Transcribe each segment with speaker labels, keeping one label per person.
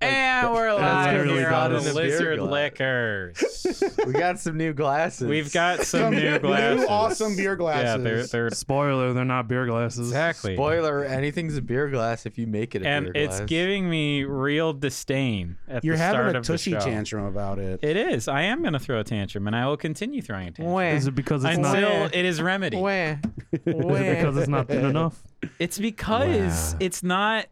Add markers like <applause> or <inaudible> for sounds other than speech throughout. Speaker 1: Eh,
Speaker 2: really
Speaker 1: beer out
Speaker 2: got
Speaker 1: of
Speaker 2: us.
Speaker 1: the lizard
Speaker 3: Beer
Speaker 1: liquors.
Speaker 4: <laughs>
Speaker 3: We got some new glasses.
Speaker 1: We've got some
Speaker 4: Some
Speaker 1: new
Speaker 4: new
Speaker 1: glasses.
Speaker 4: awesome beer
Speaker 1: Yeah, they're,
Speaker 4: glasses.
Speaker 1: they're
Speaker 2: Spoiler, they're not beer glasses.
Speaker 1: exactly.
Speaker 3: Spoiler: anything's a beer glass if you make it a
Speaker 1: and
Speaker 3: beer
Speaker 1: it's
Speaker 3: glass.
Speaker 1: giving me real disdain at
Speaker 4: You're
Speaker 1: the start
Speaker 4: having a
Speaker 1: of the
Speaker 4: tushy
Speaker 1: show.
Speaker 4: tantrum about it.
Speaker 1: It is. I am going to throw a tantrum, and I will continue throwing a tantrum
Speaker 3: Wah,
Speaker 2: Is it because it's not?
Speaker 1: until
Speaker 3: Wah.
Speaker 1: it is remedied.
Speaker 3: wah,
Speaker 2: Is it because
Speaker 3: wah,
Speaker 2: it's not thin enough?
Speaker 1: It's because it's not.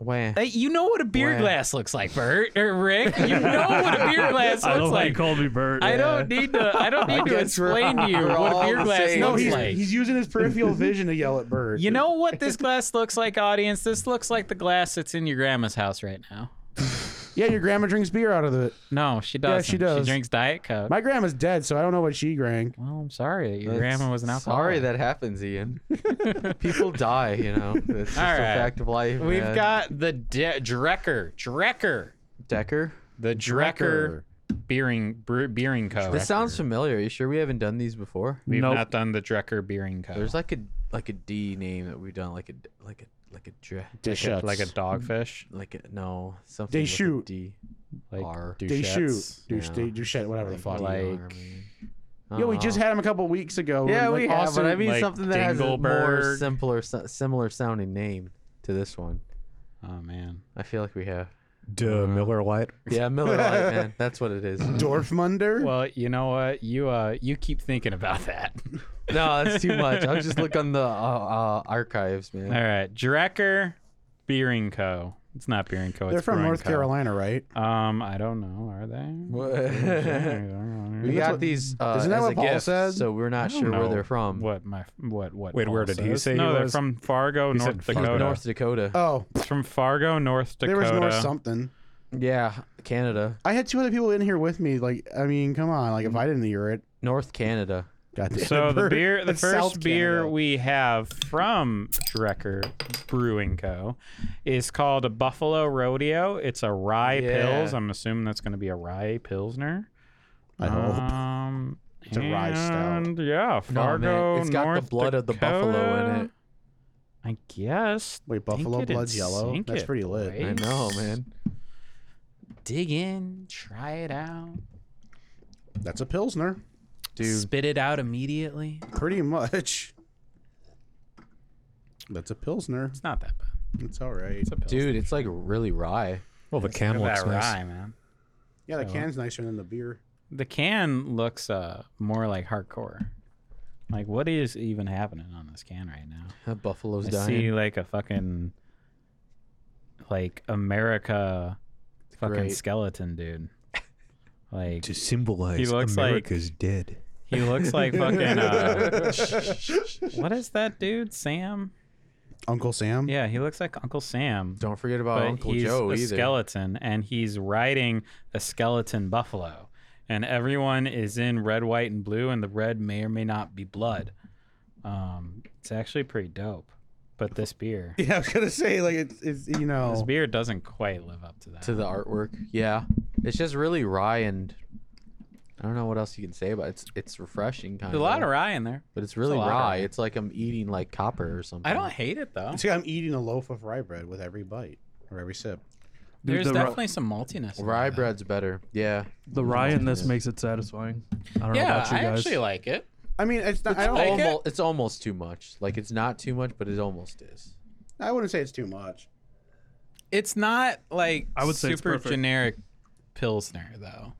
Speaker 3: wah.
Speaker 1: Hey, you know what a beer
Speaker 3: Wah.
Speaker 1: glass looks like, Bert or Rick. <laughs> You know what a beer glass
Speaker 2: <laughs> I
Speaker 1: looks
Speaker 2: love how you
Speaker 1: like.
Speaker 2: called me Bert.
Speaker 1: I don't need to. I don't need to
Speaker 3: guess we're-
Speaker 1: explain to you
Speaker 3: we're
Speaker 1: what a
Speaker 3: all
Speaker 1: beer
Speaker 3: the
Speaker 1: glass
Speaker 3: same.
Speaker 4: no,
Speaker 1: looks
Speaker 4: he's,
Speaker 1: like.
Speaker 4: he's using his peripheral vision to yell at Bird.
Speaker 1: you know what this glass looks like, audience? This looks like the glass that's in your grandma's house right now.
Speaker 4: yeah, your grandma drinks beer out of it.
Speaker 1: No, she
Speaker 4: Yeah,
Speaker 1: doesn't.
Speaker 4: she does.
Speaker 1: She drinks Diet Coke.
Speaker 4: My grandma's dead, so I don't know what she drank.
Speaker 1: well, I'm sorry that your
Speaker 3: That's-
Speaker 1: grandma was an
Speaker 3: Sorry
Speaker 1: alcoholic.
Speaker 3: that happens,
Speaker 1: <laughs>
Speaker 3: Ian. People die, you know. It's just
Speaker 1: All
Speaker 3: a
Speaker 1: right.
Speaker 3: fact of life.
Speaker 1: We've
Speaker 3: man.
Speaker 1: got the De- Drecker, Drecker,
Speaker 3: Decker.
Speaker 1: the Drecker, Beering Bre- Beering
Speaker 4: Oh,
Speaker 1: Co.
Speaker 3: This sounds familiar. Are you sure we haven't done these before?
Speaker 1: We've
Speaker 2: Nope.
Speaker 1: not done the Drecker Beering Co.
Speaker 3: There's like a like a D name that we've done, like a like a like a dre,
Speaker 4: Dish
Speaker 1: like, a, like a dogfish.
Speaker 3: like a no something.
Speaker 4: They
Speaker 3: with a
Speaker 4: shoot.
Speaker 3: D.
Speaker 1: Like
Speaker 3: Are.
Speaker 4: They shoot.
Speaker 1: Duchettes.
Speaker 4: Douche,
Speaker 3: Yeah.
Speaker 4: they, douchette, whatever the fuck.
Speaker 1: like-
Speaker 4: yeah, we just had him a couple weeks ago.
Speaker 3: Yeah,
Speaker 4: and, like,
Speaker 3: we have,
Speaker 4: Austin,
Speaker 3: but I mean
Speaker 1: like
Speaker 3: something that has a more
Speaker 1: Dingleberg.
Speaker 3: simpler, so- similar sounding name to this one.
Speaker 1: Oh man.
Speaker 3: I feel like we have.
Speaker 5: Duh, Miller Lite.
Speaker 3: Yeah, Miller Lite, man. That's what it is.
Speaker 4: Dorfmunder.
Speaker 1: Well, you know what? You uh, you keep thinking about that.
Speaker 3: No, that's too much. I was just look on the uh, uh, archives, man.
Speaker 1: All <laughs> right, Drecker Beering Co. It's not Beering Co.
Speaker 4: They're
Speaker 1: it's
Speaker 4: from
Speaker 1: Brewing
Speaker 4: North
Speaker 1: Co.
Speaker 4: Carolina, right?
Speaker 1: Um, I don't know. Are they? <laughs>
Speaker 3: <laughs> we
Speaker 4: That's
Speaker 3: got
Speaker 4: what-
Speaker 3: these. Uh,
Speaker 4: isn't that
Speaker 3: as
Speaker 4: what
Speaker 3: a
Speaker 4: Paul
Speaker 3: gift,
Speaker 4: said?
Speaker 3: So we're
Speaker 1: I
Speaker 3: not
Speaker 1: don't
Speaker 3: sure where
Speaker 1: know
Speaker 3: they're from.
Speaker 1: What my what what?
Speaker 5: Wait,
Speaker 1: Paul
Speaker 5: where did he
Speaker 1: says.
Speaker 5: say he
Speaker 1: No, they're
Speaker 5: was?
Speaker 1: from Fargo,
Speaker 5: He said
Speaker 1: North
Speaker 5: Fargo.
Speaker 1: Dakota.
Speaker 3: North Dakota.
Speaker 4: Oh,
Speaker 1: It's from Fargo, North Dakota.
Speaker 4: there was North something.
Speaker 3: yeah, Canada.
Speaker 4: I had two other people in here with me. Like, I mean, come on. Like, if I didn't hear it,
Speaker 3: North Canada.
Speaker 4: goddamn.
Speaker 1: So the beer, the
Speaker 4: That's
Speaker 1: first
Speaker 4: South
Speaker 1: beer
Speaker 4: Canada.
Speaker 1: we have from Drecker Brewing Co. is called a Buffalo Rodeo. It's a rye
Speaker 3: Yeah.
Speaker 1: pills. I'm assuming that's going to be a rye pilsner.
Speaker 4: I hope. <laughs>
Speaker 1: Um,
Speaker 4: It's a rye stout.
Speaker 1: and, Yeah,
Speaker 3: No, man,
Speaker 1: Fargo.
Speaker 3: it's got
Speaker 1: North
Speaker 3: the blood of the buffalo in
Speaker 1: Dakota.
Speaker 3: it.
Speaker 1: I guess.
Speaker 4: Wait, buffalo
Speaker 1: Think it and
Speaker 4: blood's yellow.
Speaker 1: sink
Speaker 4: That's
Speaker 1: it,
Speaker 4: pretty lit.
Speaker 1: right?
Speaker 3: I know, man.
Speaker 1: Dig in, try it out,
Speaker 4: That's a pilsner,
Speaker 3: Dude,
Speaker 1: spit it out immediately.
Speaker 4: pretty much. That's a pilsner.
Speaker 1: It's not that bad.
Speaker 4: It's all right.
Speaker 1: It's a pilsner.
Speaker 3: dude, it's like really rye.
Speaker 5: Well, the
Speaker 1: Look
Speaker 5: can
Speaker 1: at
Speaker 5: looks
Speaker 1: that
Speaker 5: nice.
Speaker 1: rye, man.
Speaker 4: Yeah, the
Speaker 1: So-
Speaker 4: can's nicer than the beer.
Speaker 1: The can looks uh more like hardcore. Like what is even happening on this can right now?
Speaker 3: That buffalo's
Speaker 1: I
Speaker 3: dying.
Speaker 1: see like a fucking like America fucking
Speaker 3: Great.
Speaker 1: skeleton
Speaker 4: <laughs>
Speaker 1: dude. Like
Speaker 5: To symbolize
Speaker 1: He looks like-
Speaker 5: America's dead.
Speaker 1: he looks like fucking uh, what is that dude? Sam?
Speaker 4: Uncle Sam.
Speaker 1: Yeah, he looks like Uncle Sam.
Speaker 3: Don't forget about
Speaker 1: but
Speaker 3: Uncle
Speaker 1: he's
Speaker 3: Joe
Speaker 1: a
Speaker 3: either.
Speaker 1: skeleton and he's riding a skeleton buffalo and everyone is in red white and blue and the red may or may not be blood um it's actually pretty dope but this beer
Speaker 4: <laughs> Yeah, I was gonna say like it's, it's you
Speaker 1: this
Speaker 4: know
Speaker 1: beer doesn't quite live up to that
Speaker 3: To the artwork. Yeah. It's just really rye and I don't know what else you can say about it. It's it's refreshing kind
Speaker 1: there's a lot of rye in there
Speaker 3: but it's really
Speaker 1: a lot of
Speaker 3: rye.
Speaker 1: rye.
Speaker 3: It's like I'm eating like copper or something.
Speaker 1: i don't hate it though
Speaker 4: it's like I'm eating a loaf of rye bread with every bite or every sip.
Speaker 2: Dude,
Speaker 1: there's
Speaker 2: the ri-
Speaker 1: definitely some maltiness in
Speaker 3: Rye
Speaker 1: there.
Speaker 3: bread's better. Yeah.
Speaker 2: The rye in this makes it satisfying. I don't know
Speaker 1: yeah
Speaker 2: about you
Speaker 1: i
Speaker 2: guys.
Speaker 1: actually like it
Speaker 4: I mean, it's not. I, don't,
Speaker 1: like it.
Speaker 3: Almo- it's almost too much. Like it's not too much, but it almost is.
Speaker 4: I wouldn't say it's too much.
Speaker 1: it's not like
Speaker 2: I would say it's
Speaker 1: super
Speaker 2: perfect.
Speaker 1: generic pilsner though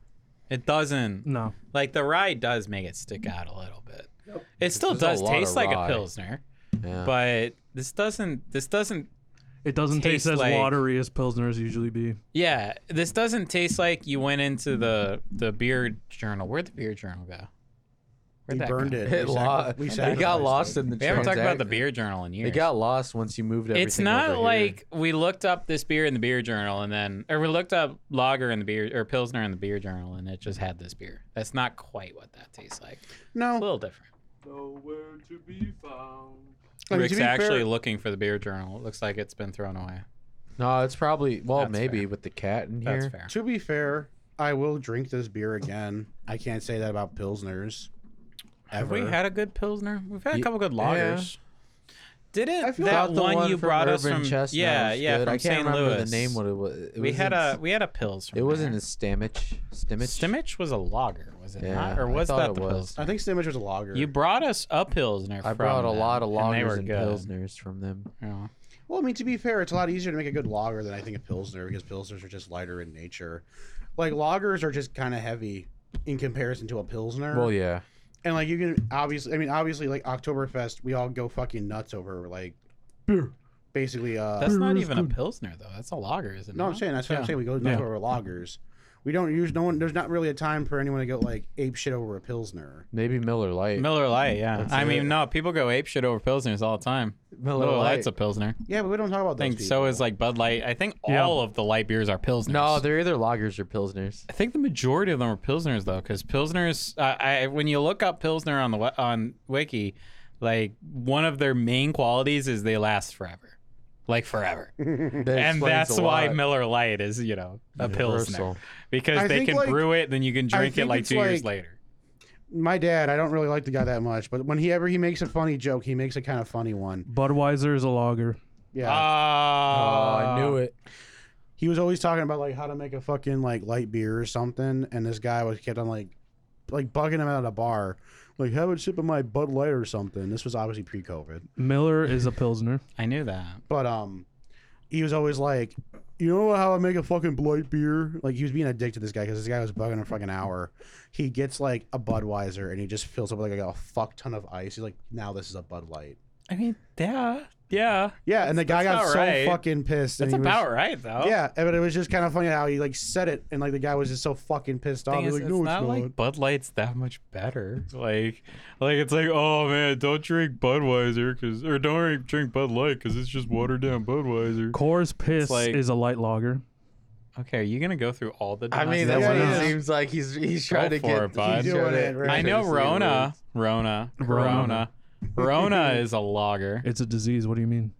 Speaker 1: it doesn't
Speaker 2: no.
Speaker 1: Like the rye does make it stick out a little bit. It still
Speaker 3: There's a
Speaker 1: does
Speaker 3: lot of
Speaker 1: taste like a
Speaker 3: rye.
Speaker 1: pilsner,
Speaker 3: Yeah.
Speaker 1: but this doesn't. This doesn't.
Speaker 2: It doesn't
Speaker 1: Tastes
Speaker 2: taste as
Speaker 1: like-
Speaker 2: watery as pilsners usually be.
Speaker 1: Yeah, this doesn't taste like you went into the the beer journal. Where'd the beer journal go?
Speaker 4: We
Speaker 1: Where'd that
Speaker 4: burned
Speaker 1: go? <laughs>
Speaker 3: <laughs>
Speaker 4: it.
Speaker 3: it,
Speaker 4: We
Speaker 3: lo-
Speaker 4: sacrificed- we
Speaker 3: it got
Speaker 4: sacrificed
Speaker 3: lost
Speaker 4: it.
Speaker 3: in the
Speaker 1: We haven't talked about the
Speaker 3: transac-
Speaker 1: beer journal in years.
Speaker 3: It got lost once you moved everything.
Speaker 1: It's not
Speaker 3: over
Speaker 1: like we looked up this beer in the beer journal and then, or we looked up lager in the beer or pilsner in the beer journal and it just had this beer. That's not quite what that tastes like. A
Speaker 4: No,
Speaker 1: little different.
Speaker 6: Nowhere to be found.
Speaker 4: I mean, to
Speaker 1: Rick's
Speaker 4: be fair-
Speaker 1: actually looking for the beer journal. It looks like it's been thrown away.
Speaker 3: here. No, it's probably well,
Speaker 1: That's
Speaker 3: maybe
Speaker 1: fair.
Speaker 3: with the cat in
Speaker 1: That's
Speaker 3: here.
Speaker 1: fair.
Speaker 4: To be fair, I will drink this beer again. I can't say that about pilsners. Ever.
Speaker 1: Have we had a good pilsner? We've had a
Speaker 3: Ye-
Speaker 1: couple good lagers. Didn't
Speaker 4: I feel
Speaker 1: that
Speaker 3: Thought the
Speaker 1: one, you
Speaker 3: from
Speaker 1: brought us
Speaker 3: Urban
Speaker 1: from?
Speaker 3: Chestnut
Speaker 1: yeah,
Speaker 3: was
Speaker 1: yeah,
Speaker 3: good.
Speaker 1: from
Speaker 3: I can't
Speaker 1: St.
Speaker 3: remember
Speaker 1: Louis.
Speaker 3: the name. What it was. It
Speaker 1: we
Speaker 3: was
Speaker 1: had
Speaker 3: in
Speaker 1: a
Speaker 3: S-
Speaker 1: we had a pills. From
Speaker 3: It wasn't
Speaker 1: there.
Speaker 3: a Stamich. Stamich.
Speaker 1: Stimich was a logger, was it not?
Speaker 3: Yeah,
Speaker 1: Or
Speaker 3: I
Speaker 1: was
Speaker 3: thought
Speaker 1: that
Speaker 3: it
Speaker 1: the
Speaker 3: was.
Speaker 1: pills?
Speaker 4: I think Stamage was a logger.
Speaker 1: You brought us a pilsner.
Speaker 3: I
Speaker 1: from
Speaker 3: brought a
Speaker 1: them,
Speaker 3: lot of
Speaker 1: and they
Speaker 3: lagers
Speaker 1: were
Speaker 3: and,
Speaker 1: good.
Speaker 3: pilsners from them.
Speaker 1: Yeah.
Speaker 4: Well, I mean, to be fair, it's a lot easier to make a good lager than I think a pilsner because pilsners are just lighter in nature. Like lagers are just kind of heavy in comparison to a pilsner.
Speaker 3: Well, yeah.
Speaker 4: and like you can obviously, I mean, obviously, like Oktoberfest, we all go fucking nuts over like beer. basically. Uh,
Speaker 1: That's not even a pilsner though. That's a lager, isn't it?
Speaker 4: no, I'm
Speaker 1: not?
Speaker 4: saying that's what I'm
Speaker 1: Yeah.
Speaker 4: saying. We go nuts
Speaker 2: Yeah.
Speaker 4: over lagers. We don't use no one. There's not really a time for anyone to go like ape shit over a pilsner.
Speaker 3: Maybe Miller Lite.
Speaker 1: Miller Lite, yeah.
Speaker 3: That's
Speaker 1: I
Speaker 3: it.
Speaker 1: mean, no, people go ape shit over pilsners all the time. Miller, Lite's a pilsner.
Speaker 4: Yeah, but we don't talk
Speaker 1: I
Speaker 4: about those.
Speaker 1: think so
Speaker 4: people.
Speaker 1: is like Bud Light. I think
Speaker 2: Yeah.
Speaker 1: all of the light beers are pilsners.
Speaker 3: No, they're either lagers
Speaker 1: <laughs>
Speaker 3: or pilsners.
Speaker 1: I think the majority of them are pilsners though, because pilsners. Uh, I when you look up pilsner on the wi- on wiki, like one of their main qualities is they last forever, like forever,
Speaker 3: That
Speaker 1: and
Speaker 3: explains
Speaker 1: that's
Speaker 3: a
Speaker 1: why
Speaker 3: lot.
Speaker 1: Miller Lite is you know a pilsner
Speaker 3: Universal.
Speaker 1: because
Speaker 4: I
Speaker 1: they
Speaker 4: think,
Speaker 1: can
Speaker 4: like-
Speaker 1: brew it, then you can
Speaker 4: I
Speaker 1: drink it
Speaker 4: think
Speaker 1: like
Speaker 4: it's
Speaker 1: two years
Speaker 4: like-
Speaker 1: later.
Speaker 4: <laughs> my dad. I don't really like the guy that much, but when he ever he makes a funny joke, he makes a kind of funny one.
Speaker 2: Budweiser is a lager.
Speaker 4: Yeah.
Speaker 1: Uh, Ah.
Speaker 3: Oh, I knew it.
Speaker 4: he was always talking about like how to make a fucking like light beer or something, and this guy was kept on like like bugging him out of a bar, like have a sip of my Bud Light or something. This was obviously pre-COVID,
Speaker 2: Miller is a pilsner.
Speaker 1: I knew that.
Speaker 4: but um, he was always like, you know how I make a fucking light beer? Like he was being a dick to this guy because this guy was bugging him for like an hour. He gets like a Budweiser and he just fills up with like a fuck ton of ice. He's like, now this is a Bud Light.
Speaker 1: I mean, yeah, yeah.
Speaker 4: Yeah, and the guy
Speaker 1: That's
Speaker 4: got
Speaker 1: about
Speaker 4: so
Speaker 1: right.
Speaker 4: fucking pissed. and
Speaker 1: That's
Speaker 4: he was-
Speaker 1: about right though.
Speaker 4: Yeah, but it was just kind of funny how he like said it, and like the guy was just so fucking pissed off.
Speaker 1: Thing
Speaker 4: He was
Speaker 1: is,
Speaker 4: like,
Speaker 1: it's
Speaker 4: no,
Speaker 1: not like Bud Light's that much better. Like, like it's like, oh man, don't drink Budweiser because, or don't drink- drink Bud Light because it's just watered down Budweiser.
Speaker 2: Coors Piss
Speaker 1: like-
Speaker 2: is a light lager.
Speaker 1: Okay, are you gonna go through all the?
Speaker 3: I
Speaker 1: denominations?
Speaker 3: mean, that
Speaker 4: Yeah,
Speaker 3: one
Speaker 4: yeah.
Speaker 3: seems like he's he's
Speaker 1: Go
Speaker 3: trying to
Speaker 1: for
Speaker 3: get.
Speaker 1: it, bud.
Speaker 3: he's
Speaker 4: Doing
Speaker 3: trying to-
Speaker 4: it, right.
Speaker 1: I know
Speaker 3: trying to see the
Speaker 1: Rona,
Speaker 3: words.
Speaker 1: Rona, Rona,
Speaker 2: Corona.
Speaker 1: <laughs> Rona is a lager.
Speaker 2: It's a disease. What do you mean?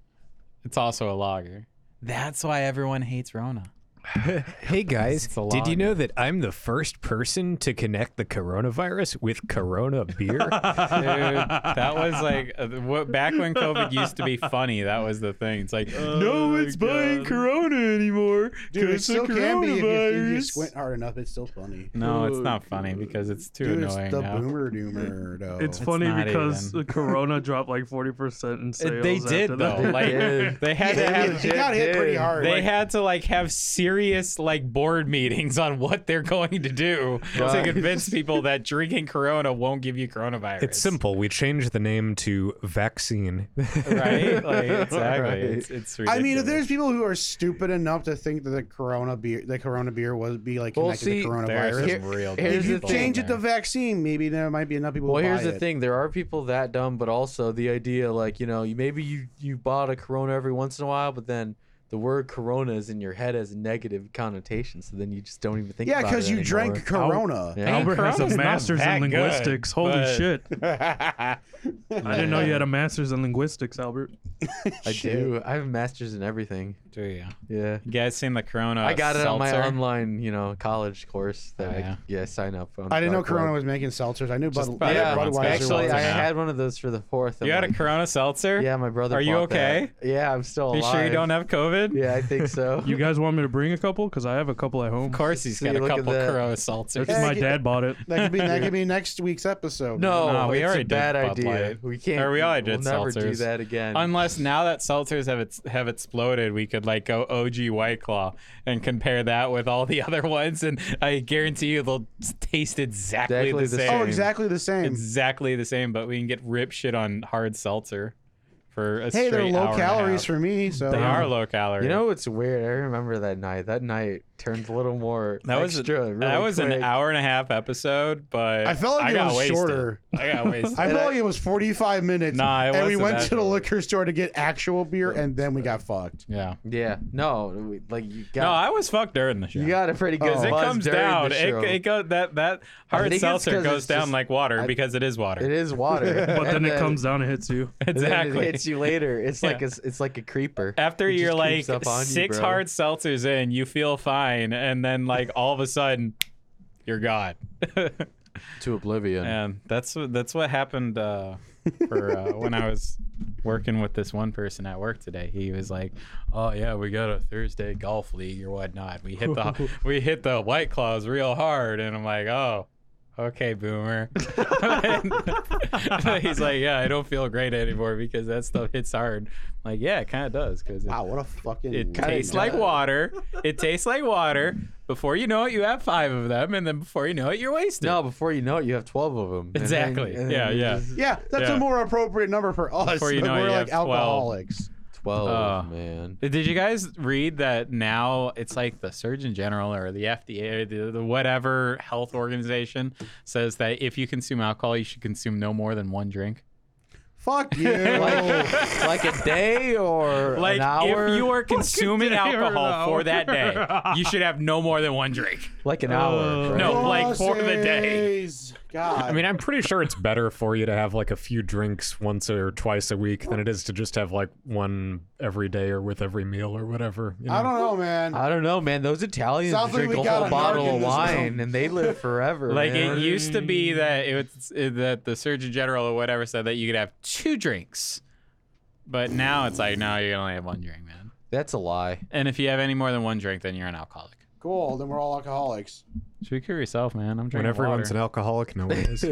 Speaker 1: It's also a lager. That's why everyone hates Rona.
Speaker 2: <laughs>
Speaker 5: Hey guys,
Speaker 1: It's a
Speaker 5: did you
Speaker 1: log.
Speaker 5: know that I'm the first person to connect the coronavirus with Corona
Speaker 2: <laughs>
Speaker 5: beer?
Speaker 1: Dude, that
Speaker 4: <laughs>
Speaker 1: was like uh, what back when COVID used to be funny. That was the thing. It's like no one's buying Corona anymore
Speaker 4: Oh Dude, it
Speaker 1: because the
Speaker 4: still can be if you, if you
Speaker 1: coronavirus.
Speaker 4: just squint hard enough. It's still funny.
Speaker 1: no, it's not funny because it's too
Speaker 4: Dude, it's
Speaker 1: annoying.
Speaker 4: the
Speaker 1: now.
Speaker 4: boomer doomer though.
Speaker 2: It's funny
Speaker 1: not
Speaker 2: because
Speaker 1: even.
Speaker 2: the <laughs> Corona dropped like forty percent in
Speaker 1: It-
Speaker 2: sales.
Speaker 1: they did
Speaker 2: after
Speaker 1: though.
Speaker 2: that. <laughs>
Speaker 1: Like <laughs> they had to
Speaker 4: <laughs> Yeah,
Speaker 1: have.
Speaker 4: he got hit pretty hard.
Speaker 1: They
Speaker 4: Like,
Speaker 1: had to like have serious like board meetings on what they're going to do to
Speaker 3: Right.
Speaker 1: convince people that drinking Corona won't give you coronavirus.
Speaker 5: it's simple. We changed the name to vaccine.
Speaker 1: right?
Speaker 4: <laughs>
Speaker 1: Like, exactly.
Speaker 3: Right.
Speaker 1: It's, it's
Speaker 4: I mean, if
Speaker 1: ridiculous.
Speaker 4: there's people who are stupid enough to think that the corona beer, the corona beer was be like
Speaker 3: Well,
Speaker 4: connected
Speaker 3: see,
Speaker 4: to
Speaker 1: There's
Speaker 4: coronavirus.
Speaker 1: some
Speaker 3: Here-
Speaker 1: real
Speaker 3: here's
Speaker 4: if you
Speaker 1: people
Speaker 4: change
Speaker 1: in
Speaker 4: it to
Speaker 1: there.
Speaker 4: vaccine, maybe there might be enough people.
Speaker 3: Well,
Speaker 4: who
Speaker 3: here's
Speaker 4: buy
Speaker 3: the
Speaker 4: it.
Speaker 3: thing: there are people that dumb, but also the idea, like you know, you maybe you you bought a Corona every once in a while, but then the word Corona is in your head as a negative connotation, so then you just don't even think.
Speaker 4: Yeah,
Speaker 3: because
Speaker 4: because you drank corona.
Speaker 1: Hey,
Speaker 2: Albert has a
Speaker 1: Corona's not
Speaker 2: master's
Speaker 1: that
Speaker 2: in
Speaker 1: good,
Speaker 2: linguistics. Holy
Speaker 1: but-
Speaker 2: shit! <laughs> I didn't know you
Speaker 3: Yeah.
Speaker 2: had a master's in linguistics, Albert.
Speaker 3: I
Speaker 4: Shit.
Speaker 3: do. I have masters in everything. <laughs>
Speaker 1: Do you?
Speaker 3: Yeah.
Speaker 1: You guys seen the Corona?
Speaker 3: I got it on my
Speaker 1: Uh, seltzer?
Speaker 3: online, you know, college course that
Speaker 1: Oh,
Speaker 3: I
Speaker 1: yeah.
Speaker 3: yeah sign up. On
Speaker 4: I didn't know
Speaker 3: Dark Web.
Speaker 4: Corona was making seltzers. I knew
Speaker 1: Just
Speaker 4: Bud,
Speaker 1: about
Speaker 3: Yeah,
Speaker 1: everyone's got
Speaker 4: Budweiser.
Speaker 3: actually,
Speaker 4: was.
Speaker 1: seltzer
Speaker 3: I
Speaker 1: now.
Speaker 3: had one of those for the fourth.
Speaker 1: You
Speaker 3: I'm
Speaker 1: had a
Speaker 3: like,
Speaker 1: Corona seltzer?
Speaker 3: Yeah, my brother.
Speaker 1: Are you
Speaker 3: bought that.
Speaker 1: okay?
Speaker 3: Yeah, I'm still
Speaker 1: You
Speaker 3: alive.
Speaker 1: sure you don't have COVID?
Speaker 3: Yeah, I think so.
Speaker 1: <laughs>
Speaker 2: You guys want me to bring a couple? Because I have a couple at home.
Speaker 1: Of course, he's
Speaker 3: See,
Speaker 1: got a
Speaker 3: look at
Speaker 1: couple
Speaker 3: that.
Speaker 1: Corona seltzers.
Speaker 2: That's my
Speaker 4: Hey,
Speaker 2: dad
Speaker 1: <laughs>
Speaker 2: bought it.
Speaker 4: That could be that could be next week's episode.
Speaker 3: No,
Speaker 1: No, we
Speaker 3: Oh, it's
Speaker 1: already
Speaker 3: a
Speaker 1: did
Speaker 3: bad
Speaker 1: Bud
Speaker 3: idea.
Speaker 1: Light.
Speaker 3: We can't.
Speaker 1: Or we already
Speaker 3: we'll
Speaker 1: did
Speaker 3: never do
Speaker 1: seltzers.
Speaker 3: that again.
Speaker 1: Unless now that seltzers have ex- have exploded, we could like go OG White Claw and compare that with all the <laughs> other ones, and I guarantee you they'll taste exactly,
Speaker 3: Exactly
Speaker 1: the
Speaker 3: the
Speaker 1: same.
Speaker 4: Oh, exactly the same.
Speaker 1: Exactly the same, but we can get rip shit on hard seltzer for a
Speaker 4: hey,
Speaker 1: straight
Speaker 4: they're
Speaker 1: hour
Speaker 4: low
Speaker 1: and a
Speaker 4: calories
Speaker 1: half.
Speaker 4: for me. So
Speaker 1: They are low calorie.
Speaker 3: You know what's weird? I remember that night. That night turned a little more
Speaker 1: <laughs> That was a-
Speaker 3: extra. really
Speaker 1: that was
Speaker 3: quick.
Speaker 1: an hour and a half episode, but
Speaker 4: I felt like it
Speaker 1: got
Speaker 4: was
Speaker 1: wasted.
Speaker 4: shorter.
Speaker 1: I
Speaker 3: <laughs>
Speaker 1: got wasted.
Speaker 4: I felt like it was 45 minutes.
Speaker 1: Nah, it
Speaker 4: and we
Speaker 1: wasn't
Speaker 4: went
Speaker 1: that
Speaker 4: to the
Speaker 1: short.
Speaker 4: liquor store to get actual beer, and then we got fucked.
Speaker 1: yeah.
Speaker 3: Yeah. No, we- like you got
Speaker 1: No, I was fucked during the show.
Speaker 3: you got a pretty good.
Speaker 1: because it
Speaker 3: buzz
Speaker 1: comes
Speaker 3: during the
Speaker 1: down, it,
Speaker 3: show.
Speaker 1: it goes that that hard
Speaker 3: think it's
Speaker 1: seltzer
Speaker 3: 'cause
Speaker 1: goes
Speaker 3: it's
Speaker 1: down
Speaker 3: just-
Speaker 1: like water because it is water.
Speaker 3: it is water,
Speaker 2: But then
Speaker 3: and
Speaker 2: it comes down and hits you.
Speaker 3: <laughs> and
Speaker 1: <laughs>
Speaker 3: then
Speaker 1: exactly.
Speaker 3: it hits you later. It's like
Speaker 1: Yeah.
Speaker 3: a, it's like a creeper.
Speaker 1: After
Speaker 3: It
Speaker 1: you're
Speaker 3: just
Speaker 1: like
Speaker 3: creeps up on you,
Speaker 1: six
Speaker 3: bro.
Speaker 1: hard seltzers in, you feel fine, and then like all of a sudden, you're gone. <laughs>
Speaker 3: to oblivion.
Speaker 4: <laughs>
Speaker 1: and that's what that's what happened uh, for uh, when I was working with this one person at work today. He was like, "Oh yeah, we got a Thursday golf league or whatnot. We hit
Speaker 4: <laughs>
Speaker 1: the we hit the white claws real hard." And I'm like, "Oh, okay,
Speaker 4: <laughs>
Speaker 1: boomer." He's like, "Yeah, I don't feel great anymore because that stuff hits hard." I'm like, yeah, it kind of does because
Speaker 4: Wow, what a fucking.
Speaker 1: it
Speaker 4: kinda
Speaker 1: tastes like
Speaker 4: nut.
Speaker 1: water. It tastes like water. Before you know it, you have five of them, and then before you know it, you're wasted.
Speaker 3: No, before you know it, you have twelve of them.
Speaker 1: exactly. yeah, yeah.
Speaker 4: Yeah, that's
Speaker 1: Yeah.
Speaker 4: a more appropriate number for us.
Speaker 1: Before you
Speaker 4: but
Speaker 1: know it,
Speaker 4: we're
Speaker 1: you
Speaker 4: like
Speaker 1: have 12.
Speaker 4: alcoholics.
Speaker 3: Twelve,
Speaker 1: Oh. <laughs>
Speaker 3: man.
Speaker 1: Did you guys read that now it's like the Surgeon General or the FDA or the, the whatever health organization says that if you consume alcohol, you should consume no more than one drink? <laughs>
Speaker 4: Fuck you.
Speaker 3: Like, like a day or
Speaker 1: Like,
Speaker 3: an hour?
Speaker 1: if you are consuming
Speaker 2: day or an
Speaker 1: alcohol for
Speaker 2: hour.
Speaker 1: that day, you should have no more than one drink.
Speaker 3: like an hour.
Speaker 2: Uh,
Speaker 3: right?
Speaker 1: No, like for the day.
Speaker 4: Pussies. God.
Speaker 5: I mean, I'm pretty sure it's better for you to have like a few drinks once or twice a week than it is to just have like one every day or with every meal or whatever. you
Speaker 4: I
Speaker 5: know?
Speaker 4: don't know, man.
Speaker 3: I don't know, man. Those Italians
Speaker 4: Sounds like
Speaker 3: drink
Speaker 4: we
Speaker 3: a
Speaker 4: got
Speaker 3: whole
Speaker 4: a narc
Speaker 3: bottle
Speaker 4: in
Speaker 3: of
Speaker 4: this
Speaker 3: wine
Speaker 4: room.
Speaker 3: and they live
Speaker 1: <laughs>
Speaker 3: forever.
Speaker 1: Like
Speaker 3: man.
Speaker 1: it used to be that it was it- that the Surgeon General or whatever said that you could have two drinks, but now it's like no, you can only have one drink, man.
Speaker 3: That's
Speaker 1: <laughs>
Speaker 3: a lie.
Speaker 1: And if you have any more than one drink, then you're an alcoholic.
Speaker 4: cool. Then we're all alcoholics.
Speaker 1: Should we cure yourself, man? I'm
Speaker 5: When
Speaker 1: drinking
Speaker 5: everyone's an
Speaker 1: water.
Speaker 5: alcoholic, no one
Speaker 2: <laughs>
Speaker 5: is.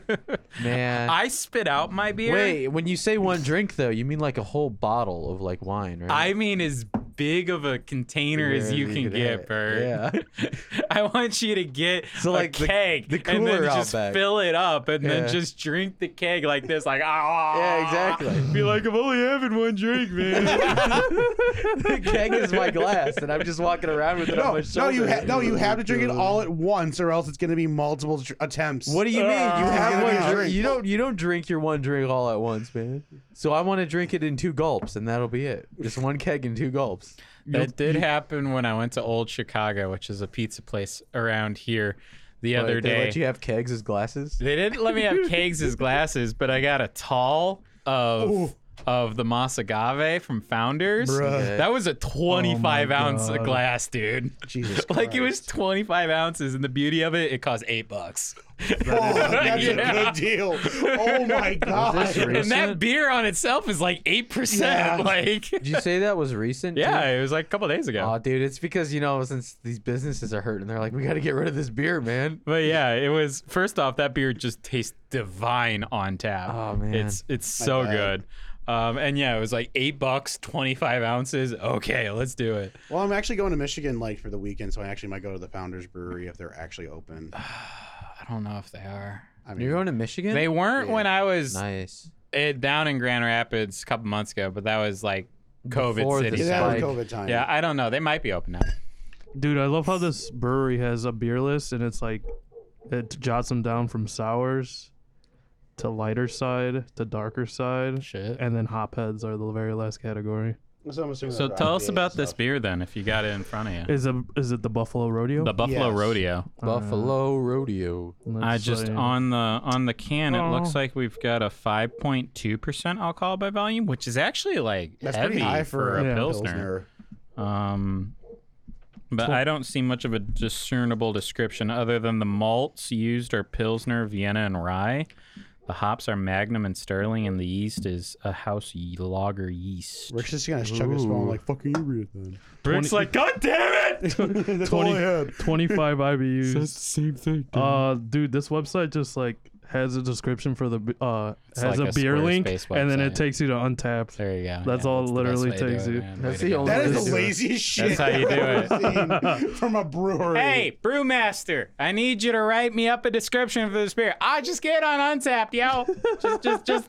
Speaker 1: <laughs>
Speaker 3: Man.
Speaker 1: I spit out my beer.
Speaker 3: Wait, when you say one drink though, you mean like a whole bottle of like wine, right?
Speaker 1: I mean as big of a container as
Speaker 3: Yeah,
Speaker 1: you
Speaker 3: you
Speaker 1: can
Speaker 3: could have
Speaker 1: get,
Speaker 3: it.
Speaker 1: Bert.
Speaker 3: Yeah.
Speaker 1: <laughs> I want you to get a
Speaker 3: So, like, the-
Speaker 1: keg
Speaker 3: the
Speaker 1: and then
Speaker 3: cooler out
Speaker 1: just
Speaker 3: back.
Speaker 1: fill it up and
Speaker 3: Yeah.
Speaker 1: then just drink the keg like this, like ah.
Speaker 3: Yeah, exactly.
Speaker 1: Be like, I'm only having one drink, man.
Speaker 3: <laughs> <laughs> the keg is my glass, and I'm just walking around with it on
Speaker 4: No,
Speaker 3: my
Speaker 4: no,
Speaker 3: shoulder.
Speaker 4: you ha- no, you have to drink it all at once, or else it's gonna be multiple dr- attempts.
Speaker 3: What do
Speaker 4: <laughs>
Speaker 3: you mean? You have
Speaker 4: give me
Speaker 3: one
Speaker 4: a
Speaker 3: drink.
Speaker 4: drink.
Speaker 3: You don't. You don't drink your one drink all at once, man. So I want to drink it in two gulps, and that'll be it. Just one keg and two gulps.
Speaker 1: that did happen when I went to Old Chicago, which is a pizza place around here, the other
Speaker 3: Like,
Speaker 1: day.
Speaker 3: they let you have kegs
Speaker 1: <laughs>
Speaker 3: as glasses.
Speaker 1: They didn't let me have kegs as glasses, but I got a tall of of the Masagave from Founders.
Speaker 4: Bruh.
Speaker 1: That was a 25 ounce
Speaker 5: God.
Speaker 1: glass, dude.
Speaker 4: Jesus
Speaker 1: <laughs> Like it was 25 ounces, and the beauty of it, it cost eight bucks.
Speaker 4: Oh, that's
Speaker 1: Yeah.
Speaker 4: a good deal. Oh my
Speaker 3: this
Speaker 4: god.
Speaker 3: real?
Speaker 1: And that
Speaker 3: Percent?
Speaker 1: beer on itself is like eight
Speaker 4: Yeah.
Speaker 1: percent. Like, <laughs>
Speaker 3: Did you say that was recent?
Speaker 1: yeah, it was like a couple days
Speaker 3: Dude?
Speaker 1: ago.
Speaker 3: Aw, dude, it's because you know since these businesses are hurting, they're like, we got to get rid of this beer, man.
Speaker 1: But yeah, it was first off that beer just tastes divine on tap.
Speaker 3: Oh, man.
Speaker 1: it's it's so
Speaker 4: bet.
Speaker 1: good. Um, and yeah, it was like eight bucks, twenty five ounces. Okay, let's do it.
Speaker 4: Well, I'm actually going to Michigan like for the weekend, so I actually might go to the Founders Brewery if they're actually open.
Speaker 1: I don't know if they are.
Speaker 4: I
Speaker 3: You're going to Michigan?
Speaker 1: They weren't when I was
Speaker 3: nice.
Speaker 1: eh, down in Grand Rapids a couple months ago, but that was like COVID
Speaker 3: Before the
Speaker 1: city.
Speaker 4: yeah, that was
Speaker 3: Spike.
Speaker 4: COVID time.
Speaker 1: Yeah, I don't know. They might be open now.
Speaker 2: <laughs> Dude, I love how this brewery has a beer list and it's like it jots them down from sours to lighter side to darker side.
Speaker 1: Shit.
Speaker 2: And then hop heads are the very last category.
Speaker 4: So, I'm assuming
Speaker 1: So
Speaker 4: they're
Speaker 1: tell us
Speaker 4: IPAs
Speaker 1: about
Speaker 4: and
Speaker 1: this
Speaker 4: stuff.
Speaker 1: beer then, if you got it in front of you.
Speaker 2: Is a is it the Buffalo Rodeo?
Speaker 1: The Buffalo
Speaker 4: Yes.
Speaker 1: Rodeo.
Speaker 3: Uh, Buffalo Rodeo.
Speaker 2: Let's
Speaker 1: I just
Speaker 2: see.
Speaker 1: on the on the can, it looks
Speaker 2: Oh.
Speaker 1: like we've got a 5.2% alcohol by volume, which is actually like
Speaker 4: That's
Speaker 1: heavy
Speaker 4: pretty high
Speaker 1: for,
Speaker 4: for
Speaker 1: a
Speaker 2: yeah,
Speaker 1: pilsner. Um, but I don't see much of a discernible description other than the malts used are pilsner, Vienna, and rye. The hops are Magnum and Sterling, and the yeast is a house ye- lager yeast.
Speaker 4: Rick's just gonna chug his phone like fucking you then.
Speaker 1: Rick's like, God damn it!
Speaker 4: That's all I
Speaker 2: 20, <laughs>
Speaker 4: had.
Speaker 2: 25 IBUs.
Speaker 5: same thing.
Speaker 2: Uh, dude, this website just like has a description for the b- uh has
Speaker 1: like
Speaker 2: a
Speaker 1: a
Speaker 2: beer link,
Speaker 1: Squarespace
Speaker 2: and then
Speaker 1: website.
Speaker 2: it takes you to Untapped.
Speaker 1: There you go.
Speaker 2: That's all it
Speaker 1: the best
Speaker 2: literally
Speaker 1: way to do
Speaker 2: takes
Speaker 1: it,
Speaker 2: you.
Speaker 1: man. Way
Speaker 3: That's
Speaker 1: to
Speaker 3: the
Speaker 1: go.
Speaker 3: only-
Speaker 4: That
Speaker 3: Let's
Speaker 4: is
Speaker 3: do
Speaker 4: the
Speaker 3: it.
Speaker 4: laziest shit
Speaker 1: That's how you do
Speaker 3: <laughs>
Speaker 1: it.
Speaker 4: I've seen from a brewery.
Speaker 1: Hey, brewmaster, I need you to write me up a description for this beer. I just get on Untapped, yo. Just, just,
Speaker 3: <laughs>
Speaker 1: just,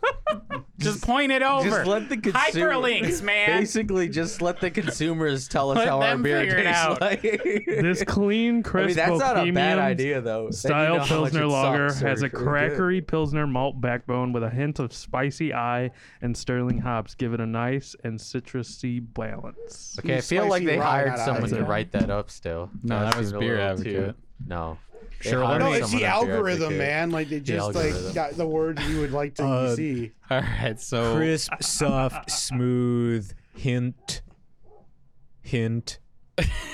Speaker 1: just point it over.
Speaker 3: let the consumer-
Speaker 1: hyperlinks, man.
Speaker 3: Basically, just let the consumers tell us
Speaker 1: Let
Speaker 3: how our
Speaker 1: them
Speaker 3: beer
Speaker 1: figure it
Speaker 3: tastes
Speaker 1: out.
Speaker 3: like.
Speaker 2: This
Speaker 3: <laughs>
Speaker 2: clean
Speaker 3: I
Speaker 2: crisp
Speaker 3: mean, that's not a bad
Speaker 2: premium
Speaker 3: idea, though. Then you know
Speaker 2: style
Speaker 3: how much
Speaker 2: pilsner
Speaker 3: it
Speaker 2: lager
Speaker 3: sucks or
Speaker 2: has a
Speaker 3: if it's good.
Speaker 2: crackery pilsner malt backbone with a hint of spicy eye and sterling hops. Give it a nice and citrusy balance.
Speaker 3: Okay, I feel like
Speaker 4: Spicy
Speaker 3: they
Speaker 4: rye,
Speaker 3: hired
Speaker 4: not
Speaker 3: someone
Speaker 4: idea.
Speaker 3: to write that up still.
Speaker 1: No, that was
Speaker 3: seemed a
Speaker 1: Beer
Speaker 3: little too-
Speaker 1: Advocate.
Speaker 3: No. They
Speaker 1: Sure,
Speaker 3: hired
Speaker 1: let
Speaker 4: No,
Speaker 1: me-
Speaker 4: it's
Speaker 3: someone
Speaker 4: the
Speaker 3: at Beer
Speaker 4: algorithm,
Speaker 3: Advocate.
Speaker 4: man. Like they just
Speaker 3: algorithm. Uh,
Speaker 4: like got the word you would like
Speaker 3: <laughs>
Speaker 4: to see.
Speaker 1: All right, so
Speaker 4: <laughs>
Speaker 5: Crisp, soft, smooth, hint, hint,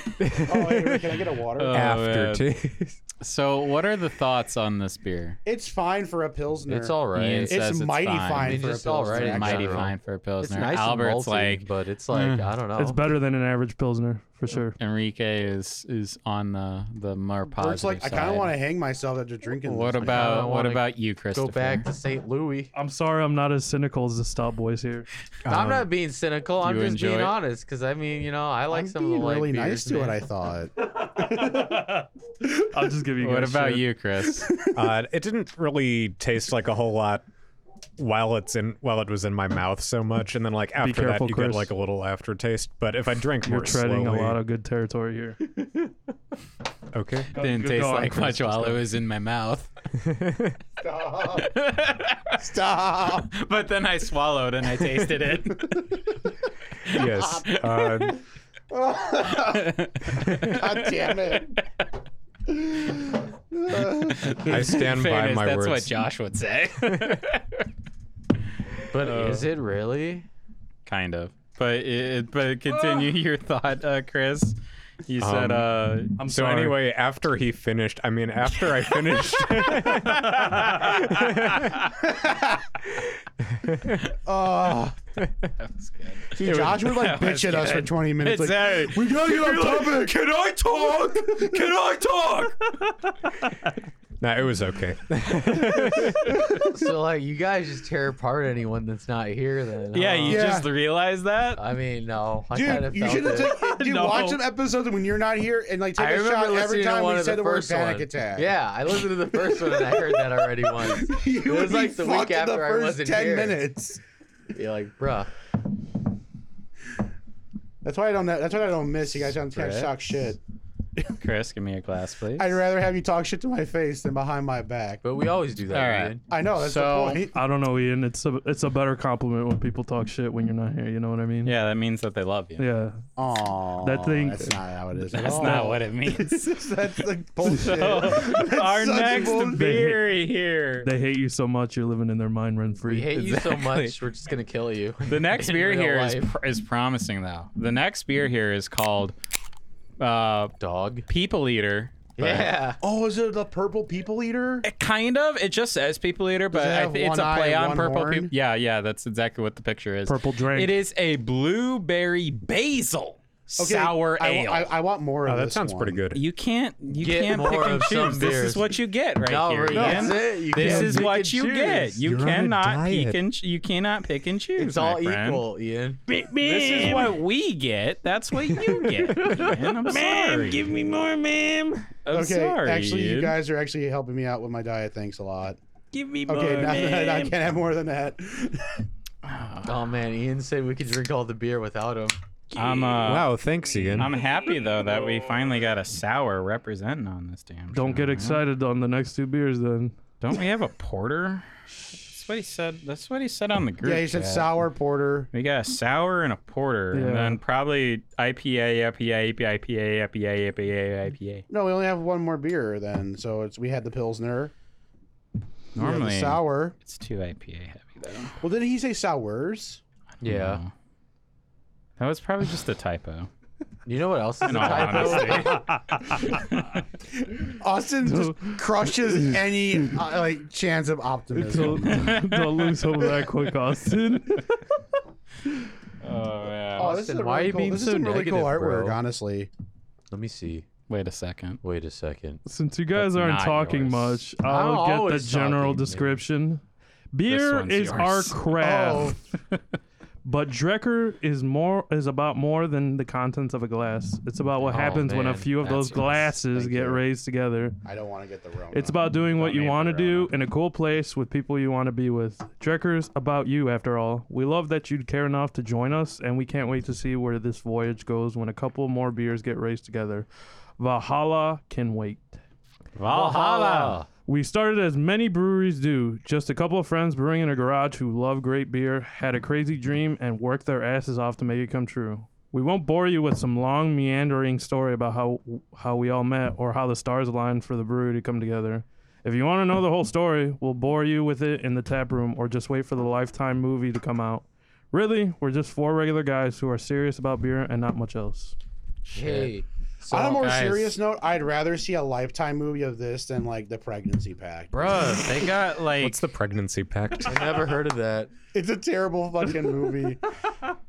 Speaker 4: Oh, hey,
Speaker 3: <laughs>
Speaker 4: wait, can I get a water?
Speaker 1: Uh, man.
Speaker 3: Oh,
Speaker 5: aftertaste.
Speaker 1: So, what are the thoughts on this beer?
Speaker 4: it's fine for a pilsner.
Speaker 3: It's all right.
Speaker 1: Ian
Speaker 4: It's,
Speaker 1: says it's
Speaker 4: mighty
Speaker 1: fine.
Speaker 4: fine,
Speaker 3: It's
Speaker 4: for a
Speaker 3: just
Speaker 4: pilsner.
Speaker 3: all right.
Speaker 4: actually.
Speaker 1: Mighty
Speaker 3: General.
Speaker 1: fine for a
Speaker 3: It's
Speaker 1: pilsner.
Speaker 3: nice
Speaker 1: Albert's
Speaker 3: and malty,
Speaker 1: like
Speaker 3: but it's like I don't know.
Speaker 2: It's better than an average pilsner for sure.
Speaker 1: Enrique is is on the the more positive
Speaker 4: Bert's like, I
Speaker 1: side.
Speaker 4: kind of want to hang myself after drinking.
Speaker 1: What
Speaker 4: this.
Speaker 1: about
Speaker 3: kinda
Speaker 1: what
Speaker 3: wanna
Speaker 1: about you,
Speaker 3: Go
Speaker 1: Christopher?
Speaker 3: back to St. <laughs> Louis.
Speaker 2: I'm sorry, I'm not as cynical as the Stout Boys here.
Speaker 3: I'm not being cynical. I'm
Speaker 1: you
Speaker 3: just being
Speaker 1: enjoy it?
Speaker 3: honest because I mean, you know, I like
Speaker 4: I'm
Speaker 3: some
Speaker 4: being
Speaker 3: of the light
Speaker 4: really nice
Speaker 3: beers,
Speaker 4: to
Speaker 3: man. <laughs>
Speaker 4: it. I thought.
Speaker 2: I'll just give you.
Speaker 1: <laughs> What
Speaker 2: guys
Speaker 1: about
Speaker 2: shit.
Speaker 1: you, Chris?
Speaker 5: uh, it didn't really taste like a whole lot while it's in while it was in my mouth so much, and then like after
Speaker 2: careful,
Speaker 5: that you
Speaker 2: Chris.
Speaker 5: get like a little aftertaste. But if I drink more
Speaker 2: You're treading
Speaker 5: slowly,
Speaker 2: a lot of good territory here.
Speaker 5: okay.
Speaker 1: Didn't
Speaker 2: Good
Speaker 1: taste
Speaker 2: dog,
Speaker 1: like
Speaker 2: Chris,
Speaker 1: much
Speaker 2: good
Speaker 1: while it
Speaker 2: dog.
Speaker 1: was in my mouth.
Speaker 3: <laughs>
Speaker 4: Stop. Stop.
Speaker 1: <laughs> but then I swallowed and I tasted
Speaker 3: <laughs>
Speaker 1: it.
Speaker 5: yes. Uh,
Speaker 4: God
Speaker 3: <laughs>
Speaker 4: damn it.
Speaker 5: I
Speaker 1: In
Speaker 5: stand by
Speaker 1: fairness,
Speaker 5: my
Speaker 1: that's
Speaker 5: words.
Speaker 1: what Josh would
Speaker 5: <laughs>
Speaker 1: say.
Speaker 3: <laughs> But is it really?
Speaker 1: kind of. But it, but
Speaker 3: Ah.
Speaker 1: continue your thought, uh, Chris. You
Speaker 5: Um,
Speaker 1: said uh,
Speaker 2: I'm
Speaker 5: so
Speaker 2: sorry.
Speaker 5: anyway, after he finished, I mean, after I <laughs> finished,
Speaker 4: Oh,
Speaker 1: that was good.
Speaker 4: dude, Josh would like
Speaker 1: that was
Speaker 4: bitch at us
Speaker 3: <laughs>
Speaker 4: for
Speaker 1: good.
Speaker 4: 20 minutes.
Speaker 1: It's
Speaker 4: Like,
Speaker 1: Eric.
Speaker 4: we gotta get on topic.
Speaker 5: can I talk? Can I talk? <laughs> nah, it was <laughs> okay.
Speaker 3: <laughs> so like, you guys just tear apart anyone that's not here. Then
Speaker 1: <laughs> Yeah, Uh,
Speaker 3: huh?
Speaker 1: you
Speaker 4: Yeah.
Speaker 1: just realized that.
Speaker 3: I mean, no. I kind
Speaker 4: Dude,
Speaker 3: of
Speaker 4: you
Speaker 3: felt
Speaker 4: should have
Speaker 3: it. <laughs>
Speaker 4: took, dude,
Speaker 1: No.
Speaker 4: watch some episodes when you're not here and like take
Speaker 3: I
Speaker 4: a
Speaker 3: remember
Speaker 4: shot
Speaker 3: listening
Speaker 4: every time
Speaker 3: to one
Speaker 4: we
Speaker 3: of the
Speaker 4: said the word
Speaker 3: first
Speaker 4: panic
Speaker 3: one.
Speaker 4: attack.
Speaker 3: Yeah, I listened to the first one and I heard that already once.
Speaker 4: <laughs> You
Speaker 3: it
Speaker 4: would
Speaker 3: was
Speaker 4: be
Speaker 3: like the
Speaker 4: fucked
Speaker 3: week
Speaker 4: in
Speaker 3: after
Speaker 4: the
Speaker 3: I
Speaker 4: first
Speaker 3: wasn't
Speaker 4: 10
Speaker 3: here.
Speaker 4: minutes.
Speaker 3: You're like, bruh.
Speaker 4: That's why I don't. That's why I don't miss you guys. on trying
Speaker 1: Right.
Speaker 4: to talk shit.
Speaker 1: Chris, give me your glass, please.
Speaker 4: I'd rather have you talk shit to my face than behind my back.
Speaker 3: But we always do that.
Speaker 1: All right.
Speaker 3: dude.
Speaker 4: I know that's
Speaker 1: So-
Speaker 4: the point.
Speaker 2: I don't know, Ian. It's a it's a better compliment when people talk shit when you're not here. You know what I mean?
Speaker 1: Yeah, that means that they love you.
Speaker 2: Yeah.
Speaker 4: Aw,
Speaker 2: That thing-
Speaker 4: That's not how it is. at
Speaker 1: That's
Speaker 4: all.
Speaker 1: not
Speaker 4: <laughs>
Speaker 1: what it means. <laughs>
Speaker 4: that's
Speaker 3: <laughs>
Speaker 4: like bullshit.
Speaker 1: Our
Speaker 4: such
Speaker 1: next
Speaker 4: bullshit.
Speaker 1: beer here.
Speaker 2: They hate you so much you're living in their mind rent free.
Speaker 3: We hate you so
Speaker 1: Exactly.
Speaker 3: much, we're just gonna kill you.
Speaker 1: The next
Speaker 3: <laughs> in
Speaker 1: beer
Speaker 3: real
Speaker 1: here is,
Speaker 3: life.
Speaker 1: pr- is promising though. The next beer here is called uh,
Speaker 3: dog.
Speaker 1: People Eater. but-
Speaker 3: Yeah.
Speaker 4: Oh, is it the purple people eater?
Speaker 1: It kind of. It just says People Eater, but
Speaker 4: it
Speaker 1: I
Speaker 4: have
Speaker 1: th- it's a
Speaker 4: one
Speaker 1: play
Speaker 4: eye,
Speaker 1: on
Speaker 4: one
Speaker 1: purple.
Speaker 4: horn?
Speaker 1: peop- yeah, yeah, that's exactly what the picture is.
Speaker 2: Purple drink.
Speaker 1: It is a blueberry basil sour
Speaker 4: I, wa-
Speaker 1: ale.
Speaker 4: I, I want more
Speaker 5: Oh,
Speaker 4: of
Speaker 5: that
Speaker 4: this
Speaker 5: sounds
Speaker 4: one.
Speaker 5: pretty good.
Speaker 1: you can't. You
Speaker 3: Get
Speaker 1: can't
Speaker 3: more
Speaker 1: pick and
Speaker 3: of some
Speaker 1: choose. This
Speaker 3: beers.
Speaker 1: is what you get right
Speaker 3: No,
Speaker 1: here.
Speaker 3: right,
Speaker 1: Ian.
Speaker 3: that's it. You
Speaker 1: This
Speaker 3: can't
Speaker 1: is
Speaker 3: pick
Speaker 1: what
Speaker 3: and
Speaker 1: you get.
Speaker 3: choose.
Speaker 1: You
Speaker 5: You're on a
Speaker 1: cannot pick
Speaker 5: diet.
Speaker 1: and ch- you cannot pick and choose.
Speaker 3: It's all
Speaker 1: my friend.
Speaker 3: equal, Ian.
Speaker 1: This is what we get. That's what <laughs> you get. Man, I'm sorry. Give me more, ma'am. I'm
Speaker 4: Okay,
Speaker 1: sorry.
Speaker 4: actually, you
Speaker 1: dude.
Speaker 4: guys are actually helping me out with my diet. Thanks a lot.
Speaker 1: give me more.
Speaker 4: Okay, now that I
Speaker 1: ma'am.
Speaker 4: can't have more than that. <laughs>
Speaker 3: Oh man, Ian said we could drink all the beer without him.
Speaker 1: I'm uh,
Speaker 5: Wow, thanks, Ian.
Speaker 1: I'm happy though that we finally got a sour representing on this damn.
Speaker 2: Don't
Speaker 1: show,
Speaker 2: get
Speaker 1: man.
Speaker 2: excited on the next two beers then.
Speaker 1: Don't we have a porter? That's what he said. That's what he said on the group.
Speaker 4: Yeah, you said
Speaker 1: chat.
Speaker 4: sour porter.
Speaker 1: We got a sour and a porter,
Speaker 2: Yeah.
Speaker 1: and then probably IPA, IPA, IPA, IPA, IPA, IPA, IPA.
Speaker 4: No, we only have one more beer then. So it's we had the pilsner, we had the
Speaker 1: Normally,
Speaker 4: sour.
Speaker 1: it's too IPA heavy though.
Speaker 4: Well, didn't he say sours?
Speaker 3: Yeah.
Speaker 1: No. That was probably just a typo.
Speaker 3: You know what else is
Speaker 1: In
Speaker 3: a
Speaker 1: all
Speaker 3: typo?
Speaker 1: honesty.
Speaker 4: Austin just
Speaker 3: <laughs>
Speaker 4: crushes any uh, like chance of optimism.
Speaker 2: Don't, <laughs> don't lose hope that
Speaker 1: <laughs>
Speaker 2: quick, Austin.
Speaker 1: Oh yeah.
Speaker 4: Oh, this is
Speaker 3: Austin,
Speaker 4: a
Speaker 3: why are
Speaker 4: really
Speaker 3: you
Speaker 4: cool,
Speaker 3: being
Speaker 4: this is
Speaker 3: so
Speaker 4: some really cool
Speaker 3: negative,
Speaker 4: artwork,
Speaker 3: bro?
Speaker 4: honestly.
Speaker 3: <laughs> Let me see.
Speaker 1: Wait a second.
Speaker 3: Wait a second.
Speaker 2: Since you guys
Speaker 1: That's
Speaker 2: aren't
Speaker 1: not
Speaker 2: talking
Speaker 1: yours.
Speaker 2: much,
Speaker 3: I'm
Speaker 2: I'll get the
Speaker 3: always
Speaker 2: general
Speaker 3: talking, dude.
Speaker 2: description.
Speaker 1: This
Speaker 2: Beer
Speaker 1: one's
Speaker 2: is our
Speaker 1: yours.
Speaker 3: Oh.
Speaker 4: Oh.
Speaker 2: craft, but Drecker is more is about more than the contents of a glass. It's about what
Speaker 3: Oh,
Speaker 2: happens when a
Speaker 3: man,
Speaker 2: few of those
Speaker 1: that's yours.
Speaker 2: glasses
Speaker 4: Thank
Speaker 2: get
Speaker 4: you.
Speaker 2: raised together.
Speaker 4: I don't want to get the wrong.
Speaker 2: It's about doing what you
Speaker 1: need
Speaker 2: want to
Speaker 1: to
Speaker 2: do in a cool place with people you want to be with. Drekker's about you, after all. We love that you'd care enough to join us, and we can't wait to see where this voyage goes when a couple more beers get raised together. Valhalla can wait.
Speaker 1: Valhalla.
Speaker 2: We started as many breweries do, just a couple of friends brewing in a garage who love great beer, had a crazy dream, and worked their asses off to make it come true. We won't bore you with some long meandering story about how how we all met or how the stars aligned for the brewery to come together. If you want to know the whole story, we'll bore you with it in the tap room or just wait for the Lifetime movie to come out. Really, we're just four regular guys who are serious about beer and not much else.
Speaker 3: Hey, so,
Speaker 4: On a more
Speaker 1: guys.
Speaker 4: serious note, I'd rather see a lifetime movie of this than like the pregnancy pact.
Speaker 1: Bruh, they got like
Speaker 5: What's the pregnancy pact?
Speaker 3: I never heard of that.
Speaker 4: It's a terrible
Speaker 1: <laughs>
Speaker 4: fucking movie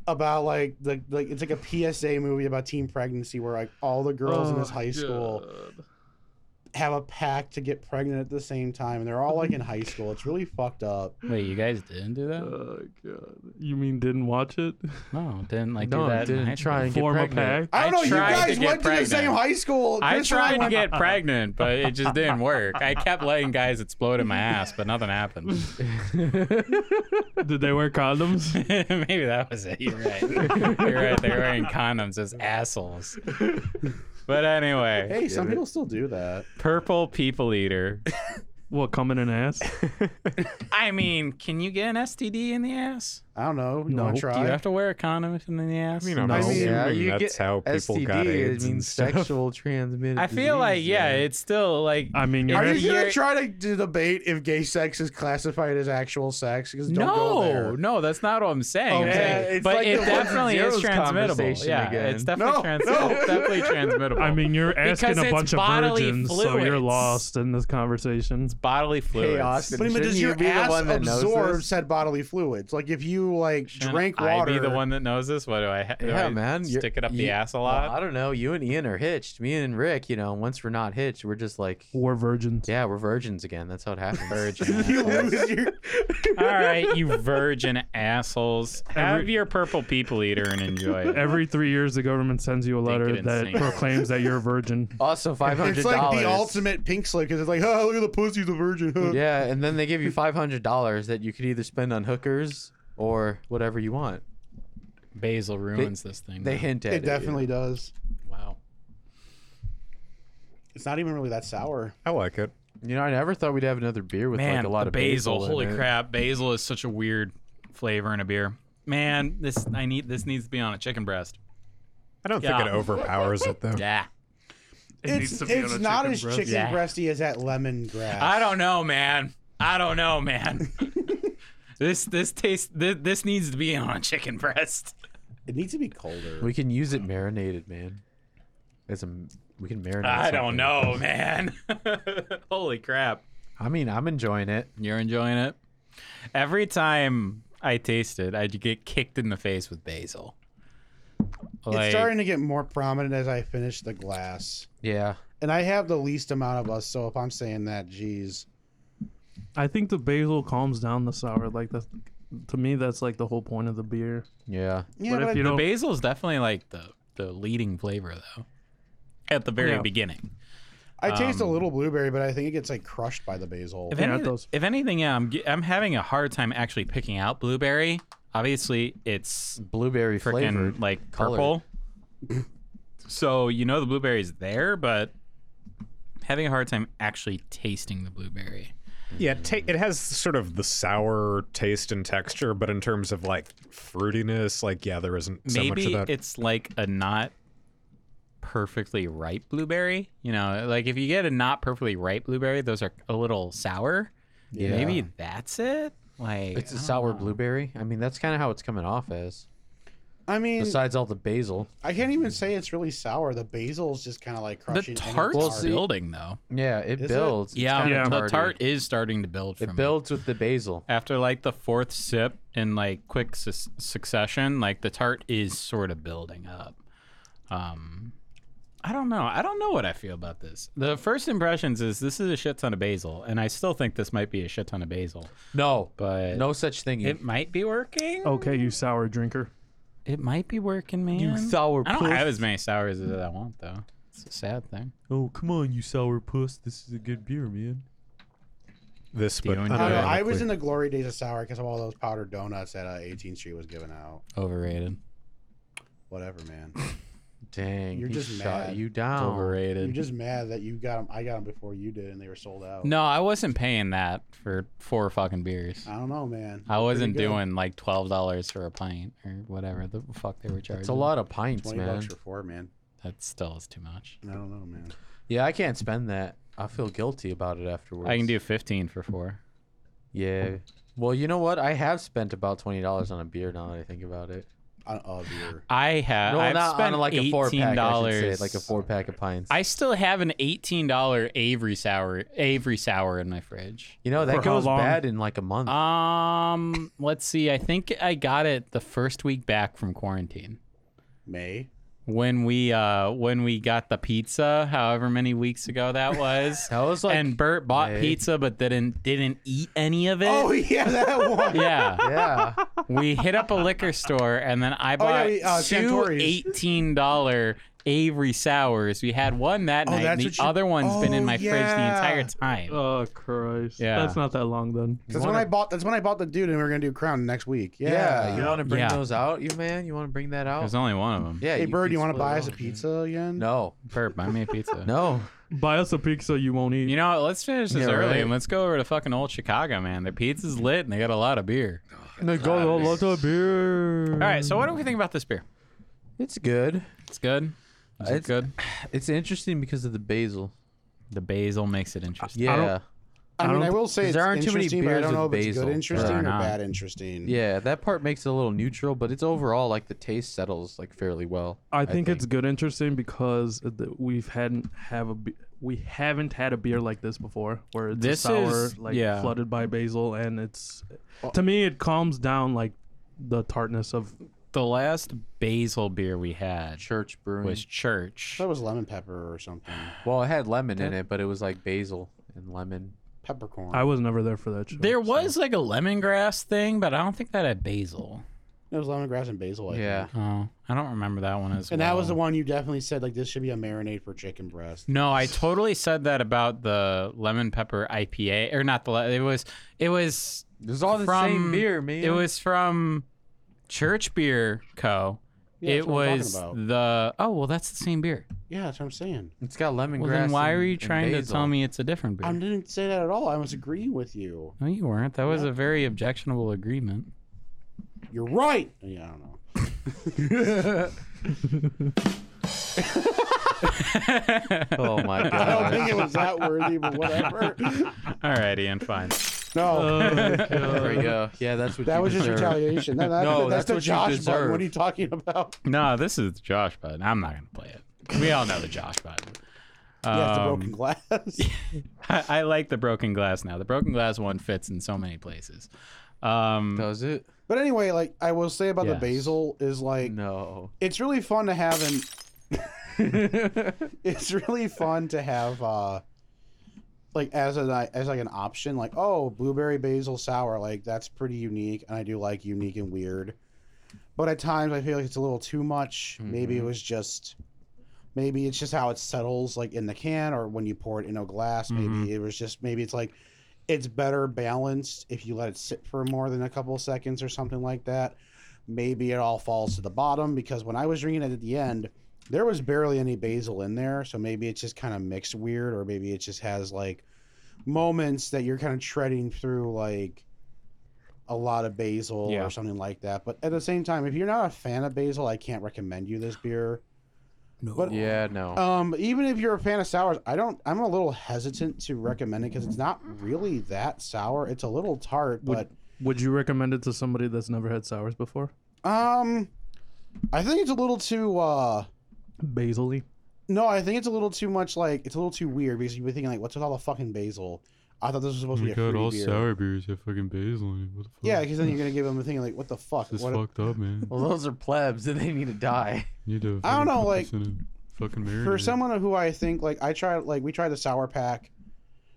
Speaker 4: about like the like it's like a PSA movie about teen pregnancy where like all the girls in this
Speaker 6: Oh,
Speaker 4: high school
Speaker 6: God.
Speaker 4: have a pact to get pregnant at the same time and they're all like in high school. It's really fucked up.
Speaker 1: wait, you guys didn't do
Speaker 2: Uh,
Speaker 1: that?
Speaker 6: Oh god.
Speaker 2: You mean didn't watch it? <laughs>
Speaker 1: No, didn't like
Speaker 3: no,
Speaker 1: do that. in high
Speaker 3: didn't
Speaker 1: school.
Speaker 3: try and get
Speaker 2: Form a
Speaker 3: pregnant.
Speaker 2: pack?
Speaker 4: I don't
Speaker 1: I
Speaker 4: know. You
Speaker 1: tried to
Speaker 4: guys
Speaker 1: get
Speaker 4: went
Speaker 1: pregnant.
Speaker 4: to the same high school.
Speaker 1: I
Speaker 4: Chris and
Speaker 1: tried to
Speaker 4: went-
Speaker 1: get pregnant, but it just didn't work. I kept letting guys explode in my ass, but nothing happened.
Speaker 2: Did they
Speaker 1: <laughs>
Speaker 2: wear condoms?
Speaker 1: Maybe that was it. You're right. You're right. They were wearing condoms as assholes. But anyway,
Speaker 4: Hey, some people still do that.
Speaker 1: purple people eater.
Speaker 2: what coming in an ass?
Speaker 1: I mean, can you get an STD in the ass?
Speaker 4: I don't know. You
Speaker 2: No.
Speaker 4: want
Speaker 2: Do
Speaker 4: to
Speaker 2: you
Speaker 4: try?
Speaker 1: Do you have to wear a condom if in the ass?
Speaker 5: You know,
Speaker 2: No. I
Speaker 5: I'm
Speaker 2: mean,
Speaker 5: assuming
Speaker 3: Oh, yeah, you
Speaker 5: that's
Speaker 3: get
Speaker 5: how people
Speaker 3: STD,
Speaker 5: got AIDS
Speaker 3: it
Speaker 5: and
Speaker 3: means
Speaker 5: stuff.
Speaker 3: sexual transmitted.
Speaker 1: I feel like
Speaker 3: disease,
Speaker 1: yeah, it's still like
Speaker 2: I mean,
Speaker 4: Are
Speaker 2: you're
Speaker 4: you gonna
Speaker 1: You're-
Speaker 4: try to d- debate if gay sex is classified as actual sex? Because don't go
Speaker 1: no,
Speaker 4: there.
Speaker 1: no, that's not what I'm saying. I'm
Speaker 4: Okay.
Speaker 1: saying-
Speaker 4: It's
Speaker 1: but
Speaker 4: like
Speaker 1: it
Speaker 4: the
Speaker 1: definitely
Speaker 3: ones and
Speaker 1: is
Speaker 3: zeros
Speaker 1: transmittable.
Speaker 3: conversation
Speaker 1: Yeah,
Speaker 3: again.
Speaker 1: it's definitely
Speaker 4: No,
Speaker 1: trans-
Speaker 4: no.
Speaker 1: it's definitely transmittable.
Speaker 2: I mean, you're
Speaker 1: <laughs>
Speaker 2: asking
Speaker 1: Because
Speaker 2: a
Speaker 1: it's
Speaker 2: bunch of
Speaker 1: bodily
Speaker 2: virgins, so you're
Speaker 1: fluids.
Speaker 2: lost in this conversation.
Speaker 1: bodily
Speaker 3: Hey,
Speaker 1: fluids.
Speaker 3: Austin,
Speaker 4: But I mean,
Speaker 3: shouldn't
Speaker 4: does
Speaker 3: you
Speaker 4: your
Speaker 3: be the
Speaker 4: ass
Speaker 3: one that knows
Speaker 4: absorb
Speaker 3: this?
Speaker 4: said bodily fluids? Like if you like
Speaker 1: Shouldn't
Speaker 4: drink water,
Speaker 1: I be the one that knows this. What do I? ha- Do
Speaker 3: Yeah,
Speaker 1: I
Speaker 3: man, you're-
Speaker 1: Stick it up the
Speaker 3: you-
Speaker 1: ass a
Speaker 3: Well,
Speaker 1: lot.
Speaker 3: <laughs> I don't know. You and Ian are hitched. Me and Rick, you know, once we're not hitched, we're just like,
Speaker 2: War virgins.
Speaker 3: yeah, we're virgins again. That's how it happens. Virgin.
Speaker 4: <laughs> you lose your.
Speaker 1: All right, you virgin assholes. Have your purple people eater and enjoy it.
Speaker 2: Every three years, the government sends you a
Speaker 1: Think it
Speaker 2: letter
Speaker 1: in
Speaker 2: that
Speaker 1: St.
Speaker 2: proclaims that you're a virgin.
Speaker 3: <laughs>
Speaker 1: <laughs>
Speaker 3: Also, five hundred
Speaker 4: <laughs> It's like the ultimate pink slip because it's like, oh, look at the pussy, he's a virgin. <laughs> huh."
Speaker 3: Yeah, and then they give you five hundred dollars that you could either spend on hookers or whatever you want.
Speaker 1: Basil ruins this thing.
Speaker 3: They
Speaker 1: now.
Speaker 3: hint at it.
Speaker 4: it definitely does.
Speaker 1: wow.
Speaker 4: It's not even really that sour.
Speaker 5: I like it.
Speaker 3: You know, I never thought we'd have another beer with
Speaker 1: Man,
Speaker 3: like a lot
Speaker 1: the
Speaker 3: of
Speaker 1: basil.
Speaker 3: basil. in
Speaker 1: Holy
Speaker 3: it.
Speaker 1: crap, basil is such a weird flavor in a beer. Man, this I need. This needs to be on a chicken breast.
Speaker 5: I don't
Speaker 1: Yeah.
Speaker 5: think it overpowers
Speaker 1: <laughs>
Speaker 5: it though.
Speaker 1: Yeah.
Speaker 4: it's it's not as chicken
Speaker 1: Yeah.
Speaker 4: breasty as that lemon grass.
Speaker 1: I don't know, man. I don't know, man. <laughs> this this tastes. This, this needs to be on a chicken breast.
Speaker 4: It needs to be colder.
Speaker 3: We can use it marinated, man. As a, we can marinate.
Speaker 1: I
Speaker 3: something.
Speaker 1: don't know, man. <laughs> Holy crap.
Speaker 3: I mean, I'm enjoying it.
Speaker 1: You're enjoying it? Every time I taste it, I get kicked in the face with basil. Like,
Speaker 4: it's starting to get more prominent as I finish the glass.
Speaker 3: Yeah.
Speaker 4: And I have the least amount of us, so if I'm saying that, geez.
Speaker 2: I think the basil calms down the sour. Like that's to me, that's like the whole point of the beer.
Speaker 3: Yeah.
Speaker 4: Yeah,
Speaker 2: but if
Speaker 4: but
Speaker 2: you
Speaker 1: the
Speaker 2: don't,
Speaker 1: basil is definitely like the, the leading flavor, though, at the very
Speaker 2: Yeah.
Speaker 1: beginning.
Speaker 4: I, I taste a
Speaker 1: um,
Speaker 4: little blueberry, but I think it gets like crushed by the basil.
Speaker 1: If,
Speaker 2: Yeah,
Speaker 1: any-
Speaker 2: it does.
Speaker 1: if anything, yeah, I'm, ge- I'm having a hard time actually picking out blueberry. Obviously, it's
Speaker 3: Blueberry flavored.
Speaker 1: freaking like
Speaker 3: colored.
Speaker 1: purple. <clears throat> so you know the blueberry's there, but having a hard time actually tasting the blueberry.
Speaker 5: Yeah, it ta- it has sort of the sour taste and texture, but in terms of like fruitiness, like yeah, there isn't so much
Speaker 1: Maybe
Speaker 5: of that.
Speaker 1: it's like a not perfectly ripe blueberry. You know, like if you get a not perfectly ripe blueberry, those are a little sour. Maybe that's it. Like
Speaker 3: It's
Speaker 1: I
Speaker 3: a
Speaker 1: don't
Speaker 3: sour
Speaker 1: know.
Speaker 3: blueberry. I mean, that's kind of how it's coming off as.
Speaker 4: I mean,
Speaker 3: Besides all the basil.
Speaker 4: I can't even say it's really sour. The basil's just kind of like
Speaker 1: The
Speaker 4: crushing. any
Speaker 1: tart's
Speaker 3: Well,
Speaker 4: tart.
Speaker 3: see-
Speaker 1: building though.
Speaker 3: Yeah, it
Speaker 4: Is it?
Speaker 3: builds. It's
Speaker 1: Yeah,
Speaker 3: kinda
Speaker 2: Yeah.
Speaker 1: the
Speaker 3: tarty.
Speaker 1: tart is starting to build. For
Speaker 3: It
Speaker 1: me.
Speaker 3: builds with the basil.
Speaker 1: after like the fourth sip in like quick sus succession, like the tart is sort of building up. Um, I don't know. I don't know what I feel about this. The first impressions is this is a shit ton of basil, and I still think this might be a shit ton of basil,
Speaker 3: No,
Speaker 1: but
Speaker 3: no such thing.
Speaker 1: it might be working.
Speaker 2: okay, you sour drinker.
Speaker 1: It might be working, man.
Speaker 3: you sour
Speaker 1: I don't have as many sours as I want though. It's a sad thing.
Speaker 6: Oh come on, you sour puss. This is a good beer, man.
Speaker 5: this,
Speaker 1: Do you
Speaker 5: but
Speaker 1: enjoy
Speaker 4: I, don't know, I was
Speaker 5: unironically.
Speaker 4: in the glory days of sour because of all those powdered donuts that uh, 18th Street was giving out.
Speaker 1: Overrated.
Speaker 4: Whatever, man.
Speaker 3: Dang,
Speaker 4: You're
Speaker 3: he
Speaker 4: just
Speaker 3: shot
Speaker 4: mad.
Speaker 3: Oh, you down.
Speaker 1: Overrated.
Speaker 4: You're just mad that you got them. I got them before you did, and they were sold out.
Speaker 1: No, I wasn't paying that for four fucking beers.
Speaker 4: I don't know, man.
Speaker 1: I wasn't
Speaker 4: Pretty good.
Speaker 1: doing like twelve dollars for a pint or whatever the fuck they were charging.
Speaker 3: It's a lot of pints,
Speaker 4: Twenty
Speaker 3: man.
Speaker 4: bucks for four, man.
Speaker 1: That still is too much.
Speaker 4: I don't know, man.
Speaker 3: Yeah, I can't spend that. I feel guilty about it afterwards.
Speaker 1: I can do fifteen for four.
Speaker 3: Yeah. Well, you know what? I have spent about twenty dollars on a beer now that I think about it.
Speaker 4: on a beer.
Speaker 1: I have.
Speaker 3: no,
Speaker 1: I've
Speaker 3: not
Speaker 1: spent
Speaker 3: on like a four
Speaker 1: eighteen
Speaker 3: pack. I should
Speaker 1: dollars.
Speaker 3: say, like a four pack of pints.
Speaker 1: I still have an eighteen dollar Avery sour Avery sour in my fridge.
Speaker 3: you know
Speaker 2: For
Speaker 3: that
Speaker 2: how
Speaker 3: goes
Speaker 2: long?
Speaker 3: bad in like a month.
Speaker 1: Uh, Um, let's see. I think I got it the first week back from quarantine
Speaker 4: May.
Speaker 1: when we uh when we got the pizza, however many weeks ago that was.
Speaker 3: that was <laughs> like
Speaker 1: and Bert bought
Speaker 3: May.
Speaker 1: pizza but didn't didn't eat any of it.
Speaker 4: Oh yeah, that
Speaker 1: <laughs>
Speaker 4: one.
Speaker 1: yeah.
Speaker 3: yeah.
Speaker 1: we hit up a liquor store and then I
Speaker 4: Oh, yeah,
Speaker 1: bought
Speaker 4: we- uh,
Speaker 1: two
Speaker 4: Santori's.
Speaker 1: eighteen dollar Avery sours. We had one that
Speaker 4: Oh,
Speaker 1: night. and
Speaker 4: that's
Speaker 1: The
Speaker 4: what you-
Speaker 1: other one's been in
Speaker 4: Oh,
Speaker 1: my fridge the entire
Speaker 4: yeah.
Speaker 1: time.
Speaker 2: Oh Christ.
Speaker 1: Yeah.
Speaker 2: That's not that long then.
Speaker 4: That's when I bought. That's when I bought the dude, and we were gonna do Crown next week. Yeah.
Speaker 3: Yeah, you want to bring
Speaker 1: Yeah.
Speaker 3: those out, you man? You want to bring that out?
Speaker 1: There's only one of them.
Speaker 3: yeah.
Speaker 4: Hey, Bird,
Speaker 3: can
Speaker 4: you want to
Speaker 3: split it
Speaker 4: buy us a
Speaker 3: out, man.
Speaker 4: pizza again?
Speaker 3: No,
Speaker 1: Bert, buy me a <laughs> pizza.
Speaker 3: no.
Speaker 2: Buy us a pizza you won't eat.
Speaker 1: You know, what, let's finish this
Speaker 3: Yeah,
Speaker 1: early
Speaker 3: right.
Speaker 1: and let's go over to fucking old Chicago, man. Their pizza's lit and they got a lot of beer.
Speaker 2: No, go to Lotto beer.
Speaker 1: All right, so what do we think about this beer?
Speaker 3: It's good.
Speaker 1: It's good. Is it
Speaker 3: It's-
Speaker 1: good?
Speaker 3: It's interesting because of the basil.
Speaker 1: The basil makes it interesting.
Speaker 3: Yeah,
Speaker 4: I,
Speaker 2: I
Speaker 4: mean,
Speaker 2: don't-
Speaker 4: I will say it's
Speaker 3: there aren't too many
Speaker 4: interesting, but I
Speaker 3: beers
Speaker 4: don't know if
Speaker 3: with
Speaker 4: it's good
Speaker 3: basil.
Speaker 4: interesting
Speaker 1: There are
Speaker 4: or
Speaker 1: not.
Speaker 4: bad interesting.
Speaker 3: yeah. That part makes it a little neutral, but it's overall like the taste settles like fairly well.
Speaker 2: I think, it's good interesting because the- we've hadn't have a be- we haven't had a beer like this before where it's a
Speaker 1: This
Speaker 2: sour
Speaker 1: is-
Speaker 2: like
Speaker 1: yeah.
Speaker 2: flooded by basil and it's to me it calms down like the tartness of
Speaker 1: The last basil beer we had
Speaker 3: church brewing.
Speaker 1: was Church.
Speaker 4: That was lemon pepper or something.
Speaker 3: well, it had lemon in it, but it was like basil and lemon.
Speaker 4: Peppercorn.
Speaker 2: I was never there for that show.
Speaker 1: There was like a lemongrass thing, but I don't think that had basil.
Speaker 4: it was lemongrass and basil. I
Speaker 3: Yeah.
Speaker 4: think.
Speaker 1: Oh, I don't remember that one as
Speaker 4: And
Speaker 1: well.
Speaker 4: that was the one you definitely said like this should be a marinade for chicken breast.
Speaker 1: No, I totally said that about the lemon pepper IPA, or not the. le- It was. It was.
Speaker 3: There's all the
Speaker 1: From-
Speaker 3: same beer, man.
Speaker 1: It was from Church Beer Co.
Speaker 4: Yeah,
Speaker 1: it
Speaker 4: that's what I'm
Speaker 1: was
Speaker 4: talking
Speaker 1: the. Oh well, that's the same beer.
Speaker 4: Yeah, that's what I'm saying.
Speaker 3: It's got lemongrass.
Speaker 1: Well, then why
Speaker 3: and-
Speaker 1: are you
Speaker 3: and
Speaker 1: trying to
Speaker 3: basil.
Speaker 1: tell me it's a different beer?
Speaker 4: I didn't say that at all. I was agreeing with you.
Speaker 1: no, you weren't. That was a very objectionable agreement.
Speaker 4: You're right. Yeah, I don't know. <laughs>
Speaker 3: Oh
Speaker 1: <laughs>
Speaker 3: my
Speaker 4: I don't
Speaker 3: god.
Speaker 4: think it was that worthy, but
Speaker 3: <laughs>
Speaker 4: whatever.
Speaker 1: Alrighty, and fine.
Speaker 4: No,
Speaker 3: there we go. Yeah, that's what.
Speaker 4: that
Speaker 3: Uh, you
Speaker 4: was just
Speaker 3: deserve.
Speaker 4: retaliation. No, that-
Speaker 3: No,
Speaker 4: that's,
Speaker 3: that's
Speaker 4: the
Speaker 3: what you
Speaker 4: Josh button.
Speaker 3: deserve.
Speaker 4: What are you talking about? <laughs>
Speaker 1: No, this is Josh button. I'm not gonna play it. We all know the Josh button.
Speaker 4: yeah, it's the
Speaker 1: Um,
Speaker 4: broken glass. <laughs>
Speaker 1: I, I like the broken glass now. The broken glass one fits in so many places. Um,
Speaker 3: Does it?
Speaker 4: but anyway, like I will say about
Speaker 1: Yes.
Speaker 4: the basil is like
Speaker 3: No.
Speaker 4: <laughs> it's really fun to have an <laughs> it's really fun to have uh like as a as like an option like oh blueberry basil sour like that's pretty unique and i do like unique and weird but at times i feel like it's a little too much maybe it was just maybe it's just how it settles like in the can or when you pour it in a glass maybe it was just maybe it's like it's better balanced if you let it sit for more than a couple of seconds or something like that maybe it all falls to the bottom because when i was drinking it at the end there was barely any basil in there so maybe it's just kind of mixed weird or maybe it just has like moments that you're kind of treading through like a lot of basil
Speaker 1: Yeah.
Speaker 4: or something like that but at the same time if you're not a fan of basil i can't recommend you this beer no. but
Speaker 3: Yeah, no.
Speaker 4: um, even if you're a fan of sours, I don't. I'm a little hesitant to recommend it because it's not really that sour. It's a little tart, but
Speaker 2: Would you recommend it to somebody that's never had sours before?
Speaker 4: um, I think it's a little too. uh
Speaker 2: Basil-y.
Speaker 4: No, I think it's a little too much. Like it's a little too weird because you'd be thinking like, what's with all the fucking basil? I thought this was supposed
Speaker 6: Oh
Speaker 4: to
Speaker 6: my
Speaker 4: be a
Speaker 6: god,
Speaker 4: fruity
Speaker 6: all
Speaker 4: beer.
Speaker 6: sour beers have fucking basil in it. What the fuck?
Speaker 4: Yeah, because then you're gonna give them a thing like, what the fuck?
Speaker 6: This is
Speaker 4: What-
Speaker 6: fucked up, man.
Speaker 4: <laughs>
Speaker 3: Well, those are plebs, <laughs> and they need to die.
Speaker 6: You need to
Speaker 4: I don't
Speaker 6: fucking
Speaker 4: know,
Speaker 6: put
Speaker 4: like,
Speaker 6: this in a fucking marinade.
Speaker 4: for someone who I think like I tried like we tried the sour pack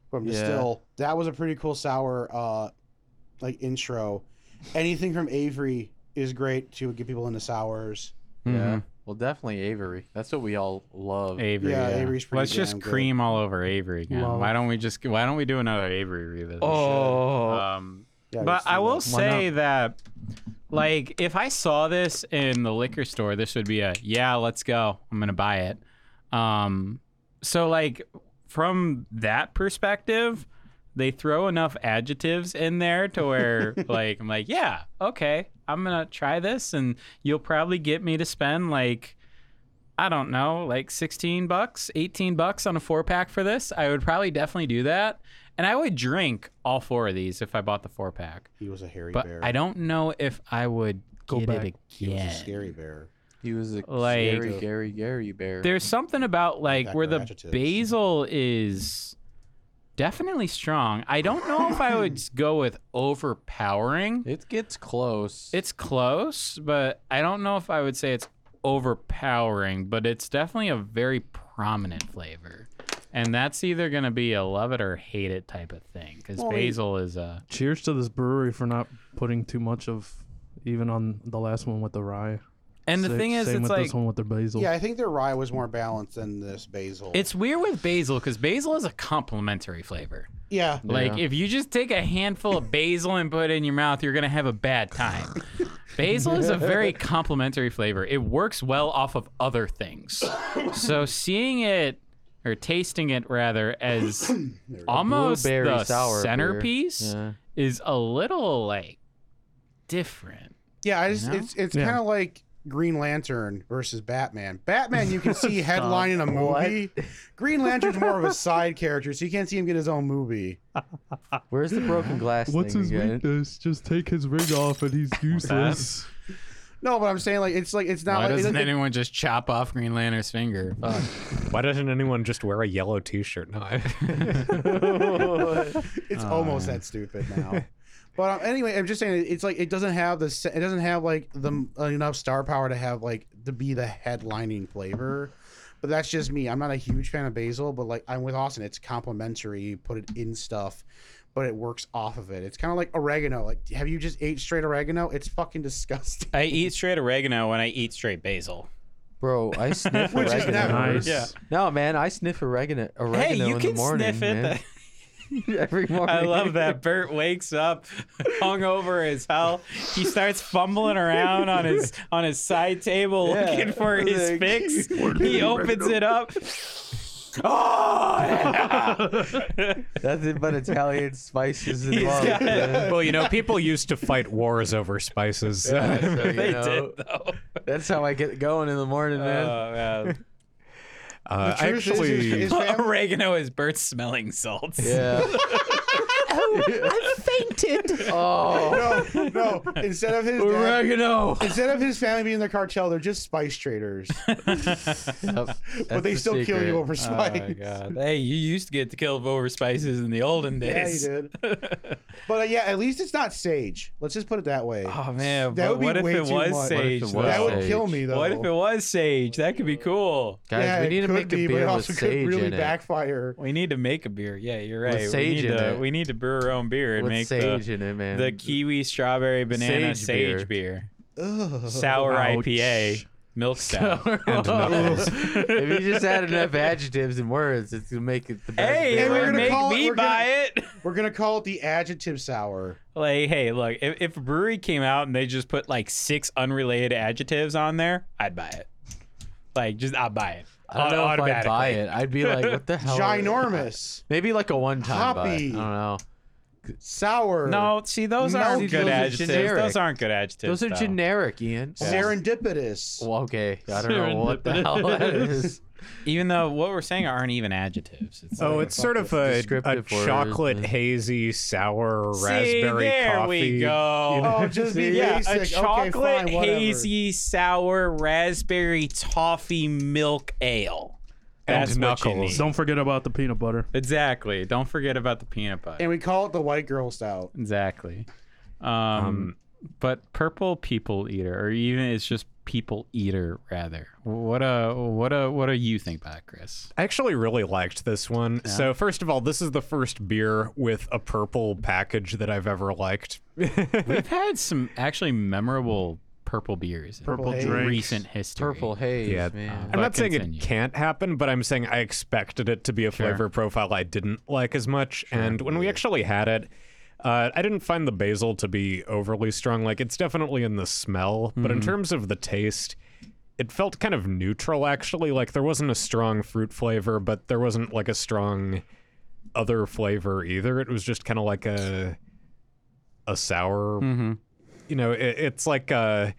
Speaker 4: from
Speaker 3: Yeah.
Speaker 4: Distill. That was a pretty cool sour uh like intro. Anything from Avery is great to get people into sours.
Speaker 1: mhm.
Speaker 3: Well, definitely Avery. That's what we all love.
Speaker 1: Avery.
Speaker 4: Yeah, Avery's pretty
Speaker 1: Let's just
Speaker 4: damn good.
Speaker 1: cream all over Avery again.
Speaker 2: Love.
Speaker 1: Why don't we just? Why don't we do another Avery revisit?
Speaker 3: oh,
Speaker 1: Um,
Speaker 4: Yeah,
Speaker 1: but
Speaker 4: it's-
Speaker 1: I will
Speaker 3: Why not?
Speaker 1: say that, like, if I saw this in the liquor store, this would be a yeah, let's go. I'm gonna buy it. Um, so like from that perspective, they throw enough adjectives in there to where
Speaker 3: <laughs>
Speaker 1: like I'm like yeah, okay, I'm gonna try this, and you'll probably get me to spend like. I don't know, like 16 bucks, 18 bucks on a four pack for this. I would probably definitely do that. And I would drink all four of these if I bought the four pack.
Speaker 4: he was a hairy
Speaker 1: But
Speaker 4: bear.
Speaker 1: I don't know if I would
Speaker 2: Go
Speaker 1: get
Speaker 2: back.
Speaker 1: it
Speaker 4: He was a
Speaker 1: again.
Speaker 4: scary bear.
Speaker 3: He was a
Speaker 1: Like-
Speaker 3: scary, Gary, Gary bear.
Speaker 1: There's something about like
Speaker 4: Back
Speaker 1: where
Speaker 4: to
Speaker 1: the
Speaker 4: adjectives.
Speaker 1: basil is definitely strong. I don't know if I
Speaker 4: <laughs>
Speaker 1: would go with overpowering.
Speaker 3: it gets close.
Speaker 1: It's close, but I don't know if I would say it's overpowering, but it's definitely a very prominent flavor. And that's either going to be a love it or hate it type of thing cuz
Speaker 4: Well, I mean-
Speaker 1: basil is a
Speaker 2: Cheers to this brewery for not putting too much of, even on the last one with the rye.
Speaker 1: And the
Speaker 2: Sa-
Speaker 1: thing is
Speaker 2: same
Speaker 1: it's
Speaker 2: with
Speaker 1: like
Speaker 2: this one with their basil.
Speaker 4: Yeah, I think their rye was more balanced than this basil.
Speaker 1: it's weird with basil cuz basil is a complementary flavor.
Speaker 4: yeah.
Speaker 1: Like if you just take a handful of basil and put it in your mouth, you're gonna have a bad time. basil is a
Speaker 3: <laughs>
Speaker 1: very complementary flavor. It works well off of other things. So seeing it or tasting it rather as almost
Speaker 3: Blueberry
Speaker 1: the
Speaker 3: sour beer.
Speaker 1: centerpiece
Speaker 3: Yeah.
Speaker 1: is a little like different.
Speaker 4: Yeah, I just
Speaker 1: know?
Speaker 4: it's it's
Speaker 2: Yeah.
Speaker 4: kind of like Green Lantern versus Batman. Batman, you
Speaker 1: <laughs>
Speaker 4: can see headline in a movie. Green Lantern's more of a side character, so you can't see him get his own movie.
Speaker 3: Where's
Speaker 1: <laughs>
Speaker 3: the broken glass
Speaker 6: What's
Speaker 3: thing
Speaker 6: his
Speaker 3: again?
Speaker 6: weakness? Just take his rig off and he's useless.
Speaker 4: No, but I'm saying like it's like it's not
Speaker 1: Why
Speaker 4: like
Speaker 1: doesn't
Speaker 4: it-
Speaker 1: anyone just chop off Green Lantern's finger? Fuck. <laughs>
Speaker 5: Why doesn't anyone just wear a yellow T-shirt? No, I,
Speaker 4: it's almost that stupid now. But um, anyway, I'm just saying it's like it doesn't have the se- it doesn't have like the uh, enough star power to have like to be the headlining flavor. But that's just me. I'm not a huge fan of basil, but like I'm with Austin, it's complimentary. You put it in stuff, but it works off of it. It's kind of like oregano. Like, have you just ate straight oregano? It's fucking disgusting.
Speaker 1: I eat straight oregano when I eat straight basil.
Speaker 3: Bro,
Speaker 6: <laughs>
Speaker 3: I sniff
Speaker 4: <laughs> Which is
Speaker 3: oregano.
Speaker 4: never-
Speaker 2: Nice.
Speaker 1: Yeah.
Speaker 3: No, man, I sniff oregano, oregano in the morning, man. <laughs> Every
Speaker 1: <laughs>
Speaker 3: morning.
Speaker 1: I love that. Bert wakes up <laughs> hungover as hell. He starts fumbling around on his on his side table
Speaker 3: Yeah.
Speaker 1: looking for his
Speaker 3: Like,
Speaker 1: fix. He opens it up. Oh, yeah.
Speaker 3: Nothing but
Speaker 1: <laughs>
Speaker 3: Italian spices
Speaker 1: He's
Speaker 3: involved.
Speaker 1: got-
Speaker 3: man.
Speaker 5: well, you know, people used to fight wars over spices. so-
Speaker 3: Yeah, so,
Speaker 1: <laughs> <laughs>
Speaker 3: you
Speaker 1: they
Speaker 3: know,
Speaker 1: did though.
Speaker 3: That's how I get going in the morning, <laughs> man.
Speaker 1: Oh, man.
Speaker 5: Uh,
Speaker 4: The truth is-
Speaker 5: actually,
Speaker 4: is- is-
Speaker 1: <laughs>
Speaker 4: Fam-
Speaker 1: Oregano is Bert's smelling salts. <laughs>
Speaker 3: yeah. <laughs> oh, I fainted. Oh,
Speaker 4: No, no. Instead of his dad, <laughs>
Speaker 3: oregano.
Speaker 4: instead of his family being the cartel, they're just spice traders. but they still kill you over
Speaker 1: Oh
Speaker 4: spice.
Speaker 1: my
Speaker 4: <laughs>
Speaker 1: god. Hey, you used to get to kill over spices in the olden
Speaker 4: Yeah, you
Speaker 1: days.
Speaker 4: did.
Speaker 1: <laughs>
Speaker 4: but uh, yeah, at least it's not sage. Let's just put it that way.
Speaker 1: Oh man,
Speaker 4: That
Speaker 1: but
Speaker 4: would be
Speaker 1: what if
Speaker 4: way
Speaker 1: it
Speaker 4: too
Speaker 1: was
Speaker 4: much.
Speaker 1: sage?
Speaker 3: What if it was
Speaker 4: that
Speaker 1: though?
Speaker 4: would
Speaker 3: sage.
Speaker 4: kill me though.
Speaker 1: What if it was sage? That could be cool.
Speaker 3: Guys,
Speaker 4: yeah,
Speaker 3: we need
Speaker 4: it
Speaker 3: to
Speaker 4: could
Speaker 3: make
Speaker 4: be,
Speaker 3: a
Speaker 4: but
Speaker 3: beer
Speaker 4: it
Speaker 3: with
Speaker 4: also could
Speaker 3: sage
Speaker 4: really
Speaker 3: in it.
Speaker 4: backfire.
Speaker 1: We need to make a beer. Yeah, you're right.
Speaker 3: sage
Speaker 1: we need
Speaker 3: in
Speaker 1: to
Speaker 3: it.
Speaker 1: we need to brew our own beer and
Speaker 3: With
Speaker 1: make
Speaker 3: sage
Speaker 1: the,
Speaker 3: in it, man.
Speaker 1: the
Speaker 3: <laughs>
Speaker 1: kiwi strawberry banana
Speaker 3: Sage
Speaker 1: sage beer, sour
Speaker 2: Ouch.
Speaker 1: IPA, milk
Speaker 3: <laughs>
Speaker 1: stout.
Speaker 5: and knuckles.
Speaker 3: Oh. if you just add enough adjectives and words, it's gonna make it the best.
Speaker 1: hey,
Speaker 4: And
Speaker 1: it
Speaker 4: we're
Speaker 1: would
Speaker 4: gonna
Speaker 1: make
Speaker 4: call it-
Speaker 1: me
Speaker 4: we're gonna-
Speaker 1: buy it. <laughs>
Speaker 4: We're gonna call it the adjective sour.
Speaker 1: Like, hey, look, if, if a brewery came out and they just put like six unrelated adjectives on there, I'd buy it. Like, just I'd buy it.
Speaker 3: I don't know if I'd
Speaker 1: Automatically.
Speaker 3: buy it. I'd be like, what the hell?
Speaker 4: Ginormous,
Speaker 3: Maybe like a one-time buy. I
Speaker 4: Hoppy.
Speaker 3: don't know.
Speaker 4: sour.
Speaker 1: No, see, those
Speaker 4: No,
Speaker 1: aren't
Speaker 4: these-
Speaker 1: good
Speaker 3: those are
Speaker 1: adjectives.
Speaker 3: generic.
Speaker 1: Those aren't good adjectives.
Speaker 3: Those are
Speaker 1: though.
Speaker 3: generic, Ian.
Speaker 4: serendipitous.
Speaker 3: Well, okay, I don't know what the hell that is.
Speaker 1: Even though what we're saying aren't even adjectives. It's
Speaker 5: Oh,
Speaker 1: like-
Speaker 5: it's sort of a, a
Speaker 3: descriptive word,
Speaker 5: chocolate
Speaker 3: yeah.
Speaker 5: hazy sour
Speaker 1: See,
Speaker 5: raspberry
Speaker 1: there
Speaker 5: coffee.
Speaker 1: we go.
Speaker 4: Oh, just be
Speaker 1: <laughs> yeah,
Speaker 4: basic.
Speaker 1: a
Speaker 4: Okay,
Speaker 1: chocolate
Speaker 4: fine, whatever.
Speaker 1: hazy sour raspberry toffee milk ale.
Speaker 5: And
Speaker 1: That's what you
Speaker 5: knuckles.
Speaker 1: need.
Speaker 2: Don't forget about the peanut butter.
Speaker 1: Exactly. Don't forget about the peanut butter.
Speaker 4: And we call it the white girl stout.
Speaker 1: Exactly. Um, but purple people eater, or even it's just people eater rather. What a what a what do you think about it, Chris?
Speaker 5: I actually really liked this one. So first of all, this is the first beer with a purple package that I've ever liked.
Speaker 1: We've had some actually memorable purple beers in
Speaker 2: Purple
Speaker 4: haze.
Speaker 2: drinks.
Speaker 1: recent history.
Speaker 3: Purple haze,
Speaker 5: Yeah,
Speaker 3: man.
Speaker 5: I'm
Speaker 1: But
Speaker 5: not saying
Speaker 1: continue.
Speaker 5: it can't happen, but I'm saying I expected it to be a flavor profile I didn't like as much. and when we actually had it, uh, I didn't find the basil to be overly strong. Like, it's definitely in the smell, but
Speaker 1: Mm.
Speaker 5: in terms of the taste, it felt kind of neutral, actually. Like, there wasn't a strong fruit flavor, but there wasn't like a strong other flavor either. It was just kind of like a. A sour
Speaker 1: Mm-hmm.
Speaker 5: you know, it, it's like uh,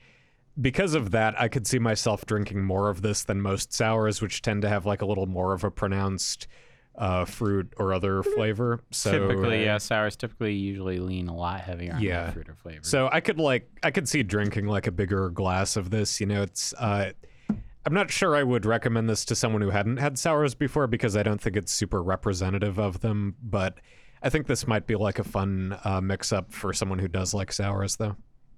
Speaker 5: because of that, I could see myself drinking more of this than most sours, which tend to have like a little more of a pronounced uh, fruit or other flavor. So
Speaker 1: Mm-hmm.
Speaker 2: uh,
Speaker 5: uh,
Speaker 1: typically, yeah, sours typically usually lean a lot heavier on
Speaker 5: Yeah.
Speaker 1: the fruit or flavor.
Speaker 5: So I could like I could see drinking like a bigger glass of this. You know, it's uh I'm not sure I would recommend this to someone who hadn't had sours before because I don't think it's super representative of them, but I think this might be like a fun uh, mix up for someone who does like sours though.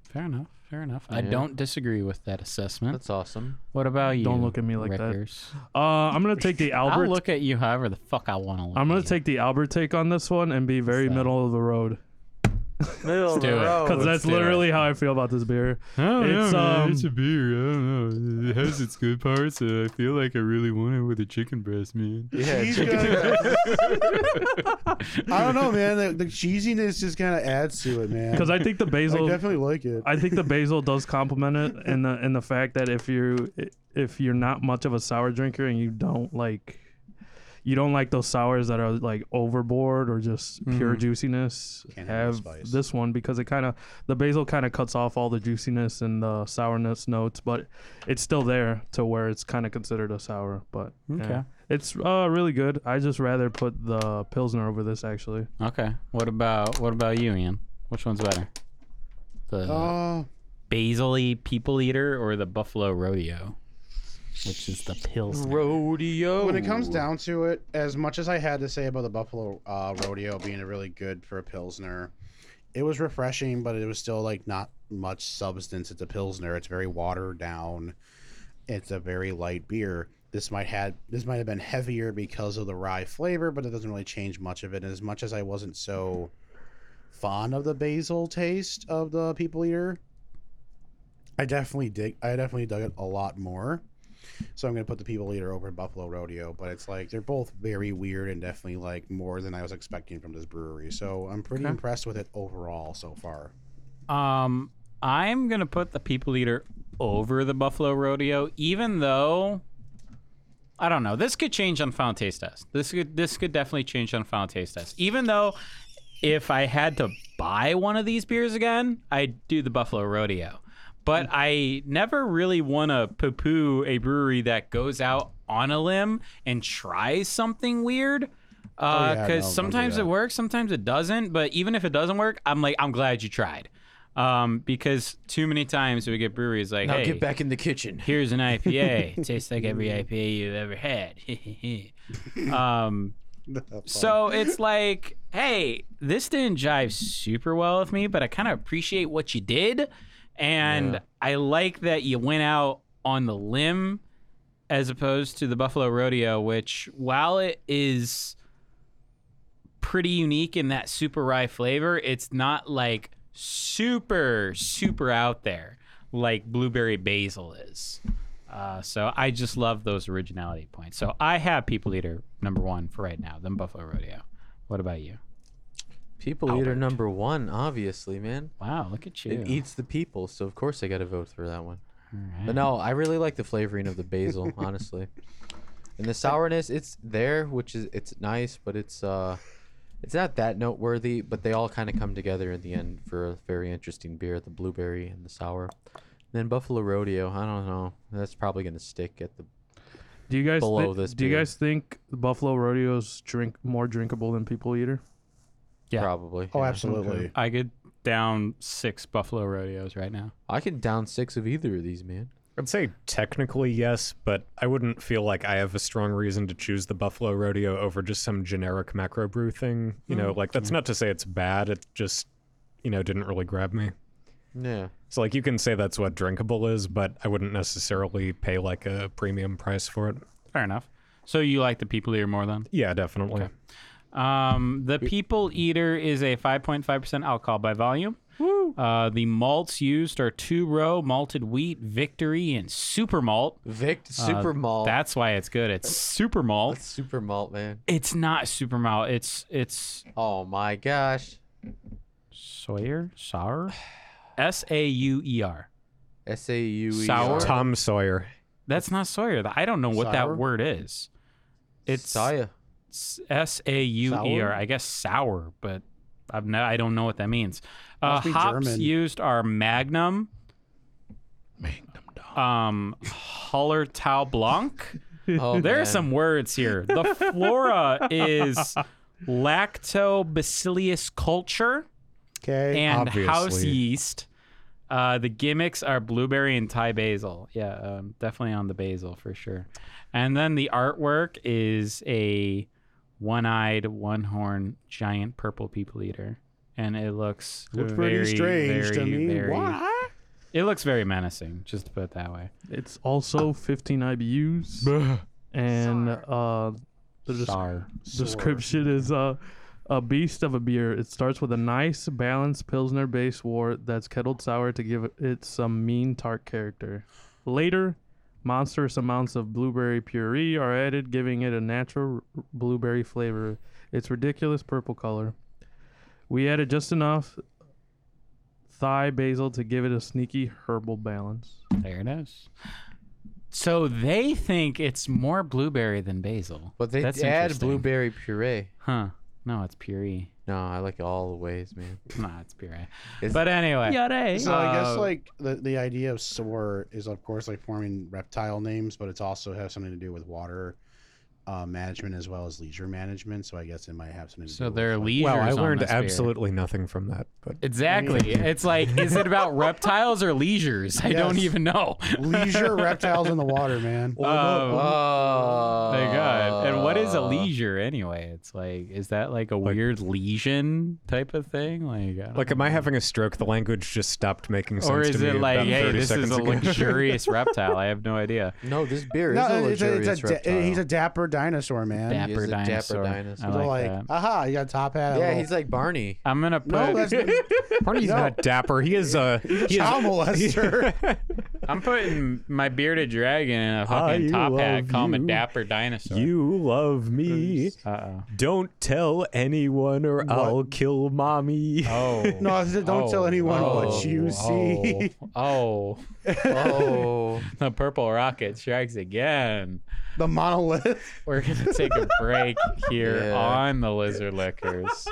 Speaker 1: fair enough. Fair enough. I
Speaker 3: Yeah.
Speaker 1: don't disagree with that assessment.
Speaker 3: That's awesome.
Speaker 1: what about you?
Speaker 2: Don't look at me like that.
Speaker 1: Rickers?
Speaker 2: Uh, I'm gonna take the Albert.
Speaker 1: I'll look at you however the fuck I want to look.
Speaker 2: I'm gonna
Speaker 1: at you.
Speaker 2: take the Albert take on this one and be very
Speaker 1: So-
Speaker 2: middle of the road
Speaker 3: Middle of
Speaker 1: do
Speaker 3: the
Speaker 1: it.
Speaker 3: road.
Speaker 2: because that's
Speaker 1: do it.
Speaker 2: literally how I feel about this beer.
Speaker 6: I don't
Speaker 2: It's,
Speaker 6: know, man.
Speaker 2: um,
Speaker 6: it's a beer. I don't know. It has its good parts. Uh, I feel like I really want it with a chicken breast, man.
Speaker 3: Yeah,
Speaker 4: Cheese
Speaker 3: chicken-
Speaker 4: guy. <laughs> I don't know, man. The, the cheesiness just kind of adds to it, <laughs> man.
Speaker 2: Because I think the
Speaker 4: I
Speaker 2: basil,
Speaker 4: definitely like it.
Speaker 2: I
Speaker 4: <laughs>
Speaker 2: think the basil does complement it, and the and the fact that if you if you're not much of a sour drinker and you don't like, you don't like those sours that are like overboard or just pure juiciness,
Speaker 4: Mm-hmm. Can't have
Speaker 2: have
Speaker 4: the spice.
Speaker 2: this one because it kind of the basil kind of cuts off all the juiciness and the sourness notes, but it's still there to where it's kind of considered a sour. But yeah.
Speaker 1: Okay.
Speaker 2: it's uh really good. I just rather put the pilsner over this actually.
Speaker 1: Okay. What about what about you, Ian? Which one's better? The
Speaker 4: Uh,
Speaker 1: Basil-y People Eater or the Buffalo Rodeo? Which is the Pilsner.
Speaker 3: rodeo.
Speaker 4: when it comes down to it, as much as I had to say about the Buffalo uh, Rodeo being really good for a Pilsner, it was refreshing, but it was still like not much substance. It's a Pilsner. It's very watered down. It's a very light beer. This might had this might have been heavier because of the rye flavor, but it doesn't really change much of it. And as much as I wasn't so fond of the basil taste of the people eater, I definitely dig I definitely dug it a lot more. So I'm gonna put the people eater over Buffalo Rodeo, but it's like they're both very weird and definitely like more than I was expecting from this brewery. So I'm pretty impressed with it overall so far. <laughs>
Speaker 1: Um, I'm gonna put the People Eater over the Buffalo Rodeo, even though I don't know. This could change on final taste test. This could this could definitely change on final taste test. Even though, if I had to buy one of these beers again, I'd do the Buffalo Rodeo. But
Speaker 4: Mm.
Speaker 1: I never really want to poo-poo a brewery that goes out on a limb and tries something weird. Because
Speaker 4: Oh, yeah, no, don't do
Speaker 1: sometimes
Speaker 4: that.
Speaker 1: it works, sometimes it doesn't. But even if it doesn't work, I'm like, I'm glad you tried. Um, because too many times we get breweries like,
Speaker 3: now
Speaker 1: hey,
Speaker 3: get back in the kitchen.
Speaker 1: Here's
Speaker 3: <laughs>
Speaker 1: an IPA. Tastes like every IPA you've ever had. <laughs> um, so it's like, hey, this didn't jive super well with me, but I kind of appreciate what you did. And I like that you went out on the limb as opposed to the Buffalo Rodeo, which while it is pretty unique in that super rye flavor, it's not like super, super out there like blueberry basil is. Uh, so I just love those originality points. So I have People Eater number one for right now, then Buffalo Rodeo. What about you?
Speaker 3: People eater number one, obviously, man.
Speaker 1: Wow, look at you.
Speaker 3: It eats the people, so of course I got to vote for that one.
Speaker 1: Alright.
Speaker 3: But no, I really like the flavoring of the
Speaker 1: <laughs>
Speaker 3: basil, honestly. And the sourness, it's there, which is it's nice, but it's uh it's not that noteworthy, but they all kind of come together in the end for a very interesting beer, the blueberry and the sour. then Buffalo Rodeo, I don't know. That's probably going to stick at the
Speaker 2: Do you guys
Speaker 3: Below
Speaker 2: thi-
Speaker 3: this
Speaker 2: do you
Speaker 3: beer.
Speaker 2: guys think Buffalo Rodeo's drink more drinkable than People Eater?
Speaker 1: Yeah.
Speaker 3: probably.
Speaker 4: Oh,
Speaker 1: <laughs>
Speaker 3: yeah.
Speaker 4: absolutely.
Speaker 1: I could down six Buffalo Rodeos right now.
Speaker 3: I could down 6 of either of these, man.
Speaker 5: I'd say technically yes, but I wouldn't feel like I have a strong reason to choose the Buffalo Rodeo over just some generic macro brew thing. You know,
Speaker 1: Mm,
Speaker 5: like that's not to say it's bad. It just, you know, didn't really grab me.
Speaker 3: Yeah.
Speaker 5: So like you can say that's what drinkable is, but I wouldn't necessarily pay like a premium price for it.
Speaker 1: Fair enough. So you like the People Eater more than?
Speaker 5: Yeah, definitely.
Speaker 1: Um, the People Eater is a 5.5% alcohol by volume. Uh, the malts used are two row malted wheat, victory, and super malt.
Speaker 3: Vic Super Malt.
Speaker 1: That's why it's good. It's super malt.
Speaker 3: That's Super Malt, man.
Speaker 1: It's not super malt. It's it's
Speaker 3: Oh my gosh.
Speaker 1: Sawyer Sauer, <sighs> S A U E R.
Speaker 3: S A U E.
Speaker 1: Sour?
Speaker 5: Tom Sawyer.
Speaker 1: That's not Sawyer. I don't know what
Speaker 4: Sour?
Speaker 1: that word is. It's
Speaker 3: Saya.
Speaker 1: S A U E
Speaker 4: Sour?
Speaker 1: R. I guess sour, but I've no, I don't know what that means. Uh,
Speaker 4: Must be
Speaker 1: hops
Speaker 4: German.
Speaker 1: used are Magnum, Magnum um, Hallertau Blanc, <laughs>
Speaker 3: Oh,
Speaker 1: There are
Speaker 3: man.
Speaker 1: some words here. The flora is lactobacillus culture
Speaker 4: Okay.
Speaker 1: and house
Speaker 5: obviously.
Speaker 1: yeast. Uh, the gimmicks are blueberry and Thai basil. Yeah, um, definitely on the basil for sure. And then the artwork is a one-eyed, one-horned, giant purple people eater, and it looks
Speaker 4: Looks
Speaker 1: very,
Speaker 4: pretty strange
Speaker 1: very,
Speaker 4: to me.
Speaker 1: very-
Speaker 4: Why?
Speaker 1: It looks very menacing, just to put it that way.
Speaker 2: It's also 15 IBUs, and uh, the des-
Speaker 1: Sar.
Speaker 2: description is uh, a beast of a beer. It starts with a nice, balanced Pilsner base wort that's kettled sour to give it some mean tart character. Later, monstrous amounts of blueberry puree are added, giving it a natural r- blueberry flavor. It's ridiculous purple color. We added just enough thigh basil to give it a sneaky herbal balance.
Speaker 1: There it is. So they think it's more blueberry than basil.
Speaker 3: But they
Speaker 1: That's
Speaker 3: add
Speaker 1: interesting.
Speaker 3: blueberry puree.
Speaker 1: Huh. No, it's puree.
Speaker 3: No, I like it all the ways,
Speaker 4: <laughs>
Speaker 3: man.
Speaker 1: Nah, it's puree.
Speaker 3: It's-
Speaker 1: but anyway.
Speaker 4: So I guess
Speaker 1: Uh,
Speaker 4: like the, the idea of sore is of course like forming reptile names, but it's also has something to do with water uh, management as well as leisure management. So I guess it might have something. To
Speaker 1: So
Speaker 4: do
Speaker 1: they're
Speaker 4: with, like,
Speaker 1: leisures.
Speaker 5: Wow, I
Speaker 1: on
Speaker 5: learned
Speaker 1: this beer.
Speaker 5: absolutely nothing from that. But
Speaker 1: Exactly. It's like, is it about reptiles or leisures? I don't
Speaker 4: Yes.
Speaker 1: even know.
Speaker 4: <laughs> leisure reptiles in the water, man.
Speaker 1: <laughs> Um,
Speaker 3: Oh
Speaker 1: my God. And what
Speaker 3: uh,
Speaker 1: is a leisure anyway? It's like, is that like a weird lesion type of thing? Like, I don't
Speaker 5: like, am I having a stroke? The language just stopped making sense.
Speaker 1: Um, or is
Speaker 5: to me
Speaker 1: it like,
Speaker 5: about
Speaker 1: hey,
Speaker 5: 30
Speaker 1: this is
Speaker 5: seconds
Speaker 1: a
Speaker 5: ago. <laughs>
Speaker 1: luxurious reptile? I have no idea.
Speaker 3: No, this beer is a
Speaker 4: No, it's a,
Speaker 3: luxurious
Speaker 4: it's a da-
Speaker 3: reptile.
Speaker 4: he's a dapper dinosaur, man.
Speaker 3: Dap-
Speaker 1: Dapper
Speaker 3: is a dapper
Speaker 1: dinosaur.
Speaker 3: dinosaur.
Speaker 1: I
Speaker 4: So,
Speaker 1: like,
Speaker 4: like,
Speaker 1: that.
Speaker 4: aha, you got a top hat. a
Speaker 3: yeah,
Speaker 4: little-
Speaker 3: he's like
Speaker 4: <laughs>
Speaker 3: Barney.
Speaker 1: I'm gonna put. <laughs>
Speaker 4: no, that's
Speaker 5: Barney's
Speaker 4: No.
Speaker 5: not dapper. He is a he
Speaker 4: child
Speaker 5: is,
Speaker 4: molester.
Speaker 1: I'm putting my bearded dragon in a
Speaker 5: Ah,
Speaker 1: fucking
Speaker 5: you
Speaker 1: top hat.
Speaker 5: love
Speaker 1: Call him a
Speaker 5: you.
Speaker 1: dapper dinosaur.
Speaker 5: You love me.
Speaker 1: Uh oh.
Speaker 5: Don't tell anyone or I'll kill mommy.
Speaker 1: Oh.
Speaker 3: <laughs>
Speaker 4: No, I said don't tell anyone
Speaker 3: oh,
Speaker 4: what you see. <laughs>
Speaker 1: Oh, <laughs> oh.
Speaker 3: Oh,
Speaker 1: the purple rocket strikes again.
Speaker 4: The monolith.
Speaker 1: We're gonna take a break here
Speaker 3: Yeah.
Speaker 1: on the Lizard Liquors.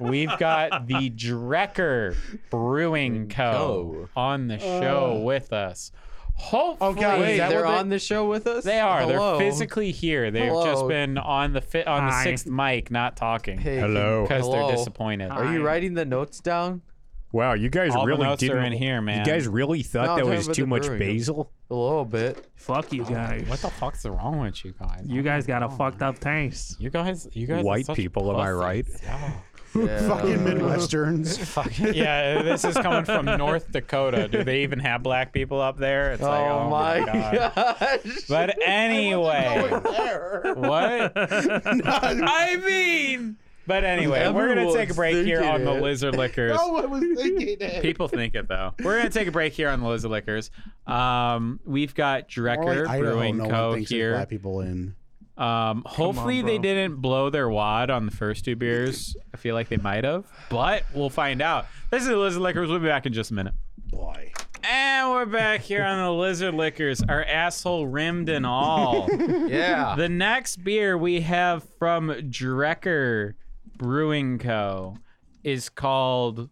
Speaker 1: We've got the Drecker Brewing Co. on the show with us.
Speaker 3: <laughs>
Speaker 1: Hopefully,
Speaker 4: Oh, God,
Speaker 3: wait,
Speaker 4: is that
Speaker 3: they're
Speaker 4: what they-
Speaker 3: on the show with us.
Speaker 1: They are.
Speaker 3: Hello?
Speaker 1: They're physically here. They've just
Speaker 3: Hello.
Speaker 1: been on the fi- on the
Speaker 2: Hi.
Speaker 1: sixth mic, not talking
Speaker 3: Hey,
Speaker 5: Hello.
Speaker 1: because
Speaker 3: hello.
Speaker 1: they're disappointed.
Speaker 3: Are you writing the notes down?
Speaker 5: <laughs> Wow, you guys
Speaker 1: All the
Speaker 5: really
Speaker 1: notes are in
Speaker 5: didn't
Speaker 1: here,
Speaker 5: You
Speaker 1: man.
Speaker 5: guys really
Speaker 3: No, I'm
Speaker 5: thought that
Speaker 3: talking
Speaker 5: was
Speaker 3: about
Speaker 5: too
Speaker 3: the
Speaker 5: much
Speaker 3: brewing.
Speaker 5: basil?
Speaker 3: A little bit.
Speaker 2: Fuck you guys.
Speaker 1: What the Oh fuck's wrong with you guys?
Speaker 2: You guys got a fucked up taste.
Speaker 1: You guys, you guys, are
Speaker 5: White
Speaker 1: such
Speaker 5: people, am I right?
Speaker 1: pussies. Yeah.
Speaker 3: Yeah.
Speaker 4: Fucking Midwesterns.
Speaker 1: yeah, this is coming
Speaker 5: <laughs>
Speaker 1: from North Dakota. Do they even have black people up there? It's
Speaker 3: Oh,
Speaker 1: like,
Speaker 3: my gosh.
Speaker 1: But anyway,
Speaker 3: <laughs>
Speaker 1: what? I mean, but anyway, we're gonna take a
Speaker 3: Everyone's
Speaker 1: break here on
Speaker 3: thinking
Speaker 1: the
Speaker 3: it. <laughs>
Speaker 1: Lizard Liquors.
Speaker 4: one was thinking it.
Speaker 1: People think it though. We're gonna take a break here on the Lizard Liquors. Um, we've got
Speaker 4: Or
Speaker 1: Drecker
Speaker 4: like Idaho,
Speaker 1: Brewing
Speaker 4: no
Speaker 1: Co.
Speaker 4: one thinks there's
Speaker 1: here.
Speaker 4: Black people in.
Speaker 1: Um, hopefully they
Speaker 2: bro.
Speaker 1: didn't blow their wad on the first two beers. I feel like they might have, but we'll find out. This is the Lizard Liquors. We'll be back in just a minute.
Speaker 4: Boy.
Speaker 1: And we're back here on the Lizard Liquors, our asshole rimmed and <laughs> all.
Speaker 3: <laughs> yeah.
Speaker 1: the next beer we have from Drecker Brewing Co. is called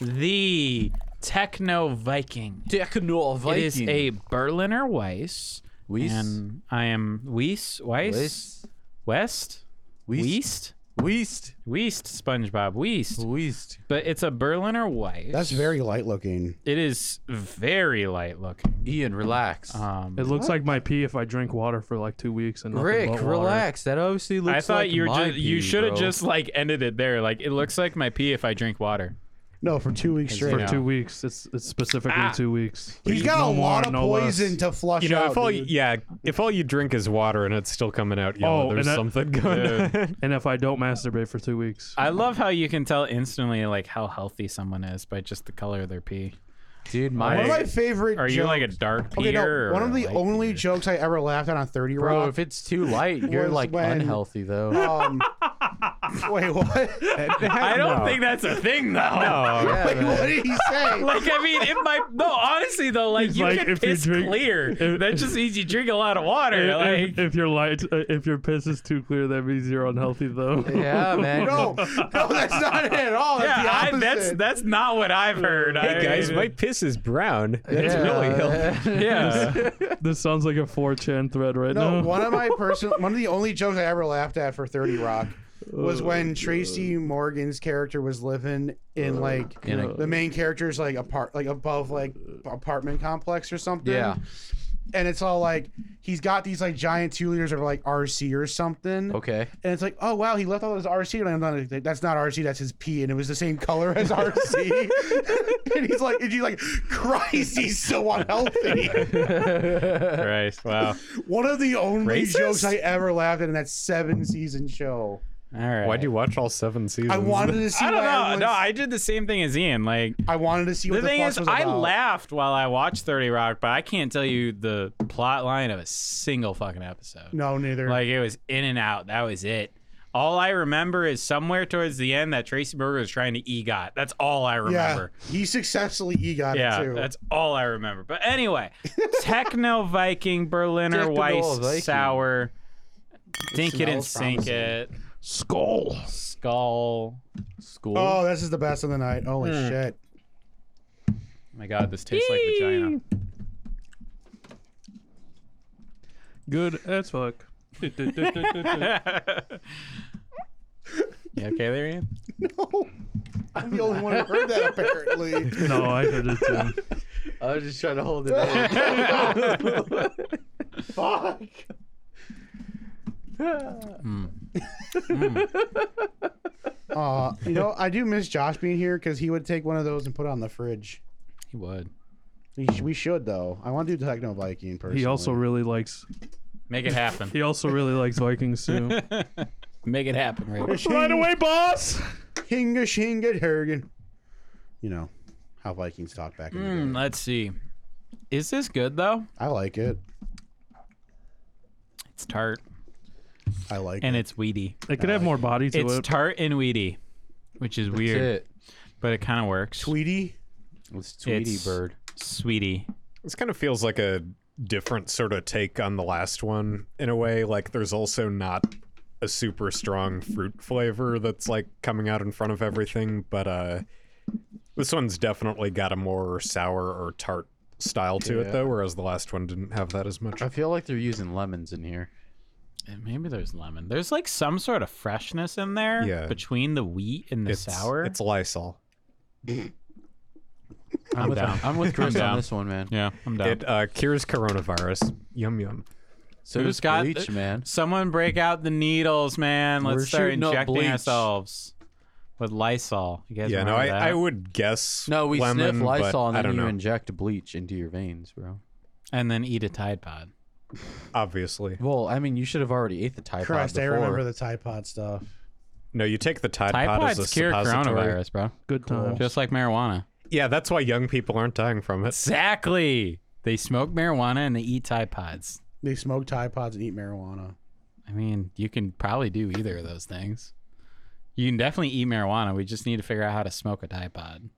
Speaker 1: the Techno Viking.
Speaker 3: Techno
Speaker 1: It
Speaker 3: Viking.
Speaker 1: is a Berliner Weiss.
Speaker 3: Weiss.
Speaker 1: And I am Weiss? Weiss?
Speaker 3: Weiss.
Speaker 1: West?
Speaker 3: Weast.
Speaker 1: Weist?
Speaker 3: Weast.
Speaker 1: Weist, SpongeBob. Weist.
Speaker 3: Weast.
Speaker 1: But it's a Berliner Weiss.
Speaker 4: That's very light looking.
Speaker 1: It is very light looking.
Speaker 3: Ian, relax.
Speaker 1: Um,
Speaker 2: It looks like my pee if I drink water for like two weeks and nothing
Speaker 3: Rick,
Speaker 2: but water.
Speaker 3: relax. That obviously looks
Speaker 1: I thought
Speaker 3: like
Speaker 1: you were
Speaker 3: my
Speaker 1: just you
Speaker 3: pee,
Speaker 1: should have
Speaker 3: bro.
Speaker 1: just like ended it there. Like it looks like my pee if I drink water.
Speaker 4: No, for two weeks
Speaker 2: For
Speaker 4: straight.
Speaker 1: Yeah.
Speaker 2: two weeks, it's it's specifically
Speaker 1: Ah.
Speaker 2: two weeks.
Speaker 4: He's got
Speaker 2: No
Speaker 4: a
Speaker 2: more,
Speaker 4: lot of
Speaker 2: no less.
Speaker 4: poison to flush
Speaker 5: You know,
Speaker 4: out.
Speaker 5: if all
Speaker 4: dude.
Speaker 5: you, yeah, if all you drink is water and it's still coming out yellow,
Speaker 2: Oh,
Speaker 5: there's
Speaker 2: and that-
Speaker 5: something
Speaker 1: <laughs>
Speaker 5: going on.
Speaker 2: And if I don't masturbate for two weeks,
Speaker 1: I love how you can tell instantly like how healthy someone is by just the color of their pee.
Speaker 3: dude,
Speaker 4: one
Speaker 3: my
Speaker 4: of
Speaker 1: Like-
Speaker 4: my favorite.
Speaker 1: Are you like a
Speaker 4: jokes-
Speaker 1: dark peer?
Speaker 4: Okay, no,
Speaker 1: or
Speaker 4: one
Speaker 1: a
Speaker 4: of the
Speaker 1: light
Speaker 4: only
Speaker 1: peer?
Speaker 4: jokes I ever laughed at on Thirty
Speaker 3: bro,
Speaker 4: Rock.
Speaker 3: if it's too light, you're
Speaker 4: was
Speaker 3: like <laughs>
Speaker 4: when- <laughs>
Speaker 3: unhealthy though.
Speaker 4: um, Wait, what?
Speaker 1: I don't think that's a thing though.
Speaker 5: Oh.
Speaker 4: Wait, what did he say?
Speaker 1: <laughs> Like I mean, it might no. Honestly though, like
Speaker 2: He's
Speaker 1: you
Speaker 2: like,
Speaker 1: can
Speaker 2: if you
Speaker 1: piss
Speaker 2: drink-
Speaker 1: clear.
Speaker 2: if-
Speaker 1: that just means you drink a lot of water. like
Speaker 2: <laughs> if, if your light, uh, if your piss is too clear, that means you're unhealthy, though.
Speaker 3: <laughs> Yeah, man.
Speaker 4: No, no, that's not it at all. That's the
Speaker 1: yeah, I,
Speaker 4: opposite.
Speaker 1: that's that's not what I've heard. I
Speaker 5: Hey guys,
Speaker 1: mean,
Speaker 5: my piss is brown. That's
Speaker 1: <laughs>
Speaker 3: Yeah.
Speaker 5: really
Speaker 3: <laughs>
Speaker 5: healthy. <laughs>
Speaker 1: yeah.
Speaker 2: <laughs> this sounds like a 4chan thread right
Speaker 4: No,
Speaker 2: now.
Speaker 4: one
Speaker 1: <laughs>
Speaker 4: of my person, one of the only jokes I ever laughed at for Thirty Rock was when Tracy Morgan's character was living in like
Speaker 3: In a-
Speaker 4: the main character's like apart, like above like apartment complex or something.
Speaker 3: Yeah.
Speaker 4: and it's all like he's got these like giant two liters of like RC or something.
Speaker 3: Okay.
Speaker 4: And it's like, oh wow, he left all his RC land on it. That's not RC, that's his pee, and it was the same color as
Speaker 1: <laughs>
Speaker 4: RC. and he's like, and he's like, Christ, he's so
Speaker 1: <laughs>
Speaker 4: unhealthy.
Speaker 1: Christ, wow.
Speaker 4: One of the only
Speaker 1: Racist?
Speaker 4: jokes I ever laughed at in that seven season show.
Speaker 1: All right.
Speaker 5: Why'd you watch all seven seasons?
Speaker 4: I wanted to see.
Speaker 1: I don't
Speaker 4: what
Speaker 1: know.
Speaker 4: everyone's-
Speaker 1: No, I did the same thing as Ian. Like
Speaker 4: I wanted to see what
Speaker 1: the
Speaker 4: the,
Speaker 1: thing
Speaker 4: fuck
Speaker 1: is,
Speaker 4: was
Speaker 1: I
Speaker 4: about.
Speaker 1: laughed while I watched Thirty Rock, but I can't tell you the plot line of a single fucking episode.
Speaker 4: No, neither.
Speaker 1: Like it was in and out. That was it. All I remember is somewhere towards the end that Tracy Berger was trying to egot. That's all I
Speaker 4: yeah,
Speaker 1: remember.
Speaker 4: he successfully
Speaker 1: <laughs>
Speaker 4: egot
Speaker 1: Yeah,
Speaker 4: it too.
Speaker 1: that's all I remember. But anyway, Techno Viking Berliner
Speaker 3: Techno
Speaker 1: Weiss
Speaker 3: Viking.
Speaker 1: Sour. Dink it and
Speaker 3: smells
Speaker 1: sink
Speaker 3: promising.
Speaker 1: it.
Speaker 2: Skull.
Speaker 1: Skull.
Speaker 3: School.
Speaker 4: oh, this is the best of the night. Holy
Speaker 1: Hmm.
Speaker 4: shit! <laughs>
Speaker 1: Oh my God, this tastes like vagina.
Speaker 2: Good as fuck. That's
Speaker 1: You okay there, Ian?
Speaker 4: No, I'm the only one who heard that
Speaker 1: <laughs>
Speaker 4: apparently.
Speaker 2: no, I heard it too.
Speaker 3: I was just trying to hold it. in.
Speaker 4: <laughs> Fuck. Hmm. Uh, you know, I do miss Josh being here because he would take one of those and put it on the fridge.
Speaker 1: He would.
Speaker 4: We, sh- we should though. I want to do Techno Viking personally.
Speaker 2: He also really likes.
Speaker 1: <laughs> Make it happen.
Speaker 2: He also really likes Vikings too.
Speaker 1: Make it happen right
Speaker 2: right away, boss.
Speaker 4: Hinga Shinga Hergen. You know how Vikings talk back in the day.
Speaker 1: mm, Let's see. Is this good though?
Speaker 4: I like it.
Speaker 1: It's tart
Speaker 4: I like
Speaker 1: and
Speaker 4: it.
Speaker 1: it's weedy.
Speaker 2: It could have more body to
Speaker 1: It's
Speaker 2: it.
Speaker 1: tart and weedy, which is
Speaker 3: That's
Speaker 1: weird,
Speaker 3: it.
Speaker 1: but it kind of works.
Speaker 4: Tweety.
Speaker 3: It's Tweety
Speaker 1: It's-
Speaker 3: Bird.
Speaker 1: Sweetie.
Speaker 5: This kind of feels like a different sort of take on the last one in a way. Like, there's also not a super strong fruit flavor that's like coming out in front of everything, but uh, this one's definitely got a more sour or tart style to
Speaker 3: Yeah.
Speaker 5: it, though, whereas the last one didn't have that as much.
Speaker 3: I feel like they're using lemons in here.
Speaker 1: And Maybe there's lemon. There's like some sort of freshness in there
Speaker 5: Yeah.
Speaker 1: between the wheat and the
Speaker 5: it's
Speaker 1: sour.
Speaker 5: It's Lysol.
Speaker 1: <laughs> I'm
Speaker 3: with,
Speaker 1: down.
Speaker 3: I'm with Chris
Speaker 1: down.
Speaker 3: on this one, man.
Speaker 1: yeah, I'm down.
Speaker 5: It uh, cures coronavirus. Yum yum.
Speaker 3: So
Speaker 1: Who's
Speaker 3: does
Speaker 1: got
Speaker 3: bleach,
Speaker 1: the-
Speaker 3: man.
Speaker 1: Someone break out the needles, man. Let's
Speaker 3: We're
Speaker 1: start
Speaker 3: shooting up
Speaker 1: injecting
Speaker 3: bleach.
Speaker 1: ourselves with Lysol. You guys
Speaker 5: Yeah, no,
Speaker 1: remember
Speaker 5: I,
Speaker 1: that?
Speaker 5: I would guess.
Speaker 3: No, we
Speaker 5: lemon,
Speaker 3: sniff
Speaker 5: but
Speaker 3: Lysol
Speaker 5: I
Speaker 3: and then
Speaker 5: don't
Speaker 3: you
Speaker 5: know.
Speaker 3: inject bleach into your veins, bro.
Speaker 1: and then eat a Tide Pod.
Speaker 5: Obviously,
Speaker 3: Well, I mean, you should have already ate the Tide Pod
Speaker 4: Christ, I
Speaker 3: before.
Speaker 4: remember the Tide Pod stuff.
Speaker 5: no. You take the Tide,
Speaker 1: Tide
Speaker 5: Pod as a
Speaker 1: Pods cure
Speaker 5: suppository.
Speaker 1: coronavirus, bro.
Speaker 2: Good time.
Speaker 1: Just like marijuana.
Speaker 5: Yeah, that's why young people aren't dying from it.
Speaker 1: Exactly. They smoke marijuana and they eat Tide Pods.
Speaker 4: They smoke Tide Pods and eat marijuana.
Speaker 1: I mean, you can probably do either of those things. You can definitely eat marijuana. We just need to figure out how to smoke a Tide Pod.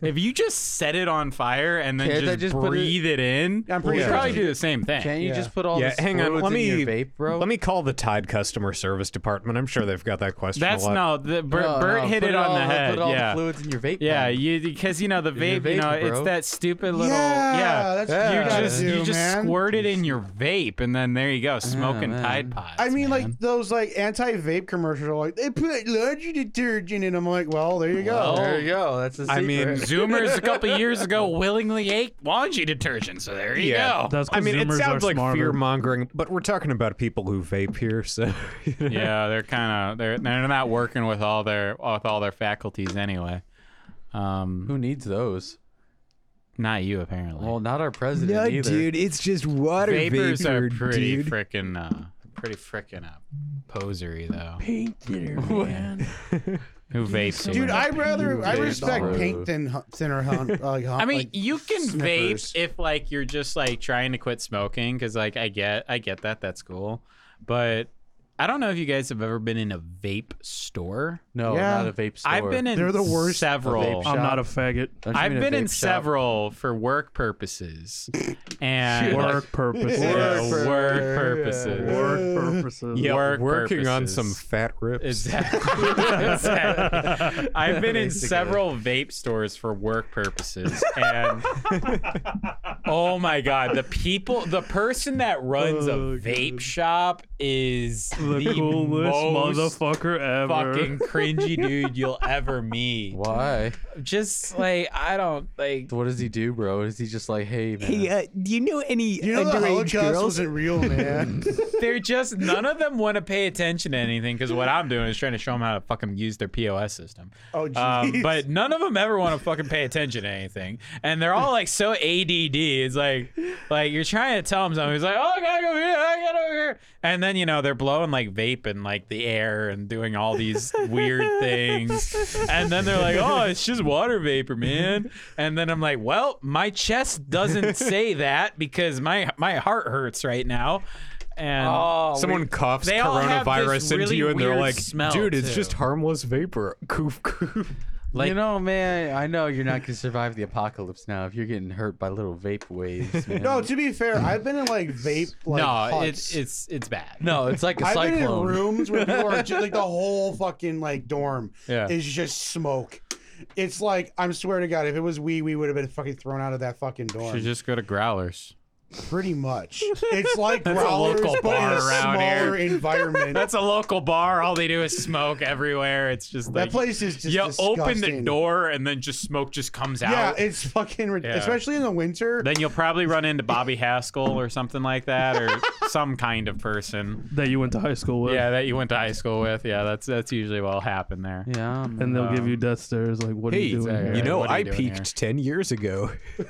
Speaker 1: if you just set it on fire and then
Speaker 3: Can't they
Speaker 1: just,
Speaker 3: just put
Speaker 1: breathe it, in,
Speaker 4: I'm pretty
Speaker 1: you
Speaker 4: sure
Speaker 1: probably
Speaker 4: it's-
Speaker 1: do the same thing.
Speaker 3: Can't you
Speaker 4: Yeah.
Speaker 3: just put all
Speaker 5: Yeah,
Speaker 3: this
Speaker 5: hang on.
Speaker 3: fluids
Speaker 5: Let
Speaker 3: in
Speaker 5: me
Speaker 3: your vape, bro?
Speaker 5: Let me call the Tide customer service department. I'm sure they've got that question.
Speaker 1: That's
Speaker 5: a lot.
Speaker 1: no. The, Bert,
Speaker 3: No,
Speaker 1: Bert
Speaker 3: no,
Speaker 1: hit
Speaker 3: put
Speaker 1: it on
Speaker 3: all-
Speaker 1: the head.
Speaker 3: Put all
Speaker 1: yeah.
Speaker 3: the fluids in your vape.
Speaker 1: yeah,
Speaker 3: pen.
Speaker 1: you because you know the
Speaker 3: your
Speaker 1: vape, you
Speaker 3: vape,
Speaker 1: know,
Speaker 3: bro.
Speaker 1: it's that stupid little
Speaker 4: Yeah,
Speaker 1: yeah.
Speaker 4: that's what you
Speaker 1: you
Speaker 4: gotta
Speaker 1: just you
Speaker 4: do,
Speaker 1: just
Speaker 4: man.
Speaker 1: squirt it in your vape, and then there you go, smoking
Speaker 3: man.
Speaker 1: Tide Pods.
Speaker 4: I
Speaker 1: man.
Speaker 4: mean, like those like anti-vape commercials are like they put laundry detergent in. I'm like, well, Oh, there you go.
Speaker 1: Well,
Speaker 3: There you go. That's the
Speaker 5: I
Speaker 3: secret.
Speaker 5: mean,
Speaker 1: Zoomers a couple years ago willingly ate laundry detergent, so there you
Speaker 5: Yeah.
Speaker 1: go.
Speaker 2: That's 'cause
Speaker 5: I mean, it
Speaker 2: Zoomers
Speaker 5: sounds
Speaker 2: are
Speaker 5: like
Speaker 2: smarter.
Speaker 5: fear mongering, but we're talking about people who vape
Speaker 1: <laughs>
Speaker 5: here, so
Speaker 1: <laughs> yeah, they're kind of they're they're not working with all their with all their faculties anyway. Um,
Speaker 3: Who needs those?
Speaker 1: not you apparently.
Speaker 3: Well, not our president either.
Speaker 5: it's just water
Speaker 1: Vapors are pretty frickin' uh, pretty frickin' uh, posery though. <laughs> Who vapes? here?
Speaker 4: Dude, I rather I
Speaker 3: Dude,
Speaker 4: respect
Speaker 3: dog.
Speaker 4: paint than hu- thinner <laughs> hun, like, hun,
Speaker 1: I mean,
Speaker 4: like,
Speaker 1: you can
Speaker 4: Snickers.
Speaker 1: vape if like you're just like trying to quit smoking because like I get I get that that's cool, but I don't know if you guys have ever been in a vape store.
Speaker 3: No,
Speaker 4: Yeah.
Speaker 3: not a vape store.
Speaker 1: I've been in
Speaker 4: They're the worst
Speaker 1: several. Um,
Speaker 3: vape
Speaker 2: I'm
Speaker 3: shop.
Speaker 2: not a faggot.
Speaker 3: Don't you
Speaker 1: I've
Speaker 3: mean a
Speaker 1: been in
Speaker 3: vape shop?
Speaker 1: several for work purposes and
Speaker 2: Work purposes.
Speaker 1: Yeah,
Speaker 4: Yes.
Speaker 1: work purposes.
Speaker 2: Work purposes.
Speaker 1: Yeah. work
Speaker 5: working on
Speaker 1: purposes.
Speaker 5: some fat rips. <laughs>
Speaker 1: Exactly. exactly. I've been in
Speaker 3: Basically.
Speaker 1: several vape stores for work purposes, and oh my god, the people, the person that runs
Speaker 2: Oh,
Speaker 1: a vape
Speaker 2: God.
Speaker 1: shop is
Speaker 2: The,
Speaker 1: the,
Speaker 2: coolest
Speaker 1: most
Speaker 2: motherfucker ever.
Speaker 1: fucking cringy dude you'll ever meet.
Speaker 3: Why?
Speaker 1: Just like I don't like.
Speaker 3: What does he do, bro? Is he just like, hey, man?
Speaker 1: uh, do you know any
Speaker 4: You know the Holocaust wasn't real,
Speaker 1: <laughs>
Speaker 4: man.
Speaker 1: They're just none of them want to pay attention to anything because what I'm doing is trying to show them how to fucking use their POS system.
Speaker 4: oh,
Speaker 1: Um,
Speaker 4: jeez.
Speaker 1: but none of them ever want to fucking pay attention to anything, and they're all like so ADD. It's like, like you're trying to tell them something. He's like, "Oh, I gotta go here, I gotta go here," and then you know they're blowing like vape in like the air and doing all these weird things, and then they're like, "Oh, it's just water vapor, man." And then I'm like, "Well, my chest
Speaker 4: <laughs>
Speaker 1: doesn't say that because my my heart hurts right now." And
Speaker 4: Oh,
Speaker 5: Someone coughs
Speaker 1: they all have this
Speaker 5: coronavirus into
Speaker 1: really
Speaker 5: you, and they're
Speaker 1: weird
Speaker 5: like,
Speaker 1: smell,
Speaker 5: "Dude, it's
Speaker 1: too."
Speaker 5: just harmless vapor." <laughs> Coof coof.
Speaker 1: like-
Speaker 3: you know, man, I know you're not gonna survive the apocalypse now if you're getting hurt by little vape waves.
Speaker 4: <laughs>
Speaker 3: Man.
Speaker 4: no, to be fair, I've been in like vape like
Speaker 1: no, it,
Speaker 4: huts.
Speaker 1: it's it's bad.
Speaker 3: no, it's like a
Speaker 4: I've been in
Speaker 3: cyclone.
Speaker 4: rooms where people are just
Speaker 1: <laughs>
Speaker 4: like the whole fucking like dorm
Speaker 1: Yeah.
Speaker 4: is just smoke. It's like I'm swear to God, if it was we, we would have been fucking thrown out of that fucking dorm.
Speaker 1: Should just go to Growlers. <laughs>
Speaker 4: Pretty much, it's like growlers,
Speaker 1: local
Speaker 4: but in
Speaker 1: bar
Speaker 4: a
Speaker 1: around
Speaker 4: smaller environment.
Speaker 1: That's a local bar. All they do is smoke everywhere. It's just
Speaker 4: that
Speaker 1: like
Speaker 4: place is just
Speaker 1: you open the
Speaker 4: disgusting.
Speaker 1: door and then just smoke just comes
Speaker 4: Yeah,
Speaker 1: out.
Speaker 4: it's fucking, rid-
Speaker 1: Yeah.
Speaker 4: especially in the winter.
Speaker 1: then you'll probably run
Speaker 4: <laughs>
Speaker 1: into Bobby Haskell or something like that, or some kind of person.
Speaker 2: That you went to high school with.
Speaker 1: Yeah, that you went to high school with. Yeah, that's that's usually what'll happen there.
Speaker 3: Yeah,
Speaker 2: And they'll give
Speaker 1: Um,
Speaker 2: you death stares like, what are
Speaker 5: Hey,
Speaker 2: you doing
Speaker 1: exactly.
Speaker 2: here?
Speaker 5: you know,
Speaker 1: uh, what are you
Speaker 5: I
Speaker 1: doing
Speaker 5: peaked
Speaker 1: here?
Speaker 5: ten years ago.
Speaker 4: <laughs>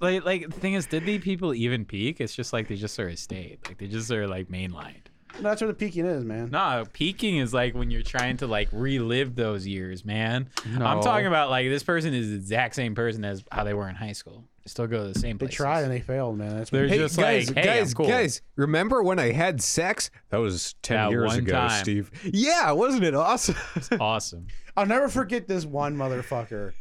Speaker 1: Like, like the thing is, did these people even peak? It's just like they just sort of stayed. Like they just sort of like mainlined.
Speaker 4: That's where the peaking is, man.
Speaker 1: No, peaking is like when you're trying to like relive those years, man. I'm
Speaker 3: No.
Speaker 1: talking about like this person is the exact same person as how they were in high school. They still go to the same
Speaker 4: They
Speaker 1: place.
Speaker 4: tried and they failed, man. That's
Speaker 1: They're
Speaker 5: Hey,
Speaker 1: just
Speaker 5: guys,
Speaker 1: like, hey,
Speaker 5: guys,
Speaker 1: I'm cool.
Speaker 5: guys! Remember when I had sex? That was ten
Speaker 1: That
Speaker 5: years
Speaker 1: one
Speaker 5: ago,
Speaker 1: time.
Speaker 5: Steve. Yeah, wasn't it awesome? <laughs>
Speaker 1: Awesome.
Speaker 4: I'll never forget this one motherfucker.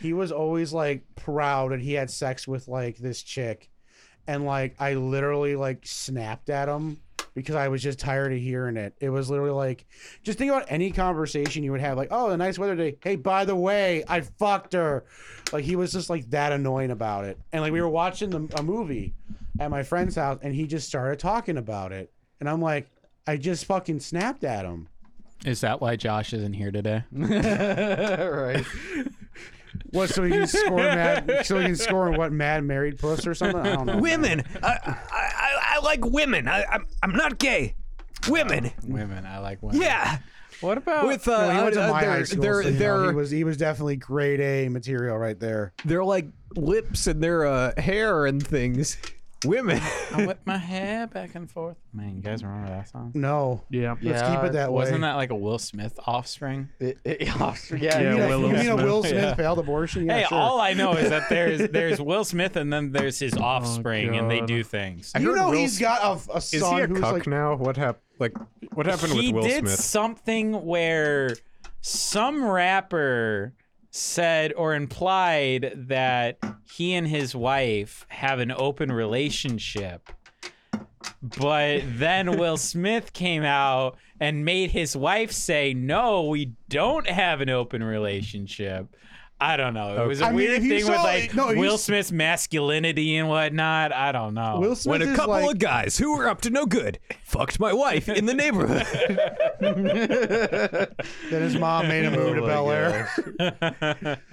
Speaker 4: He was always like proud and he had sex with like this chick. And like I literally like snapped at him because I was just tired of hearing it. It was literally like just think about any conversation you would have like, "Oh, the nice weather today. Hey, by the way, I fucked her." Like he was just like that annoying about it. And like we were watching the, a movie at my friend's house and he just started talking about it. And I'm like, I just fucking snapped at him.
Speaker 1: Is that why Josh isn't here today?
Speaker 3: right.
Speaker 4: What so he can
Speaker 5: <laughs>
Speaker 4: score mad so he can score what mad married puss or something? I don't know.
Speaker 5: women, I, I, I, I like women. I, I'm, I'm not gay. Women,
Speaker 1: women, I like women.
Speaker 5: yeah.
Speaker 1: What about
Speaker 5: With
Speaker 4: No,
Speaker 5: uh,
Speaker 4: he went to
Speaker 5: uh,
Speaker 4: my high
Speaker 5: their,
Speaker 4: school.
Speaker 5: their,
Speaker 4: so, you know,
Speaker 5: their,
Speaker 4: he was he was definitely grade A material right there.
Speaker 5: their like lips and their uh, hair and things. Women.
Speaker 1: I whip my hair back and forth? Man, you guys remember that song?
Speaker 4: No,
Speaker 2: Yeah.
Speaker 4: let's keep it that
Speaker 1: Wasn't
Speaker 4: way.
Speaker 1: that like a Will Smith offspring?
Speaker 3: It, it, <laughs> yeah, yeah,
Speaker 2: Yeah,
Speaker 4: you mean,
Speaker 2: Will
Speaker 4: a, you mean a
Speaker 2: Smith.
Speaker 4: Will Smith failed abortion? Yeah,
Speaker 1: hey,
Speaker 4: sure.
Speaker 1: all I know is that there's <laughs> there's Will Smith and then there's his offspring, and they
Speaker 2: God.
Speaker 1: do things.
Speaker 5: I
Speaker 4: you
Speaker 5: heard
Speaker 4: know
Speaker 5: Will
Speaker 4: he's
Speaker 5: Smith-
Speaker 4: got a, a
Speaker 5: Is
Speaker 4: son
Speaker 5: he a
Speaker 4: who's
Speaker 5: cuck
Speaker 4: like
Speaker 5: now? What happened? Like, what happened
Speaker 1: he
Speaker 5: with Will
Speaker 1: did
Speaker 5: Smith?
Speaker 1: something where some rapper said or implied that he and his wife have an open relationship but then Will Smith came out and made his wife say, "No, we don't have an open relationship." I don't know. It was a
Speaker 4: I mean,
Speaker 1: weird
Speaker 4: if you
Speaker 1: thing with
Speaker 4: saw
Speaker 1: like
Speaker 4: it- no, if you
Speaker 1: Will
Speaker 4: s-
Speaker 1: Smith's masculinity and whatnot. I don't know.
Speaker 4: Will Smith
Speaker 5: when a
Speaker 4: is
Speaker 5: couple
Speaker 4: like
Speaker 5: of guys who were up to no good fucked my wife in the neighborhood.
Speaker 4: that his mom
Speaker 5: <laughs>
Speaker 4: made him move to Bel Air.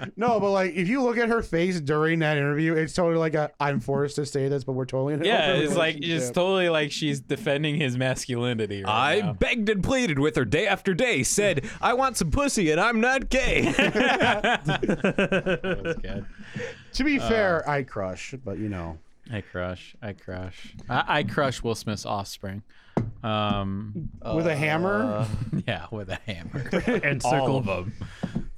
Speaker 4: <laughs> no, but like if you look at her face during that interview, it's totally like a, I'm forced to say this, but we're totally in an
Speaker 1: yeah,
Speaker 4: open
Speaker 1: it's like it's
Speaker 4: relationship."
Speaker 1: totally like she's defending his masculinity. Right
Speaker 5: I
Speaker 1: now.
Speaker 5: begged and pleaded with her day after day, said, I want some pussy and I'm not
Speaker 1: <laughs>
Speaker 5: gay.
Speaker 1: That's good.
Speaker 4: to be fair,
Speaker 3: Uh,
Speaker 4: I crush, but you know.
Speaker 1: I crush. I crush. I, I crush Will Smith's offspring. Um,
Speaker 4: With a hammer?
Speaker 3: uh,
Speaker 1: yeah, with a hammer.
Speaker 2: And
Speaker 1: <laughs> All
Speaker 2: circle.
Speaker 1: of them.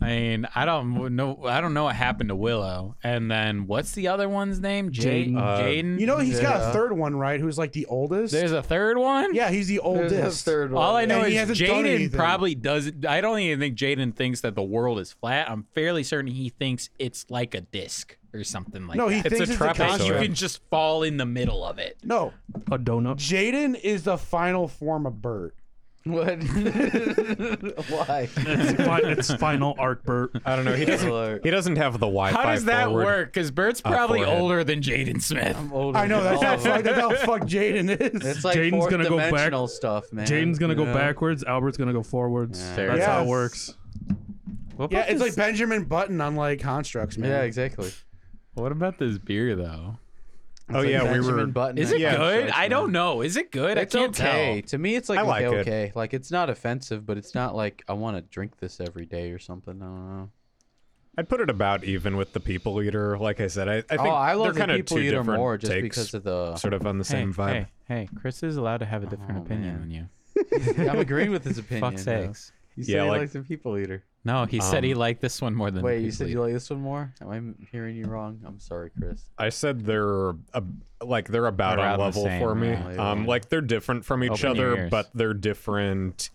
Speaker 1: I mean, I don't know. I don't know what happened to Willow. And then what's the other one's name? Jaden.
Speaker 2: Jaden.
Speaker 5: Uh,
Speaker 1: Jaden.
Speaker 4: You know he's got
Speaker 3: Yeah.
Speaker 4: a third one, right? Who's like the oldest?
Speaker 1: there's a third one.
Speaker 4: yeah, he's the
Speaker 3: There's a
Speaker 4: oldest.
Speaker 3: third one.
Speaker 1: All I know
Speaker 4: And he
Speaker 1: is
Speaker 4: hasn't done
Speaker 1: Jaden
Speaker 4: anything.
Speaker 1: probably doesn't. I don't even think Jaden thinks that the world is flat. I'm fairly certain he thinks it's like a disc or something like
Speaker 4: No, he
Speaker 1: that.
Speaker 4: thinks it's
Speaker 5: a
Speaker 4: a
Speaker 5: trapeze
Speaker 1: that you
Speaker 5: sorry.
Speaker 4: construct.
Speaker 1: can just fall in the middle of it.
Speaker 4: No,
Speaker 2: A donut.
Speaker 4: Jaden is the final form of Bert.
Speaker 3: What? Why?
Speaker 2: It's fi- it's final art, Bert.
Speaker 5: I don't know. He doesn't. He doesn't have the Wi-Fi.
Speaker 1: How does that
Speaker 5: forward.
Speaker 1: work? Because Bert's probably
Speaker 5: forehead.
Speaker 1: older than Jaden Smith.
Speaker 3: I'm older
Speaker 4: I know
Speaker 3: than
Speaker 4: that's
Speaker 3: all
Speaker 4: how
Speaker 3: of them.
Speaker 4: fuck, that's how fuck Jaden is.
Speaker 3: It's like
Speaker 2: Jaden's
Speaker 3: fourth
Speaker 2: gonna go back-
Speaker 3: dimensional stuff, man.
Speaker 2: Jaden's gonna go
Speaker 3: Yeah.
Speaker 2: backwards. Albert's gonna go forwards.
Speaker 3: Fair
Speaker 2: That's how it
Speaker 4: enough.
Speaker 2: works. What
Speaker 4: Yeah,
Speaker 2: about
Speaker 4: it's
Speaker 2: this-
Speaker 4: like Benjamin Button on like constructs, man.
Speaker 3: Yeah, exactly.
Speaker 1: What about this beer though?
Speaker 5: Oh yeah, we were.
Speaker 3: Benjamin Button.
Speaker 1: Is it
Speaker 5: Yeah.
Speaker 1: good? I don't know. Is it good?
Speaker 3: It's
Speaker 1: I can't
Speaker 3: okay.
Speaker 1: tell.
Speaker 3: To me, it's like,
Speaker 5: I like
Speaker 3: okay,
Speaker 5: it.
Speaker 3: okay. Like it's not offensive, but it's not like I want to drink this every day or something. I don't know.
Speaker 5: I'd put it about even with the People Eater. Like I said, I, I think
Speaker 3: oh, I love
Speaker 5: they're
Speaker 3: the
Speaker 5: kind of
Speaker 3: people
Speaker 5: two
Speaker 3: eater
Speaker 5: different
Speaker 3: more just
Speaker 5: takes,
Speaker 3: because of
Speaker 5: <laughs>
Speaker 3: the.
Speaker 5: sort of on the same vibe.
Speaker 1: Hey, hey, Chris is allowed to have a different
Speaker 3: Oh,
Speaker 1: opinion
Speaker 3: man.
Speaker 1: on you.
Speaker 3: I'm agreeing with his opinion.
Speaker 1: Fuck
Speaker 3: though.
Speaker 1: sakes.
Speaker 3: You said
Speaker 5: Yeah,
Speaker 3: you
Speaker 5: like-
Speaker 3: like the people eater.
Speaker 1: No, he said
Speaker 5: Um,
Speaker 1: he liked this one more than. the
Speaker 3: Wait, you
Speaker 1: People
Speaker 3: said
Speaker 1: Eater.
Speaker 3: you like this one more? Am I hearing you wrong? I'm sorry, Chris.
Speaker 5: I said they're uh, like they're about
Speaker 1: Around
Speaker 5: on
Speaker 1: the
Speaker 5: level
Speaker 1: same,
Speaker 5: for me.
Speaker 1: yeah.
Speaker 5: Um, like they're different from each
Speaker 1: Open your
Speaker 5: other,
Speaker 1: ears.
Speaker 5: but they're different,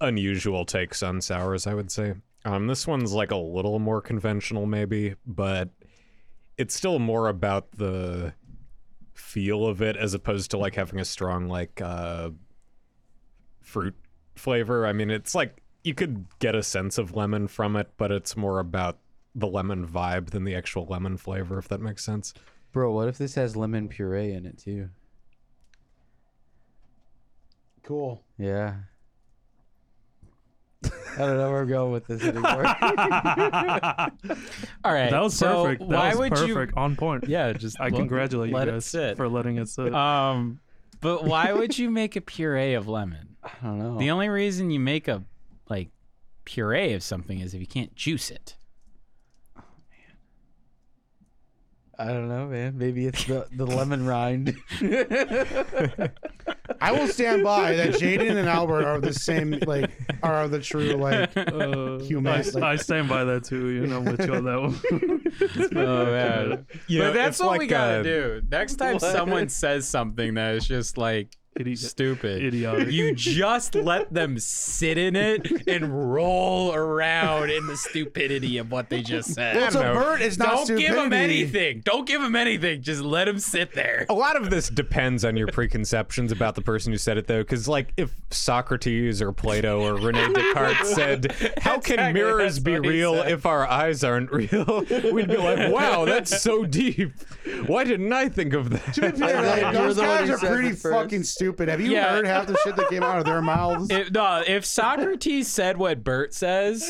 Speaker 5: unusual takes on sours. I would say. Um, this one's like a little more conventional, maybe, but it's still more about the feel of it as opposed to like having a strong like uh, fruit flavor. I mean, it's like you could get a sense of lemon from it, but it's more about the lemon vibe than the actual lemon flavor, if that makes sense.
Speaker 3: Bro, what if this has lemon puree in it too?
Speaker 4: Cool.
Speaker 3: Yeah. I don't know where I'm going with this
Speaker 1: <laughs>
Speaker 3: anymore.
Speaker 1: All right.
Speaker 2: That was
Speaker 1: so
Speaker 2: perfect. That
Speaker 1: why
Speaker 2: was
Speaker 1: would
Speaker 2: perfect. On point.
Speaker 1: you? Yeah, just
Speaker 2: I
Speaker 1: let-
Speaker 2: congratulate you
Speaker 1: let it
Speaker 2: guys
Speaker 1: sit.
Speaker 2: for letting it sit.
Speaker 1: <laughs> Um, but why would you make a puree of lemon?
Speaker 3: I don't know.
Speaker 1: The only reason you make a like puree of something is if you can't juice it.
Speaker 3: I don't know, man. Maybe it's the,
Speaker 1: <laughs>
Speaker 3: the lemon rind.
Speaker 4: I will stand by that Jaden and Albert are the same, like, are the true, like,
Speaker 2: Uh,
Speaker 4: human,
Speaker 2: I,
Speaker 4: like-
Speaker 2: I stand by that too. You know, with you on that one.
Speaker 1: <laughs> Oh <laughs> man.
Speaker 5: You
Speaker 1: but
Speaker 5: know,
Speaker 1: that's
Speaker 5: it's
Speaker 1: what we
Speaker 5: like,
Speaker 1: gotta
Speaker 5: uh,
Speaker 1: do. Next time someone says something that is just like
Speaker 2: Idi-
Speaker 1: stupid,
Speaker 2: idiotic.
Speaker 1: you <laughs> just let them sit in it and roll around in the stupidity of what they just said.
Speaker 4: Well, to
Speaker 5: know.
Speaker 4: Bert, it's not
Speaker 1: Don't give them
Speaker 4: stupidity.
Speaker 1: anything. Don't give them anything. Just let them sit there.
Speaker 5: a lot of this depends on your preconceptions about the person who said it though because like if socrates or plato or
Speaker 1: <laughs>
Speaker 5: rene descartes said how
Speaker 1: Exactly,
Speaker 5: can mirrors
Speaker 1: that's
Speaker 5: be
Speaker 1: what he
Speaker 5: real
Speaker 1: said.
Speaker 5: if our eyes aren't real <laughs> we'd be like wow that's so deep why didn't i think of that
Speaker 4: Yeah,
Speaker 3: I
Speaker 4: like,
Speaker 3: know, you're
Speaker 4: those
Speaker 3: the one
Speaker 4: guys
Speaker 3: who
Speaker 4: are
Speaker 3: said
Speaker 4: pretty
Speaker 3: it first.
Speaker 4: fucking stupid. Have you
Speaker 1: Yeah.
Speaker 4: heard half the shit that came out of their
Speaker 1: <laughs>
Speaker 4: mouths?
Speaker 1: If, no, if Socrates said what Bert says,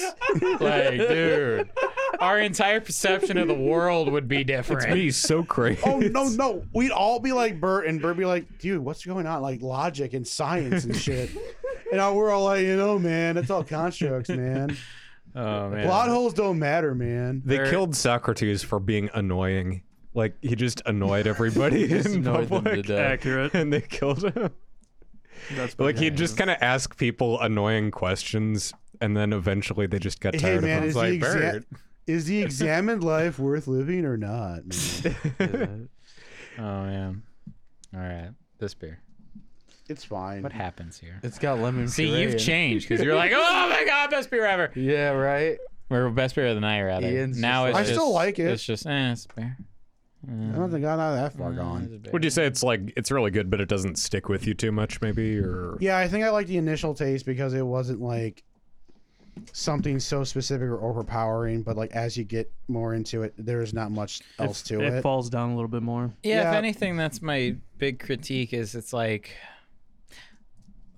Speaker 1: like, dude, our entire perception of the world would be different.
Speaker 5: <laughs> me so crazy
Speaker 4: Oh no, no. We'd all be like Bert and Bert be like, dude, what's going on? Like logic and science and shit. And all- we're all like, you know, man, that's all constructs, man.
Speaker 1: Oh man.
Speaker 4: Plot holes don't matter, man.
Speaker 5: they
Speaker 1: They're-
Speaker 5: killed socrates for being annoying like he just
Speaker 3: <laughs>
Speaker 5: annoyed everybody in
Speaker 3: annoyed them to
Speaker 5: public
Speaker 3: death.
Speaker 2: Accurate.
Speaker 5: and they killed him
Speaker 2: That's
Speaker 5: Like
Speaker 2: pretty
Speaker 5: he'd just kind of ask people annoying questions, and then eventually they just got
Speaker 4: Hey
Speaker 5: tired
Speaker 4: man,
Speaker 5: of
Speaker 4: is
Speaker 5: him.
Speaker 4: the,
Speaker 5: Like,
Speaker 4: exa-
Speaker 5: "Bird."
Speaker 4: is the examined life worth living or not? Man?
Speaker 1: Oh man. All right, this beer.
Speaker 4: It's fine.
Speaker 1: What happens here?
Speaker 3: it's got lemon
Speaker 1: See,
Speaker 3: puree. in
Speaker 1: you've
Speaker 3: it.
Speaker 1: changed because you're like, oh my god, best beer ever.
Speaker 3: Yeah, right?
Speaker 1: Or best beer of the night, rather.
Speaker 3: Ian's
Speaker 1: now it's
Speaker 3: just
Speaker 4: like- I still
Speaker 1: just-
Speaker 4: like it.
Speaker 1: It's just, eh, it's beer.
Speaker 4: I don't think I'm not that far
Speaker 1: It's
Speaker 4: gone.
Speaker 1: a beer.
Speaker 5: Would you say it's like it's really good, but it doesn't stick with you too much, maybe? Or
Speaker 4: Yeah, I think I like the initial taste because it wasn't like something so specific or overpowering, but like as you get more into it, there's not much
Speaker 2: It-
Speaker 4: else to
Speaker 2: it,
Speaker 4: it.
Speaker 2: falls down a little bit more.
Speaker 1: Yeah, if
Speaker 4: Yeah.
Speaker 1: anything, that's my big critique is it's like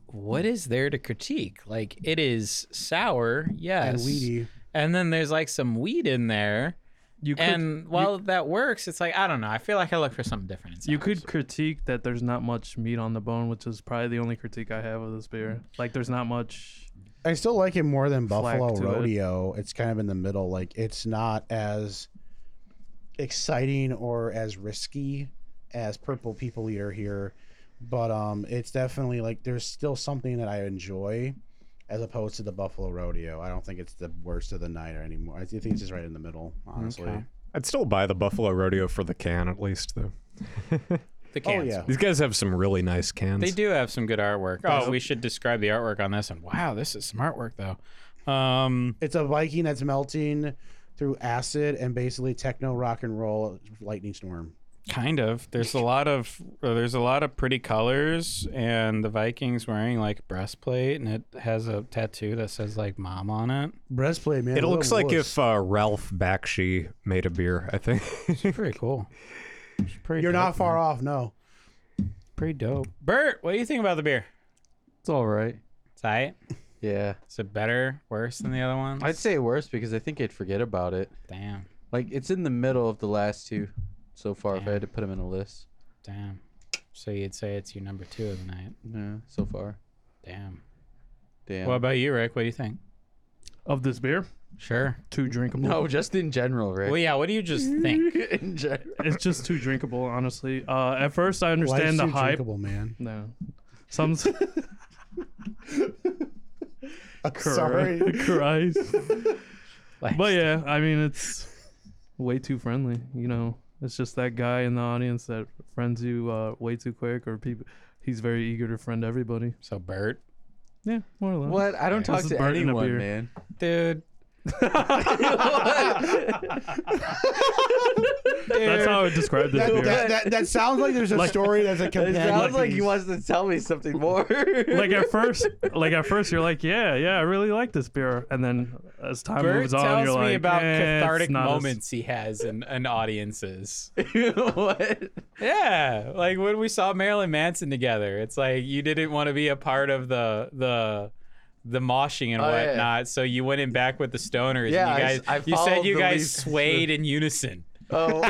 Speaker 1: what is there to critique? Like it is sour, yes.
Speaker 4: And weedy.
Speaker 1: And then there's like some weed in there.
Speaker 2: You could
Speaker 1: and while that works, it's like I don't know. I feel like I look for something different. in
Speaker 2: you
Speaker 1: sours.
Speaker 2: could critique that there's not much meat on the bone, which is probably the only critique I have of this beer.
Speaker 4: Mm.
Speaker 2: Like there's not much.
Speaker 4: I still like it more than
Speaker 2: Flack
Speaker 4: Buffalo
Speaker 2: to it.
Speaker 4: Rodeo. It's kind of in the middle. Like it's not as exciting or as risky as Purple People Eater here, but um, it's definitely like there's still something that I enjoy, as opposed to the Buffalo Rodeo. I don't think it's the worst of the night or anymore. I think it's just right in the middle, honestly.
Speaker 1: Okay.
Speaker 5: I'd still buy the Buffalo Rodeo for the can at least, though.
Speaker 1: The
Speaker 4: Oh
Speaker 1: cans.
Speaker 4: yeah,
Speaker 5: These guys have some really nice cans.
Speaker 1: They do have some good artwork. Oh, we should describe the artwork on this one. Wow, this is some artwork though. Um,
Speaker 4: it's a Viking that's melting through acid and basically techno rock and roll lightning storm.
Speaker 1: kind of. There's a lot of uh, there's a lot of pretty colors, and the Vikings wearing like a breastplate, and it has a tattoo that says like "mom" on it.
Speaker 4: Breastplate man.
Speaker 5: It
Speaker 4: what a
Speaker 5: looks like
Speaker 4: wuss.
Speaker 5: if uh, Ralph Bakshi made a beer, I think. <laughs>
Speaker 1: It's pretty cool. It's pretty
Speaker 4: you're not
Speaker 1: dope,
Speaker 4: far
Speaker 1: man.
Speaker 4: off. No,
Speaker 1: Pretty dope. Bert, what do you think about the beer?
Speaker 3: It's all right.
Speaker 1: It's alright.
Speaker 3: Yeah.
Speaker 1: Is it better, worse than the other one?
Speaker 3: I'd say worse because I think I'd forget about it.
Speaker 1: Damn,
Speaker 3: Like it's in the middle of the last two so far. If I had to put them in a list,
Speaker 1: damn. So you'd say it's your number two of the night.
Speaker 3: yeah, so far.
Speaker 1: Damn.
Speaker 3: Damn.
Speaker 1: What about you, Rick? What do you think?
Speaker 2: Of this beer,
Speaker 1: Sure.
Speaker 2: too drinkable.
Speaker 3: no, just in general, right? <laughs>
Speaker 1: Well, yeah. What do you just think?
Speaker 3: in general.
Speaker 2: It's just too drinkable, honestly. Uh, at first, I
Speaker 4: Life's
Speaker 2: understand the
Speaker 4: too
Speaker 2: hype.
Speaker 4: drinkable, man.
Speaker 2: No. Some
Speaker 4: <laughs> I'm
Speaker 2: Sorry.
Speaker 4: <laughs>
Speaker 2: <laughs>
Speaker 4: Sorry.
Speaker 2: Christ.
Speaker 1: Like,
Speaker 2: But yeah, I mean, it's way too friendly. You know, it's just that guy in the audience that friends you uh, way too quick, or people. He's very eager to friend everybody.
Speaker 1: So Bert,
Speaker 2: Yeah, more or less.
Speaker 3: What? I don't talk
Speaker 2: This is
Speaker 3: to
Speaker 2: Burton up
Speaker 3: anyone,
Speaker 2: here.
Speaker 3: man.
Speaker 1: dude, <laughs>
Speaker 3: <laughs>
Speaker 2: That's how I described this
Speaker 4: That,
Speaker 2: beer.
Speaker 4: that, that, that sounds like there's a
Speaker 2: Like-
Speaker 4: story that's a
Speaker 3: It
Speaker 2: <laughs>
Speaker 4: companion.
Speaker 3: sounds like he
Speaker 4: piece.
Speaker 3: wants to tell me something more.
Speaker 1: <laughs>
Speaker 2: like at first, like at first, you're like, yeah, yeah, I really like this beer, and then as time
Speaker 1: Bert
Speaker 2: moves on,
Speaker 1: tells
Speaker 2: you're
Speaker 1: me
Speaker 2: like,
Speaker 1: about
Speaker 2: "Eh, it's
Speaker 1: cathartic
Speaker 2: not as-
Speaker 1: moments he has and and audiences.
Speaker 3: <laughs> what?
Speaker 1: yeah, like when we saw Marilyn Manson together, it's like you didn't want to be a part of the the. The moshing and
Speaker 3: Oh, yeah, yeah.
Speaker 1: whatnot, so you went in back with the stoners.
Speaker 3: Yeah, I
Speaker 1: and you
Speaker 3: s-
Speaker 1: guys,
Speaker 3: I
Speaker 1: you
Speaker 3: followed
Speaker 1: said you
Speaker 3: the
Speaker 1: guys
Speaker 3: lead.
Speaker 1: swayed in
Speaker 3: <laughs>
Speaker 1: unison. <laughs>
Speaker 3: Oh.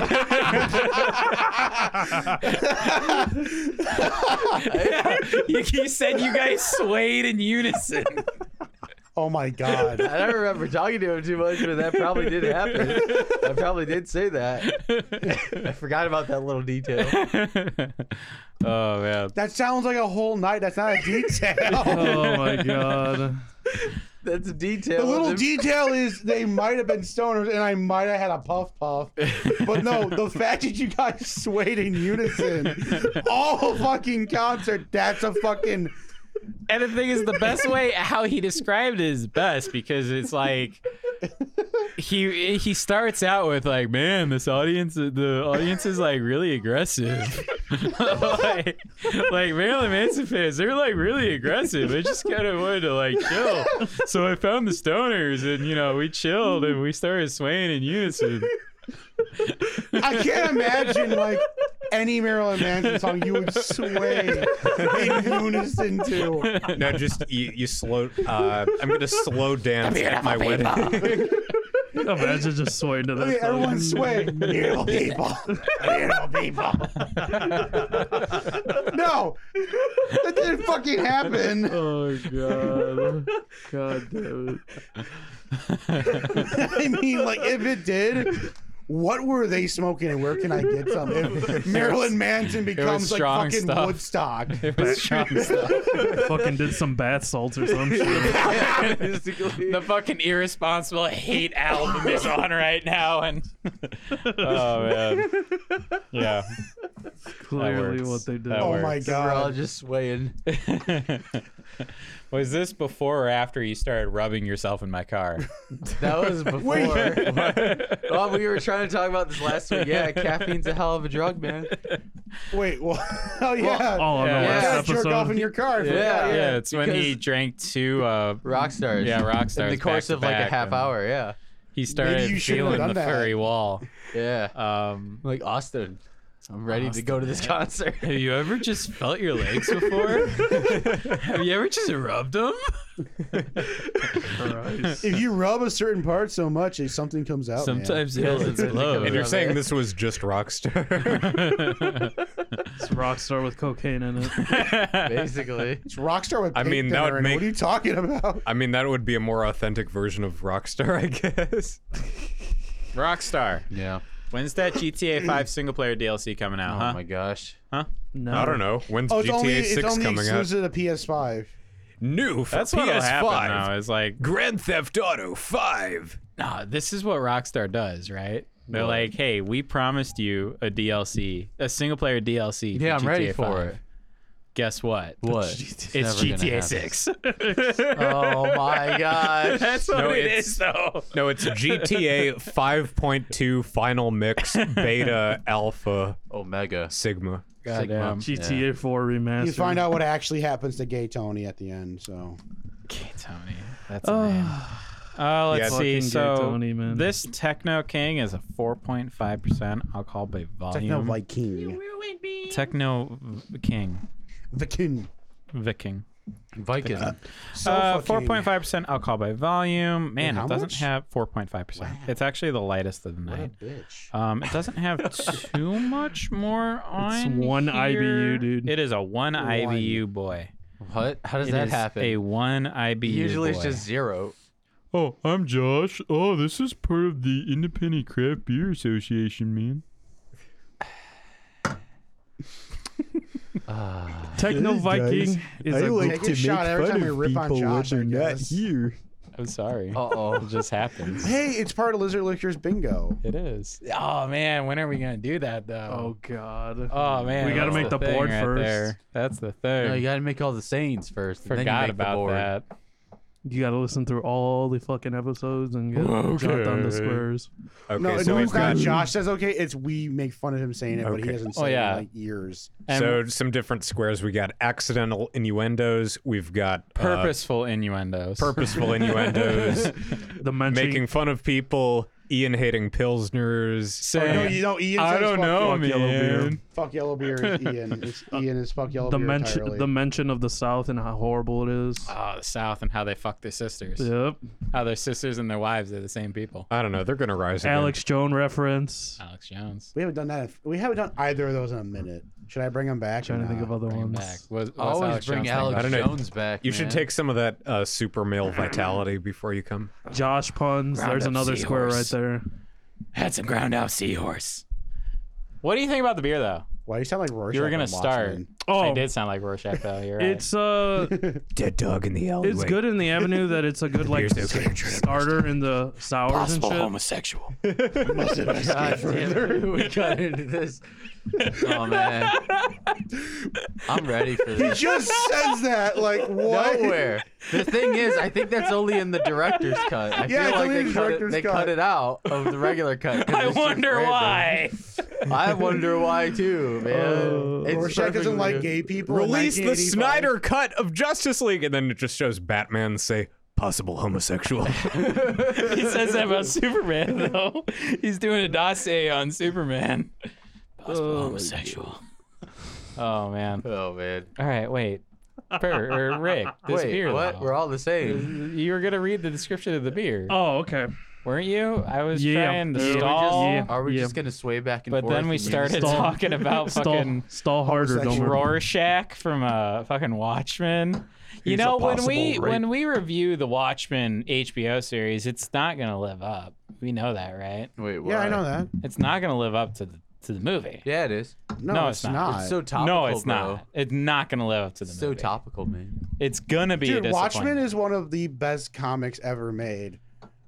Speaker 1: Yeah, you, you said you guys swayed in
Speaker 3: <laughs>
Speaker 1: unison. <laughs>
Speaker 4: Oh my god.
Speaker 3: I don't remember talking to him too much, but that probably did happen. I probably did say that. I forgot about that little detail.
Speaker 1: oh man,
Speaker 4: That sounds like a whole night. That's not a
Speaker 2: <laughs>
Speaker 4: detail.
Speaker 2: <laughs>
Speaker 1: <laughs>
Speaker 2: Oh my god.
Speaker 3: That's a detail.
Speaker 4: The little
Speaker 3: of-
Speaker 4: detail is they might have been stoners and I might have had a puff puff.
Speaker 2: <laughs>
Speaker 4: But no, the fact that you guys swayed in unison all fucking concert, that's a fucking
Speaker 1: And the thing is, the best way how he described it is best because it's like he he starts out with like, man, this audience, the audience is like really aggressive. <laughs> like, like Marilyn Manson fans, they're like really aggressive. I just kind of wanted to like chill. So I found the stoners, and you know, we chilled and we started swaying in unison.
Speaker 4: I can't imagine like any Marilyn Manson song you would sway in unison to.
Speaker 5: no, just you, you slow. Uh, I'm gonna slow dance at my wedding.
Speaker 2: Imagine just swaying to
Speaker 4: I
Speaker 2: this.
Speaker 4: mean,
Speaker 2: song.
Speaker 4: everyone sway. Beautiful people. Beautiful people. No. That didn't fucking happen. <laughs>
Speaker 2: Oh god. God damn
Speaker 1: <laughs>
Speaker 2: it.
Speaker 4: I mean, like, if it did, what were they smoking and where can I get some? If Marilyn Manson becomes like
Speaker 1: strong
Speaker 4: fucking
Speaker 1: stuff.
Speaker 4: Woodstock.
Speaker 1: It was strong stuff.
Speaker 2: Fucking did some bath salts
Speaker 1: <laughs>
Speaker 2: or some
Speaker 3: <laughs>
Speaker 2: shit.
Speaker 3: Basically.
Speaker 1: the fucking irresponsible hate album is on right now and <laughs> oh man yeah
Speaker 2: Clearly
Speaker 1: works.
Speaker 2: what they did.
Speaker 1: That
Speaker 4: Oh
Speaker 1: works.
Speaker 4: my
Speaker 3: We're all
Speaker 4: god.
Speaker 3: just swaying.
Speaker 1: <laughs> was this before or after you started rubbing yourself in my car
Speaker 3: That
Speaker 1: <laughs>
Speaker 3: was before. well, we were trying to talk about this last week. Yeah, caffeine's a hell of a drug, man.
Speaker 4: Wait, well, <laughs> oh yeah.
Speaker 2: Oh, on
Speaker 1: Yeah.
Speaker 2: the
Speaker 4: You
Speaker 2: last
Speaker 4: gotta jerk off in
Speaker 2: episode.
Speaker 4: your car. I forgot,
Speaker 3: Yeah.
Speaker 1: yeah it's when he
Speaker 3: because-
Speaker 1: drank two uh
Speaker 3: Rock stars.
Speaker 1: yeah rock stars
Speaker 3: In the
Speaker 1: back
Speaker 3: course
Speaker 1: to
Speaker 3: of like a
Speaker 1: back,
Speaker 3: half
Speaker 1: and
Speaker 3: hour, yeah.
Speaker 1: he started
Speaker 4: Maybe you shouldn't have
Speaker 1: feeling
Speaker 4: done
Speaker 1: the
Speaker 4: that.
Speaker 1: furry wall
Speaker 3: Yeah.
Speaker 1: um
Speaker 3: like Austin. I'm ready to go to this concert. <laughs>
Speaker 1: have you ever just felt your legs before? have you ever just rubbed them?
Speaker 2: Christ.
Speaker 4: If you rub a certain part so much, it, something comes out. man.
Speaker 1: Sometimes
Speaker 3: Yeah,
Speaker 1: it'll
Speaker 3: Oh, it's really
Speaker 1: explode.
Speaker 5: <laughs> And you're
Speaker 3: Yeah,
Speaker 5: saying
Speaker 3: man.
Speaker 5: this was just Rockstar? <laughs>
Speaker 2: It's Rockstar with cocaine
Speaker 1: <laughs>
Speaker 2: in it.
Speaker 3: Basically.
Speaker 4: It's Rockstar with
Speaker 5: I
Speaker 4: pink
Speaker 5: mean, that would
Speaker 4: veneer in it.
Speaker 5: make-
Speaker 4: What are you talking about?
Speaker 5: I mean, that would be a more authentic version of Rockstar, I guess.
Speaker 1: Rockstar.
Speaker 3: Yeah.
Speaker 1: When's that GTA 5 single player DLC coming out,
Speaker 3: Oh
Speaker 1: huh?
Speaker 3: my gosh.
Speaker 2: No.
Speaker 5: I don't know. When's
Speaker 4: Oh, it's
Speaker 5: GTA
Speaker 4: only it's
Speaker 5: 6
Speaker 4: only
Speaker 5: coming out?
Speaker 4: exclusive to PS5.
Speaker 5: New for
Speaker 1: That's what'll happen
Speaker 5: PS5.
Speaker 1: now. Is like,
Speaker 5: Grand Theft Auto 5.
Speaker 1: nah, this is what Rockstar does, right? They're like, hey, we promised you a DLC, a single player DLC.
Speaker 3: Yeah,
Speaker 1: for GTA
Speaker 3: I'm ready for
Speaker 1: V.
Speaker 3: it.
Speaker 1: Guess what?
Speaker 3: What?
Speaker 1: It's GTA <laughs> Six.
Speaker 3: <laughs> Oh my gosh.
Speaker 1: That's what
Speaker 5: No,
Speaker 1: it
Speaker 5: it's-
Speaker 1: is, though.
Speaker 5: No, it's GTA 5.2 Final Mix Beta Alpha
Speaker 3: Omega.
Speaker 5: Sigma.
Speaker 1: Goddamn.
Speaker 2: GTA 4 remastered.
Speaker 4: You find out what actually happens to Gay Tony at the end. So
Speaker 1: Okay, Tony. That's a name. Oh, let's
Speaker 5: Yeah,
Speaker 1: see.
Speaker 2: fucking
Speaker 1: So
Speaker 2: Gay Tony, man.
Speaker 1: this Techno King is a 4.5% alcohol by volume.
Speaker 4: Techno Viking,
Speaker 1: Techno v- King.
Speaker 4: Viking.
Speaker 1: Viking.
Speaker 3: Viking.
Speaker 4: So
Speaker 1: Uh,
Speaker 4: fucking-
Speaker 1: 4.5% alcohol by volume. Man,
Speaker 4: Wait,
Speaker 1: it
Speaker 4: how
Speaker 1: doesn't
Speaker 4: much?
Speaker 1: have 4.5%. It's actually the lightest of the
Speaker 4: What a
Speaker 1: night.
Speaker 4: bitch.
Speaker 1: Um, it doesn't have too much more on
Speaker 2: one
Speaker 1: here.
Speaker 2: IBU, dude.
Speaker 1: It is a one, IBU boy.
Speaker 3: What? How does
Speaker 1: It
Speaker 3: that
Speaker 1: is
Speaker 3: happen?
Speaker 1: A one IBU.
Speaker 3: Usually
Speaker 1: boy.
Speaker 3: it's just zero.
Speaker 6: Oh, I'm Josh. Oh, this is part of the Independent Craft Beer Association, man.
Speaker 2: Techno Viking is a group-
Speaker 4: Take a shot every time we rip on Josh. I guess.
Speaker 6: here.
Speaker 1: I'm sorry.
Speaker 3: Uh oh.
Speaker 1: It just happens.
Speaker 4: Hey, it's part of Lizard Lickers Bingo.
Speaker 1: It is. Oh man, when are we gonna do that though?
Speaker 2: Oh god.
Speaker 1: Oh man,
Speaker 2: We gotta
Speaker 1: that's
Speaker 2: make the
Speaker 1: thing
Speaker 2: board
Speaker 1: right
Speaker 2: first.
Speaker 1: there. That's the thing.
Speaker 3: No, you gotta make all the sayings first. and then you
Speaker 1: Forgot
Speaker 3: make the
Speaker 1: about
Speaker 3: board.
Speaker 1: that.
Speaker 2: You gotta listen through all the fucking episodes and get jot down the
Speaker 5: Okay.
Speaker 2: squares.
Speaker 5: Okay,
Speaker 4: no,
Speaker 5: so
Speaker 4: no,
Speaker 5: we've
Speaker 4: it's not
Speaker 5: got
Speaker 4: Josh says okay. It's we make fun of him saying it, but he
Speaker 5: Okay.
Speaker 4: hasn't said
Speaker 1: Oh, yeah.
Speaker 4: it in like years.
Speaker 1: And
Speaker 2: uh,
Speaker 5: so some different squares. We got accidental innuendos. We've got uh,
Speaker 1: purposeful innuendos.
Speaker 4: <laughs>
Speaker 5: purposeful innuendos.
Speaker 2: The mention
Speaker 5: making fun of people. Ian hating pilsners.
Speaker 4: Oh, no,
Speaker 1: Saying,
Speaker 4: you know, Ian
Speaker 6: I
Speaker 4: says
Speaker 6: don't
Speaker 4: fuck
Speaker 6: know,
Speaker 2: fuck yellow beer.
Speaker 6: man.
Speaker 4: Fuck yellow beer is Ian. It's Ian is fuck yellow
Speaker 2: the
Speaker 4: beer
Speaker 2: mention
Speaker 4: entirely.
Speaker 2: the mention of the South and how horrible it is.
Speaker 1: oh, the South and how they fuck their sisters.
Speaker 2: Yep.
Speaker 1: How their sisters and their wives are the same people.
Speaker 5: I don't know. They're gonna rise again.
Speaker 2: Alex Jones reference.
Speaker 1: Alex Jones.
Speaker 4: we haven't done that. in- We haven't done either of those in a minute. Should I bring them back?
Speaker 2: trying to think of other
Speaker 1: Bring him
Speaker 2: ones.
Speaker 1: back. Was, was
Speaker 3: Always
Speaker 1: Alex
Speaker 3: bring
Speaker 1: Jones thing
Speaker 3: Alex
Speaker 1: back?
Speaker 5: I don't know.
Speaker 3: Jones back.
Speaker 5: You should
Speaker 3: man.
Speaker 5: take <laughs> some of that uh, super male vitality before you come.
Speaker 2: Josh puns.
Speaker 1: Round
Speaker 2: There's
Speaker 1: up
Speaker 2: another square right
Speaker 1: seahorse.
Speaker 2: there.
Speaker 1: Had some ground out seahorse. What do you think about the beer though?
Speaker 4: Why do you sound like Rorschach?
Speaker 1: You were gonna
Speaker 4: from
Speaker 1: start.
Speaker 4: Watchmen? <laughs>
Speaker 2: Oh,
Speaker 1: I did sound like Rorschach though.
Speaker 2: <laughs>
Speaker 1: You're right.
Speaker 2: it's uh,
Speaker 5: Dead dog in the alleyway.
Speaker 2: it's good in the avenue that it's a good like
Speaker 5: beer's okay.
Speaker 2: starter in the sours and shit.
Speaker 1: homosexual. <laughs>
Speaker 3: God damn it. <laughs> We got into this. Oh man. I'm ready for
Speaker 4: He
Speaker 3: this.
Speaker 4: just says that like what?
Speaker 3: Nowhere. The thing is, I think that's only in the
Speaker 4: <laughs>
Speaker 3: director's cut. I
Speaker 4: Yeah,
Speaker 3: feel
Speaker 4: it's
Speaker 3: like
Speaker 4: only in
Speaker 3: they
Speaker 4: the
Speaker 3: cut, it,
Speaker 4: director's
Speaker 3: they
Speaker 4: cut.
Speaker 3: cut it out of the regular cut.
Speaker 1: <laughs>
Speaker 3: 'cause
Speaker 1: I
Speaker 3: it's just
Speaker 1: wonder
Speaker 3: random.
Speaker 1: why.
Speaker 3: <laughs> I wonder why too,
Speaker 2: Oh.
Speaker 3: man. It's
Speaker 4: Rorschach doesn't
Speaker 3: perfectly-
Speaker 4: like gay people. in
Speaker 5: Release the
Speaker 4: 1985.
Speaker 5: Snyder cut of Justice League, and then it just shows Batman say possible
Speaker 4: <laughs>
Speaker 5: homosexual.
Speaker 1: he says that <laughs> about Superman though. He's doing a dossier on Superman. Possible homosexual. Oh man.
Speaker 3: Oh man.
Speaker 1: All right, wait. Fer, or Rick, this
Speaker 3: Wait,
Speaker 1: beer.
Speaker 3: what?
Speaker 1: though.
Speaker 3: We're all the same.
Speaker 1: You were gonna read the description of the beer,
Speaker 2: Oh, okay.
Speaker 1: weren't you? I was
Speaker 2: Yeah.
Speaker 1: trying to
Speaker 2: Yeah, we just-
Speaker 1: stall,
Speaker 2: yeah.
Speaker 3: Are we just gonna sway back and
Speaker 1: but
Speaker 3: forth?
Speaker 1: then we
Speaker 3: and you
Speaker 1: started
Speaker 2: Stall.
Speaker 1: talking about
Speaker 2: <laughs> Stall,
Speaker 1: fucking
Speaker 2: stall harder, don't
Speaker 4: Homosexual.
Speaker 2: worry.
Speaker 1: Rorschach from uh, fucking Watchmen. You
Speaker 5: He's a
Speaker 1: know, when
Speaker 5: possible
Speaker 1: we
Speaker 5: rape.
Speaker 1: when we review the Watchmen HBO series, it's not gonna live up. We know that, right?
Speaker 3: Just... Wait,
Speaker 4: Yeah, I
Speaker 3: why?
Speaker 4: know that.
Speaker 1: It's not gonna live up to the to the movie.
Speaker 3: Yeah, it is.
Speaker 4: No,
Speaker 1: No,
Speaker 4: it's,
Speaker 1: it's not.
Speaker 4: not.
Speaker 3: It's so topical.
Speaker 1: no, it's
Speaker 3: bro.
Speaker 1: not. It's not gonna live up to the
Speaker 3: It's so
Speaker 1: movie.
Speaker 3: topical, man.
Speaker 1: It's gonna be a
Speaker 4: Dude, Watchmen
Speaker 1: disappointment.
Speaker 4: is one of the best comics ever made.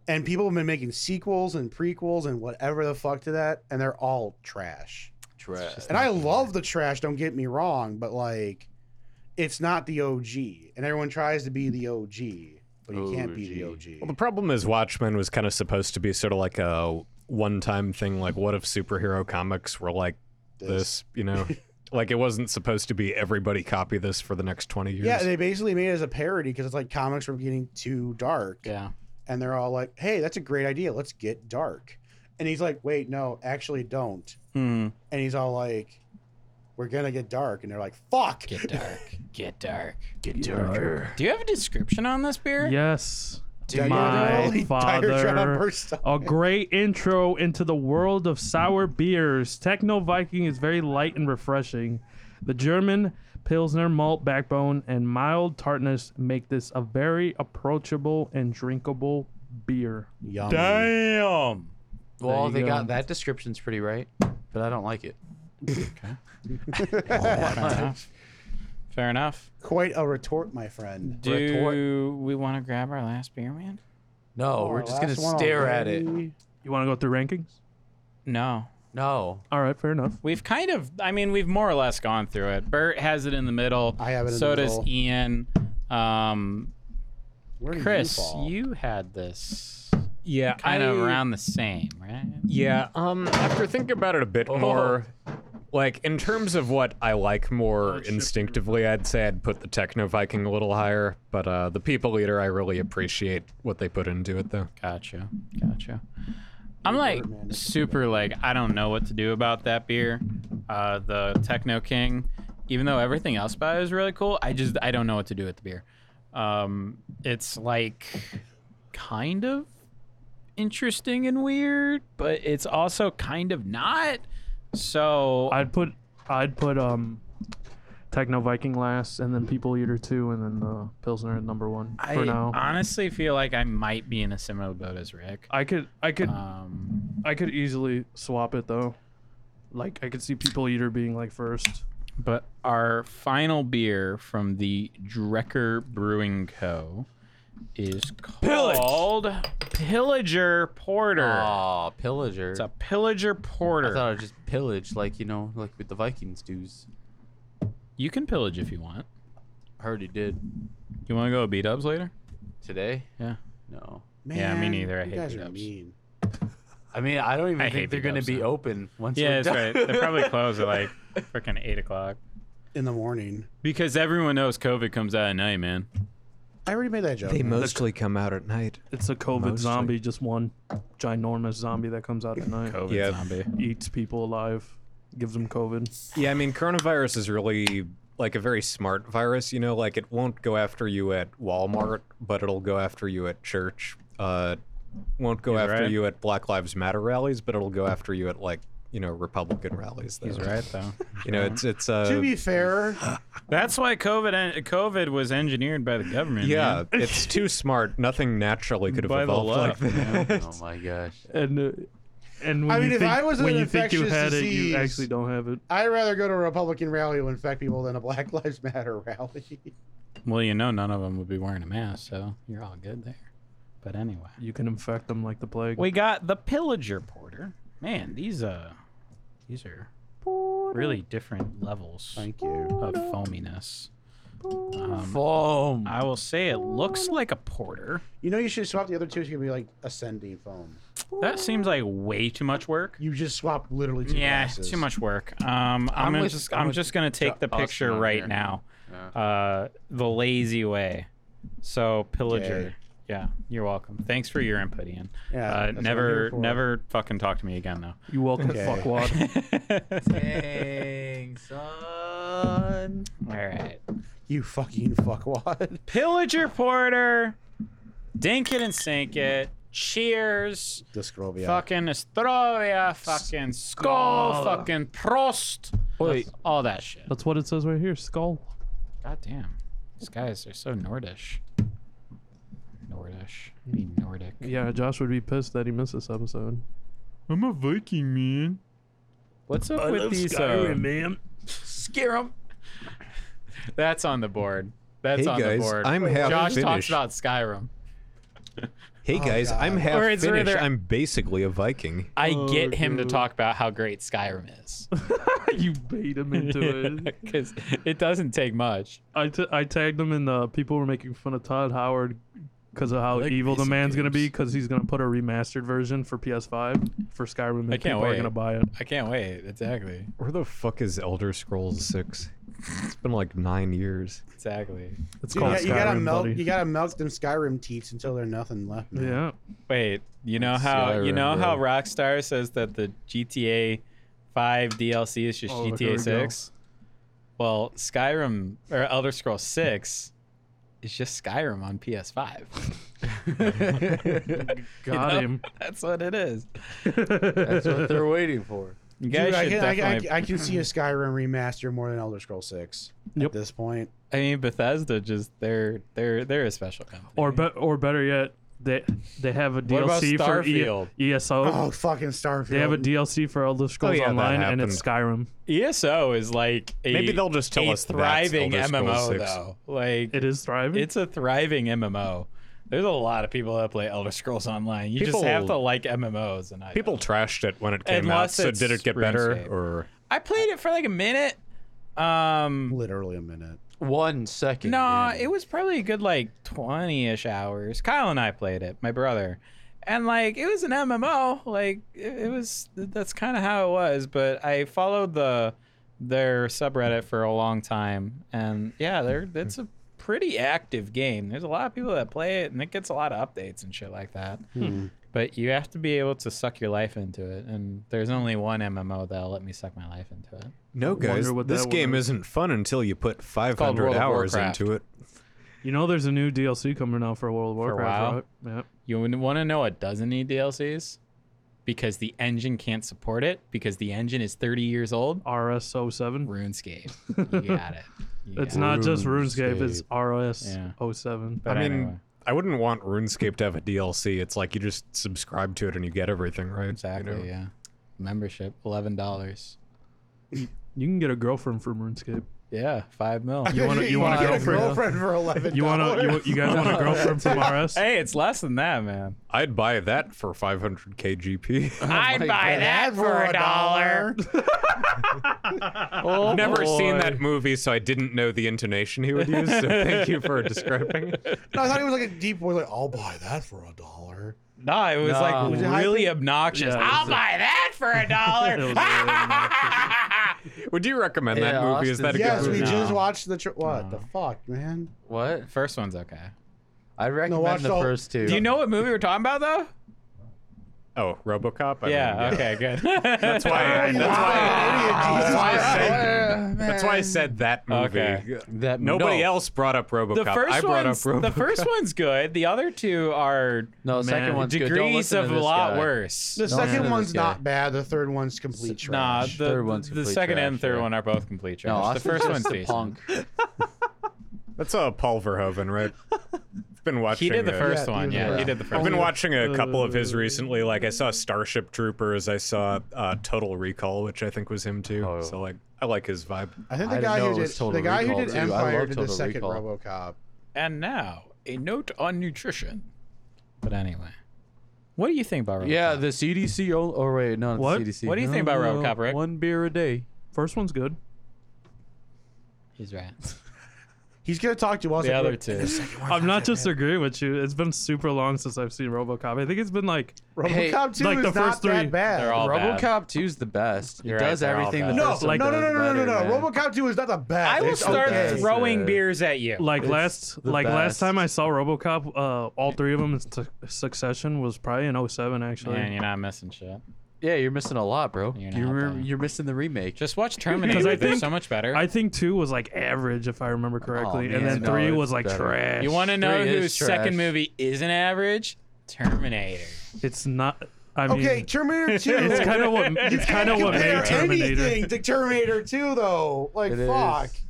Speaker 4: And people have been making sequels and prequels and whatever the fuck to that, and they're all trash.
Speaker 3: Trash.
Speaker 4: And I love the trash, don't get me wrong, but like it's not the OG. And everyone tries to be the OG, but you can't be the
Speaker 5: Well, the
Speaker 4: OG.
Speaker 5: problem is Watchmen was kind of supposed to be sort of like a one-time thing. Like, what if superhero comics were like this? you know, like it wasn't supposed to be everybody copy this for the next twenty years.
Speaker 4: Yeah, they basically made it as a parody because it's like comics were getting too dark.
Speaker 1: Yeah.
Speaker 4: And they're all like, hey, that's a great idea. Let's get dark. And he's like, wait, no, actually don't.
Speaker 1: Hmm.
Speaker 4: And he's all like, we're going to get dark. And they're like, fuck.
Speaker 1: Get
Speaker 4: <laughs>
Speaker 1: dark. Get dark.
Speaker 4: Get darker.
Speaker 1: Do you have a description on this beer?
Speaker 2: Yes.
Speaker 4: Dagger
Speaker 2: My
Speaker 4: Girl,
Speaker 2: father.
Speaker 4: Tiger Drum, Burst Up.
Speaker 2: A great intro into the world of sour beers. Techno Viking is very light and refreshing. The German Pilsner malt backbone and mild tartness make this a very approachable and drinkable beer.
Speaker 4: Yum.
Speaker 1: Damn.
Speaker 3: Well,
Speaker 2: you
Speaker 3: they
Speaker 2: go.
Speaker 3: got that description's pretty right, but I don't like it.
Speaker 1: Fair enough. Fair enough.
Speaker 4: Quite a retort, my friend.
Speaker 1: Do
Speaker 3: Retort.
Speaker 1: we want to grab our last beer, man?
Speaker 3: No, we're
Speaker 4: Our
Speaker 3: just gonna
Speaker 4: Oh, last one
Speaker 3: stare at it.
Speaker 4: already.
Speaker 2: You want to go through rankings?
Speaker 1: No.
Speaker 3: No.
Speaker 2: All right, fair enough.
Speaker 1: We've kind of, I mean, we've more or less gone through it. Bert has it in the middle.
Speaker 4: I have it in the
Speaker 1: so
Speaker 4: middle.
Speaker 1: does Ian. Um,
Speaker 4: Where do
Speaker 1: Chris,
Speaker 4: fall?
Speaker 1: you, had this
Speaker 5: Yeah,
Speaker 1: kind of
Speaker 5: I-
Speaker 1: around the same, right?
Speaker 5: Yeah, um, after thinking about it a bit more, like in terms of what I like more instinctively, I'd say I'd put the Techno Viking a little higher, but uh, the People Eater, I really appreciate what they put into it though.
Speaker 1: Gotcha. Gotcha. I'm like super like I don't know what to do about that beer. Uh the Techno King. Even though everything else about it is really cool, I just I don't know what to do with the beer. Um it's like kind of interesting and weird, but it's also kind of not. So
Speaker 2: I'd put I'd put um Techno Viking last, and then People Eater two, and then uh, Pilsner at number one
Speaker 1: I
Speaker 2: for now.
Speaker 1: honestly feel like I might be in a similar boat as Rick.
Speaker 2: I could I could
Speaker 1: Um
Speaker 2: I could easily swap it though. Like I could see People Eater being like first.
Speaker 1: But our final beer from the Drecker Brewing Co. is called Pillager Porter.
Speaker 3: Aw, pillager.
Speaker 1: It's a Pillager
Speaker 3: I
Speaker 1: Porter.
Speaker 3: thought I'd just pillage, like you know, like with the Vikings dues.
Speaker 1: you can pillage if you want.
Speaker 3: I heard he did
Speaker 1: You want to go B Dubs later?
Speaker 3: today.
Speaker 1: Yeah.
Speaker 3: No.
Speaker 1: Yeah, me
Speaker 4: Man,
Speaker 1: neither. I
Speaker 4: you
Speaker 1: hate
Speaker 4: guys
Speaker 1: beat
Speaker 4: are
Speaker 1: ups.
Speaker 4: mean.
Speaker 3: I mean, I don't even
Speaker 1: I hate
Speaker 3: think they're gonna
Speaker 1: beat-ups,
Speaker 3: be
Speaker 1: though.
Speaker 3: open once.
Speaker 1: Yeah,
Speaker 3: we're
Speaker 1: that's right.
Speaker 3: done.
Speaker 1: They
Speaker 3: <laughs>
Speaker 1: probably close at like freaking eight o'clock
Speaker 4: In the morning.
Speaker 1: because everyone knows COVID comes out at night, man.
Speaker 4: I already made that joke. man.
Speaker 5: mostly come out at night.
Speaker 2: It's a COVID
Speaker 5: Mostly.
Speaker 2: zombie, just one ginormous zombie that comes out at night,
Speaker 1: COVID
Speaker 5: Oh, Yeah.
Speaker 1: zombie.
Speaker 2: eats people alive, gives them COVID.
Speaker 5: Yeah, I mean, coronavirus is really like a very smart virus. You know, like it won't go after you at Walmart, but it'll go after you at church. Uh, won't go
Speaker 1: He's
Speaker 5: after
Speaker 1: right.
Speaker 5: you at Black Lives Matter rallies, but it'll go after you at like you know Republican rallies.
Speaker 1: He's
Speaker 5: though.
Speaker 1: right
Speaker 3: <laughs>
Speaker 1: though.
Speaker 5: You know, it's it's uh,
Speaker 4: To be fair,
Speaker 1: That's why COVID en- COVID was engineered by the government.
Speaker 5: yeah,
Speaker 1: <laughs> man.
Speaker 5: it's too smart. Nothing naturally could have
Speaker 1: By the
Speaker 5: evolved like
Speaker 1: love,
Speaker 3: <laughs>
Speaker 2: <laughs>
Speaker 5: that.
Speaker 3: oh my gosh.
Speaker 2: And uh, and when
Speaker 4: I mean,
Speaker 2: you
Speaker 4: if
Speaker 2: think,
Speaker 4: I was
Speaker 2: when
Speaker 4: an
Speaker 2: you think you
Speaker 4: infectious
Speaker 2: had it,
Speaker 4: disease-
Speaker 2: you actually don't have it.
Speaker 4: I'd rather go to a Republican rally to infect people than a Black Lives Matter rally.
Speaker 1: Well, you know, none of them would be wearing a mask, so you're all good there. But anyway,
Speaker 2: You can infect them like the plague.
Speaker 1: we got the Pillager Porter. Man, these uh, these are really different levels
Speaker 4: Thank you.
Speaker 1: of foaminess. Um,
Speaker 3: Foam.
Speaker 1: I will say it looks like a porter.
Speaker 4: You know, you should swap the other two. It's gonna be like ascending foam.
Speaker 1: That seems like way too much work.
Speaker 4: You just swap literally two
Speaker 1: Yeah,
Speaker 4: glasses.
Speaker 1: too much work. Um, I'm,
Speaker 3: I'm
Speaker 1: gonna
Speaker 3: with-
Speaker 1: just
Speaker 3: I'm
Speaker 1: I'm
Speaker 3: with
Speaker 1: just gonna take the
Speaker 3: Austin
Speaker 1: picture
Speaker 3: on
Speaker 1: right
Speaker 3: here.
Speaker 1: now.
Speaker 3: Yeah.
Speaker 1: Uh, the lazy way. So pillager.
Speaker 4: Yay.
Speaker 1: Yeah, you're welcome. Thanks for your input, Ian.
Speaker 4: Yeah,
Speaker 1: Uh,
Speaker 4: that's what I'm here
Speaker 1: never,
Speaker 4: for.
Speaker 1: never fucking talk to me again, though.
Speaker 2: you welcome
Speaker 4: Okay.
Speaker 2: <laughs>
Speaker 1: <laughs>
Speaker 3: <laughs>
Speaker 2: fuckwad.
Speaker 3: Dang, son.
Speaker 1: All right.
Speaker 4: You fucking <laughs> fuckwad.
Speaker 1: Pillager Porter. Dink it and sink it. Cheers.
Speaker 4: Discrovia.
Speaker 1: Fucking Estrovia. Fucking Skull. Fucking Prost.
Speaker 3: Wait.
Speaker 1: All that shit.
Speaker 2: That's what it says right here. Skull.
Speaker 1: God damn. These guys are so Nordish. Nordish. Be Nordic.
Speaker 2: Yeah, Josh would be pissed that he missed this episode.
Speaker 6: I'm a Viking man.
Speaker 1: What's up with these? uh,
Speaker 2: man.
Speaker 3: Scare him.
Speaker 1: that's on the board. That's
Speaker 5: Hey
Speaker 1: on the
Speaker 5: guys,
Speaker 1: board.
Speaker 5: I'm half
Speaker 1: Josh talks
Speaker 5: Finnish.
Speaker 1: about Skyrim.
Speaker 2: Oh,
Speaker 5: Hey guys,
Speaker 4: God.
Speaker 5: I'm half
Speaker 1: Or is there-
Speaker 5: Finnish.
Speaker 1: there-
Speaker 5: I'm basically a Viking.
Speaker 1: I get him to talk about how great Skyrim is.
Speaker 2: <laughs> you bait him
Speaker 1: <laughs>
Speaker 2: into it.
Speaker 1: Because it doesn't take much.
Speaker 2: <laughs> I, t- I tagged him and uh, people were making fun of Todd Howard because of how
Speaker 1: like
Speaker 2: evil the
Speaker 1: basic
Speaker 2: man's gonna be
Speaker 1: games.
Speaker 2: because he's gonna put a remastered version for PS5 for Skyrim and
Speaker 1: I can't
Speaker 2: people are
Speaker 1: wait.
Speaker 2: gonna buy it.
Speaker 1: I can't wait. Exactly.
Speaker 5: Where the fuck is Elder Scrolls Six? It's been like nine years.
Speaker 1: Exactly.
Speaker 2: It's
Speaker 4: Dude, you,
Speaker 2: called
Speaker 4: got-
Speaker 2: Skyrim,
Speaker 4: you gotta milk.
Speaker 2: buddy.
Speaker 4: You gotta milk them Skyrim teats until there's nothing left. man.
Speaker 2: yeah,
Speaker 1: Wait. You know
Speaker 5: That's
Speaker 1: how you
Speaker 5: Skyrim,
Speaker 1: know how
Speaker 5: bro.
Speaker 1: Rockstar says that the GTA 5 DLC is just
Speaker 2: Oh, look, here we
Speaker 1: GTA 6. Well, Skyrim or Elder Scrolls 6 is just Skyrim on <laughs> PS5. You
Speaker 2: got
Speaker 1: know?
Speaker 2: him.
Speaker 1: That's what it is.
Speaker 3: That's
Speaker 2: <laughs>
Speaker 1: <laughs>
Speaker 3: what they're waiting for.
Speaker 1: You guys
Speaker 4: Dude, I
Speaker 1: should
Speaker 4: can, I, can- I
Speaker 1: definitely.
Speaker 4: can- I can see a Skyrim remaster more than Elder Scrolls Six
Speaker 2: Yep.
Speaker 4: at this point.
Speaker 1: I mean, Bethesda just they're they're they're a special company.
Speaker 2: Or be- or better yet, They they have a
Speaker 5: What about
Speaker 2: DLC for E-
Speaker 5: Starfield?
Speaker 2: ESO.
Speaker 4: Oh, fucking Starfield.
Speaker 2: they have a DLC for Elder Scrolls
Speaker 5: yeah, that
Speaker 2: Online, and it's Skyrim.
Speaker 1: ESO E is like a,
Speaker 5: Maybe they'll just tell
Speaker 1: a
Speaker 5: us that that's
Speaker 1: thriving
Speaker 5: Elder Scrolls
Speaker 1: MMO
Speaker 5: 6.
Speaker 1: though. Like
Speaker 2: It is
Speaker 5: Mm-hmm.
Speaker 2: thriving.
Speaker 1: it's a thriving MMO. There's a lot of people that play Elder Scrolls Online. You just have to
Speaker 5: People-
Speaker 1: like MMOs, and I
Speaker 5: People
Speaker 1: don't.
Speaker 5: trashed it when it came
Speaker 1: Unless
Speaker 5: out. So
Speaker 1: it's
Speaker 5: did it get better
Speaker 1: RuneScape.
Speaker 5: or
Speaker 1: I played it for like a minute. Um,
Speaker 4: Literally a minute.
Speaker 3: One second.
Speaker 1: no,
Speaker 3: man.
Speaker 1: it was probably a good like twenty-ish hours. Kyle and I played it, my brother, and like it was an MMO. Like it, it was. That's kind of how it was. But I followed the their subreddit for a long time, and yeah, they're it's a pretty active game. There's a lot of people that play it, and it gets a lot of updates and shit like that. But you have to be able to suck your life into it, and there's only one MMO that'll let me suck my life into it.
Speaker 5: no, guys.
Speaker 2: guys, what
Speaker 5: This
Speaker 2: that
Speaker 5: game
Speaker 2: was.
Speaker 5: isn't fun until you put
Speaker 1: called
Speaker 5: 500
Speaker 1: World of
Speaker 5: hours
Speaker 1: Warcraft.
Speaker 5: into it.
Speaker 2: you know, there's a new DLC coming out for World of
Speaker 1: a
Speaker 2: Warcraft, right? Yep.
Speaker 1: You want to know what doesn't need DLCs? Because the engine can't support it. Because the engine is 30 years old.
Speaker 2: RS07.
Speaker 1: RuneScape. You got it. You
Speaker 2: It's
Speaker 1: got
Speaker 2: not
Speaker 1: it.
Speaker 2: just RuneScape, it's RS07.
Speaker 1: But
Speaker 5: I mean,
Speaker 1: anyway,
Speaker 5: I wouldn't want RuneScape to have a DLC. It's like you just subscribe to it and you get everything, right? You
Speaker 1: exactly.
Speaker 5: know?
Speaker 1: Yeah. Membership, eleven dollars.
Speaker 2: You can get a girlfriend from RuneScape.
Speaker 1: Yeah, five mil.
Speaker 2: You
Speaker 4: <laughs>
Speaker 2: want to you want
Speaker 4: Fucking
Speaker 2: to
Speaker 4: get a
Speaker 2: girlfriend?
Speaker 4: girlfriend for
Speaker 2: <laughs>
Speaker 4: eleven.
Speaker 2: You want to you, you guys want a girlfriend from
Speaker 1: <laughs>
Speaker 2: RS?
Speaker 1: hey, it's less than that, man.
Speaker 5: I'd buy that for 500 <laughs> KGP.
Speaker 1: I'd buy that for a dollar.
Speaker 5: I've never
Speaker 1: Oh,
Speaker 2: Oh
Speaker 5: seen that movie, so I didn't know the intonation he would use. So thank
Speaker 1: <laughs>
Speaker 5: you for describing it.
Speaker 4: <laughs> No, I thought it was like a deep voice. Like I'll buy that for a dollar.
Speaker 1: Nah, it was
Speaker 5: Nah.
Speaker 1: like really obnoxious.
Speaker 2: Yeah, it
Speaker 1: I'll
Speaker 2: was-
Speaker 1: buy that for a
Speaker 2: <laughs> It was
Speaker 1: dollar.
Speaker 2: really obnoxious.
Speaker 5: Would you recommend
Speaker 3: Yeah,
Speaker 5: that movie? Is
Speaker 3: Austin-
Speaker 5: that a
Speaker 4: Yes,
Speaker 5: good
Speaker 4: we
Speaker 5: movie?
Speaker 4: just
Speaker 1: No.
Speaker 4: watched the. Tr- what the fuck, man?
Speaker 3: What?
Speaker 1: First one's okay.
Speaker 3: I recommend
Speaker 4: watch
Speaker 3: the
Speaker 4: the whole-
Speaker 3: first two.
Speaker 1: Do you know what movie we're talking about though?
Speaker 5: Oh, RoboCop. I mean,
Speaker 1: Yeah. Okay. Oh, Good. That's <laughs>
Speaker 5: That's why. I, that's, why Ah. that's why I said.
Speaker 3: Uh,
Speaker 5: That's why I said that movie.
Speaker 1: Okay.
Speaker 3: that
Speaker 5: Nobody
Speaker 3: no.
Speaker 5: else brought up RoboCop.
Speaker 1: the
Speaker 5: I
Speaker 1: first
Speaker 5: brought
Speaker 1: one's
Speaker 5: up RoboCop.
Speaker 1: the first one's good. The other two are
Speaker 3: No, the second
Speaker 2: Man.
Speaker 3: one's good. Don't
Speaker 1: degrees
Speaker 3: listen to
Speaker 1: of a
Speaker 3: this
Speaker 1: lot
Speaker 3: guy.
Speaker 1: worse.
Speaker 4: The
Speaker 3: listen to
Speaker 4: second one's
Speaker 3: this guy.
Speaker 4: not bad. The third one's complete
Speaker 1: nah,
Speaker 4: trash.
Speaker 1: the,
Speaker 3: Third one's
Speaker 1: the
Speaker 3: complete
Speaker 1: second and
Speaker 3: trash,
Speaker 1: third
Speaker 3: yeah.
Speaker 1: one are both complete
Speaker 3: No,
Speaker 1: trash. the
Speaker 3: Austin's
Speaker 1: first
Speaker 3: just
Speaker 1: one's
Speaker 3: a
Speaker 1: decent.
Speaker 3: punk.
Speaker 5: That's a Paul
Speaker 1: <laughs>
Speaker 5: Verhoeven, right? I've been watching.
Speaker 1: He did the
Speaker 5: uh,
Speaker 1: first
Speaker 4: Yeah,
Speaker 1: one.
Speaker 4: he
Speaker 1: Yeah,
Speaker 4: was-
Speaker 1: he did the first.
Speaker 5: I've
Speaker 1: one.
Speaker 5: been watching a couple of his recently. Like I saw Starship Troopers, I saw uh, Total Recall, which I think was him too.
Speaker 3: Oh.
Speaker 5: So like, I like his vibe.
Speaker 4: I think
Speaker 3: I
Speaker 4: the
Speaker 3: didn't
Speaker 4: guy
Speaker 3: know
Speaker 4: who
Speaker 3: it
Speaker 4: did
Speaker 3: was Total
Speaker 4: the guy who
Speaker 3: Recall,
Speaker 4: did
Speaker 3: dude. I
Speaker 4: Empire
Speaker 3: love
Speaker 4: did the
Speaker 3: Total
Speaker 4: second
Speaker 3: Recall.
Speaker 4: RoboCop.
Speaker 1: And now a note on nutrition. But anyway, what do you think about?
Speaker 3: Yeah,
Speaker 1: RoboCop?
Speaker 3: the CDC. Oh, oh wait, no,
Speaker 2: What?
Speaker 3: the CDC.
Speaker 1: What do you
Speaker 3: No,
Speaker 1: think about
Speaker 3: no,
Speaker 1: RoboCop, Rick?
Speaker 3: One beer a day.
Speaker 2: First one's good.
Speaker 1: he's right.
Speaker 4: He's gonna talk to us.
Speaker 1: The
Speaker 4: like,
Speaker 1: other
Speaker 4: "Look,
Speaker 1: two.
Speaker 4: the second one's
Speaker 2: I'm
Speaker 4: not
Speaker 2: not just agreeing with you. It's been super long since I've seen RoboCop. I think it's been like
Speaker 4: RoboCop
Speaker 3: Hey,
Speaker 4: two
Speaker 2: like the
Speaker 4: is not
Speaker 2: first three.
Speaker 4: that bad.
Speaker 1: They're all bad.
Speaker 3: RoboCop 2's the best.
Speaker 1: You're
Speaker 3: it
Speaker 1: right,
Speaker 3: does
Speaker 1: they're all
Speaker 3: everything the
Speaker 1: bad.
Speaker 4: no,
Speaker 3: first
Speaker 4: no, no,
Speaker 3: one does
Speaker 4: no, no, no, no,
Speaker 3: better, man.
Speaker 4: no. RoboCop two is not the best.
Speaker 1: I will
Speaker 4: It's
Speaker 1: start
Speaker 4: okay.
Speaker 1: throwing
Speaker 3: Uh,
Speaker 1: beers at you.
Speaker 2: like
Speaker 3: It's
Speaker 2: last
Speaker 3: the
Speaker 2: like last
Speaker 3: best.
Speaker 2: time I saw RoboCop, uh, all three of them in su- succession was probably in 07 actually.
Speaker 1: Man, you're not missing shit.
Speaker 3: Yeah, you're missing a lot, bro.
Speaker 1: You're
Speaker 3: You're
Speaker 1: not,
Speaker 3: you're,
Speaker 1: though.
Speaker 3: missing the remake.
Speaker 1: Just watch Terminator.
Speaker 2: I
Speaker 1: They're
Speaker 2: think-
Speaker 1: so much better.
Speaker 2: I think two was like average if I remember correctly,
Speaker 3: Oh, man,
Speaker 2: and then
Speaker 3: no,
Speaker 2: three
Speaker 3: it's
Speaker 2: was like
Speaker 3: better.
Speaker 2: trash.
Speaker 1: You want to know
Speaker 3: Three is
Speaker 1: whose second
Speaker 3: trash.
Speaker 1: movie isn't average? Terminator.
Speaker 2: It's not. I mean,
Speaker 4: Okay, Terminator two.
Speaker 2: it's kind of what it's kind of what
Speaker 4: compare
Speaker 2: made Terminator.
Speaker 4: anything to Terminator 2, though. Like,
Speaker 3: It
Speaker 4: fuck.
Speaker 3: is.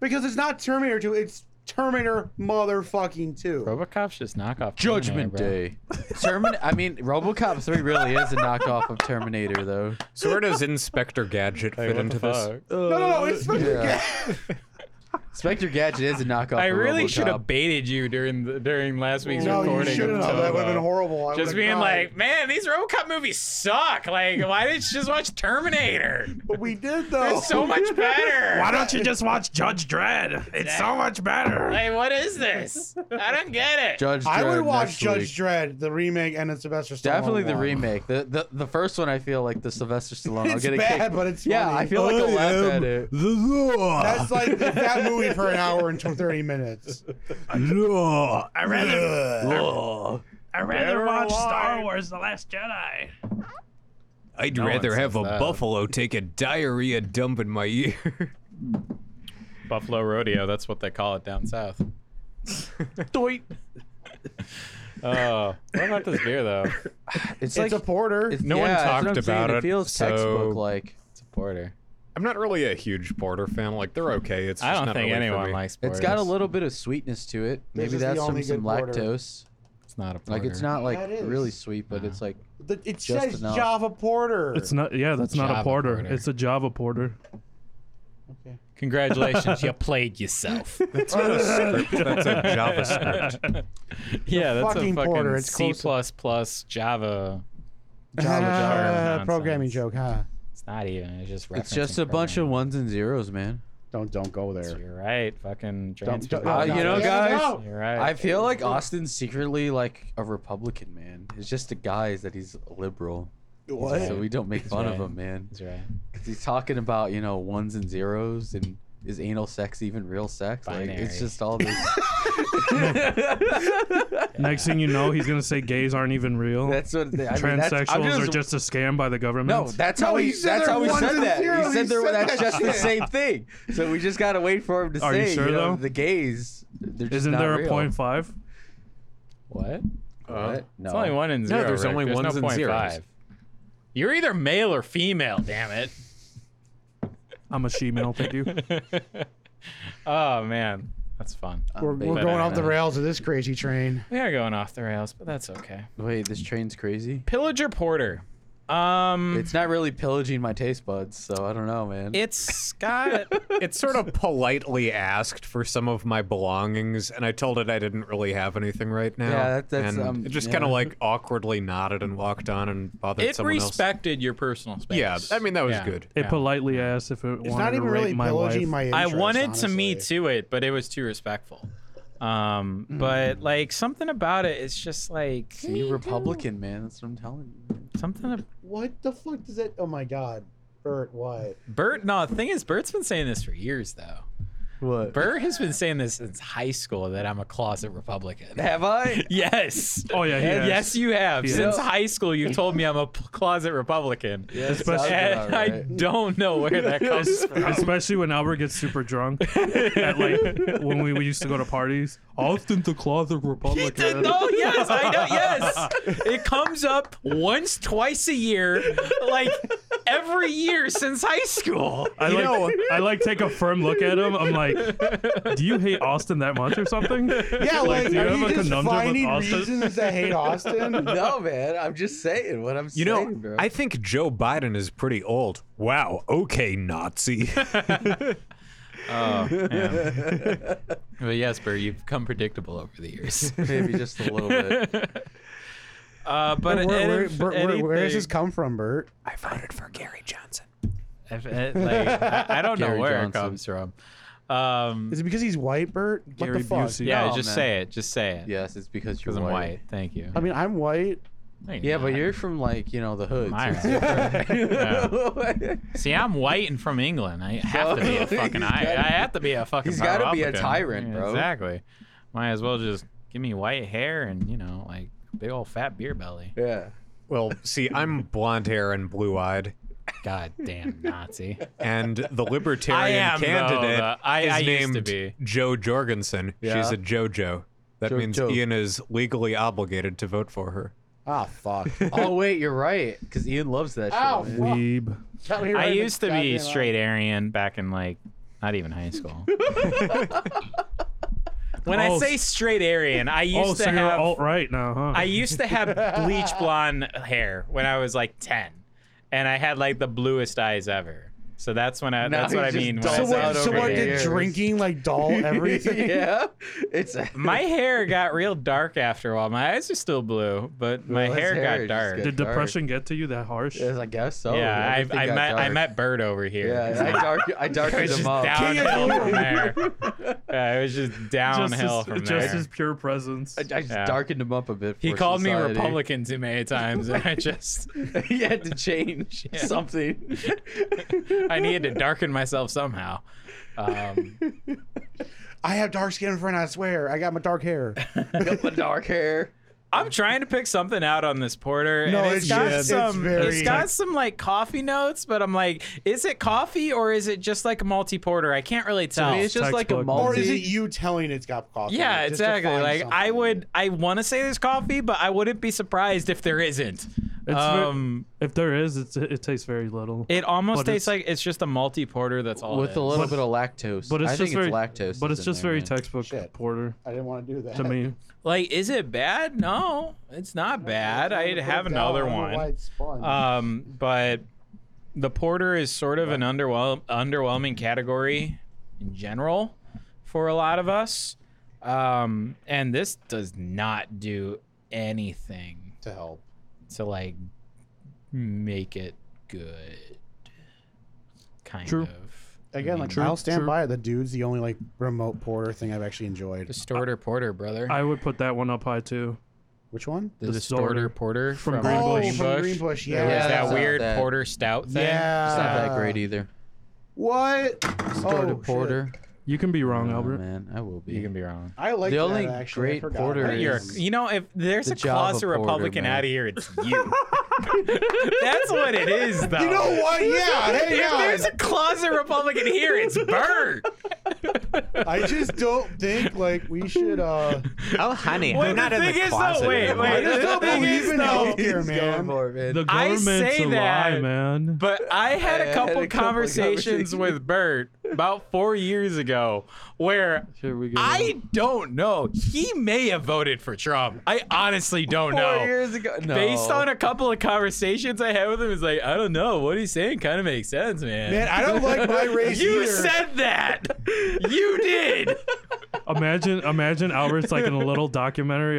Speaker 4: Because it's not Terminator 2, it's Terminator motherfucking 2.
Speaker 1: RoboCop's just knockoff.
Speaker 3: Judgment Day. <laughs> Termin. I mean, RoboCop 3 really is a knockoff of Terminator, though.
Speaker 5: So where does Inspector Gadget fit into this?
Speaker 4: No, no, no, it's fucking
Speaker 3: Yeah. Inspector Gadget is a knockoff.
Speaker 1: I
Speaker 3: of
Speaker 1: really should have
Speaker 3: RoboCop.
Speaker 1: baited you during the, during last week's
Speaker 4: No, you
Speaker 1: recording.
Speaker 4: shouldn't
Speaker 1: of
Speaker 4: have. That would have
Speaker 1: Tobo.
Speaker 4: been horrible. I
Speaker 1: Just
Speaker 4: would've
Speaker 1: being
Speaker 4: died.
Speaker 1: like, man, these RoboCop movies suck. Like, why didn't you just watch Terminator?
Speaker 4: But we did, though.
Speaker 1: It's
Speaker 3: <laughs>
Speaker 2: <laughs>
Speaker 1: so much better.
Speaker 2: Why don't you just watch Judge Dredd? It's so much better.
Speaker 1: Like, what is this? I don't get it.
Speaker 3: Judge
Speaker 4: I would
Speaker 3: Dredd
Speaker 4: watch
Speaker 3: next
Speaker 4: Judge
Speaker 3: week.
Speaker 4: Dredd, the remake, and it's Sylvester Stallone.
Speaker 3: Definitely the
Speaker 4: one.
Speaker 3: remake. The, the the first one, I feel like the Sylvester Stallone. I'll
Speaker 4: It's
Speaker 3: get a
Speaker 4: bad,
Speaker 3: kick.
Speaker 4: but it's
Speaker 3: yeah,
Speaker 4: funny. Oh,
Speaker 3: I feel like I'll laugh at it. <laughs>
Speaker 4: That's like that movie for an hour and 30 minutes.
Speaker 2: I rather I rather watch Star
Speaker 1: lie.
Speaker 2: Wars: The Last Jedi.
Speaker 5: I'd
Speaker 1: one
Speaker 5: rather have
Speaker 1: says
Speaker 5: a
Speaker 1: that.
Speaker 5: buffalo take a diarrhea dump in my ear. <laughs>
Speaker 1: Buffalo Rodeo. That's what they call it down
Speaker 5: <laughs>
Speaker 1: south.
Speaker 3: Doit.
Speaker 1: Oh, what about this beer though?
Speaker 3: It's,
Speaker 4: It's
Speaker 3: like
Speaker 4: a porter.
Speaker 3: it's-
Speaker 5: No one
Speaker 3: yeah, that's what
Speaker 5: talked
Speaker 3: I'm saying.
Speaker 5: about it,
Speaker 3: It feels
Speaker 5: so-
Speaker 3: textbook like.
Speaker 1: It's a porter.
Speaker 5: I'm not really a huge Porter fan. Like they're okay. It's just
Speaker 1: I don't
Speaker 5: not
Speaker 1: think
Speaker 5: really for
Speaker 1: anyone
Speaker 5: me.
Speaker 1: likes porters.
Speaker 3: It's got a little bit of sweetness to it. Maybe
Speaker 4: is the
Speaker 3: that's from
Speaker 4: only
Speaker 3: some
Speaker 4: good porter.
Speaker 3: lactose.
Speaker 1: It's not a
Speaker 7: Like
Speaker 1: porter.
Speaker 7: it's not like
Speaker 4: That is.
Speaker 7: really sweet, but it's like
Speaker 4: The- it
Speaker 7: Just
Speaker 4: says
Speaker 7: enough.
Speaker 4: Java Porter.
Speaker 2: It's not. Yeah, that's not a
Speaker 1: Java
Speaker 2: porter.
Speaker 1: porter.
Speaker 2: It's a Java porter.
Speaker 4: okay.
Speaker 1: Congratulations, you played yourself.
Speaker 5: That's not a <laughs> script. <laughs> That's a JavaScript.
Speaker 1: <laughs> yeah, that's
Speaker 4: fucking
Speaker 1: a fucking
Speaker 4: porter, it's
Speaker 1: C
Speaker 4: close
Speaker 1: plus plus Java.
Speaker 4: Java,
Speaker 1: Java.
Speaker 4: Ah, programming
Speaker 1: Nonsense.
Speaker 4: joke, huh?
Speaker 1: It's not even. It's just.
Speaker 3: It's just a bunch of ones and zeros, man.
Speaker 4: Don't don't go there.
Speaker 1: You're right. Fucking.
Speaker 4: Don't,
Speaker 1: transfer-
Speaker 4: don't-
Speaker 3: Uh,
Speaker 4: no,
Speaker 3: you
Speaker 4: no,
Speaker 3: know,
Speaker 4: no,
Speaker 3: guys,
Speaker 4: no.
Speaker 1: You're right.
Speaker 3: I feel like Austin's secretly like a Republican, man. It's just the guys that he's a liberal.
Speaker 4: What?
Speaker 3: So we don't make fun of
Speaker 1: right.
Speaker 3: him, man.
Speaker 1: He's right.
Speaker 3: 'Cause he's talking about, you know, ones and zeros and is anal sex even real sex? Like
Speaker 1: Binary.
Speaker 3: it's just all this <laughs>
Speaker 2: Next thing you know, he's gonna say gays aren't even real.
Speaker 3: That's what they, I mean, that's- I'm
Speaker 2: Transsexuals are just a scam by the government.
Speaker 3: No, that's how
Speaker 4: No,
Speaker 3: he,
Speaker 4: he said
Speaker 3: that's
Speaker 4: they're
Speaker 3: how he
Speaker 4: ones
Speaker 3: said
Speaker 4: and
Speaker 3: that. He
Speaker 4: zeros.
Speaker 3: said
Speaker 4: He
Speaker 3: there
Speaker 4: said
Speaker 3: that's
Speaker 4: that
Speaker 3: just the same thing. So we just gotta wait for him to
Speaker 2: Are you
Speaker 3: say
Speaker 2: sure,
Speaker 3: know,
Speaker 2: though?
Speaker 3: the gays. They're just
Speaker 2: Isn't
Speaker 3: not
Speaker 2: there a
Speaker 3: real.
Speaker 2: point five?
Speaker 1: What?
Speaker 3: What?
Speaker 1: It's only one and
Speaker 5: No,
Speaker 1: zero.
Speaker 5: there's
Speaker 1: Rick.
Speaker 5: only
Speaker 1: no
Speaker 5: ones and
Speaker 1: point
Speaker 5: zeros.
Speaker 1: five. You're either male or female. Damn it.
Speaker 2: I'm a she-male, thank you.
Speaker 5: <laughs>
Speaker 1: oh man, that's fun.
Speaker 4: We're,
Speaker 3: Big
Speaker 4: we're going off the
Speaker 3: banana.
Speaker 4: rails of this crazy train.
Speaker 1: We are going off the rails, but that's okay.
Speaker 3: Wait, this
Speaker 1: <laughs>
Speaker 3: train's crazy.
Speaker 1: Pillager Porter. Um,
Speaker 3: It's not really pillaging my taste buds, so I don't know, man.
Speaker 1: it's
Speaker 5: <laughs>
Speaker 1: got
Speaker 5: It sort of politely asked for some of my belongings, and I told it I didn't really have anything right now.
Speaker 3: Yeah, that- that's,
Speaker 5: and
Speaker 3: um,
Speaker 5: it just
Speaker 3: yeah.
Speaker 5: kind of like awkwardly nodded and walked on and bothered
Speaker 8: it
Speaker 5: someone else.
Speaker 8: respected your personal space.
Speaker 5: Yeah, I mean that was
Speaker 1: Yeah.
Speaker 5: good.
Speaker 2: It
Speaker 1: Yeah.
Speaker 2: politely asked if it
Speaker 4: It's
Speaker 2: wanted
Speaker 4: not even
Speaker 2: to rape
Speaker 4: really
Speaker 2: my
Speaker 4: pillaging
Speaker 2: wife. <laughs>
Speaker 4: my
Speaker 1: I
Speaker 4: interest,
Speaker 1: wanted to meet
Speaker 4: honestly.
Speaker 1: to it, but it was too respectful. Um,
Speaker 5: Mm.
Speaker 1: but like something about it, it's just like
Speaker 3: you Republican, man. That's what I'm telling you. man.
Speaker 1: something. ab-
Speaker 4: What the fuck does that? Oh my god, Bert, what?
Speaker 1: Bert, no, the thing is, Bert's been saying this for years though.
Speaker 3: What?
Speaker 1: Bert has been saying this since high school that I'm a closet Republican.
Speaker 3: Have I?
Speaker 1: <laughs>
Speaker 3: <laughs>
Speaker 1: Yes.
Speaker 2: Oh yeah, he
Speaker 1: Yes.
Speaker 2: has.
Speaker 1: you have.
Speaker 2: He
Speaker 1: Since
Speaker 3: has.
Speaker 1: high school, you told me I'm a p- closet Republican.
Speaker 3: Yeah,
Speaker 2: Especially-
Speaker 3: sounds about
Speaker 1: And I
Speaker 3: right.
Speaker 1: don't know where that comes from.
Speaker 2: Especially when Albert gets super drunk, at like when we, we used to go to parties. Austin's a closet Republican.
Speaker 1: He did. <laughs> Oh yes, I know. Yes, it comes up once, twice a year, like every year since high
Speaker 2: <laughs>
Speaker 1: school.
Speaker 2: I like, I like take a firm look at him. I'm like, do you hate Austin that much or something?
Speaker 4: Yeah, like,
Speaker 2: do you
Speaker 4: are
Speaker 2: have
Speaker 4: you
Speaker 2: a
Speaker 4: just
Speaker 2: conundrum with
Speaker 4: finding
Speaker 2: Austin?
Speaker 4: reasons to hate Austin?
Speaker 3: <laughs> no, man. I'm just saying what I'm
Speaker 5: You
Speaker 3: saying,
Speaker 5: know,
Speaker 3: bro.
Speaker 5: I think Joe Biden is pretty old. Wow. Okay, Nazi. <laughs>
Speaker 1: Oh, man. but yes, Bert, you've become predictable over the <laughs> years.
Speaker 3: Maybe just a
Speaker 1: <laughs>
Speaker 3: little bit.
Speaker 1: Uh, but
Speaker 4: Bert, where, where,
Speaker 1: if
Speaker 4: Bert, where, where does this
Speaker 1: anything-
Speaker 4: come from, Bert?
Speaker 5: I voted for Gary Johnson.
Speaker 1: if it- like, I, I
Speaker 3: <laughs>
Speaker 1: don't know
Speaker 3: Gary
Speaker 1: where it
Speaker 3: Johnson.
Speaker 1: comes from. Um,
Speaker 4: Is it because he's white, Bert? What
Speaker 2: Gary
Speaker 4: the fuck?
Speaker 2: Busey.
Speaker 1: yeah,
Speaker 3: Oh,
Speaker 1: just
Speaker 3: man.
Speaker 1: say it. Just say it.
Speaker 3: Yes, it's because you're
Speaker 1: because I'm white.
Speaker 3: white.
Speaker 1: Thank you.
Speaker 4: I mean, I'm white.
Speaker 1: No,
Speaker 3: Yeah, but
Speaker 1: not.
Speaker 3: you're from like you know the hood.
Speaker 1: My
Speaker 3: so it's <laughs> different.
Speaker 1: See, I'm white and from England.
Speaker 3: <laughs>
Speaker 1: I have to be a
Speaker 3: So,
Speaker 1: fucking.
Speaker 3: he's
Speaker 1: I,
Speaker 3: gotta-
Speaker 1: I have to be a fucking.
Speaker 3: he's gotta be a
Speaker 1: Republican.
Speaker 3: tyrant,
Speaker 1: Yeah,
Speaker 3: bro.
Speaker 1: Exactly. Might as well just give me white hair and you know like big old fat beer belly.
Speaker 3: yeah.
Speaker 5: Well, see, I'm blonde hair and blue eyed,
Speaker 1: God
Speaker 3: <laughs>
Speaker 1: damn Nazi.
Speaker 5: and the libertarian
Speaker 1: I am, though,
Speaker 5: candidate
Speaker 1: though. I-
Speaker 5: is
Speaker 1: I used to
Speaker 5: named
Speaker 1: be.
Speaker 5: Joe Jorgensen.
Speaker 3: Yeah.
Speaker 5: She's a JoJo. That
Speaker 3: Jo-
Speaker 5: means
Speaker 3: Jo.
Speaker 5: Ian is legally obligated to vote for her.
Speaker 4: Ah, fuck.
Speaker 3: <laughs> Oh wait, you're right. Because Ian loves that <laughs>
Speaker 4: Ow.
Speaker 3: shit. man.
Speaker 2: Weeb.
Speaker 1: I used to be straight Aryan back in like not even high
Speaker 3: <laughs>
Speaker 1: school. when I
Speaker 2: Oh,
Speaker 1: say straight Aryan, I used
Speaker 2: Oh,
Speaker 1: to
Speaker 2: so you're
Speaker 1: have
Speaker 2: alt right now, huh?
Speaker 1: I used to have bleach blonde hair when I was like 10, and I had like the bluest eyes ever. So that's when I.
Speaker 3: Now
Speaker 1: that's what I
Speaker 3: he's just
Speaker 1: mean. When I say
Speaker 3: dolls
Speaker 4: So
Speaker 3: out
Speaker 4: what, so
Speaker 3: over
Speaker 1: straight
Speaker 4: what
Speaker 3: the
Speaker 4: did
Speaker 1: hair.
Speaker 3: years.
Speaker 4: drinking like dull
Speaker 3: <laughs>
Speaker 4: everything?
Speaker 3: yeah, it's
Speaker 1: My hair got real dark after a while. My eyes are still blue, but my
Speaker 3: Well, his
Speaker 1: hair,
Speaker 3: hair
Speaker 1: got
Speaker 3: just
Speaker 1: dark.
Speaker 3: got
Speaker 2: Did depression get to you that harsh?
Speaker 3: Yes, I guess so.
Speaker 1: yeah,
Speaker 3: Everything
Speaker 1: I, I
Speaker 3: got
Speaker 1: met I
Speaker 3: dark.
Speaker 1: met Bird over here.
Speaker 3: <laughs> Yeah, I dark I darkened
Speaker 1: It's <laughs>
Speaker 3: him
Speaker 1: just
Speaker 3: up.
Speaker 1: downhill from there.
Speaker 2: <laughs>
Speaker 1: Yeah, it was just
Speaker 2: just
Speaker 1: downhill
Speaker 2: his,
Speaker 1: from there.
Speaker 2: just his pure presence.
Speaker 3: I, I just
Speaker 1: Yeah.
Speaker 3: darkened him up a bit.
Speaker 1: he
Speaker 3: for
Speaker 1: called me
Speaker 3: society.
Speaker 1: Republican too many times, and I just
Speaker 3: <laughs> he had to change something.
Speaker 1: I needed to darken myself somehow. Um,
Speaker 4: I have dark skin friend, I swear. I got my dark <laughs> hair.
Speaker 3: Got my dark hair.
Speaker 1: I'm trying to pick something out on this porter.
Speaker 4: No,
Speaker 1: and
Speaker 4: it's
Speaker 1: got
Speaker 4: just-
Speaker 1: some.
Speaker 4: it's very-
Speaker 1: it's got some like coffee notes, but I'm like, is it coffee or is it just like a multi porter? I can't really
Speaker 3: I
Speaker 1: tell.
Speaker 3: mean, it's just like a
Speaker 2: textbook.
Speaker 3: multi.
Speaker 4: Or is it you telling it's got coffee? in
Speaker 1: yeah,
Speaker 4: it, just to
Speaker 1: exactly.
Speaker 4: find
Speaker 1: Like I
Speaker 4: something?
Speaker 1: would, I want to say there's coffee, but I wouldn't be surprised if there isn't.
Speaker 2: It's ver-
Speaker 1: um,
Speaker 2: if there is, it's, it tastes very little.
Speaker 1: it almost
Speaker 2: but
Speaker 1: tastes
Speaker 2: it's-
Speaker 1: like it's just a multi porter. That's all.
Speaker 9: with
Speaker 1: it
Speaker 9: a
Speaker 1: is.
Speaker 9: little
Speaker 2: But-
Speaker 9: bit of lactose.
Speaker 2: but it's
Speaker 9: I
Speaker 2: just
Speaker 9: think
Speaker 2: very-
Speaker 9: it's lactose.
Speaker 2: but
Speaker 9: that's
Speaker 2: it's
Speaker 9: in
Speaker 2: just
Speaker 9: there,
Speaker 2: very
Speaker 9: man.
Speaker 2: textbook
Speaker 4: Shit.
Speaker 2: porter
Speaker 4: I didn't want to do that.
Speaker 2: to
Speaker 4: <laughs>
Speaker 2: me.
Speaker 1: Like, is it bad? No, it's not bad. I'd have another one. Um, but the porter is sort of an underwhel- underwhelming category in general for a lot of us. Um, and this does not do anything
Speaker 4: to help.
Speaker 1: to like make it good. Kind
Speaker 2: True.
Speaker 1: of.
Speaker 4: Again, like I'll stand by it. The dude's the only like remote porter thing I've actually enjoyed.
Speaker 1: Distorter Porter, brother.
Speaker 2: I would put that one up high too.
Speaker 4: Which one?
Speaker 1: the,
Speaker 2: the
Speaker 1: Distorter
Speaker 2: Distorter
Speaker 1: Porter
Speaker 2: from
Speaker 1: from,
Speaker 2: Green
Speaker 4: Oh,
Speaker 2: Bush.
Speaker 4: from Green Bush. Yeah,
Speaker 1: There was
Speaker 9: Yeah,
Speaker 1: that
Speaker 9: that's not
Speaker 1: weird
Speaker 9: bad.
Speaker 1: porter stout thing.
Speaker 4: Yeah,
Speaker 9: It's not that great either.
Speaker 4: What?
Speaker 9: Ah.
Speaker 3: Oh,
Speaker 4: Oh,
Speaker 9: Distorted
Speaker 4: shit.
Speaker 9: porter.
Speaker 2: You can be wrong,
Speaker 9: Oh,
Speaker 2: Albert.
Speaker 9: man, I will be.
Speaker 1: You can be wrong.
Speaker 4: I like
Speaker 9: The
Speaker 4: that,
Speaker 9: only
Speaker 4: actually. I
Speaker 9: great
Speaker 4: forgot.
Speaker 9: porter
Speaker 4: That
Speaker 1: You're,
Speaker 4: is-
Speaker 1: you know, if there's
Speaker 9: The
Speaker 1: a closet
Speaker 9: Java porter,
Speaker 1: Republican
Speaker 9: man.
Speaker 1: out of here, it's you. That's what it is, though.
Speaker 4: You know what? Yeah, hang
Speaker 1: If
Speaker 4: on.
Speaker 1: there's a closet Republican here, it's Bert.
Speaker 4: I just don't think like we should. uh
Speaker 3: Oh, honey,
Speaker 1: Wait, the thing is, though, wait, wait.
Speaker 4: just
Speaker 1: The
Speaker 4: don't
Speaker 1: thing
Speaker 4: believe
Speaker 1: is,
Speaker 4: in
Speaker 1: though,
Speaker 4: healthcare, man.
Speaker 2: The
Speaker 1: I
Speaker 2: government's
Speaker 1: say
Speaker 2: a lie,
Speaker 1: that,
Speaker 2: man.
Speaker 1: But I had
Speaker 9: I
Speaker 1: a
Speaker 9: had
Speaker 1: couple
Speaker 9: a couple
Speaker 1: conversations
Speaker 9: conversations.
Speaker 1: with Bert about four years ago where
Speaker 3: Here we go.
Speaker 1: I don't know. He may have voted for Trump. I honestly don't know.
Speaker 9: years ago. No.
Speaker 1: Based on a couple of conversations I had with him, it's like, I don't know. What he's saying kind of makes sense, man.
Speaker 4: Man, I don't like <laughs> my
Speaker 1: <laughs>
Speaker 4: race
Speaker 1: you
Speaker 4: either.
Speaker 1: said that. You did.
Speaker 2: Imagine, imagine Albert's like in a little documentary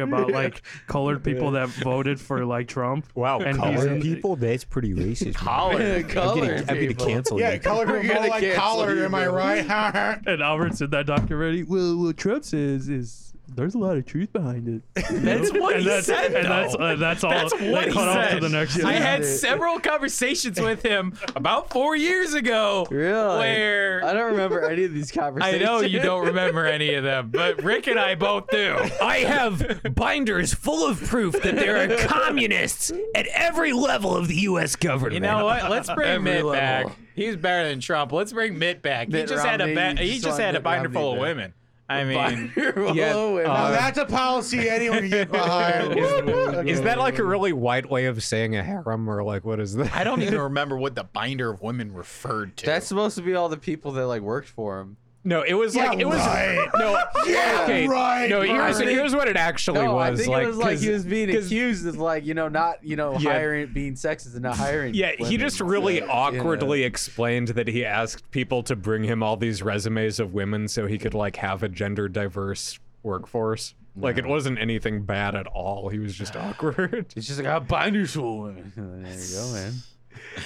Speaker 1: <laughs>
Speaker 2: about like colored people that voted for like Trump.
Speaker 5: <laughs> Wow,
Speaker 2: And he's-
Speaker 5: colored
Speaker 10: people, that's pretty racist.
Speaker 1: Collar.
Speaker 10: I'm
Speaker 9: color.
Speaker 10: getting, I'm getting
Speaker 9: people.
Speaker 10: canceled.
Speaker 4: yeah,
Speaker 10: here.
Speaker 4: color people
Speaker 9: gonna
Speaker 4: like
Speaker 9: cancel
Speaker 4: collar.
Speaker 9: you,
Speaker 4: Am I <laughs>
Speaker 9: bro.
Speaker 4: right?
Speaker 2: And Albert's in that documentary. Well, what Trump says is there's a lot of truth behind it. You
Speaker 1: <laughs> That's
Speaker 2: know?
Speaker 1: what
Speaker 2: and
Speaker 1: he
Speaker 2: that's,
Speaker 1: said,
Speaker 2: And that's,
Speaker 1: though.
Speaker 2: uh, that's all.
Speaker 1: That's
Speaker 2: they
Speaker 1: what he
Speaker 2: cut off to
Speaker 1: said.
Speaker 2: the next
Speaker 1: I
Speaker 2: year.
Speaker 1: had several conversations with him about four years ago.
Speaker 9: Really?
Speaker 1: Where
Speaker 9: I don't remember any of these
Speaker 1: I
Speaker 9: conversations.
Speaker 1: know you don't remember any of them, but Rick and I both do.
Speaker 10: I have binders full of proof that there are communists at every level of the U.S. government.
Speaker 1: You know what? Let's bring
Speaker 9: Every
Speaker 1: Mitt
Speaker 9: level.
Speaker 1: back. He's better than Trump. Let's bring Mitt back. He
Speaker 9: Mitt
Speaker 1: just
Speaker 9: Romney,
Speaker 1: had a ba-
Speaker 9: you
Speaker 1: he
Speaker 9: just
Speaker 1: just
Speaker 9: want
Speaker 1: had a
Speaker 9: Mitt
Speaker 1: binder
Speaker 9: Romney
Speaker 1: full of
Speaker 9: back.
Speaker 1: women. I mean,
Speaker 9: yeah.
Speaker 3: Uh,
Speaker 4: now that's a policy anyone can get behind.
Speaker 5: Is that like a really white way of saying a harem, or like what is that?
Speaker 1: I don't even remember what the binder of women referred to.
Speaker 9: That's supposed to be all the people that like worked for him.
Speaker 5: No, it was like it was
Speaker 4: right.
Speaker 5: no.
Speaker 4: Yeah,
Speaker 5: okay,
Speaker 4: right.
Speaker 5: <laughs> No, here's,
Speaker 9: Right.
Speaker 5: here's what it actually
Speaker 9: No,
Speaker 5: was.
Speaker 9: I think
Speaker 5: like,
Speaker 9: it was like
Speaker 5: 'cause-
Speaker 9: he was being
Speaker 5: 'cause-
Speaker 9: accused of like you know not you know hiring being sexist and not hiring.
Speaker 5: Yeah, he
Speaker 9: women.
Speaker 5: just really
Speaker 9: So, you know.
Speaker 10: <laughs>
Speaker 5: awkwardly explained that he asked people to bring him all these resumes of women so he could like have a gender diverse workforce. Like it wasn't anything bad at all. He was
Speaker 9: <sighs>
Speaker 5: just awkward.
Speaker 9: It's just like I binders full of women. there you go, man.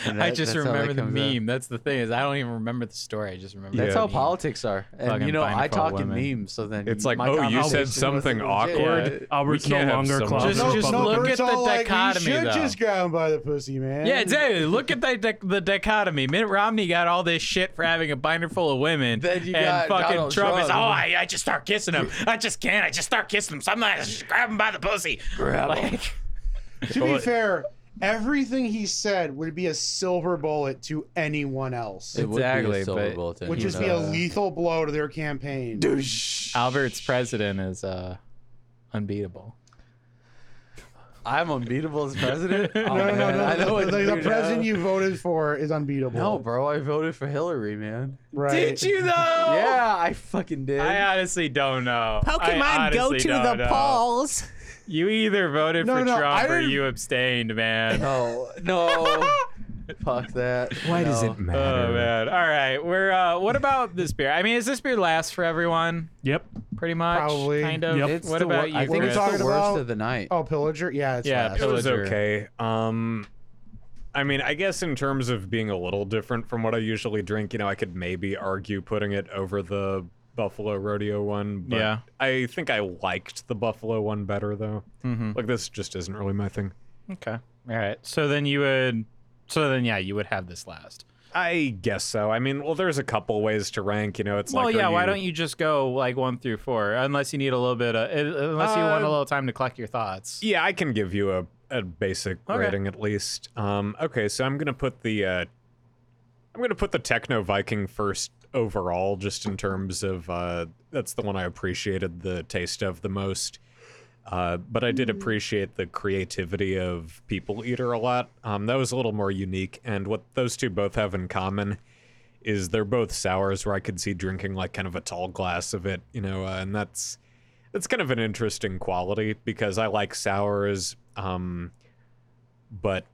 Speaker 9: And
Speaker 1: I
Speaker 9: that-
Speaker 1: just
Speaker 9: that's how that
Speaker 1: remember the
Speaker 9: comes out.
Speaker 1: meme. That's the thing is I don't even remember the story. I just remember.
Speaker 9: That's
Speaker 5: Yeah.
Speaker 9: how politics are. And
Speaker 1: Fucking
Speaker 9: you know,
Speaker 1: binder
Speaker 9: I
Speaker 1: full of
Speaker 9: talk in
Speaker 1: women.
Speaker 9: memes, so then
Speaker 5: It's like,
Speaker 9: my
Speaker 5: oh, you
Speaker 9: conversation
Speaker 5: said
Speaker 9: wasn't
Speaker 5: something
Speaker 9: legit.
Speaker 5: awkward.
Speaker 2: Albert's
Speaker 5: We
Speaker 2: no
Speaker 5: can't have
Speaker 2: longer
Speaker 5: someone-
Speaker 2: closet
Speaker 5: Just-
Speaker 1: just
Speaker 2: Republican.
Speaker 1: look
Speaker 4: Bert's
Speaker 1: at the
Speaker 4: all
Speaker 1: dichotomy,
Speaker 4: Like, we should
Speaker 1: though.
Speaker 4: just grab him by the pussy, man.
Speaker 1: Yeah, exactly.
Speaker 9: <laughs>
Speaker 1: Look at the dic- the dichotomy. Mitt Romney got all this shit for having a binder full of women,
Speaker 9: Then you
Speaker 1: and
Speaker 9: got
Speaker 1: fucking
Speaker 9: Donald
Speaker 1: Trump, is, oh,
Speaker 9: Trump.
Speaker 1: I, I just start kissing him. I just can't. I just start kissing him. Sometimes I just grab him by the pussy. Like,
Speaker 4: To be fair, everything he said would be a silver bullet to anyone else,
Speaker 9: It would be a
Speaker 1: Exactly,
Speaker 9: silver
Speaker 1: but-
Speaker 9: bullet to
Speaker 4: would
Speaker 9: him,
Speaker 4: just
Speaker 9: you
Speaker 4: be a
Speaker 9: know.
Speaker 4: lethal blow to their campaign.
Speaker 1: Albert's president is uh, unbeatable.
Speaker 9: I'm unbeatable
Speaker 1: <laughs>
Speaker 9: as president. Oh,
Speaker 4: No, no, no,
Speaker 9: man,
Speaker 4: no.
Speaker 9: I know what
Speaker 4: the,
Speaker 9: to
Speaker 4: the
Speaker 9: do
Speaker 4: president
Speaker 9: now.
Speaker 4: you voted for is unbeatable.
Speaker 9: <laughs> No, bro, I voted for Hillary, man.
Speaker 4: right?
Speaker 1: Did you though?
Speaker 9: Yeah, I fucking did.
Speaker 1: I uh, honestly don't know. I honestly don't know.
Speaker 10: polls.
Speaker 1: You either voted
Speaker 4: No,
Speaker 1: for
Speaker 4: no,
Speaker 1: Trump
Speaker 4: I
Speaker 1: or
Speaker 4: didn't-
Speaker 1: you abstained,
Speaker 9: <laughs>
Speaker 1: man.
Speaker 9: No,
Speaker 1: <laughs>
Speaker 9: no. Fuck that.
Speaker 10: Why does
Speaker 9: No.
Speaker 10: it matter?
Speaker 1: Oh man! All right, we're. Uh, what about this beer? I mean, is this beer last for everyone?
Speaker 2: Yep.
Speaker 1: Pretty much.
Speaker 4: Probably.
Speaker 1: Kind of.
Speaker 2: Yep.
Speaker 9: It's
Speaker 1: What
Speaker 9: the
Speaker 1: about
Speaker 9: wor-
Speaker 1: you?
Speaker 9: I think
Speaker 4: Chris?
Speaker 9: it's
Speaker 4: What are we
Speaker 9: the
Speaker 4: talking
Speaker 9: worst
Speaker 4: about?
Speaker 9: of the night.
Speaker 4: Oh, pillager. Yeah, it's
Speaker 1: Yeah,
Speaker 4: last.
Speaker 5: It was
Speaker 1: Pillager.
Speaker 5: okay. Um, I mean, I guess in terms of being a little different from what I usually drink, you know, I could maybe argue putting it over the Buffalo Rodeo one. But
Speaker 1: Yeah.
Speaker 5: I think I liked the Buffalo one better though.
Speaker 1: Mm-hmm.
Speaker 5: Like this just isn't really my thing.
Speaker 1: Okay. All right. So then you would. So then yeah, you would have this last.
Speaker 5: I guess so. I mean, well, there's a couple ways to rank. You know, it's
Speaker 1: Well,
Speaker 5: like. are
Speaker 1: yeah. Why don't you just go like one through four? Unless you need a little bit of. uh, Unless you want a
Speaker 9: Um,
Speaker 5: Uh,
Speaker 1: little time to collect your thoughts.
Speaker 5: Yeah, I can give you a, a basic
Speaker 1: Okay.
Speaker 5: rating at least. Um, okay, so I'm gonna put the uh, I'm gonna put the Techno Viking first overall, just in terms of uh, that's the one I appreciated the taste of the most. Uh, but I did appreciate the creativity of People Eater a lot. Um, that was a little more unique. And what those two both have in common is they're both sours where I could see drinking like kind of a tall glass of it, you know, uh, and that's that's kind of an interesting quality because I like sours, um, but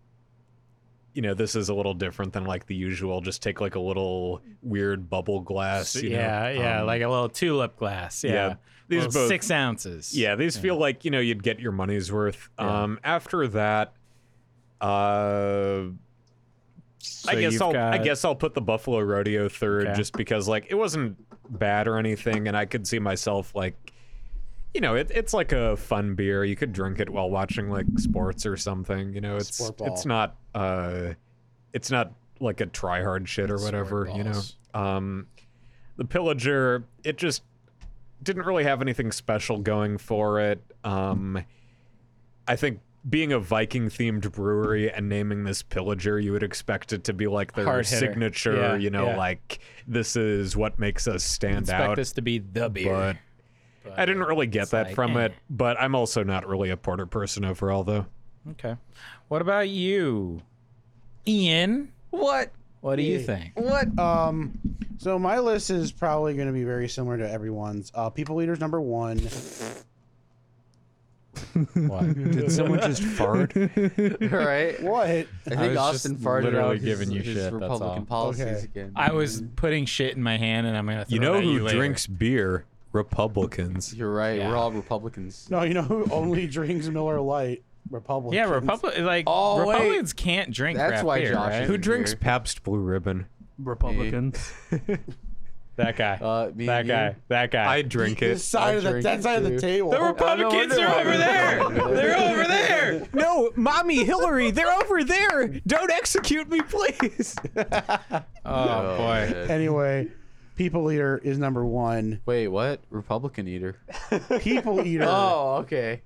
Speaker 5: you know, this is a little different than like the usual. Just take like a little weird bubble glass. You
Speaker 1: yeah,
Speaker 5: know?
Speaker 1: yeah,
Speaker 5: um,
Speaker 1: like a little tulip glass. Yeah,
Speaker 5: yeah, these
Speaker 1: Little
Speaker 5: both-
Speaker 1: six ounces.
Speaker 5: yeah, these feel like you know you'd get your money's worth. Um, after that, uh, I
Speaker 1: So
Speaker 5: guess
Speaker 1: you've
Speaker 5: I'll I
Speaker 1: got-
Speaker 5: guess I'll put the Buffalo Rodeo third,
Speaker 1: Okay.
Speaker 5: just because like it wasn't bad or anything, and I could see myself like, you know, it, it's like a fun beer. You could drink it while watching like sports or something. You know, it's
Speaker 4: Sport ball.
Speaker 5: it's not uh, it's not like a try hard shit or whatever. You know,
Speaker 9: balls.
Speaker 5: um, the Pillager, it just didn't really have anything special going for it. Um, I think being a Viking themed brewery and naming this Pillager, you would expect it to be like their
Speaker 1: Hard hitter.
Speaker 5: signature,
Speaker 1: Yeah,
Speaker 5: you know,
Speaker 1: yeah.
Speaker 5: like this is what makes us stand
Speaker 1: expect
Speaker 5: out.
Speaker 1: this to be the beer.
Speaker 5: but I didn't really get that
Speaker 1: like,
Speaker 5: from
Speaker 1: eh.
Speaker 5: it, but I'm also not really a porter person overall, though.
Speaker 1: okay, what about you, Ian? What? What do you think?
Speaker 4: Um, so my list is probably going to be very similar to everyone's. Uh, people leaders number one.
Speaker 3: Did someone
Speaker 5: <laughs>
Speaker 3: just fart?
Speaker 9: All right.
Speaker 4: What?
Speaker 9: I
Speaker 3: was
Speaker 9: think
Speaker 3: just
Speaker 9: Austin farted
Speaker 3: literally
Speaker 9: out his,
Speaker 3: giving you
Speaker 9: his
Speaker 3: shit, that's
Speaker 9: Republican
Speaker 3: all.
Speaker 9: policies
Speaker 4: Okay.
Speaker 9: again.
Speaker 1: I was putting shit in my hand, and I'm gonna. Throw
Speaker 5: You know
Speaker 1: it at
Speaker 5: who
Speaker 1: later.
Speaker 5: drinks beer? Republicans.
Speaker 9: You're right.
Speaker 1: Yeah.
Speaker 9: We're all Republicans.
Speaker 4: No, you know who only <laughs> drinks Miller Lite? Republicans.
Speaker 1: Yeah, Republic like
Speaker 9: Oh, wait.
Speaker 1: Republicans can't drink.
Speaker 9: That's
Speaker 1: craft
Speaker 9: why
Speaker 1: beer,
Speaker 9: Josh
Speaker 1: right?
Speaker 9: is-
Speaker 5: Who drinks Pabst Blue Ribbon?
Speaker 2: Republicans.
Speaker 1: That guy.
Speaker 9: Uh, me
Speaker 1: that
Speaker 9: and
Speaker 1: guy.
Speaker 9: you.
Speaker 1: That guy.
Speaker 5: I drink
Speaker 4: This
Speaker 5: it.
Speaker 4: side of the
Speaker 9: drink
Speaker 4: that
Speaker 9: it
Speaker 4: side of the
Speaker 9: too.
Speaker 4: table.
Speaker 1: the Republicans
Speaker 9: wonder
Speaker 1: are
Speaker 9: why
Speaker 1: over
Speaker 9: we're <laughs>
Speaker 1: there. They're over there.
Speaker 5: No, mommy Hillary, they're over there. Don't execute me,
Speaker 9: <laughs>
Speaker 5: please.
Speaker 1: Oh boy.
Speaker 9: yeah.
Speaker 4: anyway, people eater is number one.
Speaker 9: Wait, what? Republican eater.
Speaker 4: People eater.
Speaker 9: <laughs> Oh, okay.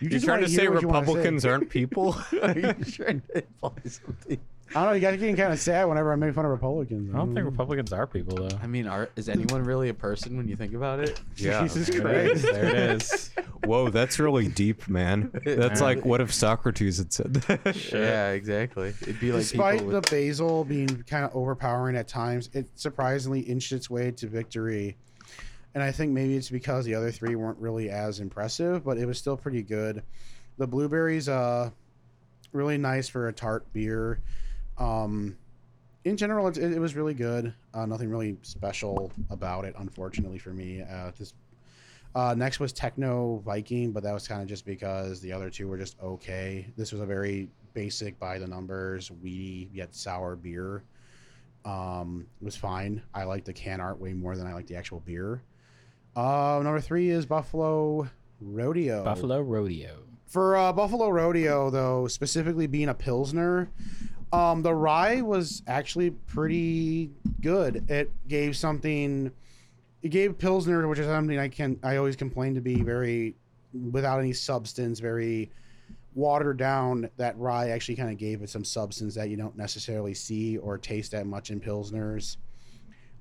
Speaker 4: you
Speaker 5: You're
Speaker 4: just
Speaker 5: trying
Speaker 4: wanna
Speaker 5: to
Speaker 4: hear
Speaker 5: say
Speaker 4: what you wanna
Speaker 5: Republicans
Speaker 3: <laughs>
Speaker 5: aren't people?
Speaker 9: <laughs> Are you trying to imply something?
Speaker 4: I don't know. You guys are getting kind of sad whenever I make fun of Republicans.
Speaker 1: I don't think Republicans are people though.
Speaker 9: I mean, are, is anyone really a person when you think about <laughs> it?
Speaker 5: yeah.
Speaker 4: Jesus
Speaker 1: There it is.
Speaker 4: Christ.
Speaker 1: There it is.
Speaker 5: Whoa, that's really deep, man. That's like, what if Socrates had said that?
Speaker 9: Yeah, exactly. It'd be like
Speaker 4: Despite
Speaker 9: people
Speaker 4: the
Speaker 9: with,
Speaker 4: basil being kind of overpowering at times, it surprisingly inched its way to victory. And I think maybe it's because the other three weren't really as impressive, but it was still pretty good. The blueberries, uh, really nice for a tart beer. Um, in general, it, it was really good. Uh, nothing really special about it, unfortunately for me. Uh, this uh, next was Techno Viking, but that was kind of just because the other two were just okay. This was a very basic, by the numbers, weedy yet sour beer. Um, it was fine. I like the can art way more than I like the actual beer. Uh, number three is Buffalo Rodeo.
Speaker 1: Buffalo rodeo.
Speaker 4: For uh, Buffalo Rodeo, though, specifically being a Pilsner, um, the rye was actually pretty good. It gave something, it gave Pilsner, which is something I can, I always complain to be very, without any substance, very watered down. That rye actually kind of gave it some substance that you don't necessarily see or taste that much in Pilsners.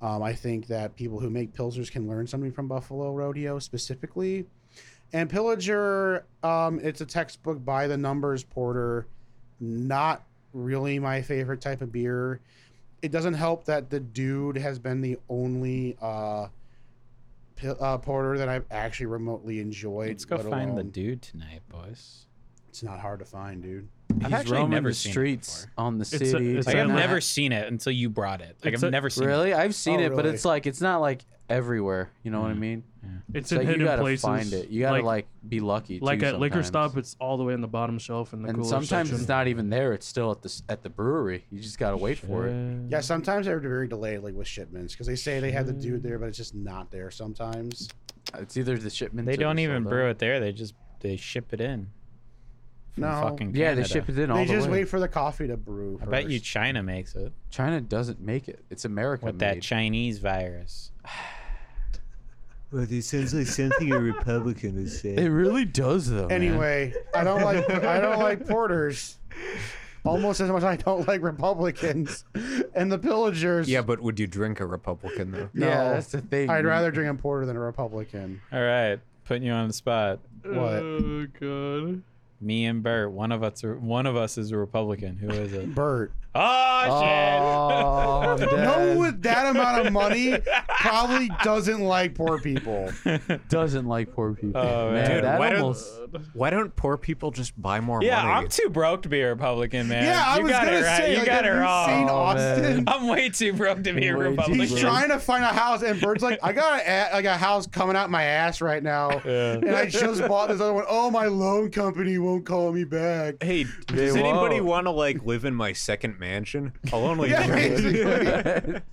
Speaker 4: Um, I think that people who make Pilsners can learn something from Buffalo Rodeo specifically. And Pillager, um, it's a textbook by the numbers porter. Not really my favorite type of beer. It doesn't help that the dude has been the only uh, pi- uh, porter that I've actually remotely enjoyed.
Speaker 1: Let's go
Speaker 4: let
Speaker 1: find the
Speaker 4: alone-
Speaker 1: dude tonight, boys.
Speaker 4: It's not hard to find, dude.
Speaker 9: I've
Speaker 1: He's
Speaker 9: actually
Speaker 1: roaming the
Speaker 9: never the
Speaker 1: seen it
Speaker 9: streets
Speaker 1: before.
Speaker 9: on the
Speaker 2: a-
Speaker 9: city.
Speaker 2: it's
Speaker 1: Like
Speaker 2: So
Speaker 1: I've
Speaker 2: now-
Speaker 1: never seen it until you brought it. Like
Speaker 2: It's
Speaker 1: I've
Speaker 2: a-
Speaker 1: never seen it.
Speaker 9: Really? I've seen
Speaker 4: Oh,
Speaker 9: it, but
Speaker 4: really?
Speaker 9: it's like it's not like everywhere. You know what I mean?
Speaker 2: Mm. It's
Speaker 9: It's
Speaker 2: in
Speaker 9: like you
Speaker 2: hidden
Speaker 9: gotta
Speaker 2: places.
Speaker 9: find it. You gotta like, be lucky.
Speaker 2: like
Speaker 9: too,
Speaker 2: at liquor
Speaker 9: sometimes.
Speaker 2: stop, it's all the way on the bottom shelf in the
Speaker 9: and
Speaker 2: cooler
Speaker 9: sometimes
Speaker 2: section.
Speaker 9: it's not even there. It's still at the s- at the brewery. You just gotta wait for it.
Speaker 4: Yeah, sometimes they're very delayed, like with shipments, because they say they have the dude there, but it's just not there sometimes.
Speaker 9: It's either the shipment.
Speaker 1: They don't even brew it there. They just they ship it in. from
Speaker 4: No.
Speaker 1: Fucking
Speaker 9: Yeah, they
Speaker 1: Canada.
Speaker 9: ship it in all
Speaker 4: they
Speaker 9: the
Speaker 4: just
Speaker 9: way.
Speaker 4: wait for the coffee to brew.
Speaker 1: I bet you
Speaker 4: first.
Speaker 1: China makes it
Speaker 9: China doesn't make it. It's America
Speaker 1: with
Speaker 9: made.
Speaker 1: that Chinese virus.
Speaker 11: Well, this sounds like something a Republican would
Speaker 9: it
Speaker 11: say.
Speaker 9: really does though. man.
Speaker 4: Anyway, I don't like I don't like
Speaker 1: <laughs>
Speaker 4: porters almost as much as I don't like Republicans and the pillagers.
Speaker 5: Yeah, but would you drink a Republican, though?
Speaker 4: no,
Speaker 9: <laughs> Yeah, that's the thing.
Speaker 4: I'd rather drink a porter than a Republican.
Speaker 1: All right, putting you on the spot.
Speaker 4: What?
Speaker 6: Oh god.
Speaker 1: Me and Bert, one of us, are, one of us is a Republican. Who is it?
Speaker 4: Bert.
Speaker 1: <laughs> Oh shit!
Speaker 3: Oh, I'm
Speaker 4: No
Speaker 3: dead.
Speaker 4: one with that amount of money probably doesn't like poor people.
Speaker 3: doesn't like poor people.
Speaker 1: Oh,
Speaker 3: man,
Speaker 1: man.
Speaker 3: that
Speaker 5: why don't-
Speaker 3: almost.
Speaker 5: Why don't poor people just buy more
Speaker 1: <laughs> Yeah,
Speaker 5: money?
Speaker 1: I'm too broke to be a Republican, man.
Speaker 4: yeah, I
Speaker 1: you
Speaker 4: was
Speaker 1: got
Speaker 4: gonna
Speaker 1: it right.
Speaker 4: say,
Speaker 1: you
Speaker 4: like,
Speaker 1: got it
Speaker 4: have you seen
Speaker 1: wrong. Oh,
Speaker 4: Austin?
Speaker 1: <laughs> I'm way too broke to be a
Speaker 3: Way too
Speaker 1: Republican.
Speaker 4: He's trying to find a house, and Bert's like, I got a, like a house coming out my ass right now, and I just bought this other one. Oh, my loan company won't call me back.
Speaker 5: Hey, does anybody want to like live in my second mansion? I'll only
Speaker 4: Yeah, basically.
Speaker 5: <laughs>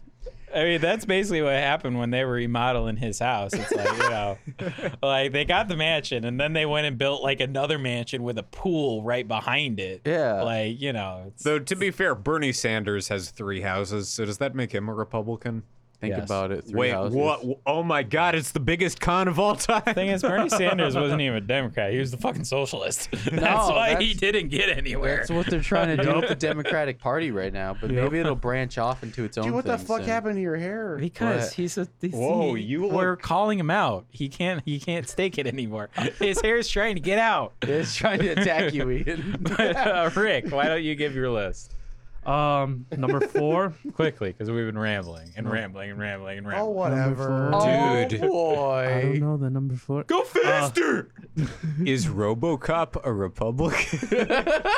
Speaker 1: I mean, that's basically what happened when they were remodeling his house. It's like, you
Speaker 4: <laughs>
Speaker 1: know, like they got the mansion and then they went and built like another mansion with a pool right behind it.
Speaker 3: Yeah.
Speaker 1: Like, you know, it's,
Speaker 5: Though to be fair, Bernie Sanders has three houses, so does that make him a Republican?
Speaker 3: Think
Speaker 1: Yes.
Speaker 3: about it. Three
Speaker 5: Wait,
Speaker 3: houses.
Speaker 5: what? Oh my God! It's the biggest con of all time.
Speaker 1: thing is, Bernie Sanders wasn't even a Democrat. He was the fucking socialist. <laughs> that's why he
Speaker 3: that's-
Speaker 1: didn't get anywhere.
Speaker 9: That's what they're trying to do with the Democratic Party right now, but maybe it'll branch off into its own.
Speaker 4: Dude, what the
Speaker 9: thing
Speaker 4: fuck
Speaker 9: soon.
Speaker 4: happened to your hair?
Speaker 1: because
Speaker 9: What?
Speaker 1: he's a he's,
Speaker 5: Whoa,
Speaker 1: he-
Speaker 5: you
Speaker 1: we're
Speaker 5: look-
Speaker 1: calling him out. He can't he can't stake it <laughs> anymore. His hair is trying to get out.
Speaker 9: <laughs> It's trying to attack you, Ian.
Speaker 1: But, <laughs>
Speaker 9: <laughs>
Speaker 1: uh, Rick, why don't you give your list?
Speaker 2: Um, number four.
Speaker 1: quickly because we've been rambling and rambling and rambling and
Speaker 4: Oh,
Speaker 1: rambling.
Speaker 4: whatever.
Speaker 2: four.
Speaker 5: Dude,
Speaker 2: I don't
Speaker 9: Oh, Boy.
Speaker 2: know the number four.
Speaker 5: go faster! is RoboCop a Republican?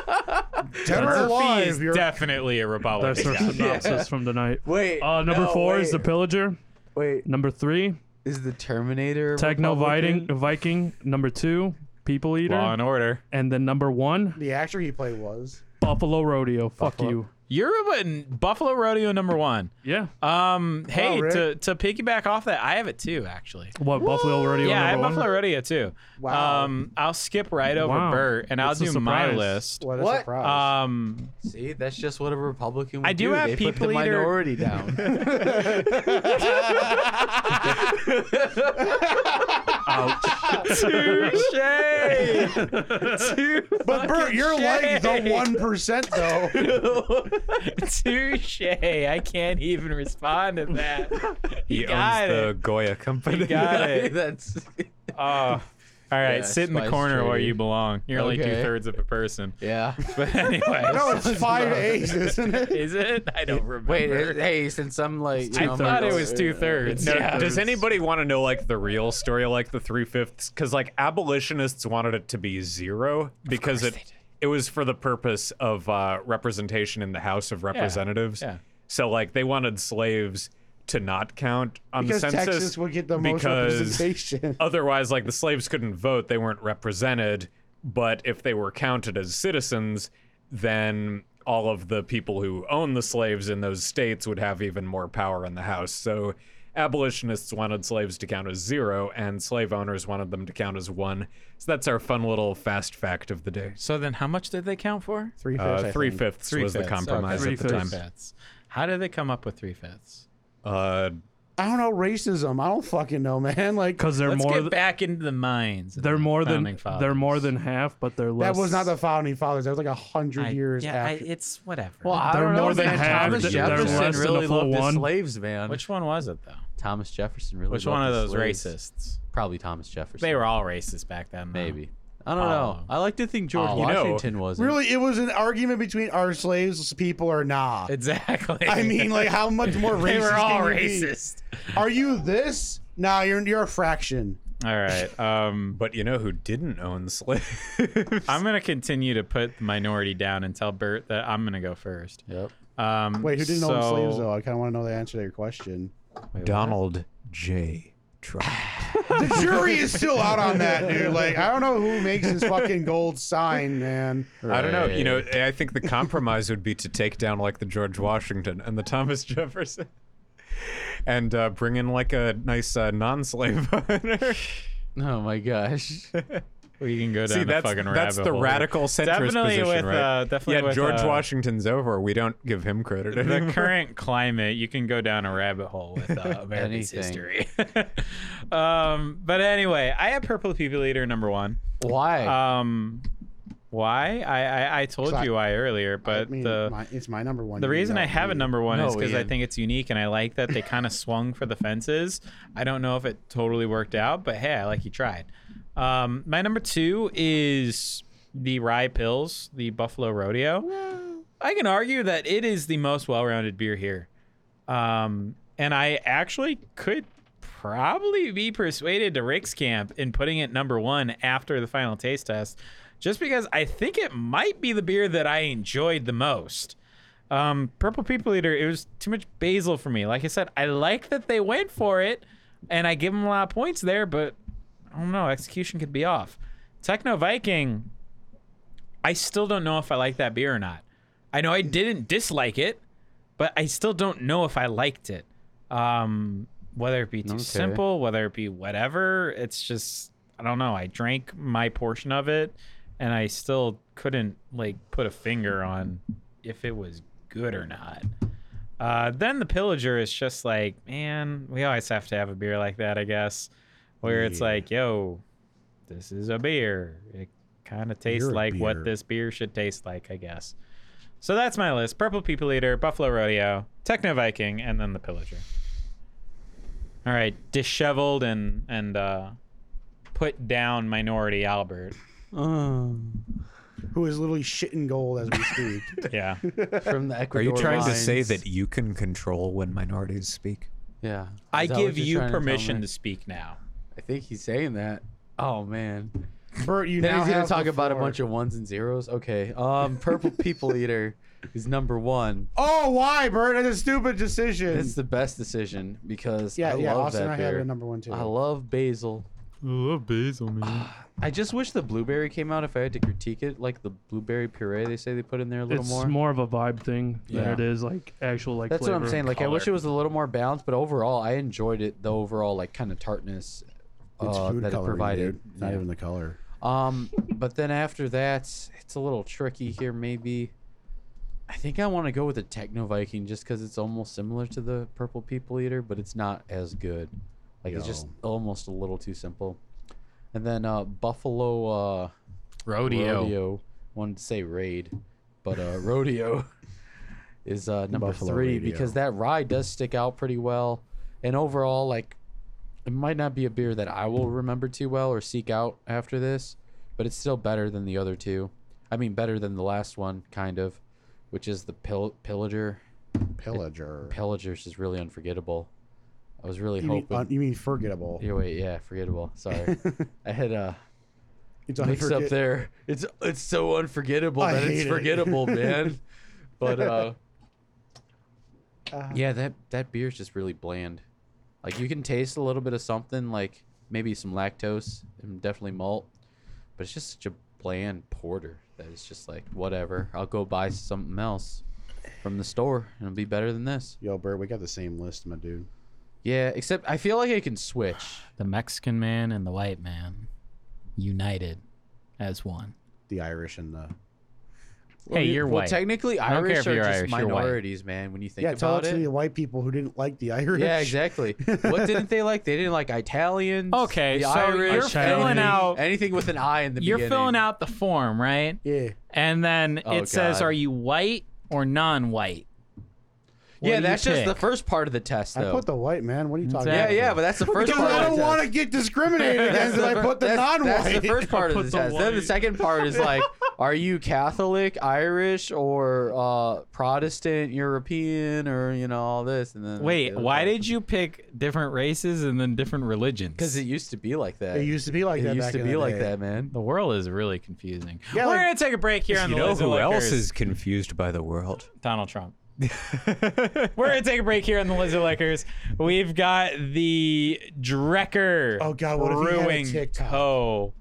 Speaker 4: Dead or alive, Oh, uh, you're
Speaker 1: definitely a
Speaker 2: That's
Speaker 1: Republican.
Speaker 2: our synopsis from tonight.
Speaker 9: Wait.
Speaker 2: Uh, number
Speaker 9: no,
Speaker 2: four
Speaker 9: wait,
Speaker 2: is the Pillager.
Speaker 9: Wait,
Speaker 2: Number three,
Speaker 9: is the Terminator?
Speaker 2: Techno Viking.
Speaker 9: Republican?
Speaker 2: Viking. Number two, People Eater.
Speaker 1: Law and Order.
Speaker 2: and then number one,
Speaker 4: the actor he played was.
Speaker 2: Buffalo Rodeo. Fuck you.
Speaker 1: You're a button- Buffalo Rodeo number one.
Speaker 2: Yeah.
Speaker 1: Um, hey,
Speaker 4: Rick.
Speaker 1: to, to piggyback off that, I have it too, actually.
Speaker 2: What Buffalo Rodeo?
Speaker 1: yeah, I have
Speaker 2: number
Speaker 1: Buffalo
Speaker 2: one?
Speaker 1: Rodeo too.
Speaker 4: Wow.
Speaker 1: Um, I'll skip right over
Speaker 2: Wow.
Speaker 1: Bert and I'll
Speaker 2: That's a
Speaker 1: do my
Speaker 2: surprise.
Speaker 1: list.
Speaker 4: What a
Speaker 9: What?
Speaker 4: surprise.
Speaker 1: Um,
Speaker 9: See, that's just what a Republican would
Speaker 1: I do have
Speaker 9: they put
Speaker 1: People
Speaker 9: the
Speaker 1: Eater-
Speaker 9: minority down.
Speaker 1: touche.
Speaker 4: but Bert, you're like the
Speaker 1: shit.
Speaker 4: one percent though.
Speaker 1: touche. I can't even respond to that.
Speaker 5: <laughs> he
Speaker 1: You got
Speaker 5: owns
Speaker 1: it.
Speaker 5: the Goya company.
Speaker 3: <laughs>
Speaker 1: Got
Speaker 9: <laughs>
Speaker 1: it.
Speaker 9: that's
Speaker 1: Oh. All right,
Speaker 9: Yeah,
Speaker 1: sit in the
Speaker 9: spice
Speaker 1: corner where
Speaker 9: trading.
Speaker 1: you belong. You're only
Speaker 9: Okay.
Speaker 1: two thirds of a person.
Speaker 9: yeah.
Speaker 1: <laughs> But anyway,
Speaker 4: <laughs> no, it's five A's, isn't it?
Speaker 1: is it? I don't remember.
Speaker 9: Wait, it- hey, since I'm like, you
Speaker 1: I
Speaker 9: know, I'm
Speaker 1: thought
Speaker 9: not-
Speaker 1: it was two thirds.
Speaker 5: No,
Speaker 1: yeah.
Speaker 5: Does anybody want to know like the real story, like the three fifths? Because like abolitionists wanted it to be zero because it it was for the purpose of uh, representation in the House of Representatives.
Speaker 1: yeah.
Speaker 5: So like they wanted slaves to not count on
Speaker 4: Because
Speaker 5: the census
Speaker 4: Texas would get the most
Speaker 5: because uh,
Speaker 4: representation.
Speaker 5: Otherwise, like the slaves couldn't vote; they weren't represented. But if they were counted as citizens, then all of the people who own the slaves in those states would have even more power in the House. So abolitionists wanted slaves to count as zero, and slave owners wanted them to count as one. So that's our fun little fast fact of the day.
Speaker 1: So then, how much did they count for?
Speaker 4: Three fifths.
Speaker 5: Uh, three fifths was the compromise
Speaker 2: okay.
Speaker 5: at the
Speaker 2: Three
Speaker 5: time.
Speaker 2: fifths.
Speaker 1: fifths. How did they come up with three fifths?
Speaker 5: Uh,
Speaker 4: I don't know racism. I don't fucking know, man. Like
Speaker 2: Because they're
Speaker 1: Let's
Speaker 2: more.
Speaker 1: get
Speaker 2: th-
Speaker 1: back into the minds. of
Speaker 2: they're
Speaker 1: the
Speaker 2: more
Speaker 1: founding
Speaker 2: than.
Speaker 1: fathers.
Speaker 2: They're more than half, but they're
Speaker 4: that
Speaker 2: less.
Speaker 4: was not the founding fathers. That was like a hundred
Speaker 1: I-
Speaker 4: years
Speaker 1: yeah, I,
Speaker 4: after.
Speaker 1: it's whatever.
Speaker 9: Well, I
Speaker 2: They're
Speaker 9: don't know,
Speaker 2: more than
Speaker 9: man.
Speaker 2: half.
Speaker 9: Thomas
Speaker 2: They're-
Speaker 1: they're
Speaker 9: Jefferson
Speaker 1: less than a
Speaker 9: really
Speaker 2: full
Speaker 9: loved
Speaker 2: one.
Speaker 9: his slaves, man.
Speaker 1: Which one was it though?
Speaker 9: Thomas Jefferson really?
Speaker 1: Which
Speaker 9: loved
Speaker 1: one of
Speaker 9: his
Speaker 1: those
Speaker 9: slaves.
Speaker 1: racists?
Speaker 9: Probably Thomas Jefferson.
Speaker 1: They were all racist back then. though.
Speaker 9: Maybe. I don't know.
Speaker 1: Oh.
Speaker 9: I like to think George
Speaker 1: Oh. You
Speaker 5: know,
Speaker 9: Washington was
Speaker 4: really, it was an argument between are slaves people or nah.
Speaker 1: Exactly.
Speaker 4: I mean, like how much more <laughs> racist?
Speaker 1: <laughs> they were all
Speaker 4: can you be?
Speaker 1: racist.
Speaker 4: Are you this? Nah, you're you're a fraction.
Speaker 1: All right. Um.
Speaker 5: <laughs> but you know who didn't own slaves? <laughs>
Speaker 1: I'm gonna continue to put the minority down and tell Bert that I'm gonna go first.
Speaker 9: Yep.
Speaker 1: Um,
Speaker 4: Wait, who didn't
Speaker 1: so,
Speaker 4: own slaves though? I kind of want to know the answer to your question.
Speaker 5: Donald J. Trump.
Speaker 4: <laughs> The jury is still out on that, dude. Like I don't know who makes this fucking gold sign, man.
Speaker 5: I don't know. You know, I think the compromise would be to take down like the George Washington and the Thomas <laughs> Jefferson, and uh, bring in like a nice uh, non-slave <laughs> owner.
Speaker 9: Oh my gosh.
Speaker 1: We can go down
Speaker 5: See,
Speaker 1: the
Speaker 5: that's
Speaker 1: fucking
Speaker 5: that's
Speaker 1: rabbit
Speaker 5: the
Speaker 1: hole.
Speaker 5: radical centrist
Speaker 1: Definitely
Speaker 5: position,
Speaker 1: with
Speaker 5: right?
Speaker 1: uh, definitely
Speaker 5: yeah,
Speaker 1: with
Speaker 5: George
Speaker 1: uh,
Speaker 5: Washington's over. We don't give him credit.
Speaker 1: The
Speaker 5: anymore.
Speaker 1: current climate, you can go down a rabbit hole with
Speaker 5: <laughs>
Speaker 1: uh, America's
Speaker 9: Anything.
Speaker 1: history. <laughs> um, but anyway, I have Purple People Eater number one.
Speaker 9: Why?
Speaker 1: Um, why? I I, I told
Speaker 4: I-
Speaker 1: you why earlier, but
Speaker 4: I mean,
Speaker 1: the
Speaker 4: my, it's my number one.
Speaker 1: The
Speaker 4: You
Speaker 1: reason
Speaker 4: got
Speaker 1: I have
Speaker 4: me.
Speaker 1: a number one is
Speaker 9: No,
Speaker 1: because I
Speaker 9: Ian.
Speaker 1: think it's unique and I like that they kind of swung for the fences. I don't know if it totally worked out, but hey, I like you tried. Um, my number two is the Rye Pills, the Buffalo Rodeo. I can argue that it is the most well-rounded beer here, um, and I actually could probably be persuaded to Rick's camp in putting it number one after the final taste test, just because I think it might be the beer that I enjoyed the most. Um, Purple People Eater, it was too much basil for me. Like I said, I like that they went for it, and I give them a lot of points there, but I don't know. Execution could be off. Techno Viking, I still don't know if I like that beer or not. I know I didn't dislike it, but I still don't know if I liked it. Um, whether it be too
Speaker 3: Okay.
Speaker 1: simple, whether it be whatever, it's just I don't know. I drank my portion of it, and I still couldn't like put a finger on if it was good or not. Uh, then the pillager is just like, man, we always have to have a beer like that, I guess, where it's like, yo, this is a beer. It kind of tastes
Speaker 4: You're a
Speaker 1: like what
Speaker 4: beer.
Speaker 1: this beer should taste like, I guess. So that's my list: Purple People Eater, Buffalo Rodeo, Techno Viking, and then the pillager. All right, disheveled and and uh, put down minority <laughs> Albert.
Speaker 9: Um,
Speaker 4: Who is literally shitting gold as we speak.
Speaker 3: <laughs>
Speaker 1: Yeah.
Speaker 3: from the
Speaker 5: Are you
Speaker 3: Ecuador.
Speaker 5: trying to
Speaker 3: lines.
Speaker 5: say that you can control when minorities speak?
Speaker 3: Yeah. Is
Speaker 1: I
Speaker 3: that what
Speaker 1: give
Speaker 3: you're
Speaker 1: you
Speaker 3: trying to tell
Speaker 1: permission
Speaker 3: me?
Speaker 1: to speak now.
Speaker 3: I think he's saying that. Oh man.
Speaker 4: Bert, you
Speaker 3: Then
Speaker 4: now
Speaker 3: he's gonna
Speaker 4: have
Speaker 3: talk
Speaker 4: the
Speaker 3: about a
Speaker 4: floor.
Speaker 3: bunch of ones and zeros. Okay. Um, Purple People Eater is number one.
Speaker 4: Oh, why, Bert? That's a stupid decision.
Speaker 3: It's the best decision because
Speaker 4: yeah,
Speaker 3: I
Speaker 4: yeah.
Speaker 3: love
Speaker 4: Austin, and I
Speaker 3: that
Speaker 4: have
Speaker 3: beer.
Speaker 4: a number one too.
Speaker 3: I love basil.
Speaker 6: I love basil, <sighs> man.
Speaker 3: I just wish the blueberry came out. If I had to critique it, like the blueberry puree they say they put in there a little
Speaker 2: It's
Speaker 3: more.
Speaker 2: more. of a vibe thing than
Speaker 3: Yeah.
Speaker 2: it is like actual like.
Speaker 3: That's
Speaker 2: flavor
Speaker 3: what I'm saying.
Speaker 2: and
Speaker 3: Like I wish it
Speaker 2: color.
Speaker 3: was a little more balanced, but overall, I enjoyed it. The overall like kind of tartness
Speaker 4: it's
Speaker 3: uh,
Speaker 4: food
Speaker 3: that it
Speaker 4: coloring,
Speaker 3: provided.
Speaker 4: dude. It's Not even the color.
Speaker 3: Um, but then after that, it's a little tricky here. Maybe I think I want to go with the Techno Viking just because it's almost similar to the Purple People Eater, but it's not as good. Like it's just almost a little too simple. And then uh, Buffalo uh, rodeo. Wanted to say raid, but uh, <laughs> rodeo is uh, number
Speaker 4: Buffalo
Speaker 3: three
Speaker 4: rodeo.
Speaker 3: because that ride does stick out pretty well. And overall, like it might not be a beer that I will remember too well or seek out after this, but it's still better than the other two. I mean, better than the last one, kind of, which is the pill- Pillager.
Speaker 4: Pillager.
Speaker 3: Pillager's is really unforgettable. I was really
Speaker 4: You mean,
Speaker 3: hoping.
Speaker 4: un- you mean forgettable?
Speaker 3: yeah, wait, yeah, forgettable.
Speaker 4: <laughs>
Speaker 3: Sorry, I had uh, a
Speaker 4: It's
Speaker 3: mix up
Speaker 4: unforget-
Speaker 3: there. It's it's so unforgettable
Speaker 4: I
Speaker 3: that
Speaker 4: hate
Speaker 3: it's
Speaker 4: it.
Speaker 3: forgettable,
Speaker 4: <laughs>
Speaker 3: man. But uh,
Speaker 4: Uh,
Speaker 3: yeah, that that beer's just really bland. Like you can taste a little bit of something, like maybe some lactose and definitely malt, but it's just such a bland porter that it's just like whatever. I'll go buy something else from the store and it'll be better than this.
Speaker 4: Yo, Bert, we got the same list, my dude.
Speaker 3: Yeah, except I feel like I can switch.
Speaker 1: The Mexican man and the white man united as one.
Speaker 4: The Irish and the
Speaker 1: Hey, you're
Speaker 3: well,
Speaker 1: white.
Speaker 3: technically
Speaker 1: don't care
Speaker 3: Irish
Speaker 1: if
Speaker 3: are
Speaker 1: you're
Speaker 3: just
Speaker 1: Irish, you're white.
Speaker 3: minorities, man. When you think
Speaker 4: yeah. Tell
Speaker 3: about
Speaker 4: it to the
Speaker 3: it.
Speaker 4: white people who didn't like the Irish.
Speaker 3: Yeah,
Speaker 4: <laughs>
Speaker 3: exactly. what didn't they like? They didn't like Italians.
Speaker 1: Okay,
Speaker 3: the
Speaker 1: so
Speaker 3: Irish,
Speaker 1: you're filling
Speaker 3: anything-
Speaker 1: out-
Speaker 3: anything with an I in the
Speaker 1: You're
Speaker 3: beginning.
Speaker 1: filling out the form, right?
Speaker 4: Yeah.
Speaker 1: And then
Speaker 3: Oh,
Speaker 1: it says,
Speaker 3: God.
Speaker 1: "Are you white or non-white?" What
Speaker 3: Yeah,
Speaker 1: do you
Speaker 3: that's just the
Speaker 1: pick?
Speaker 3: first part of the test,
Speaker 4: I
Speaker 3: though.
Speaker 4: put the white man. What are you talking?
Speaker 3: Yeah,
Speaker 4: about?
Speaker 3: yeah, but that's the first
Speaker 4: Because
Speaker 3: part.
Speaker 4: I
Speaker 3: of
Speaker 4: don't
Speaker 3: the
Speaker 4: want to
Speaker 3: test.
Speaker 4: get discriminated
Speaker 3: That's
Speaker 4: against if I
Speaker 3: fir-
Speaker 4: put the
Speaker 3: that's-
Speaker 4: non-white.
Speaker 3: That's the first
Speaker 1: <laughs>
Speaker 3: part of the test. Then the second part is like, are you Catholic, Irish, or uh, Protestant, European, or you know all this? And then
Speaker 1: Wait, why did you pick different races and then different religions?
Speaker 3: Because it used to be like that.
Speaker 4: It used to be like
Speaker 3: It
Speaker 4: that.
Speaker 3: used
Speaker 4: back
Speaker 3: to
Speaker 4: in
Speaker 3: be
Speaker 4: the
Speaker 3: like
Speaker 4: day.
Speaker 3: that, man.
Speaker 1: the world is really confusing.
Speaker 4: Yeah,
Speaker 1: We're
Speaker 4: like-
Speaker 1: gonna take a break here on
Speaker 5: You
Speaker 1: the
Speaker 5: know
Speaker 1: Liz and
Speaker 5: who else
Speaker 1: Liquors.
Speaker 5: is confused by the world?
Speaker 1: Donald <laughs> Trump. We're gonna take a break here on the Lizard Lickers. We've got the Drecker.
Speaker 4: Oh, God, what if he had a
Speaker 1: Brewing
Speaker 4: TikTok?
Speaker 1: Co.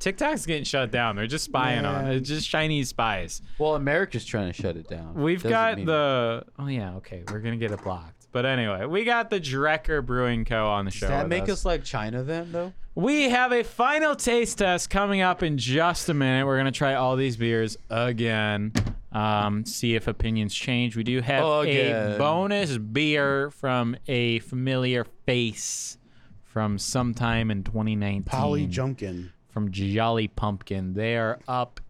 Speaker 1: TikTok's getting shut down. They're just spying on it. It's just Chinese spies.
Speaker 3: Well, America's trying to shut it down.
Speaker 1: We've
Speaker 3: Doesn't
Speaker 1: got
Speaker 3: mean-
Speaker 1: the oh yeah okay. We're gonna get it blocked. But anyway, we got the Drecker Brewing Co. on the show.
Speaker 3: Does that
Speaker 1: with
Speaker 3: make
Speaker 1: us.
Speaker 3: us like China then, though?
Speaker 1: We have a final taste test coming up in just a minute. We're gonna try all these beers again. Um, see if opinions change. We do have a
Speaker 3: Again.
Speaker 1: bonus beer from a familiar face from sometime in 2019.
Speaker 4: Polly Junkin.
Speaker 1: from Jolly Pumpkin. They are up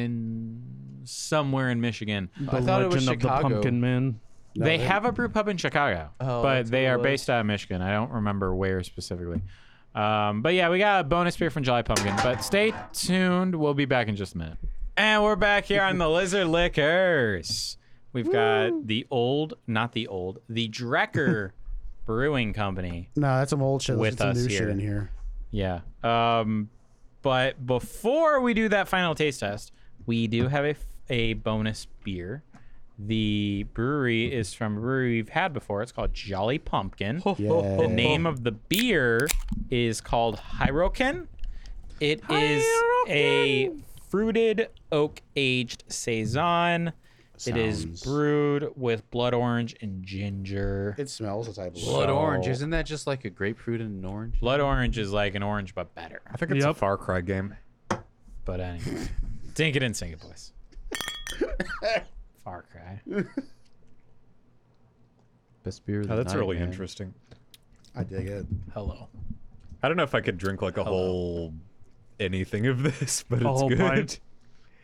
Speaker 1: in somewhere in Michigan.
Speaker 2: The
Speaker 3: I thought it
Speaker 2: Legend
Speaker 3: was
Speaker 2: of
Speaker 3: Chicago.
Speaker 2: the Pumpkin Man.
Speaker 1: they have a brew pub in Chicago,
Speaker 3: Oh,
Speaker 1: but
Speaker 3: that's
Speaker 1: they
Speaker 3: what it
Speaker 1: are
Speaker 3: was.
Speaker 1: based out of Michigan. I don't remember where specifically. Um, but yeah, we got a bonus beer from Jolly Pumpkin. But stay tuned. We'll be back in just a minute. And we're back here on the <laughs> Lizard Liquors. We've got the old, not the old, the
Speaker 3: <laughs>
Speaker 1: Drecker Brewing Company.
Speaker 4: No, that's some old shit. Let's
Speaker 1: With
Speaker 4: get some
Speaker 1: us
Speaker 4: new shit
Speaker 1: here.
Speaker 4: in here.
Speaker 1: Yeah. Um, but before we do that final taste test, we do have a, a bonus beer. The brewery is from a brewery we've had before. It's called Jolly Pumpkin. The
Speaker 4: Yeah.
Speaker 1: name of the beer is called Hyroken. It is a fruited oak aged saison. It is
Speaker 4: Sounds-
Speaker 1: brewed with blood orange and ginger.
Speaker 4: It smells as I believe.
Speaker 9: Blood orange,
Speaker 1: So-
Speaker 9: isn't that just like a grapefruit and an orange?
Speaker 1: Blood orange is like an orange but better.
Speaker 5: I think it's
Speaker 2: Yep.
Speaker 5: a Far Cry game.
Speaker 1: But <laughs> anyway, dink it and sing it, <laughs> boys. Far Cry.
Speaker 9: Best beer. Of the
Speaker 5: Oh, that's
Speaker 9: night,
Speaker 5: really
Speaker 9: man.
Speaker 5: interesting.
Speaker 4: I dig it.
Speaker 1: Hello.
Speaker 5: I don't know if I could drink like a whole anything of this, <laughs> but it's
Speaker 2: whole
Speaker 5: good.
Speaker 2: pint.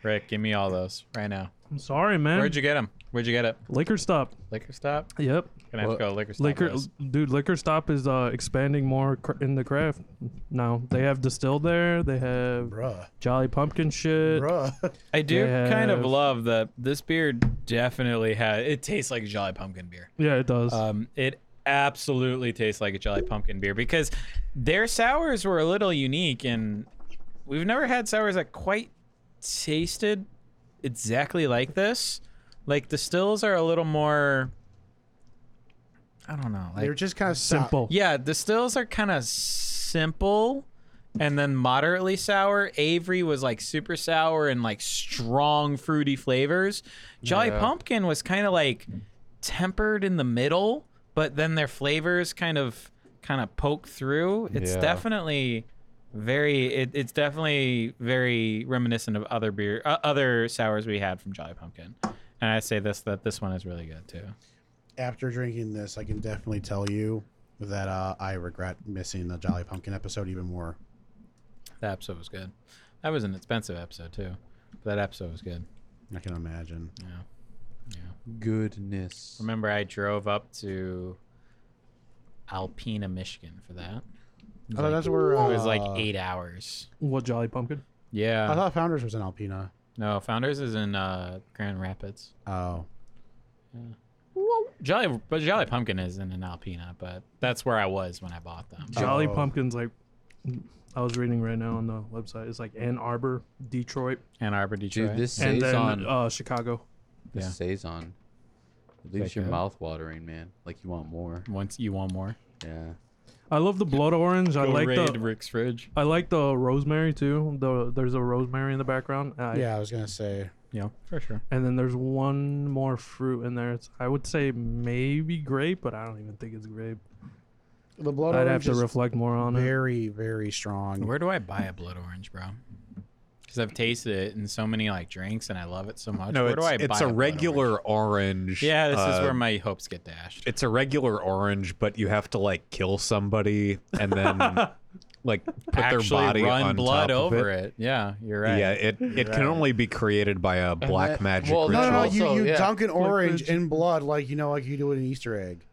Speaker 1: Rick, give me all those right now.
Speaker 2: I'm sorry, man.
Speaker 1: Where'd you get them? Where'd you get it?
Speaker 2: liquor stop.
Speaker 1: Liquor stop?
Speaker 2: Yep.
Speaker 1: Gonna have to go to liquor stop.
Speaker 2: Liquor,
Speaker 1: boys.
Speaker 2: dude. Liquor stop is uh, expanding more cr- in the craft. Now they have distilled there. They have
Speaker 4: Bruh.
Speaker 2: Jolly Pumpkin shit.
Speaker 4: Bruh.
Speaker 1: I do
Speaker 2: They
Speaker 1: kind of
Speaker 2: have-
Speaker 1: love that this beer definitely has it tastes like Jolly Pumpkin beer.
Speaker 2: Yeah, it does.
Speaker 1: Um, it absolutely tastes like a Jolly Pumpkin beer because their sours were a little unique, and we've never had sours that quite tasted exactly like this. Like the stills are a little more. I don't know. Like
Speaker 4: They're just kind of
Speaker 2: Simple.
Speaker 1: yeah, the stills are kind of simple and then moderately sour. Avery was like super sour and like strong fruity flavors. Jolly
Speaker 9: Yeah.
Speaker 1: Pumpkin was kind of like tempered in the middle, but then their flavors kind of kind of poke through. It's
Speaker 9: Yeah.
Speaker 1: definitely very it, it's definitely very reminiscent of other beer uh, other sours we had from Jolly Pumpkin. And I say this that this one is really good too.
Speaker 4: after drinking this, I can definitely tell you that uh, I regret missing the Jolly Pumpkin episode even more.
Speaker 1: That episode was good. That was an expensive episode too. But that episode was good.
Speaker 4: I can imagine.
Speaker 9: Goodness.
Speaker 1: Remember, I drove up to Alpena, Michigan for that.
Speaker 4: I thought that's where uh,
Speaker 1: It was like eight hours.
Speaker 2: What Jolly Pumpkin?
Speaker 4: I
Speaker 1: Yeah.
Speaker 4: thought Founders was in Alpena.
Speaker 1: No, Founders is in uh, Grand Rapids.
Speaker 4: Oh,
Speaker 1: Jolly, but Jolly Pumpkin is in an Alpena, but that's where I was when I bought them.
Speaker 2: Jolly
Speaker 4: Oh.
Speaker 2: Pumpkin's like I was reading right now on the website. It's like Ann Arbor, Detroit,
Speaker 1: Ann Arbor, Detroit.
Speaker 9: Dude, this
Speaker 2: and then
Speaker 9: saison.
Speaker 2: uh, Chicago.
Speaker 9: this
Speaker 1: Yeah.
Speaker 9: saison. It leaves your
Speaker 1: good?
Speaker 9: mouth watering, man. Like you want more.
Speaker 1: Once you want more,
Speaker 9: Yeah.
Speaker 2: I love the blood orange. I
Speaker 1: Go
Speaker 2: like
Speaker 1: raid
Speaker 2: the
Speaker 1: Rick's fridge.
Speaker 2: I like the rosemary too. The, there's a rosemary in the background. I,
Speaker 4: yeah, I was gonna say.
Speaker 1: Yeah, for sure.
Speaker 2: And then there's one more fruit in there. It's I would say maybe grape, but I don't even think it's grape.
Speaker 4: The blood
Speaker 2: I'd have
Speaker 4: orange
Speaker 2: to
Speaker 4: is
Speaker 2: reflect more on it.
Speaker 4: very, very strong.
Speaker 1: Where do I buy a blood orange, bro? Because I've tasted it in so many like drinks, and I love it so much.
Speaker 5: No,
Speaker 1: where
Speaker 5: it's,
Speaker 1: do I
Speaker 5: it's
Speaker 1: buy
Speaker 5: a
Speaker 1: blood
Speaker 5: regular
Speaker 1: orange?
Speaker 5: orange.
Speaker 1: Yeah, this is
Speaker 5: uh,
Speaker 1: where my hopes get dashed.
Speaker 5: It's a regular orange, but you have to like kill somebody and <laughs> then like put
Speaker 1: actually
Speaker 5: their body
Speaker 1: run
Speaker 5: on
Speaker 1: blood
Speaker 5: top of
Speaker 1: over it. Yeah, you're right.
Speaker 5: Yeah, it it can only be created by a black
Speaker 9: that-
Speaker 5: magic
Speaker 9: well,
Speaker 5: ritual.
Speaker 4: No, no, no! You,
Speaker 9: Also,
Speaker 4: you
Speaker 9: yeah.
Speaker 4: dunk an orange
Speaker 2: fridge.
Speaker 4: in blood like you know, like you do it an Easter egg.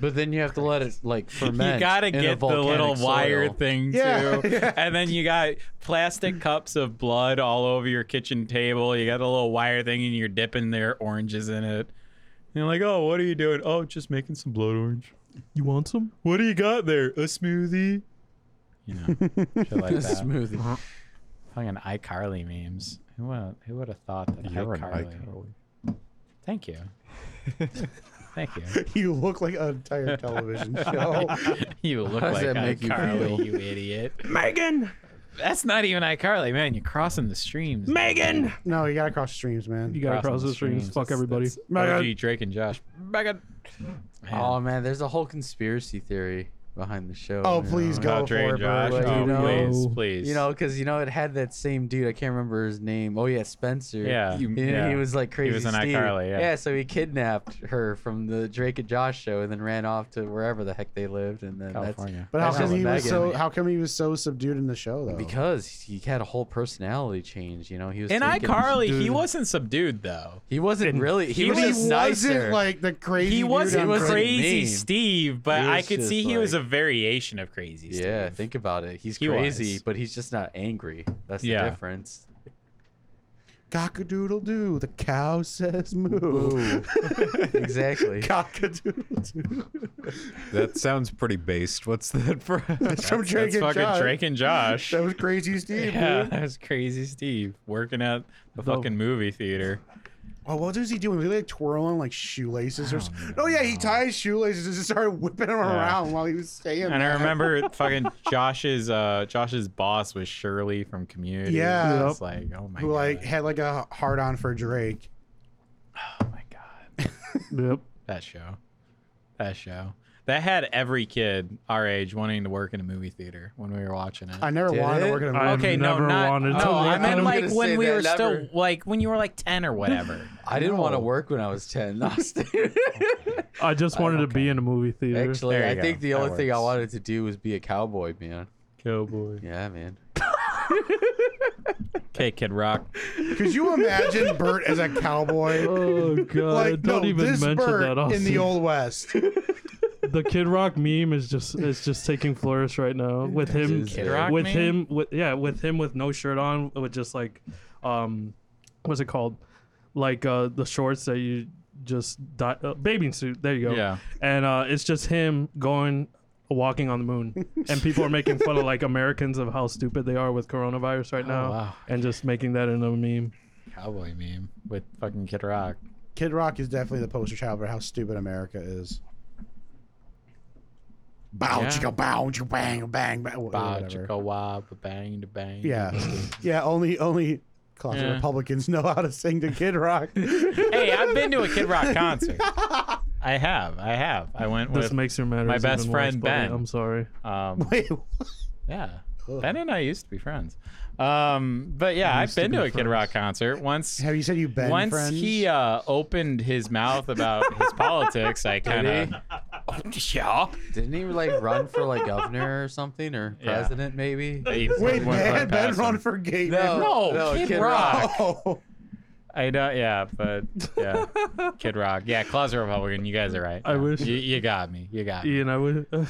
Speaker 9: But then <laughs> you have to let it like ferment.
Speaker 1: You gotta
Speaker 9: in a
Speaker 1: get the little
Speaker 9: volcanic
Speaker 1: wire
Speaker 9: soil.
Speaker 1: thing
Speaker 4: Yeah,
Speaker 5: <laughs>
Speaker 1: too,
Speaker 4: yeah.
Speaker 1: and then you got plastic cups of blood all over your kitchen table. You got a little wire thing, and you're dipping their oranges in it.
Speaker 6: And you're like, oh, what are you doing? Oh, just making some blood orange.
Speaker 2: You want some?
Speaker 6: What do you got there? A smoothie?
Speaker 1: You
Speaker 5: <laughs>
Speaker 1: know, shit like
Speaker 9: <laughs>
Speaker 1: that.
Speaker 9: Smoothie.
Speaker 1: Fucking iCarly memes. Who would who would have thought that
Speaker 5: You're an
Speaker 1: iCarly?
Speaker 5: icon.
Speaker 1: Thank
Speaker 5: <laughs>
Speaker 1: you. Thank you.
Speaker 4: <laughs>
Speaker 1: <laughs>
Speaker 4: You look like an entire <laughs> television show.
Speaker 1: You look
Speaker 9: does
Speaker 1: like
Speaker 9: that make you
Speaker 1: iCarly,
Speaker 9: feel?
Speaker 1: you idiot.
Speaker 10: Megan!
Speaker 1: That's not even iCarly, man. You're crossing the streams.
Speaker 10: Megan!
Speaker 4: no, you gotta cross streams,
Speaker 2: You
Speaker 4: man.
Speaker 2: gotta cross the streams. Fuck everybody.
Speaker 4: Megan.
Speaker 1: OG, Drake and Josh. Megan.
Speaker 9: Oh man, there's a whole conspiracy theory behind the show.
Speaker 4: Oh,
Speaker 9: man.
Speaker 4: please go for it, bro.
Speaker 9: Like,
Speaker 1: Oh,
Speaker 9: you know-
Speaker 1: please, please.
Speaker 9: You know, because you know it had that same dude. I can't remember his name. Oh yeah, Spencer.
Speaker 1: Yeah.
Speaker 9: You- he,
Speaker 1: Yeah.
Speaker 9: he was like crazy.
Speaker 1: was in
Speaker 9: Steve.
Speaker 1: iCarly, yeah.
Speaker 9: So he kidnapped her from the Drake and Josh show, and then ran off to wherever the heck they lived, and then
Speaker 1: California.
Speaker 4: But how
Speaker 9: That's
Speaker 4: come
Speaker 9: just
Speaker 4: he was
Speaker 9: Megan.
Speaker 4: so? How come he was so subdued in the show though?
Speaker 9: that's because he had a whole personality change. You know, he was
Speaker 1: In
Speaker 9: thinking-
Speaker 1: iCarly, he wasn't subdued though.
Speaker 9: He wasn't really. He,
Speaker 1: he
Speaker 9: was
Speaker 4: he wasn't
Speaker 9: just nicer.
Speaker 4: like the crazy.
Speaker 1: He
Speaker 4: dude
Speaker 1: wasn't
Speaker 4: on
Speaker 9: wasn't
Speaker 1: crazy
Speaker 9: mean.
Speaker 1: Steve, but
Speaker 9: He
Speaker 1: I
Speaker 9: was
Speaker 1: could
Speaker 9: just
Speaker 1: see he was a
Speaker 9: like-
Speaker 1: variation of crazy. Steve.
Speaker 9: Yeah, think about it. He's
Speaker 1: He
Speaker 9: crazy,
Speaker 1: was.
Speaker 9: but he's just not angry. That's the
Speaker 1: Yeah.
Speaker 9: difference.
Speaker 4: Cockadoodle doo, the cow says moo. <laughs>
Speaker 9: exactly.
Speaker 4: Cockadoodle doo.
Speaker 5: That sounds pretty based. What's that for?
Speaker 4: That's from Drake
Speaker 1: That's
Speaker 4: and
Speaker 1: fucking
Speaker 4: Josh.
Speaker 1: Drake and Josh.
Speaker 4: That was crazy, Steve.
Speaker 1: yeah,
Speaker 4: dude.
Speaker 1: that's crazy, Steve. Working at the fucking movie theater.
Speaker 4: Oh, what was he doing? Was he like twirling like shoelaces or something? Oh yeah, he tied his shoelaces and just started whipping them around while he was saying. <laughs>
Speaker 1: And I
Speaker 4: that.
Speaker 1: remember fucking Josh's uh Josh's boss was Shirley from Community.
Speaker 4: Yeah.
Speaker 1: it's like oh my
Speaker 4: who
Speaker 1: god,
Speaker 4: like had like a hard on for Drake.
Speaker 1: oh my god,
Speaker 2: Yep.
Speaker 1: that show, that show, that had every kid our age wanting to work in a movie theater when we were watching it.
Speaker 4: I never
Speaker 3: Did
Speaker 4: wanted
Speaker 3: it?
Speaker 4: to work in a
Speaker 2: I-
Speaker 4: movie.
Speaker 2: I've
Speaker 1: okay,
Speaker 2: never
Speaker 1: no, not,
Speaker 2: wanted
Speaker 1: no,
Speaker 2: to
Speaker 1: I
Speaker 2: work in
Speaker 1: meant
Speaker 2: a-
Speaker 1: like
Speaker 3: gonna
Speaker 1: when
Speaker 3: say
Speaker 1: we
Speaker 3: that
Speaker 1: were still
Speaker 3: never.
Speaker 1: like when you were like ten or whatever.
Speaker 2: <laughs>
Speaker 9: I didn't want to work when I was 10. <laughs> No, Steve.
Speaker 1: <laughs>
Speaker 2: I just wanted to be in a movie theater.
Speaker 9: Actually,
Speaker 1: There
Speaker 9: I
Speaker 1: you
Speaker 9: think
Speaker 1: go.
Speaker 9: the
Speaker 1: That
Speaker 9: only thing I
Speaker 1: works.
Speaker 9: wanted to do was be a cowboy, man.
Speaker 6: Cowboy.
Speaker 9: Yeah, man.
Speaker 1: Okay, Kid Rock.
Speaker 4: Could you imagine Bert as a cowboy?
Speaker 2: Oh god!
Speaker 4: <laughs> Like
Speaker 2: don't
Speaker 4: no,
Speaker 2: even
Speaker 4: this
Speaker 2: mention
Speaker 4: Bert
Speaker 2: that. Austin.
Speaker 4: in the old west.
Speaker 2: the Kid Rock meme is just is just taking flourish right now with him
Speaker 9: Kid Rock
Speaker 2: with
Speaker 1: meme?
Speaker 2: him with yeah with him with no shirt on with just like um what's it called like uh the shorts that you just di uh, bathing suit there you go
Speaker 1: Yeah.
Speaker 2: and uh it's just him going walking on the moon and people are making fun of like Americans of how stupid they are with coronavirus right now
Speaker 1: Oh, wow.
Speaker 2: and just making that into a meme
Speaker 1: Cowboy meme with fucking Kid Rock.
Speaker 4: Kid Rock is definitely the poster child for how stupid America is. Bow
Speaker 1: Yeah.
Speaker 4: chicka bow chicka bang bang bang. wha-
Speaker 1: Ba
Speaker 4: whatever.
Speaker 1: chicka wah ba bang da bang.
Speaker 4: Yeah, yeah. Only only closet
Speaker 1: Yeah.
Speaker 4: Republicans know how to sing to Kid Rock.
Speaker 1: hey, I've been to a Kid
Speaker 4: <laughs>
Speaker 1: Rock concert. I have. I have. I went
Speaker 2: this
Speaker 1: with
Speaker 2: makes your matters
Speaker 1: my best
Speaker 2: even worse,
Speaker 1: friend,
Speaker 2: buddy.
Speaker 1: Ben.
Speaker 2: I'm sorry
Speaker 1: um
Speaker 4: Wait,
Speaker 1: yeah. Ben and I used to be friends. Um but yeah, I've been to a Kid Rock concert once
Speaker 4: have you said you've been
Speaker 1: once
Speaker 4: friends?
Speaker 1: he uh, opened his mouth about his politics, I kind of yeah.
Speaker 9: Didn't he like run for like governor or something or
Speaker 1: Yeah.
Speaker 9: president maybe?
Speaker 1: He
Speaker 4: Wait,
Speaker 1: went right
Speaker 4: Ben, Ben
Speaker 1: past
Speaker 4: run
Speaker 1: him.
Speaker 4: for gay.
Speaker 1: No,
Speaker 9: no,
Speaker 1: Kid,
Speaker 9: Kid
Speaker 1: Rock.
Speaker 4: Oh.
Speaker 1: I know, yeah, but yeah, Kid Rock, yeah, Closet Republican. You guys are right.
Speaker 2: I
Speaker 1: Yeah.
Speaker 2: wish-
Speaker 1: you, you got me. You got me.
Speaker 2: Ian, I would. uh,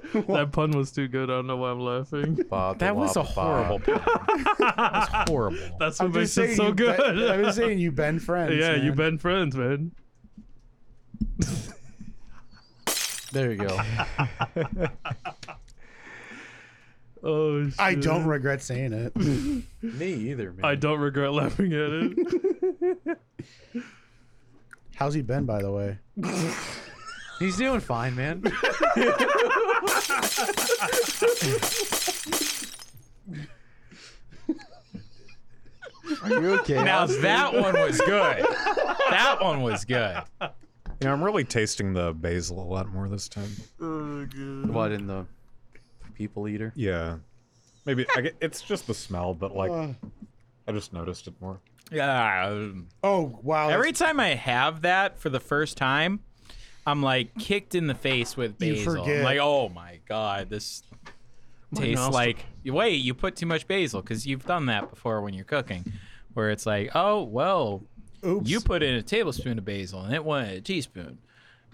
Speaker 4: <laughs>
Speaker 2: that pun was too good. I don't know why I'm
Speaker 4: <laughs>
Speaker 2: laughing.
Speaker 9: Bob,
Speaker 1: That was a
Speaker 9: wop,
Speaker 1: horrible. <laughs>
Speaker 9: Bob.
Speaker 1: pun. That was horrible.
Speaker 2: That's what
Speaker 4: I'm just
Speaker 2: makes it
Speaker 4: saying
Speaker 2: so
Speaker 4: you've
Speaker 2: good.
Speaker 4: Been,
Speaker 2: <laughs>
Speaker 4: I was saying you've been friends.
Speaker 2: yeah,
Speaker 4: man.
Speaker 2: you've been friends, man.
Speaker 9: There you
Speaker 4: <laughs>
Speaker 9: go.
Speaker 2: <laughs> Oh, shit.
Speaker 4: I don't regret saying it. <laughs>
Speaker 9: Me either, man.
Speaker 2: I don't regret laughing at it.
Speaker 4: How's he been, by the way?
Speaker 9: He's doing fine, man. Are you okay?
Speaker 1: Now that one was
Speaker 2: <laughs>
Speaker 1: good. That one was good.
Speaker 5: <laughs> Yeah, I'm really tasting the basil a lot more this time.
Speaker 9: what in the people eater?
Speaker 5: Yeah, maybe <laughs> I get, it's just the smell, but like I just noticed it more.
Speaker 1: Yeah.
Speaker 4: Oh wow!
Speaker 1: Every time I have that for the first time, I'm like kicked in the face with
Speaker 4: You
Speaker 1: basil. I'm
Speaker 4: forget.
Speaker 1: like, oh my god, this tastes
Speaker 2: nostril-
Speaker 1: like. Wait, you put too much basil because you've done that before when you're cooking, where it's like, oh well,
Speaker 4: Oops.
Speaker 1: you put in a tablespoon of basil and it wanted a teaspoon.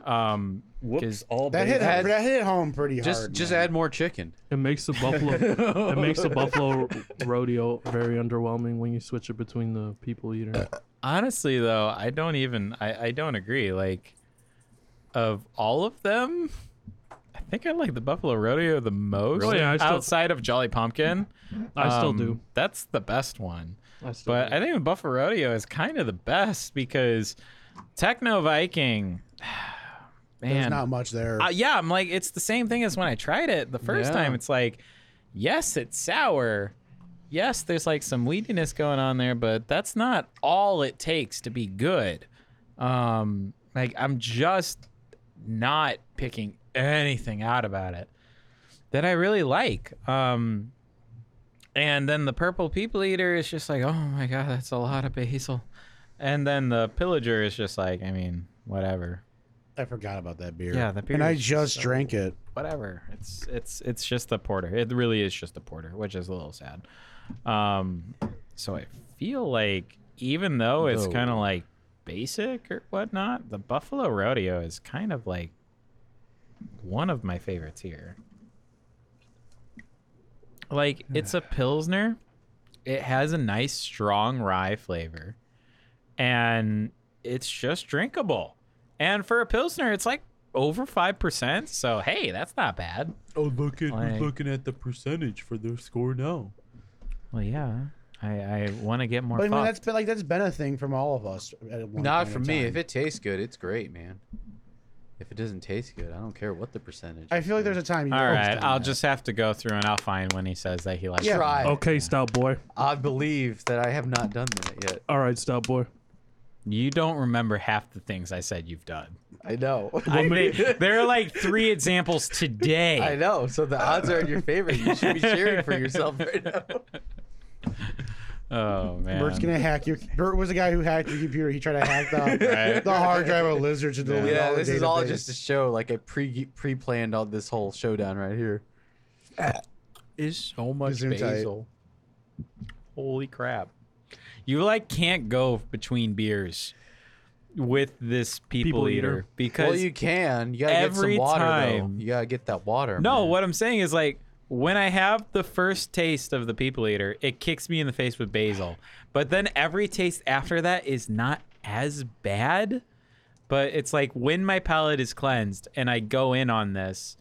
Speaker 1: Um, because all
Speaker 4: that hit
Speaker 9: Add-
Speaker 4: that hit home pretty
Speaker 9: Just
Speaker 4: hard.
Speaker 9: just
Speaker 4: man.
Speaker 9: add more chicken.
Speaker 2: It makes the
Speaker 4: <laughs>
Speaker 2: buffalo. it makes the buffalo rodeo very underwhelming when you switch it between the people eater.
Speaker 1: honestly though, I don't even. I I don't agree. Like, of all of them. I think I like the Buffalo Rodeo the most
Speaker 2: Really? I still-
Speaker 1: outside of Jolly Pumpkin.
Speaker 2: I still
Speaker 1: Um,
Speaker 2: do.
Speaker 1: That's the best one.
Speaker 2: I still
Speaker 1: But
Speaker 2: do.
Speaker 1: I think the Buffalo Rodeo is kind of the best because Techno Viking, <sighs>
Speaker 4: There's
Speaker 1: man.
Speaker 4: not much there.
Speaker 1: Uh, yeah, I'm like, it's the same thing as when I tried it the first
Speaker 9: Yeah.
Speaker 1: time. It's like, yes, it's sour. Yes, there's like some weediness going on there, but that's not all it takes to be good. Um, like, I'm just not picking anything out about it that I really like. Um, and then the purple people eater is just like, oh my god, that's a lot of basil. And then the pillager is just like, I mean, whatever.
Speaker 4: I forgot about that beer.
Speaker 1: Yeah, that beer
Speaker 4: And I
Speaker 1: is
Speaker 4: just
Speaker 1: so-
Speaker 4: drank it.
Speaker 1: Whatever. It's it's it's just a porter. It really is just a porter, which is a little sad. Um, so I feel like even though it's
Speaker 9: Though.
Speaker 1: kind of like basic or whatnot, the Buffalo Rodeo is kind of like one of my favorites here. Like it's a pilsner. It has a nice strong rye flavor, and it's just drinkable. And for a pilsner, it's like over five percent. So hey, that's not bad.
Speaker 6: Oh, look at
Speaker 1: Like-
Speaker 6: looking at the percentage for their score now.
Speaker 1: Well, yeah, I I want to get more.
Speaker 4: But I mean,
Speaker 1: fucked.
Speaker 4: that's been like that's been a thing from all of us. At one
Speaker 3: Not
Speaker 4: point
Speaker 3: for
Speaker 4: in
Speaker 3: me.
Speaker 4: time.
Speaker 3: If it tastes good, it's great, man. If it doesn't taste good, I don't care what the percentage.
Speaker 4: I feel like there's a time.
Speaker 1: All right, I'll
Speaker 4: just.
Speaker 1: just have to go through and I'll find when he says that he likes.
Speaker 3: is.
Speaker 1: it.
Speaker 3: try. it.
Speaker 2: Okay, stout boy.
Speaker 3: I believe that I have not done that yet.
Speaker 2: All right, stout boy.
Speaker 1: You don't remember half the things I said you've done.
Speaker 3: I know.
Speaker 1: I think there are like three examples today.
Speaker 3: <laughs> I know. So the odds are in your favor. You should be cheering for yourself right now.
Speaker 1: Oh man.
Speaker 4: Bert's gonna hack your. Bert was the guy who hacked your computer. He tried to hack the,
Speaker 1: Right.
Speaker 4: the hard drive of Lizard to delete
Speaker 3: Yeah,
Speaker 4: all the
Speaker 3: this is all just to
Speaker 4: database.
Speaker 3: show. Like I pre pre planned all this whole showdown right here.
Speaker 1: Uh,
Speaker 3: Is so much
Speaker 4: Zoom tight.
Speaker 3: basil.
Speaker 1: Holy crap. You like can't go between beers with this people,
Speaker 2: People
Speaker 1: eater,
Speaker 2: eater.
Speaker 1: because
Speaker 3: Well, you can. You gotta
Speaker 1: every
Speaker 3: get some water
Speaker 1: time-
Speaker 3: though. You gotta get that water.
Speaker 1: no.
Speaker 3: man.
Speaker 1: What I'm saying is like when I have the first taste of the people eater, it kicks me in the face with basil. But then every taste after that is not as bad. But it's like when my palate is cleansed and I go in on this,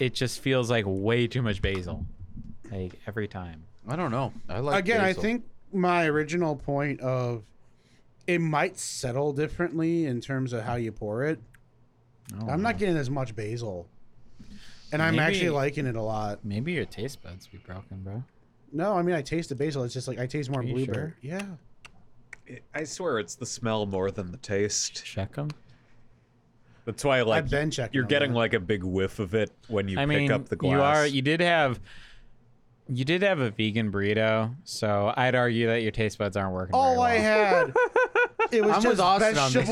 Speaker 1: it just feels like way too much basil, like every time.
Speaker 3: I don't know. I like.
Speaker 4: Again, I
Speaker 3: basil.
Speaker 4: think my original point of it might settle differently in terms of how you pour it. I'm not getting as much basil, and I'm actually
Speaker 1: Maybe-
Speaker 4: liking it a lot.
Speaker 1: Maybe your taste buds be broken, bro.
Speaker 4: No, I mean I taste the basil. It's just like I taste more
Speaker 1: you
Speaker 4: blueberry.
Speaker 1: sure?
Speaker 4: Yeah,
Speaker 5: I swear it's the smell more than the taste.
Speaker 1: Check them.
Speaker 5: That's why like
Speaker 4: I've been checking.
Speaker 5: you're
Speaker 4: on
Speaker 5: getting
Speaker 4: that.
Speaker 5: like a big whiff of it when you
Speaker 1: I
Speaker 5: pick
Speaker 1: mean,
Speaker 5: up the glass.
Speaker 1: you are you did have you did have a vegan burrito, so I'd argue that your taste buds aren't
Speaker 5: Oh,
Speaker 1: working.
Speaker 4: All
Speaker 1: very
Speaker 4: I
Speaker 1: well.
Speaker 4: had, it was
Speaker 3: I'm with
Speaker 4: just
Speaker 3: Austin on this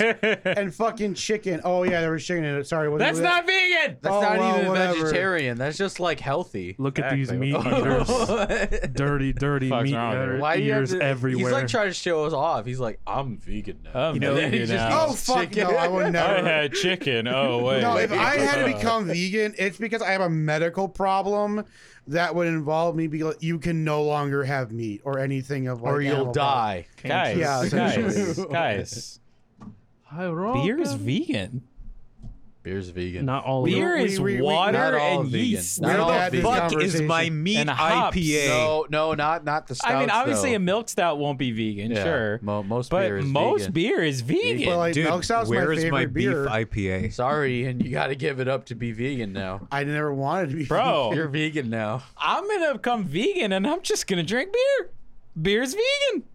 Speaker 3: one.
Speaker 4: vegetables and fucking chicken. Oh yeah, there was chicken in it. Sorry, wasn't
Speaker 1: That's
Speaker 4: it-
Speaker 1: not vegan.
Speaker 3: that's
Speaker 4: Oh,
Speaker 3: not
Speaker 4: well,
Speaker 3: even
Speaker 4: whatever.
Speaker 3: vegetarian. That's just like healthy. <laughs>
Speaker 2: Look at these
Speaker 1: Exactly. <laughs>
Speaker 2: meat eaters. dirty, dirty
Speaker 1: Fuck's
Speaker 2: meat
Speaker 1: wrong with
Speaker 2: eater-
Speaker 1: you?
Speaker 3: Why do you have
Speaker 2: eaters
Speaker 3: to-
Speaker 2: everywhere.
Speaker 3: He's like trying to show us off. He's like, I'm vegan now.
Speaker 1: I'm <laughs> vegan
Speaker 3: he's just-
Speaker 1: now.
Speaker 4: Oh fuck
Speaker 3: Chicken.
Speaker 4: no, I would never.
Speaker 3: <laughs>
Speaker 1: chicken. Oh wait.
Speaker 4: No, if I had to become vegan, it's because I have a medical problem that would involve me being like, you can no longer have meat or anything of like
Speaker 3: or you'll
Speaker 4: animal
Speaker 3: die.
Speaker 1: guys,
Speaker 4: Yeah,
Speaker 1: guys,
Speaker 4: <laughs> essentially.
Speaker 1: guys.
Speaker 2: Oh,
Speaker 1: Beer is vegan.
Speaker 3: Beer's vegan.
Speaker 2: Not all of
Speaker 1: Beer
Speaker 2: them.
Speaker 1: is
Speaker 4: we- we-
Speaker 3: not
Speaker 1: water
Speaker 3: all
Speaker 1: and
Speaker 3: vegan.
Speaker 1: yeast.
Speaker 3: Not
Speaker 4: We're
Speaker 3: all
Speaker 4: bad
Speaker 3: vegan.
Speaker 5: fuck is my meat
Speaker 1: And hops.
Speaker 5: IPA?
Speaker 3: No, no, not not the stouts.
Speaker 1: I mean, obviously,
Speaker 3: though.
Speaker 1: a milk stout won't be vegan,
Speaker 3: Yeah,
Speaker 1: sure,
Speaker 3: mo- most
Speaker 1: but
Speaker 3: beer is
Speaker 1: most
Speaker 3: vegan.
Speaker 1: beer is vegan.
Speaker 4: But like
Speaker 5: Dude,
Speaker 4: milk stout's my
Speaker 5: where's
Speaker 4: favorite
Speaker 5: my, beef
Speaker 4: beer. I...
Speaker 5: IPA?
Speaker 3: Sorry, and you got to give it up to be vegan now.
Speaker 4: never wanted to be.
Speaker 1: Bro,
Speaker 3: <laughs> You're vegan now.
Speaker 1: I'm gonna become vegan and I'm just gonna drink beer. Beer's vegan.
Speaker 4: <laughs>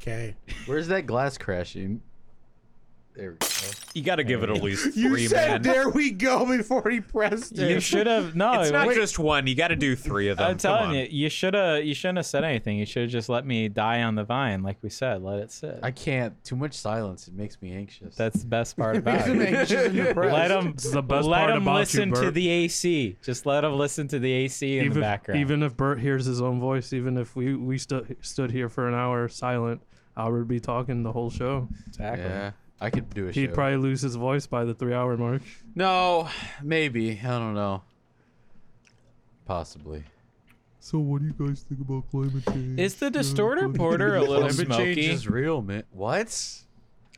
Speaker 4: Okay.
Speaker 3: Where's that glass crashing? There we go.
Speaker 5: You got to give
Speaker 1: <laughs>
Speaker 5: it at least
Speaker 4: You
Speaker 5: three,
Speaker 4: said <laughs>
Speaker 5: man.
Speaker 4: there we go before he pressed it.
Speaker 1: You should have no.
Speaker 5: It's not
Speaker 1: wait,
Speaker 5: just one. You got to do three of them.
Speaker 1: I'm telling
Speaker 5: Come
Speaker 1: you,
Speaker 5: on.
Speaker 1: you should have. You shouldn't have said anything. You should have just let me die on the vine, like we said. Let it sit.
Speaker 3: I can't. Too much silence. It makes me anxious.
Speaker 1: That's the best <laughs> part about
Speaker 4: He's
Speaker 1: it.
Speaker 4: anxious and depressed.
Speaker 1: Let them.
Speaker 2: It's the best
Speaker 1: let
Speaker 2: part
Speaker 1: them
Speaker 2: about you,
Speaker 1: listen to
Speaker 2: Bert.
Speaker 1: the AC. Just let them listen to the AC in
Speaker 2: even,
Speaker 1: the background.
Speaker 2: even if Bert hears his own voice, even if we we stood stood here for an hour silent, Albert would be talking the whole show.
Speaker 1: exactly.
Speaker 3: yeah. I could do a
Speaker 2: He'd
Speaker 3: show.
Speaker 2: probably lose his voice by the three hour mark.
Speaker 3: no, maybe. I don't know. Possibly.
Speaker 6: So what do you guys think about climate change?
Speaker 1: Is the distorter porter <laughs> a little
Speaker 3: Climate
Speaker 1: smoky?
Speaker 3: change is real, man. What?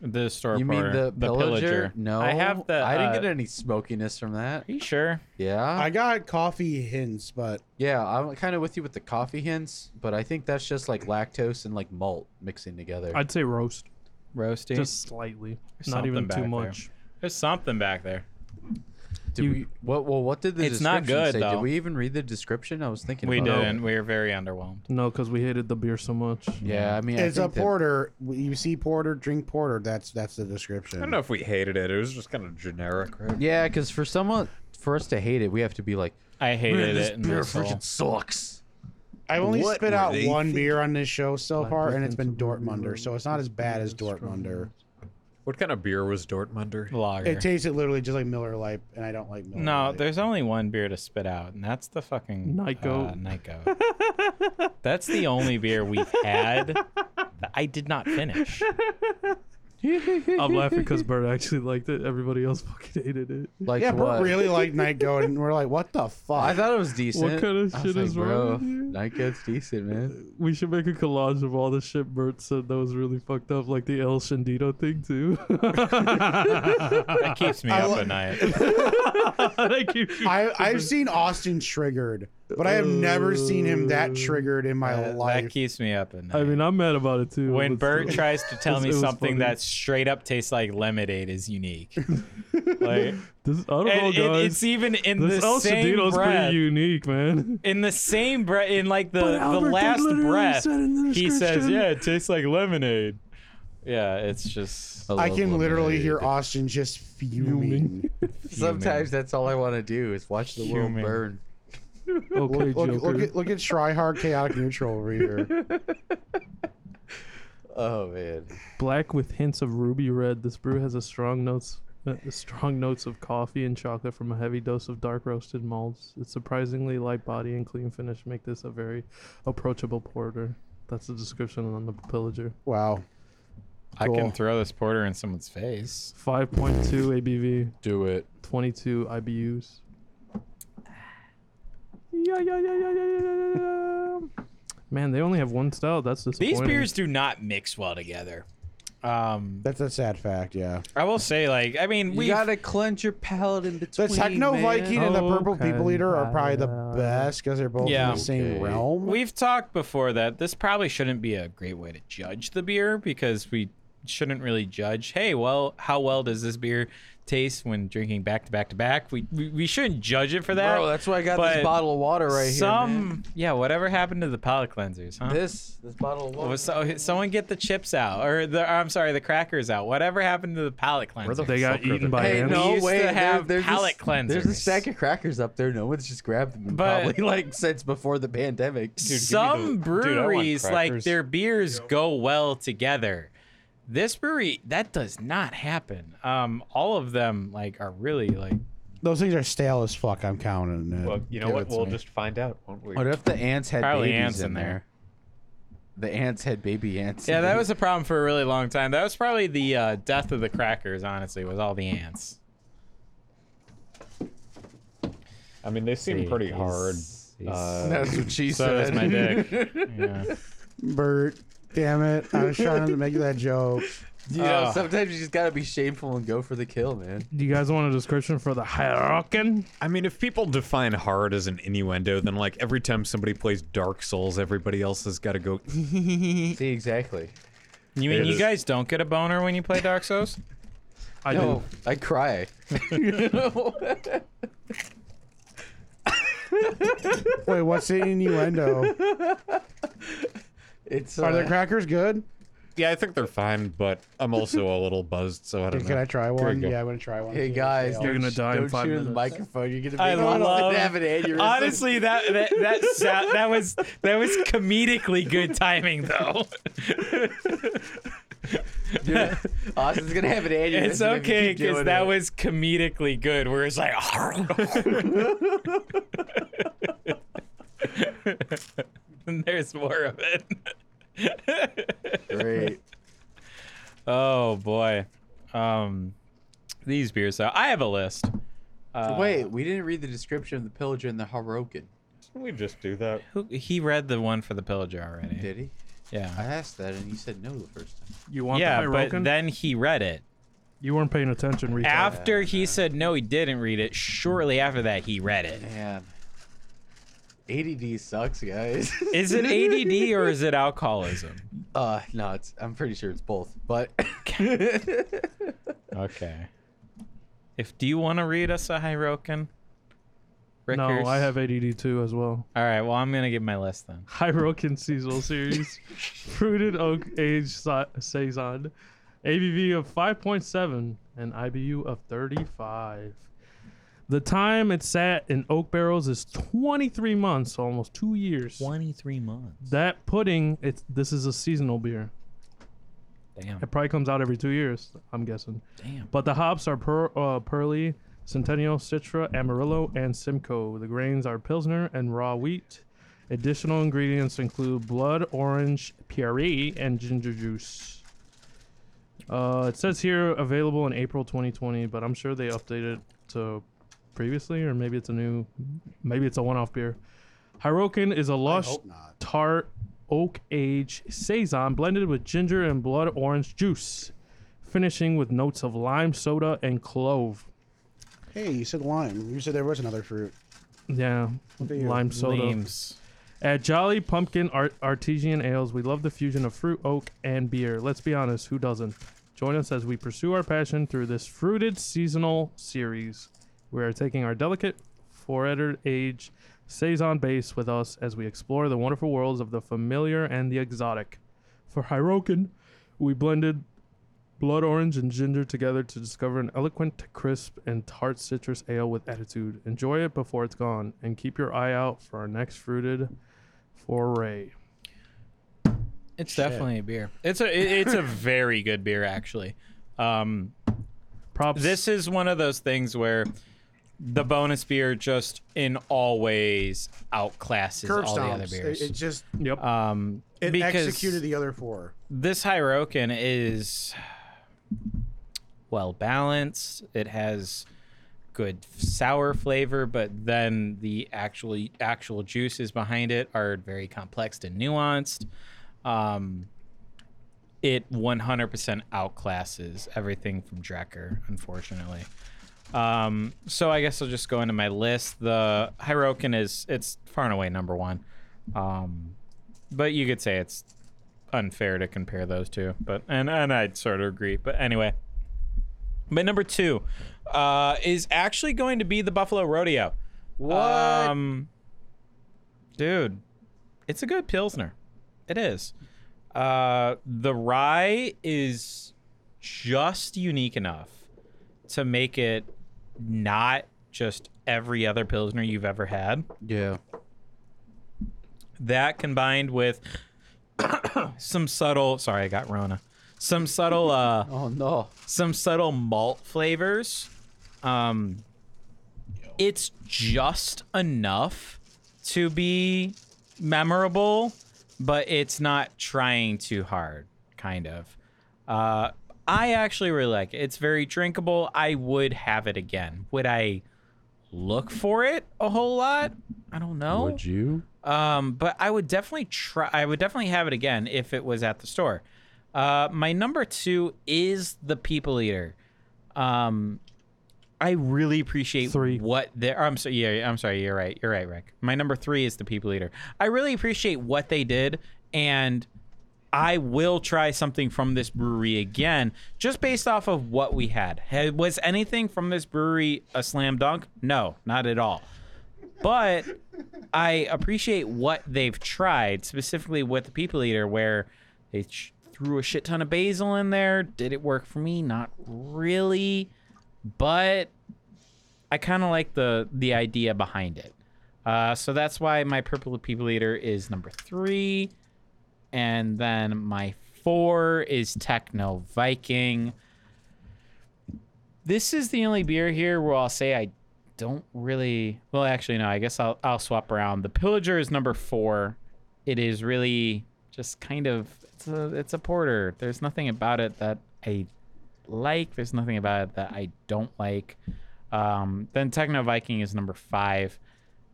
Speaker 1: The distorter
Speaker 3: You mean
Speaker 1: porter.
Speaker 3: the, pillager? No,
Speaker 1: I have the.
Speaker 3: I didn't
Speaker 1: uh,
Speaker 3: get any smokiness from that.
Speaker 1: Are you sure?
Speaker 3: Yeah,
Speaker 4: I got coffee hints, but
Speaker 3: yeah. I'm kind of with you with the coffee hints, but I think that's just like lactose and like malt mixing together.
Speaker 2: I'd say roast,
Speaker 1: Roasting.
Speaker 2: just slightly, not
Speaker 1: something
Speaker 2: even
Speaker 1: back
Speaker 2: too
Speaker 1: there.
Speaker 2: much.
Speaker 1: There's something back there.
Speaker 3: Did
Speaker 2: you-
Speaker 3: we? What? Well, what did the
Speaker 1: It's not
Speaker 3: description
Speaker 1: good,
Speaker 3: say?
Speaker 1: though.
Speaker 3: Did we even read the description? I was thinking
Speaker 1: We
Speaker 3: about it.
Speaker 1: didn't. We were very underwhelmed.
Speaker 2: No, because we hated the beer so much.
Speaker 3: Yeah, I mean, I
Speaker 4: it's a
Speaker 3: think that-
Speaker 4: porter. You see porter, drink porter. That's that's the description.
Speaker 5: I don't know if we hated it. It was just kind of generic. Right?
Speaker 3: Yeah, because for someone, for us to hate it, we have to
Speaker 1: <laughs>
Speaker 3: be like,
Speaker 1: I hated
Speaker 3: this
Speaker 1: it.
Speaker 3: beer
Speaker 1: this whole-
Speaker 3: freaking sucks.
Speaker 4: I've only
Speaker 5: What
Speaker 4: spit
Speaker 5: were
Speaker 4: out
Speaker 5: they
Speaker 4: one beer on this show so
Speaker 2: Black
Speaker 4: far, and it's been
Speaker 2: Panther
Speaker 4: Dortmunder,
Speaker 2: Brewery.
Speaker 4: so it's not as bad as Dortmunder.
Speaker 5: What kind of beer was Dortmunder?
Speaker 1: lager.
Speaker 4: It tasted literally just like Miller Lite, and I don't like Miller
Speaker 1: no,
Speaker 4: Lite.
Speaker 1: there's only one beer to spit out, and that's the fucking
Speaker 2: Nyko.
Speaker 1: Uh, Nyko. that's the only beer we've had that I did not finish.
Speaker 2: I'm laughing because Bert actually liked it. Everybody else <laughs> fucking hated it.
Speaker 3: Like
Speaker 4: yeah,
Speaker 3: what?
Speaker 4: Bert really liked Night Goat, and we're like, what the fuck?
Speaker 3: I thought it was decent.
Speaker 2: What kind of
Speaker 3: I was
Speaker 2: shit
Speaker 3: like,
Speaker 2: is
Speaker 3: bro,
Speaker 2: wrong with you?
Speaker 3: Night Goat's decent, man.
Speaker 2: We should make a collage of all the shit Bert said that was really fucked up, like the El Shandito thing too.
Speaker 1: That keeps me up at night.
Speaker 2: <laughs> <laughs> Thank you.
Speaker 4: I, I've seen Austin triggered, but I have never seen him that triggered in my
Speaker 1: That- That
Speaker 4: life.
Speaker 1: keeps me up at night.
Speaker 2: I mean, I'm mad about it too.
Speaker 1: when
Speaker 2: but
Speaker 1: Bert
Speaker 2: still.
Speaker 1: tries
Speaker 2: <laughs>
Speaker 1: to tell
Speaker 2: It
Speaker 1: me
Speaker 2: was
Speaker 1: something
Speaker 2: funny.
Speaker 1: that straight up tastes like lemonade is
Speaker 2: <laughs>
Speaker 1: unique. like,
Speaker 2: this, I don't know,
Speaker 1: and it-
Speaker 2: Oh, guys.
Speaker 1: it's even in
Speaker 2: this
Speaker 1: the
Speaker 2: El
Speaker 1: same
Speaker 2: Shandito's pretty
Speaker 1: breath.
Speaker 2: unique, man.
Speaker 1: in the same breath, in like the,
Speaker 2: But
Speaker 1: the
Speaker 2: Albert, they
Speaker 1: last
Speaker 2: literally
Speaker 1: breath,
Speaker 2: said in the
Speaker 1: he says,
Speaker 2: description-
Speaker 1: "Yeah, it tastes like lemonade." Yeah, it's just
Speaker 4: I
Speaker 3: love
Speaker 4: can literally hear
Speaker 3: lemonade.
Speaker 4: Austin just fuming.
Speaker 3: Sometimes that's all I want to do is watch the world
Speaker 1: Fuming.
Speaker 3: burn.
Speaker 2: Okay,
Speaker 4: Look,
Speaker 2: Joker.
Speaker 4: look at look at Shryhard Chaotic Neutral over here.
Speaker 3: Oh man.
Speaker 2: Black with hints of ruby red. This brew has a strong notes, uh, strong notes of coffee and chocolate from a heavy dose of dark roasted malts. Its surprisingly light body and clean finish make this a very approachable porter. That's the description on the pillager.
Speaker 4: Wow.
Speaker 1: I
Speaker 4: Cool.
Speaker 1: can throw this porter in someone's face.
Speaker 2: 5.2 ABV,
Speaker 3: Do it.
Speaker 2: 22 IBUs. Yeah, yeah, yeah, yeah, yeah, yeah, yeah, yeah. Man, they only have one stout. That's disappointing.
Speaker 1: These beers do not mix well together. Um,
Speaker 4: That's a sad fact, yeah.
Speaker 1: I will say, like, I mean,
Speaker 3: We
Speaker 1: we
Speaker 3: gotta cleanse your palate in between.
Speaker 4: The Techno
Speaker 3: man.
Speaker 4: Viking and the Purple
Speaker 2: Okay.
Speaker 4: People Eater are probably the
Speaker 2: Uh,
Speaker 4: best because they're both
Speaker 1: Yeah.
Speaker 4: in the same
Speaker 3: Okay.
Speaker 4: realm.
Speaker 1: We've talked before that this probably shouldn't be a great way to judge the beer because we shouldn't really judge, hey, well, how well does this beer taste when drinking back to back to back? We we, we shouldn't judge it for that.
Speaker 3: Bro, that's why I got
Speaker 1: but
Speaker 3: this bottle of water right here.
Speaker 1: Some
Speaker 3: man.
Speaker 1: yeah, whatever happened to the palate cleansers, huh?
Speaker 3: This this bottle of water.
Speaker 1: Was so, someone get the chips out, or the I'm sorry, the crackers out. Whatever happened to the palate cleanser?
Speaker 2: they got eaten by
Speaker 3: Hey,
Speaker 2: ants.
Speaker 1: We
Speaker 3: no,
Speaker 1: used to
Speaker 3: wait.
Speaker 1: have
Speaker 3: there, there's
Speaker 1: palate
Speaker 3: a, s- There's a
Speaker 1: cleansers.
Speaker 3: stack of crackers up there. No one's just grabbed them. in
Speaker 1: But-
Speaker 3: probably <laughs> like since before the pandemic. Dude,
Speaker 1: some breweries like
Speaker 5: crackers.
Speaker 1: their beers go well together this brewery that does not happen um all of them like are really like
Speaker 4: Those things are stale as fuck. I'm counting it.
Speaker 5: Well, you know
Speaker 4: Give
Speaker 5: what?
Speaker 4: it to
Speaker 5: We'll
Speaker 4: me.
Speaker 5: just find out, won't we?
Speaker 3: What if the ants had
Speaker 1: Probably
Speaker 3: babies
Speaker 1: ants
Speaker 3: in
Speaker 1: in
Speaker 3: there? The ants had baby ants.
Speaker 1: yeah
Speaker 3: in
Speaker 1: that
Speaker 3: there.
Speaker 1: was a problem for a really long time that was probably the uh, death of the crackers honestly was all the ants
Speaker 5: I mean, they seem pretty
Speaker 1: He's-
Speaker 5: hard.
Speaker 1: he's-
Speaker 3: <laughs>
Speaker 5: Uh,
Speaker 3: That's what she
Speaker 1: so does
Speaker 3: said.
Speaker 1: my
Speaker 5: <laughs>
Speaker 1: dick yeah.
Speaker 4: Bert, damn it. I was trying to make that joke.
Speaker 3: <laughs> You know,
Speaker 1: Ah.
Speaker 3: sometimes you just gotta be shameful and go for the kill, man.
Speaker 2: Do you guys want a description for the Hierarchan?
Speaker 5: I mean, if people define hard as an innuendo, then like every time somebody plays Dark Souls, everybody else has got to go. "Mm,
Speaker 3: See,
Speaker 1: <laughs>
Speaker 3: exactly.
Speaker 1: you mean
Speaker 5: It
Speaker 1: you
Speaker 5: is.
Speaker 1: guys don't get a boner when you play dark souls
Speaker 2: I
Speaker 3: No, I cry. <laughs>
Speaker 4: Wait, what's the innuendo?
Speaker 3: It's
Speaker 4: Are the
Speaker 3: uh,
Speaker 4: crackers good?
Speaker 5: Yeah, I think they're fine, but I'm also a little buzzed, so I don't know.
Speaker 4: Can I try
Speaker 5: you
Speaker 4: one?
Speaker 5: go.
Speaker 4: Yeah, I'm gonna try one.
Speaker 3: Hey guys,
Speaker 2: You're
Speaker 3: don't
Speaker 2: gonna
Speaker 3: sh-
Speaker 2: die in
Speaker 3: don't
Speaker 2: five
Speaker 3: shoot in the
Speaker 2: minutes.
Speaker 3: microphone. You're gonna
Speaker 1: I
Speaker 3: make someone
Speaker 1: love-
Speaker 3: have an aneurysm.
Speaker 1: honestly that that that, sound, that was that was comedically good timing though
Speaker 3: Dude, <laughs> Austin's gonna have an
Speaker 1: <laughs>
Speaker 3: aneurysm.
Speaker 1: It's
Speaker 3: if you
Speaker 1: okay
Speaker 3: keep doing
Speaker 1: because that
Speaker 3: it.
Speaker 1: was comedically good. Where it's like, <laughs> and there's more of it. <laughs>
Speaker 3: great.
Speaker 1: oh boy, um, these beers. So I have a list. Uh,
Speaker 3: Wait, we didn't read the description of the pillager and the Harokin,
Speaker 5: Can we just do that?
Speaker 1: who, he read the one for the pillager already.
Speaker 3: did he? I
Speaker 1: yeah,
Speaker 3: asked that and he said no the first time.
Speaker 2: You want
Speaker 1: yeah,
Speaker 2: the
Speaker 1: but
Speaker 2: Hierarchan?
Speaker 1: then he read it.
Speaker 2: you weren't paying attention, retard.
Speaker 1: After he said no, he didn't read it. Shortly after that, he read it.
Speaker 3: Man, ADD sucks, guys. <laughs>
Speaker 1: Is it ADD or is it alcoholism?
Speaker 3: Uh, no, it's, I'm pretty sure it's both. But <laughs>
Speaker 1: Okay. If do you want to read us a Hyrokin?
Speaker 2: No, I have ADD too as well. <laughs>
Speaker 1: All right. Well, I'm gonna give my list then.
Speaker 2: Hyrokin Seasonal <laughs> Series, fruited oak aged sa- saison, ABV of 5.7 and IBU of 35. The time it sat in oak barrels is 23 months, so almost two years.
Speaker 1: Twenty-three months.
Speaker 2: That pudding, it's this is a seasonal beer.
Speaker 1: Damn.
Speaker 2: It probably comes out every two years, I'm guessing.
Speaker 1: Damn.
Speaker 2: But the hops are per, uh, Pearly, Centennial, Citra, Amarillo, and Simcoe. The grains are Pilsner and raw wheat. Additional E, ingredients include blood orange puree and ginger juice. Uh, it says here available in April 2020, but I'm sure they updated it to previously, or maybe it's a new, maybe it's a one-off beer. Hyrokin is a lush
Speaker 4: hope not.
Speaker 2: tart oak age saison blended with ginger and blood orange juice, finishing with notes of lime soda and clove.
Speaker 4: Hey, you said lime. You said there was another fruit.
Speaker 2: Yeah,
Speaker 4: you.
Speaker 2: lime soda.
Speaker 1: Flames.
Speaker 2: At Jolly Pumpkin Art- Artesian Ales, we love the fusion of fruit, oak, and beer. Let's be honest, who doesn't? Join us as we pursue our passion through this fruited seasonal series. We are taking our delicate, four-lettered age saison base with us as we explore the wonderful worlds of the familiar and the exotic. For Hyrokin, we blended blood orange and ginger together to discover an eloquent, crisp, and tart citrus ale with attitude. Enjoy it before it's gone, and keep your eye out for our next fruited foray.
Speaker 1: It's definitely a beer. It's a it- it's a very good beer actually. Um,
Speaker 2: Props.
Speaker 1: this is one of those things where the bonus beer just in all ways outclasses
Speaker 4: Curb
Speaker 1: all the other
Speaker 4: stomps.
Speaker 1: beers.
Speaker 4: It, it just
Speaker 2: Yep.
Speaker 5: Ah,
Speaker 1: um,
Speaker 4: it
Speaker 1: because
Speaker 4: executed the other four.
Speaker 1: this Hyrokin is well balanced. It has good sour flavor, but then the actually actual juices behind it are very complex and nuanced. Um, it 100% outclasses everything from Drecker, unfortunately. Um, so I guess I'll just go into my list. The Hyrokin is it's far and away number one, um, but you could say it's unfair to compare those two, but and and I'd sort of agree. But anyway, but number two uh, is actually going to be the Buffalo Rodeo. What, um, dude? It's a good pilsner. It is. Uh, the rye is just unique enough to make it not just every other pilsner you've ever had.
Speaker 3: Yeah.
Speaker 1: That combined with <coughs> some subtle sorry, I got Rona. Some subtle uh
Speaker 3: Oh no.
Speaker 1: some subtle malt flavors. Um it's just enough to be memorable, but it's not trying too hard, kind of. Uh I actually really like it. It's very drinkable. I would have it again. Would I look for it a whole lot? I don't know.
Speaker 3: Would you?
Speaker 1: Um, but I would definitely try. I would definitely have it again if it was at the store. Uh, my number two is the People Eater. Um, I really appreciate
Speaker 2: Three.
Speaker 1: what they. I'm sorry. Yeah, I'm sorry. You're right. You're right, Rick. My number three is the People Eater. I really appreciate what they did, and I will try something from this brewery again, just based off of what we had. Had- Was anything from this brewery a slam dunk? No, not at all. But I appreciate what they've tried, specifically with the people eater, where they sh- threw a shit ton of basil in there. Did it work for me? Not really, but I kind of like the the idea behind it. Uh, so that's why my purple people eater is number three, and then my four is Techno Viking. This is the only beer here where I'll say I don't really. Well, actually, no. I guess I'll I'll swap around. The Pillager is number four. It is really just kind of it's a it's a porter. There's nothing about it that I like. There's nothing about it that I don't like. Um, then Techno Viking is number five.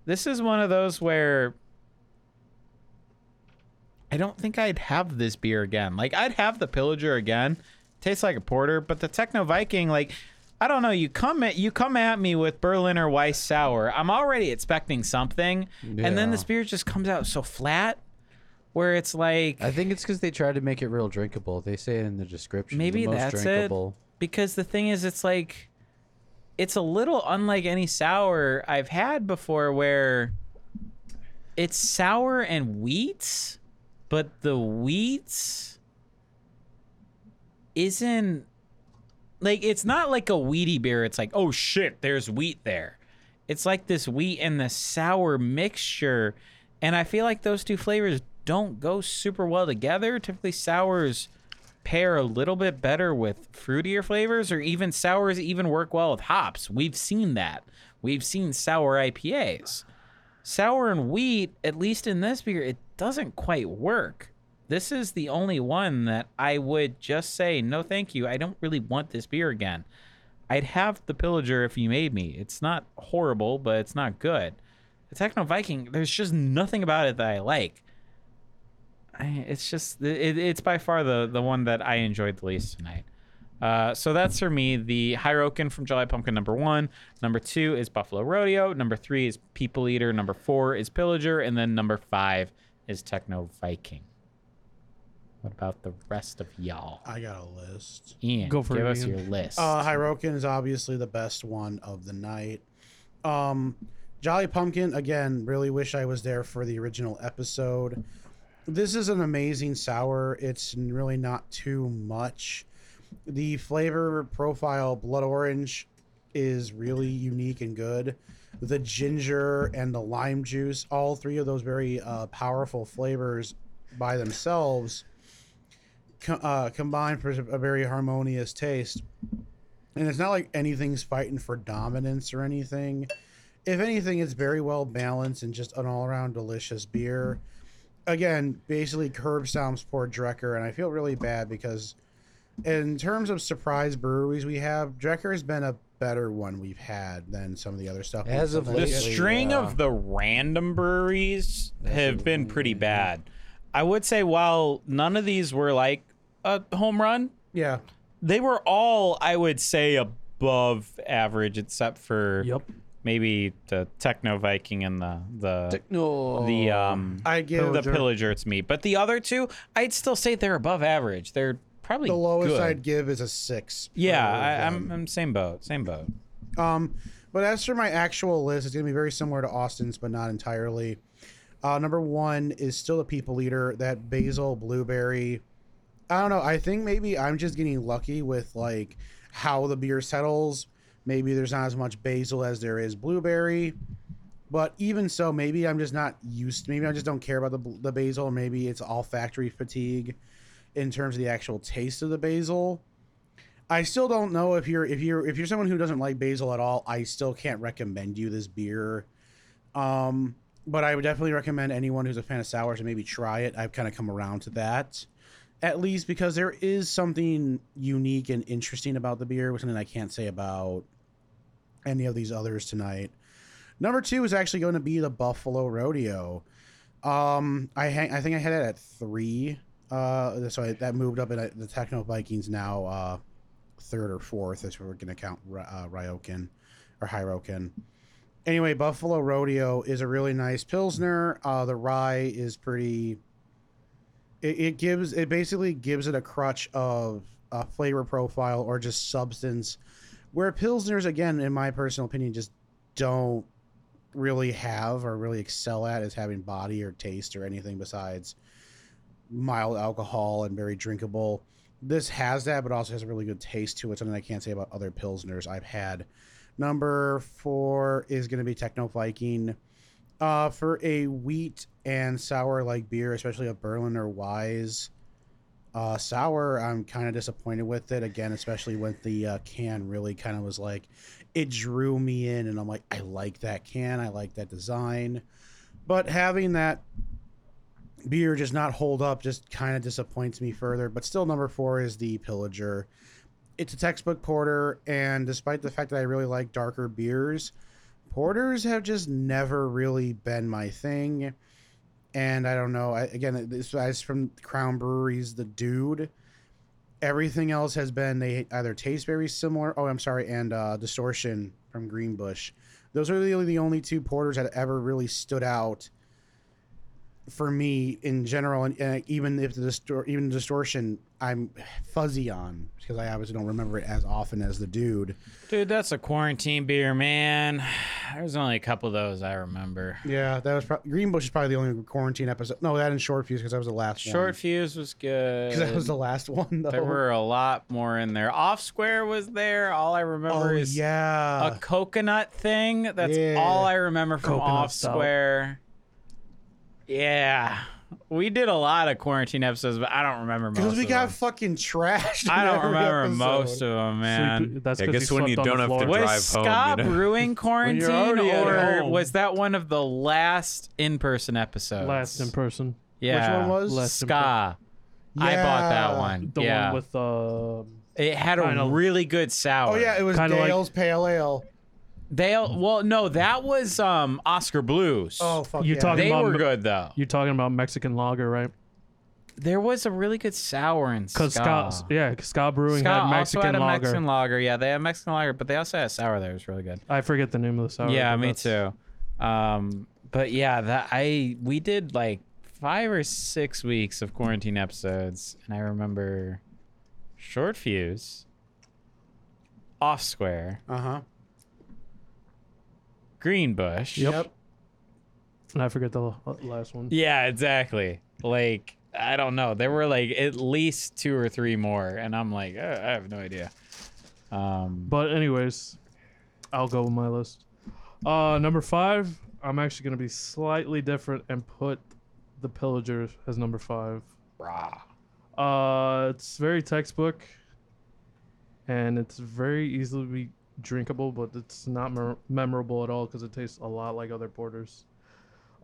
Speaker 1: This is one of those where I don't think I'd have this beer again. Like I'd have the Pillager again. Tastes like a porter, but the Techno Viking, like I don't know. You come at you come at me with Berliner Weiss sour. I'm already expecting something, and then
Speaker 3: Yeah.
Speaker 1: this beer just comes out so flat, where it's like
Speaker 3: I think it's because they tried to make it real drinkable. They say it in the description.
Speaker 1: Maybe
Speaker 3: the most
Speaker 1: that's it.
Speaker 3: drinkable.
Speaker 1: because the thing is, it's like it's a little unlike any sour I've had before, where it's sour and wheat, but the wheat isn't like it's not like a wheaty beer. It's like oh shit, there's wheat there. It's like this wheat and the sour mixture, and I feel like those two flavors don't go super well together. Typically, sours pair a little bit better with fruitier flavors or even sours even work well with hops. We've seen that. We've seen sour IPAs. Sour and wheat, at least in this beer, it doesn't quite work. This is the only one that I would just say, no, thank you. I don't really want this beer again. I'd have the Pillager if you made me. It's not horrible, but it's not good. The Techno Viking, there's just nothing about it that I like. I, it's just, it, it's by far the, the one that I enjoyed the least tonight. Uh, so that's for me the Hyrokin from Jelly Pumpkin number one. Number two is Buffalo Rodeo. Number three is People Eater. Number four is Pillager. And then number five is Techno Viking. What about the rest of y'all?
Speaker 4: I got a list.
Speaker 1: Ian,
Speaker 2: Uh, Go for
Speaker 1: give
Speaker 2: it,
Speaker 1: us
Speaker 2: Ian.
Speaker 1: your list.
Speaker 4: Uh, Hyrokin is obviously the best one of the night. Um, Jolly Pumpkin, again, really wish I was there for the original episode. This is an amazing sour. It's really not too much. The flavor profile, blood orange, is really unique and good. The ginger and the lime juice, all three of those very uh, powerful flavors by themselves, co- uh, combine for a very harmonious taste and it's not like anything's fighting for dominance or anything. If anything, it's very well balanced and just an all-around delicious beer. Again, basically Curb Stomps poor Drecker, and I feel really bad because in terms of surprise breweries we have, Drecker has been a better one we've had than some of the other stuff. we've
Speaker 3: As of
Speaker 4: done.
Speaker 1: the
Speaker 3: lately,
Speaker 1: string
Speaker 3: uh,
Speaker 1: of the random breweries have been pretty bad. I would say while none of these were like a home run,
Speaker 4: yeah,
Speaker 1: they were all I would say above average except for
Speaker 2: Yep.
Speaker 1: maybe the Techno Viking and the the
Speaker 3: Techno.
Speaker 1: the um
Speaker 4: I give
Speaker 1: the Pillager it's me. But the other two, I'd still say they're above average. They're probably
Speaker 4: the lowest
Speaker 1: good.
Speaker 4: I'd give is a six. for
Speaker 1: Yeah,
Speaker 4: them.
Speaker 1: I, I'm, I'm same boat, same boat.
Speaker 4: Um, but as for my actual list, it's going to be very similar to Austin's, but not entirely. Uh, number one is still a people eater. That basil blueberry. I don't know. I think maybe I'm just getting lucky with like how the beer settles. Maybe there's not as much basil as there is blueberry. But even so, maybe I'm just not used. Maybe I just don't care about the bl- the basil. or Maybe it's all factory fatigue in terms of the actual taste of the basil. I still don't know if you're if you're if you're someone who doesn't like basil at all, I still can't recommend you this beer. Um, but I would definitely recommend anyone who's a fan of sour to maybe try it. I've kind of come around to that. At least because there is something unique and interesting about the beer, which something I can't say about any of these others tonight. Number two is actually going to be the Buffalo Rodeo. Um, I hang, I think I had it at three. Uh, so I, that moved up, and I, the Techno Vikings now uh, third or fourth, if we're going to count Ry- uh, Ryokan or Hyrokin. Anyway, Buffalo Rodeo is a really nice pilsner. Uh, the rye is pretty. It, it gives it basically gives it a crutch of a flavor profile or just substance, where pilsners again, in my personal opinion, just don't really have or really excel at as having body or taste or anything besides mild alcohol and very drinkable this has that, but also has a really good taste to it. Something I can't say about other pilsners I've had. Number four is going to be Techno Viking. Uh, for a wheat and sour like beer, especially a Berliner Wise uh, sour, I'm kind of disappointed with it. Again, especially when the uh, can really kind of was like, it drew me in, and I'm like, I like that can, I like that design. But having that beer just not hold up just kind of disappoints me further. But still, number four is the Pillager. It's a textbook porter, and despite the fact that I really like darker beers, porters have just never really been my thing. And I don't know. I, again, this as from Crown Breweries, the dude. Everything else has been they either taste very similar. Oh, I'm sorry, and uh, Distortion from Greenbush. Those are really the only two porters that ever really stood out for me in general, and, and even if the distor- even distortion, I'm fuzzy on because I obviously don't remember it as often as the dude.
Speaker 1: Dude, that's a quarantine beer, man. <sighs> There's only a couple of those I remember.
Speaker 4: Yeah, that was pro- Greenbush is probably the only quarantine episode. No, that and Short Fuse because that was the last
Speaker 1: Short fuse was good.
Speaker 4: because <laughs> that was the last one. Though.
Speaker 1: there were a lot more in there. Off square was there. All I
Speaker 4: oh
Speaker 1: remember is
Speaker 4: yeah,
Speaker 1: a coconut thing. That's
Speaker 4: Uh, Yeah.
Speaker 1: all I remember from
Speaker 2: Coconut
Speaker 1: Off
Speaker 2: stout.
Speaker 1: Square. Yeah. We did a lot of quarantine episodes, but I don't remember most
Speaker 4: because we
Speaker 1: of
Speaker 4: got
Speaker 1: them.
Speaker 4: fucking trashed.
Speaker 1: I
Speaker 4: in
Speaker 1: don't
Speaker 4: every
Speaker 1: remember
Speaker 4: episode.
Speaker 1: most of them, man.
Speaker 2: Sleep, that's
Speaker 5: Yeah, I
Speaker 2: 'cause you
Speaker 5: guess when you
Speaker 2: slept on the
Speaker 5: don't have to
Speaker 2: floor.
Speaker 5: drive-
Speaker 1: Was
Speaker 5: home,
Speaker 1: Ska
Speaker 5: you know?
Speaker 1: Brewing quarantine,
Speaker 2: already at
Speaker 1: or
Speaker 2: home.
Speaker 1: was that one of the last in-person episodes?
Speaker 2: last in person.
Speaker 1: Yeah.
Speaker 4: one was? Less
Speaker 1: Ska. I bought that
Speaker 4: Yeah.
Speaker 1: one.
Speaker 2: The
Speaker 1: yeah.
Speaker 2: one with uh,
Speaker 1: it had a
Speaker 2: Kinda-
Speaker 1: really good sour.
Speaker 4: Oh yeah, it was
Speaker 2: Kinda like-
Speaker 4: Dale's Pale Ale.
Speaker 1: They well no, that was um Oscar Blues.
Speaker 4: Oh fuck
Speaker 2: You're
Speaker 4: yeah.
Speaker 2: talking-
Speaker 1: they
Speaker 2: Mom-
Speaker 1: were good though.
Speaker 2: you're talking about Mexican lager, right?
Speaker 1: There was a really good sour in
Speaker 2: Because
Speaker 1: Ska.
Speaker 2: Scott, yeah, Scott Brewing
Speaker 1: Ska
Speaker 2: had Mexican
Speaker 1: also had a
Speaker 2: lager.
Speaker 1: Mexican lager. Yeah, they had Mexican lager, but they also had a sour there. It was really good.
Speaker 2: I forget the name of the sour.
Speaker 1: yeah,
Speaker 2: but
Speaker 1: me
Speaker 2: Oh, that's-
Speaker 1: too. Um, but yeah, that I we did like five or six weeks of quarantine episodes, and I remember Short Fuse, Off Square,
Speaker 4: Uh huh.
Speaker 1: Green Bush.
Speaker 2: Yep. And I forget the l- last one.
Speaker 1: Yeah, exactly. Like I don't know. There were like at least two or three more, and I'm like, uh, I have no idea. Um,
Speaker 2: But anyways, I'll go with my list. Uh, number five, I'm actually gonna be slightly different and put the Pillagers as number five.
Speaker 1: rah.
Speaker 2: Uh, it's very textbook, and it's very easily drinkable, but it's not mer- memorable at all because it tastes a lot like other porters.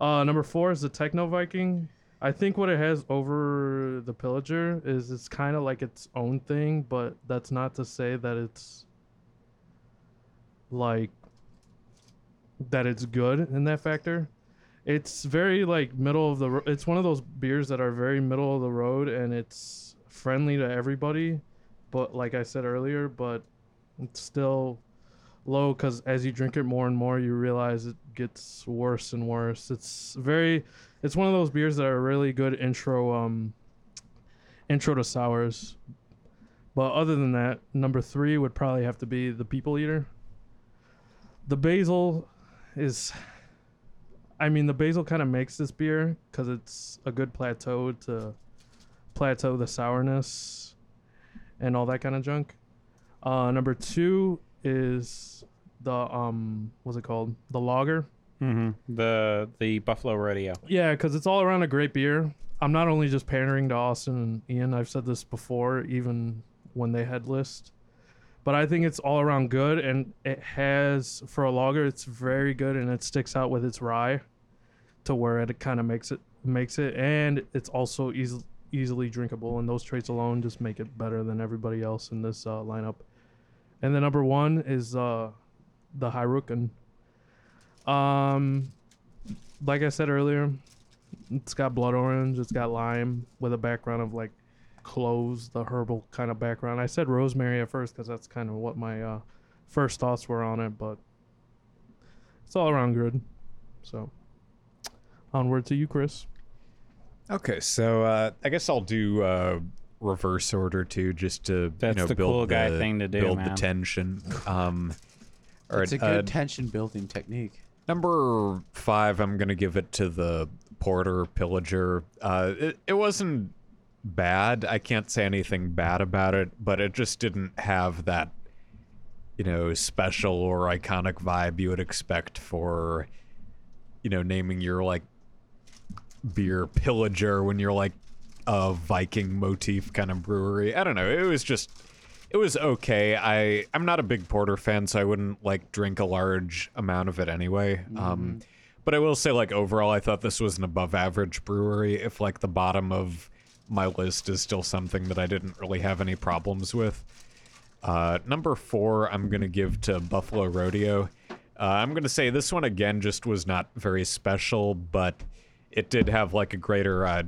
Speaker 2: Uh, number four is the Techno Viking. I think what it has over the Pillager is it's kind of like its own thing, but that's not to say that it's like that it's good in that factor it's very like middle of the ro- it's one of those beers that are very middle of the road and it's friendly to everybody but like i said earlier but it's still low because as you drink it more and more you realize it gets worse and worse it's very it's one of those beers that are really good intro um intro to sours but other than that number three would probably have to be the people eater the basil is I mean, the basil kind of makes this beer because it's a good plateau to plateau the sourness and all that kind of junk. Uh, number two is the um, what's it called? The lager.
Speaker 1: The Uh, the Buffalo Rodeo.
Speaker 2: Yeah, because it's all around a great beer. I'm not only just pandering to Austin and Ian. I've said this before, even when they had list, but I think it's all around good, and it has for a lager, it's very good, and it sticks out with its rye, to where it kind of makes it makes it, and it's also easily easily drinkable, and those traits alone just make it better than everybody else in this uh, lineup. And the number one is uh, the Hyrukan. Um, like I said earlier, it's got blood orange, it's got lime with a background of like cloves, the herbal kind of background. I said rosemary at first because that's kind of what my uh, first thoughts were on it, but it's all around good. So, onward to you, Chris.
Speaker 5: Okay, so uh, I guess I'll do uh, reverse order too, just to
Speaker 1: That's
Speaker 5: you know
Speaker 1: the
Speaker 5: build
Speaker 1: cool guy
Speaker 5: the,
Speaker 1: thing to do,
Speaker 5: build
Speaker 1: man.
Speaker 5: the tension. Um, all
Speaker 9: It's a
Speaker 5: right, uh,
Speaker 9: good tension building technique.
Speaker 5: number five, I'm gonna give it to the porter pillager. Uh, it, it wasn't bad. I can't say anything bad about it, but it just didn't have that you know special or iconic vibe you would expect for you know naming your like beer pillager when you're like a Viking motif kind of brewery. I don't know. It was just it was okay. I I'm not a big porter fan, so I wouldn't like drink a large amount of it anyway. Um but I will say like overall I thought this was an above average brewery if like the bottom of my list is still something that I didn't really have any problems with. Uh, number four, I'm going to give to Buffalo Rodeo. Uh, I'm going to say this one again just was not very special, but it did have like a greater uh,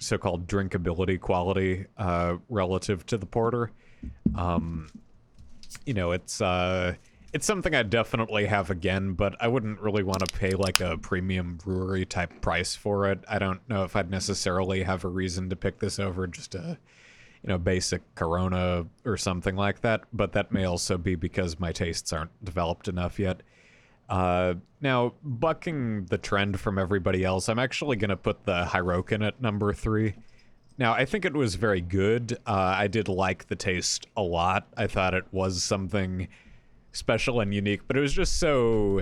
Speaker 5: so called drinkability quality uh, relative to the porter. Um, you know, it's. Uh, it's something I definitely have again, but I wouldn't really want to pay like a premium brewery type price for it. I don't know if I'd necessarily have a reason to pick this over just a you know, basic Corona or something like that. But that may also be because my tastes aren't developed enough yet. Uh, now, bucking the trend from everybody else, I'm actually going to put the Hyrokin at number three. Now, I think it was very good. Uh, I did like the taste a lot. I thought it was something special and unique, but it was just so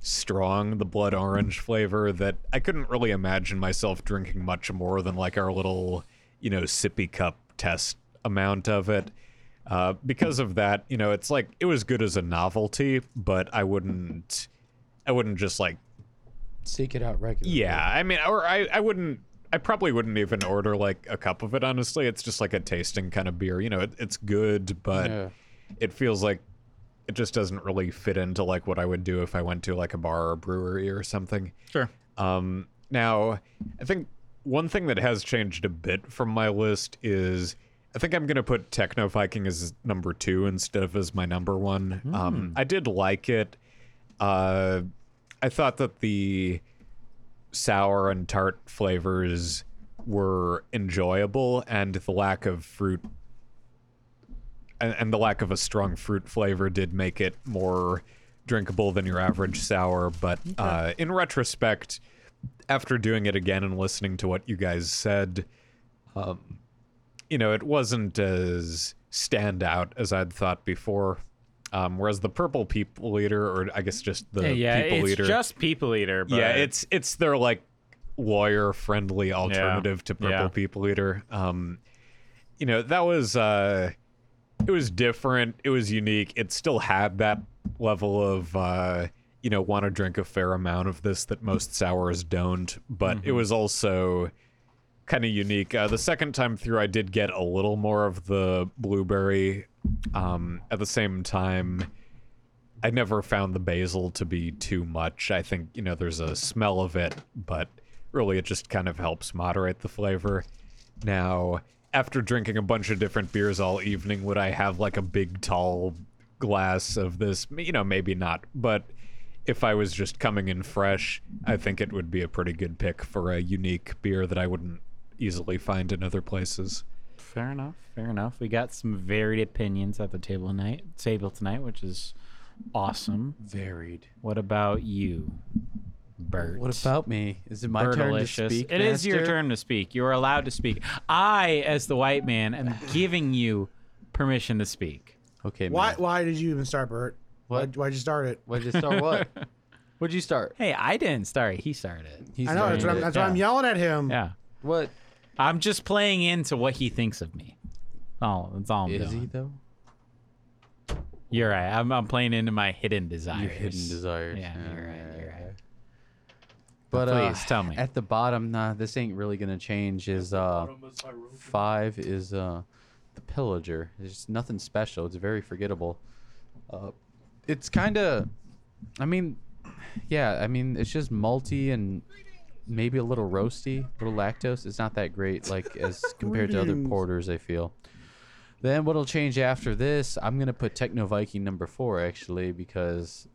Speaker 5: strong, the blood orange flavor, that I couldn't really imagine myself drinking much more than like our little, you know, sippy cup test amount of it. Uh, because of that, you know, it's like it was good as a novelty, but I wouldn't, I wouldn't just like
Speaker 9: Seek it out regularly.
Speaker 5: yeah, I mean, or I, I wouldn't I probably wouldn't even order like a cup of it. Honestly, it's just like a tasting kind of beer. You know, it, it's good, but
Speaker 12: Yeah.
Speaker 5: it feels like it just doesn't really fit into like what I would do if I went to like a bar or brewery or something.
Speaker 1: Sure.
Speaker 5: Um, now, I think one thing that has changed a bit from my list is I think I'm going to put Techno Viking as number two instead of as my number one. Um, I did like it. Uh, I thought that the sour and tart flavors were enjoyable, and the lack of fruit and, and the lack of a strong fruit flavor did make it more drinkable than your average sour. But uh, in retrospect, after doing it again and listening to what you guys said, um, you know, it wasn't as standout as I'd thought before. Um, whereas the purple people eater, or I guess just the
Speaker 1: yeah,
Speaker 5: people
Speaker 1: it's
Speaker 5: eater,
Speaker 1: just people eater. But
Speaker 5: yeah, it's it's their like lawyer friendly alternative to Purple
Speaker 1: Yeah.
Speaker 5: People Eater. Um, you know that was uh, it was different. It was unique. It still had that level of uh, you know want to drink a fair amount of this that most sours don't. But
Speaker 1: Mm-hmm.
Speaker 5: it was also kind of unique. Uh, the second time through, I did get a little more of the blueberry. Um, at the same time. I never found the basil to be too much. I think, you know, there's a smell of it, but really it just kind of helps moderate the flavor. Now, after drinking a bunch of different beers all evening, would I have like a big tall glass of this? M- You know, maybe not, but if I was just coming in fresh, I think it would be a pretty good pick for a unique beer that I wouldn't easily find in other places.
Speaker 1: fair enough. Fair enough. We got some varied opinions at the table tonight. Table tonight, which is awesome.
Speaker 3: Varied.
Speaker 1: What about you, Bert?
Speaker 3: What about me? Is it my turn
Speaker 1: Bertalicious?
Speaker 3: to speak?
Speaker 1: It is your
Speaker 3: master?
Speaker 1: turn to speak. You are allowed to speak. I, as the white man, am giving you permission to speak.
Speaker 3: Okay.
Speaker 4: Why?
Speaker 3: man.
Speaker 4: Why did you even start, Bert?
Speaker 3: What?
Speaker 4: Why'd, why'd you start it?
Speaker 3: What'd you
Speaker 1: <laughs>
Speaker 3: start? What? What'd you start?
Speaker 1: Hey, I didn't start it. He started it.
Speaker 3: He
Speaker 4: I know that's, what I'm,
Speaker 3: started
Speaker 4: that's
Speaker 3: it.
Speaker 4: why I'm yelling at him.
Speaker 1: Yeah.
Speaker 3: What
Speaker 1: I'm just playing into what he thinks of me. Oh, that's all I'm
Speaker 3: is
Speaker 1: doing.
Speaker 3: he though?
Speaker 1: You're right. I'm, I'm playing into my hidden desires.
Speaker 3: Your hidden desires.
Speaker 1: Yeah,
Speaker 3: Yeah,
Speaker 1: you're
Speaker 3: yeah,
Speaker 1: right. You're right.
Speaker 3: But uh,
Speaker 1: Please, tell me.
Speaker 3: At the bottom, nah, this ain't really gonna change. Is uh, five is uh, the pillager. There's nothing special. It's very forgettable. Uh, it's kind of, I mean, yeah, I mean, it's just malty and maybe a little roasty, a little lactose. It's not that great, like as compared to other porters. I feel. Then what'll change after this? I'm gonna put Techno Viking number four actually because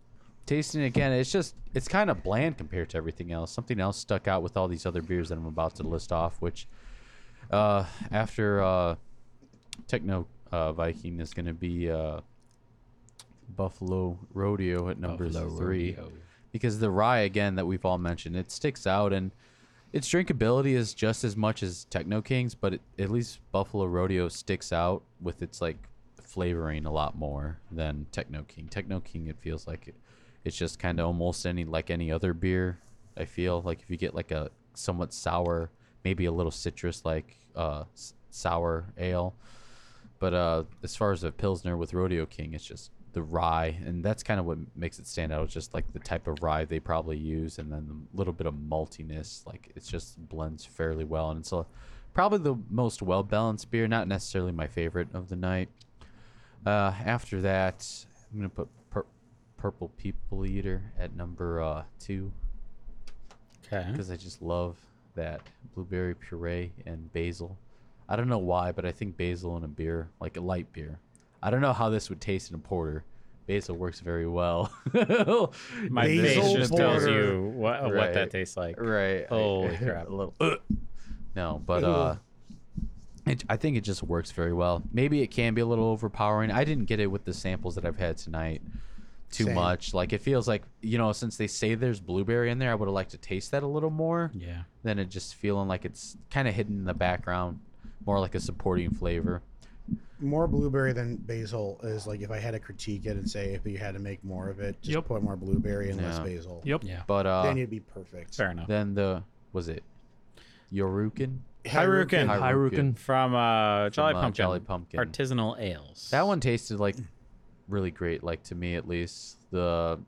Speaker 3: tasting it again, it's just it's kind of bland compared to everything else. Something else stuck out with all these other beers that I'm about to list off, which uh, after uh, Techno uh, Viking is going to be uh, Buffalo Rodeo at number three because the rye again that we've all mentioned it sticks out and its drinkability is just as much as Techno Kings, but it, at least Buffalo Rodeo sticks out with its like flavoring a lot more than Techno King. Techno King, it feels like it, it's just kind of almost any like any other beer. I feel like if you get like a somewhat sour, maybe a little citrus like uh, s- sour ale, but uh, as far as a pilsner with Rodeo King, it's just the rye, and that's kind of what makes it stand out. It's just like the type of rye they probably use, and then the little bit of maltiness. Like it just blends fairly well, and it's a, probably the most well balanced beer. Not necessarily my favorite of the night. Uh, after that, I'm gonna put pur- Purple People Eater at number uh, two
Speaker 1: Okay.
Speaker 3: because I just love that blueberry puree and basil. I don't know why, but I think basil in a beer, like a light beer. I don't know how this would taste in a porter. Basil works very well. <laughs>
Speaker 1: <laughs> My
Speaker 4: Basil
Speaker 1: face just tells
Speaker 4: border.
Speaker 1: you what, what that
Speaker 3: Right.
Speaker 1: tastes like.
Speaker 3: right.
Speaker 1: Holy crap.
Speaker 3: A little. No, but uh, it, I think it just works very well. Maybe it can be a little overpowering. I didn't get it with the samples that I've had tonight too
Speaker 4: Same.
Speaker 3: much. Like it feels like you know, since they say there's blueberry in there, I would have liked to taste that a little more.
Speaker 1: Yeah.
Speaker 3: Then it just feeling like it's kind of hidden in the background, more like a supporting flavor.
Speaker 4: More blueberry than basil is like if I had to critique it and say if you had to make more of it, just
Speaker 2: Yep.
Speaker 4: put more blueberry and less
Speaker 3: Yeah.
Speaker 4: basil.
Speaker 2: Yep.
Speaker 3: But uh,
Speaker 4: Then you'd be perfect.
Speaker 1: Fair enough.
Speaker 3: then the was it Yorukin?
Speaker 1: Hyrukin.
Speaker 3: Hyrukin.
Speaker 2: Hyrukin.
Speaker 1: From uh, Jolly
Speaker 3: From, uh,
Speaker 1: Pumpkin.
Speaker 3: Jolly Pumpkin.
Speaker 1: Artisanal ales.
Speaker 3: That one tasted like really great, like to me at least. The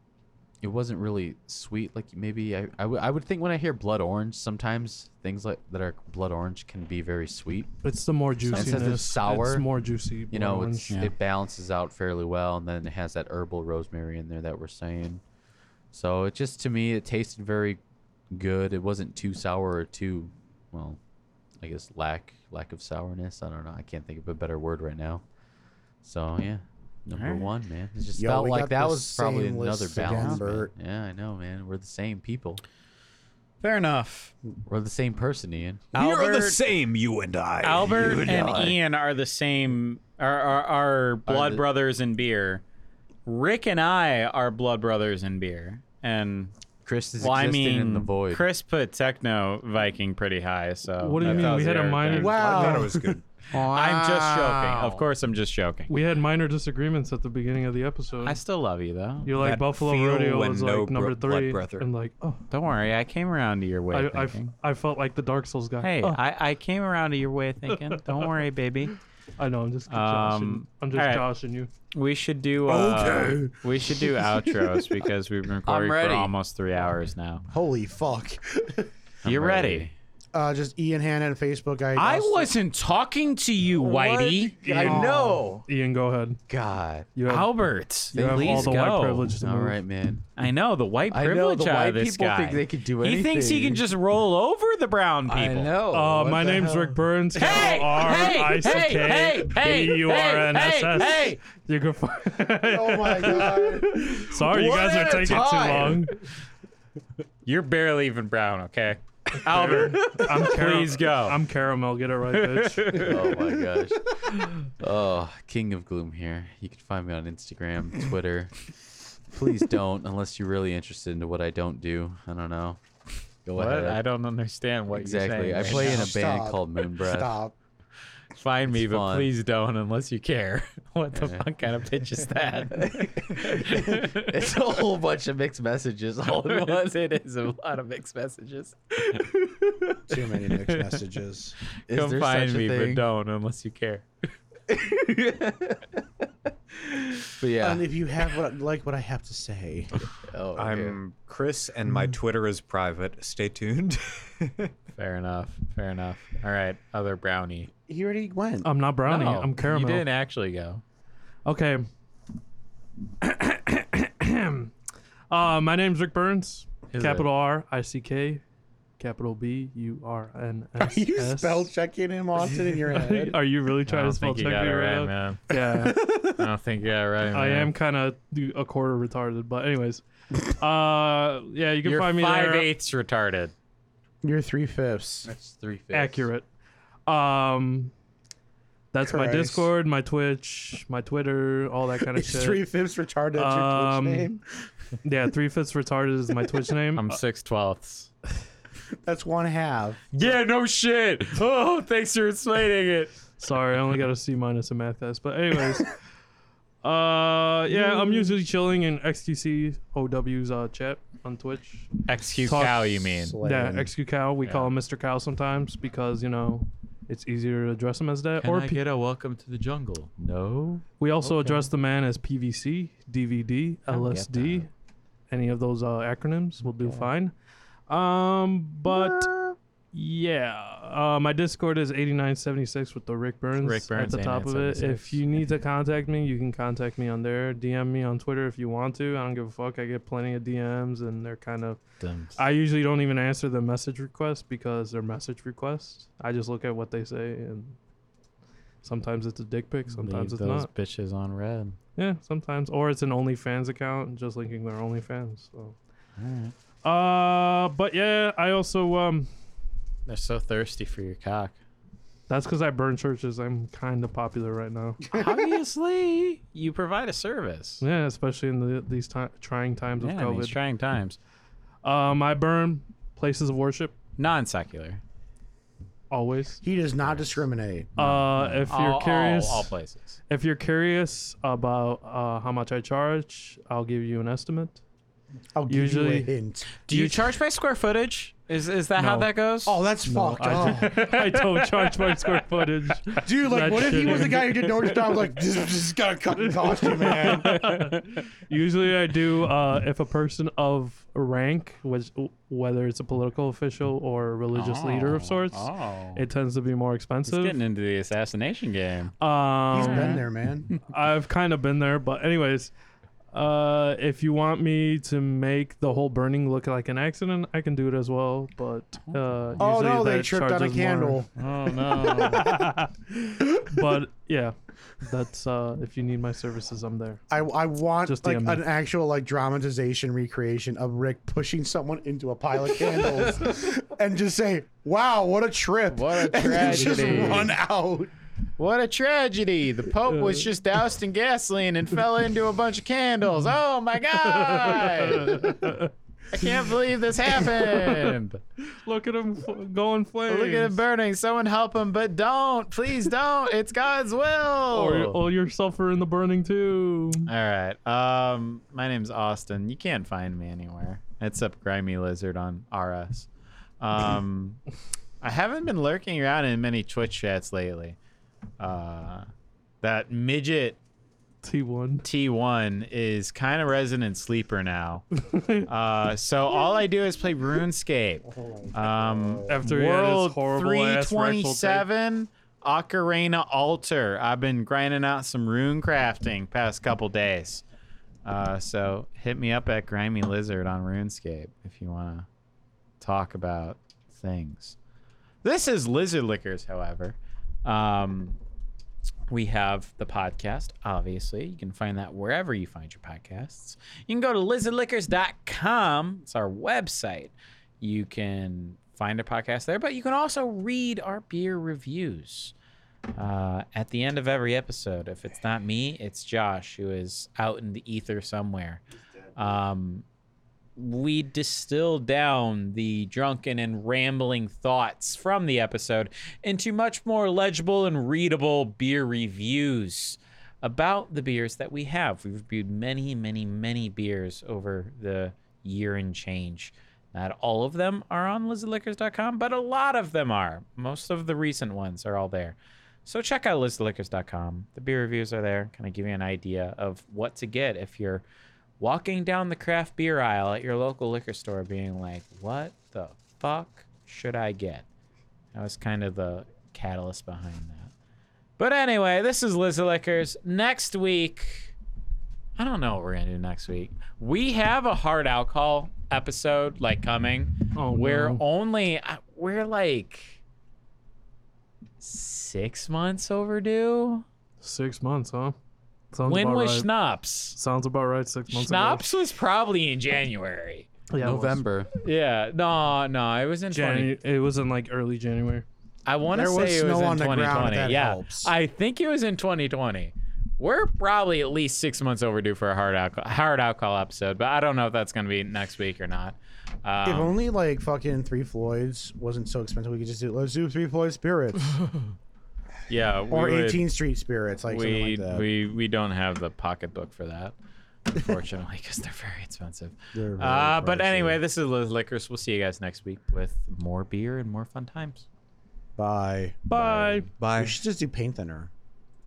Speaker 3: it wasn't really sweet. Like maybe I I would- I would think when I hear blood orange, sometimes things like that are blood orange can be very sweet.
Speaker 2: It's the more
Speaker 3: it's
Speaker 2: juiciness.
Speaker 3: sour,
Speaker 2: It's more juicy.
Speaker 3: You know,
Speaker 2: orange.
Speaker 3: it's, it balances out fairly well, and then it has that herbal rosemary in there that we're saying. So it just to me, it tasted very good. It wasn't too sour or too, well, I guess lack lack of sourness. I don't know. I can't think of a better word right now. So yeah, number
Speaker 1: Alright.
Speaker 3: one, man. It just
Speaker 4: Yo,
Speaker 3: felt
Speaker 4: we
Speaker 3: like
Speaker 4: got
Speaker 3: that
Speaker 4: the
Speaker 3: was probably
Speaker 4: same
Speaker 3: another
Speaker 4: list again,
Speaker 3: balance. man.
Speaker 4: Bert.
Speaker 3: Yeah, I know, man. We're the same people.
Speaker 1: Fair enough.
Speaker 3: We're the same person, Ian.
Speaker 1: Albert,
Speaker 5: You're the same, you and I.
Speaker 1: <laughs> Albert
Speaker 5: You
Speaker 1: and E-
Speaker 5: I.
Speaker 1: Ian are the same. Are are, are blood
Speaker 3: the-
Speaker 1: brothers in beer. Rick and I are blood brothers in beer. And
Speaker 3: Chris is
Speaker 1: well, I
Speaker 3: existing
Speaker 1: mean,
Speaker 3: in the void.
Speaker 1: Chris put Techno Viking pretty high. So
Speaker 2: What do you
Speaker 1: that
Speaker 2: mean?
Speaker 1: tells
Speaker 2: We had a
Speaker 1: everything.
Speaker 2: minor-
Speaker 5: I thought it
Speaker 4: Wow.
Speaker 5: was good.
Speaker 1: I'm just joking. Of course, I'm just joking.
Speaker 2: we had minor disagreements at the beginning of the episode.
Speaker 1: I still love you though.
Speaker 2: You're like
Speaker 5: That
Speaker 2: Buffalo
Speaker 5: feel
Speaker 2: Rodeo
Speaker 5: when
Speaker 2: was
Speaker 5: no
Speaker 2: like number
Speaker 5: bro- blood
Speaker 2: three,
Speaker 5: brother.
Speaker 2: and like oh,
Speaker 1: Don't worry, I came around to your way
Speaker 2: I,
Speaker 1: of
Speaker 2: I f-
Speaker 1: thinking.
Speaker 2: I felt like the Dark Souls guy.
Speaker 1: hey,
Speaker 2: Oh,
Speaker 1: I, I came around to your way of
Speaker 2: <laughs>
Speaker 1: thinking. Don't worry, baby.
Speaker 2: I know. I'm just joshing.
Speaker 1: Um,
Speaker 2: I'm just
Speaker 1: all right.
Speaker 2: joshing you.
Speaker 1: We should do. Uh,
Speaker 4: Okay.
Speaker 1: We should do outros because we've
Speaker 3: <laughs>
Speaker 1: been recording for
Speaker 3: ready.
Speaker 1: almost three hours now.
Speaker 4: Holy fuck.
Speaker 1: You're ready.
Speaker 4: Uh, just Ian Hanna and Facebook. I,
Speaker 13: I wasn't talking to you, Whitey.
Speaker 2: I know. Ian, go ahead.
Speaker 3: God.
Speaker 2: You have,
Speaker 1: Albert,
Speaker 2: you have all
Speaker 1: please
Speaker 2: the
Speaker 1: go.
Speaker 2: white privilege to
Speaker 3: All
Speaker 2: move.
Speaker 3: right, man.
Speaker 1: I know the white
Speaker 3: I
Speaker 1: privilege
Speaker 3: know the
Speaker 1: out
Speaker 3: white
Speaker 1: of this
Speaker 3: people
Speaker 1: guy.
Speaker 3: think they could do
Speaker 1: he
Speaker 3: anything.
Speaker 1: thinks he can just roll over the brown people.
Speaker 3: I know.
Speaker 1: Oh,
Speaker 2: Uh,
Speaker 3: What
Speaker 2: my
Speaker 3: the
Speaker 2: name's
Speaker 3: hell?
Speaker 2: Rick Burns.
Speaker 13: Hey,
Speaker 2: capital R
Speaker 13: hey,
Speaker 2: I C
Speaker 13: hey,
Speaker 2: K
Speaker 13: hey, hey,
Speaker 2: B U R N S S.
Speaker 13: hey, hey.
Speaker 2: You can find.
Speaker 4: oh my god.
Speaker 2: <laughs> Sorry, you
Speaker 3: One
Speaker 2: guys
Speaker 3: at
Speaker 2: are
Speaker 3: a
Speaker 2: taking too long.
Speaker 3: time.
Speaker 1: You're barely even brown, okay?
Speaker 3: <laughs>
Speaker 1: Albert, <laughs>
Speaker 2: I'm car-
Speaker 1: please go.
Speaker 2: I'm caramel. Get it
Speaker 13: <laughs>
Speaker 2: right, bitch.
Speaker 3: Oh
Speaker 1: <laughs>
Speaker 3: my gosh. Oh, King of Gloom here. You can find me on Instagram, Twitter. Please don't, unless you're really interested into what I don't do. I don't know. Go
Speaker 1: what?
Speaker 3: ahead.
Speaker 1: I don't understand what
Speaker 3: exactly.
Speaker 1: you're
Speaker 3: I
Speaker 1: saying.
Speaker 3: play in a band
Speaker 4: Stop.
Speaker 3: called Moonbreath.
Speaker 4: <laughs> Stop.
Speaker 1: Find me,
Speaker 3: It's
Speaker 1: but
Speaker 3: fun.
Speaker 1: please don't unless you <laughs> care. What the
Speaker 3: Yeah.
Speaker 1: fuck kind of pitch is that?
Speaker 3: <laughs> It's a whole bunch of mixed messages all in one.
Speaker 1: <laughs> it is a lot of mixed messages.
Speaker 4: Too many <laughs> mixed messages.
Speaker 3: <laughs> Is
Speaker 1: Come
Speaker 3: there
Speaker 1: find
Speaker 3: such a
Speaker 1: me,
Speaker 3: thing?
Speaker 1: but don't unless you care.
Speaker 3: But yeah.
Speaker 4: And if you have what like what I have to say,
Speaker 3: oh, okay.
Speaker 5: I'm Chris, and my Twitter is private. Stay tuned. <laughs>
Speaker 1: Fair enough. Fair enough. All right, other brownie.
Speaker 4: he already went.
Speaker 2: I'm not brownie.
Speaker 1: No,
Speaker 2: I'm
Speaker 1: You
Speaker 2: caramel.
Speaker 1: didn't actually go.
Speaker 2: Okay. <coughs> uh, my name's Rick Burns.
Speaker 1: Is
Speaker 2: capital R I C K, capital B U R N S.
Speaker 13: <laughs>
Speaker 4: Are you spell checking him, Austin, in your head?
Speaker 2: Are you really
Speaker 1: I
Speaker 2: trying
Speaker 1: don't
Speaker 2: to spell
Speaker 1: think you
Speaker 2: check me
Speaker 1: got it
Speaker 2: right,
Speaker 1: right,
Speaker 2: now? <laughs>
Speaker 1: man.
Speaker 2: Yeah,
Speaker 1: I don't think you got it right, man.
Speaker 2: I am kind of a quarter retarded, but
Speaker 1: <laughs>
Speaker 2: anyways. Uh, yeah, you can
Speaker 1: You're
Speaker 2: find me
Speaker 1: five
Speaker 2: there.
Speaker 1: eighths retarded.
Speaker 4: You're three fifths.
Speaker 3: That's three fifths.
Speaker 2: accurate. Um, that's my
Speaker 4: Christ.
Speaker 2: Discord, my Twitch, my Twitter, all that
Speaker 4: <laughs>
Speaker 2: kind of
Speaker 4: It's
Speaker 2: <laughs> shit.
Speaker 4: three fifths retarded. your
Speaker 2: Um,
Speaker 4: Twitch name.
Speaker 2: <laughs> Yeah, three fifths retarded is my Twitch name.
Speaker 1: <laughs> I'm six twelfths.
Speaker 4: That's one half.
Speaker 1: Yeah, no shit. <laughs> Oh, thanks for explaining it.
Speaker 2: Sorry, I only got a C minus in math test.
Speaker 1: <laughs>
Speaker 2: But anyways, uh, yeah, I'm usually chilling in XQC OW's uh, chat on Twitch.
Speaker 1: XQ
Speaker 2: Talk-
Speaker 1: cow, you mean?
Speaker 2: Yeah,
Speaker 4: Slaying.
Speaker 2: XQ Cow. We call
Speaker 1: Yeah.
Speaker 2: him Mr. Cow sometimes because you know it's easier to address him as that. or P-
Speaker 1: a welcome to the jungle? No.
Speaker 2: we also address the man as PVC, DVD, LSD, any of those uh, acronyms will do fine. Um, but. Yeah, uh, my Discord is eighty nine seventy six with the Rick Burns,
Speaker 1: Rick Burns,
Speaker 2: at the top of it.
Speaker 1: 8976.
Speaker 2: If you need to contact me, you can contact me on there. DM me on Twitter if you want to. I don't give a fuck. I get plenty of DMs, and they're kind of. I usually don't even answer the message requests because they're message requests. I just look at what they say, and sometimes it's a dick pic, sometimes
Speaker 1: Leave
Speaker 2: it's
Speaker 1: those
Speaker 2: not.
Speaker 1: bitches on red.
Speaker 2: Yeah, sometimes, or it's an OnlyFans account, just linking their OnlyFans. So. Uh, but yeah, I also um.
Speaker 1: They're so thirsty for your
Speaker 2: <laughs>
Speaker 1: cock.
Speaker 2: That's because I burn churches. I'm kind of popular
Speaker 1: <laughs>
Speaker 2: right now.
Speaker 1: Obviously, you provide a service.
Speaker 2: Yeah, especially in the, these ti trying times of
Speaker 1: Yeah, in these
Speaker 2: COVID.
Speaker 1: trying times.
Speaker 2: um, I burn places of worship
Speaker 1: Non secular.
Speaker 2: always.
Speaker 4: He does not discriminate.
Speaker 2: Uh, if you're curious,
Speaker 1: all, all places.
Speaker 2: if you're curious about uh, how much I charge, I'll give you an estimate. <laughs>
Speaker 4: I'll give you
Speaker 2: Usually-
Speaker 4: a hint.
Speaker 14: Do you charge by square footage? Is is that how
Speaker 2: No.
Speaker 14: that goes?
Speaker 4: Oh, that's fucked up.
Speaker 2: I don't charge my square footage.
Speaker 4: Dude, like,
Speaker 2: Not
Speaker 4: what if he was the
Speaker 2: kidding.
Speaker 4: guy who did Notre Dame? Like, <laughs> this, this is gotta cut and cost you, man.
Speaker 2: Usually, I do uh, if a person of rank, which whether it's a political official or a religious leader of
Speaker 14: Oh,
Speaker 2: sorts,
Speaker 14: Oh.
Speaker 2: it tends to be more expensive.
Speaker 14: He's getting into the assassination
Speaker 2: <laughs>
Speaker 14: game.
Speaker 2: Um,
Speaker 4: He's been there, man.
Speaker 2: I've kind of been there, but anyways, uh, if you want me to make the whole burning look like an accident, I can do it as well. But uh,
Speaker 4: Oh
Speaker 2: usually
Speaker 4: no, they
Speaker 2: that
Speaker 4: tripped on a
Speaker 2: charges more.
Speaker 4: candle.
Speaker 14: Oh no.
Speaker 2: But yeah, that's uh, if you need my services, I'm there.
Speaker 4: I, I want
Speaker 2: Just
Speaker 4: like
Speaker 2: DM me.
Speaker 4: an actual like dramatization recreation of Rick pushing someone into a pile of candles and just say, "Wow, what a trip!"
Speaker 1: What a
Speaker 4: and then just
Speaker 1: tragedy.
Speaker 4: run out.
Speaker 1: What a tragedy! The Pope was just doused in gasoline and fell into a bunch of candles. Oh my god! I can't believe this happened.
Speaker 2: Look at him f- going flames.
Speaker 1: Look at it burning. Someone help him, but don't. Please don't. It's God's will.
Speaker 2: Or, or you're suffering the burning too.
Speaker 1: All right. Um, my name's Austin. You can't find me anywhere except Grimy Lizard on RS.
Speaker 2: <laughs>
Speaker 1: Um, I haven't been lurking around in many Twitch chats lately. Uh, that midget
Speaker 2: T1.
Speaker 1: T1 is kind of resident sleeper
Speaker 2: <laughs>
Speaker 1: now. uh, so all I do is play
Speaker 2: Oh
Speaker 1: RuneScape. Um,
Speaker 2: After he had his
Speaker 1: World
Speaker 2: horrible ass rectal tape.
Speaker 1: 327 Ocarina Altar. I've been grinding out some rune crafting past couple days. Uh, so hit me up at Grimy Lizard on RuneScape if you want to talk about things. This is Lizard Liquors, however. Um, we have the podcast, obviously. You can find that wherever you find your podcasts. You can go to lizardliquors.com. It's our website. You can find a podcast there, but you can also read our beer reviews. Uh, at the end of every episode, if it's not me, it's Josh, who is out in the ether somewhere. Um, we distill down the drunken and rambling thoughts from the episode into much more legible and readable beer reviews about the beers that we have. We've reviewed many, many, many beers over the year and change. Not all of them are on lizardliquors.com, but a lot of them are. Most of the recent ones are all there. So check out listliquors.com. The beer reviews are there, kind of give you an idea of what to get if you're walking down the craft beer aisle at your local liquor store being like, what the fuck should I get? That was kind of the catalyst behind that. But anyway, this is Liz Liquors. Next week, I don't know what we're going to do next week. We have a hard alcohol episode like coming.
Speaker 2: Oh,
Speaker 1: we're
Speaker 2: no.
Speaker 1: only, I- we're like six months overdue.
Speaker 2: Six months, huh? Sounds
Speaker 1: when
Speaker 2: about
Speaker 1: was
Speaker 2: right.
Speaker 1: Schnapps?
Speaker 2: Sounds about right. Six months
Speaker 1: Schnapps was probably in January.
Speaker 2: ago. Yeah, it was.
Speaker 3: November.
Speaker 1: Yeah, no, no, it was in 20.
Speaker 2: Janu- it was in like early January.
Speaker 1: I want to
Speaker 4: There was
Speaker 1: say it
Speaker 4: snow
Speaker 1: was in
Speaker 4: on the ground,
Speaker 1: 2020.
Speaker 4: that
Speaker 1: yeah,
Speaker 4: helps.
Speaker 1: I think it was in 2020. We're probably at least six months overdue for a hard alcohol hard alcohol episode, but I don't know if that's going to be next week or not. Um,
Speaker 4: if <laughs> only like fucking Three Floyds wasn't so expensive, we could just do let's do Three Floyd spirits
Speaker 1: yeah, we
Speaker 4: or
Speaker 1: would-
Speaker 4: 18th Street spirits, like
Speaker 1: we
Speaker 4: something like that.
Speaker 1: we we don't have the pocketbook for that, unfortunately, <laughs> because they're very expensive.
Speaker 4: They're very
Speaker 1: uh, but
Speaker 4: pricey.
Speaker 1: anyway, this is Liz Liquors. We'll see you guys next week with more beer and more fun times.
Speaker 4: Bye.
Speaker 2: Bye.
Speaker 4: We
Speaker 9: Bye.
Speaker 4: should just do paint thinner.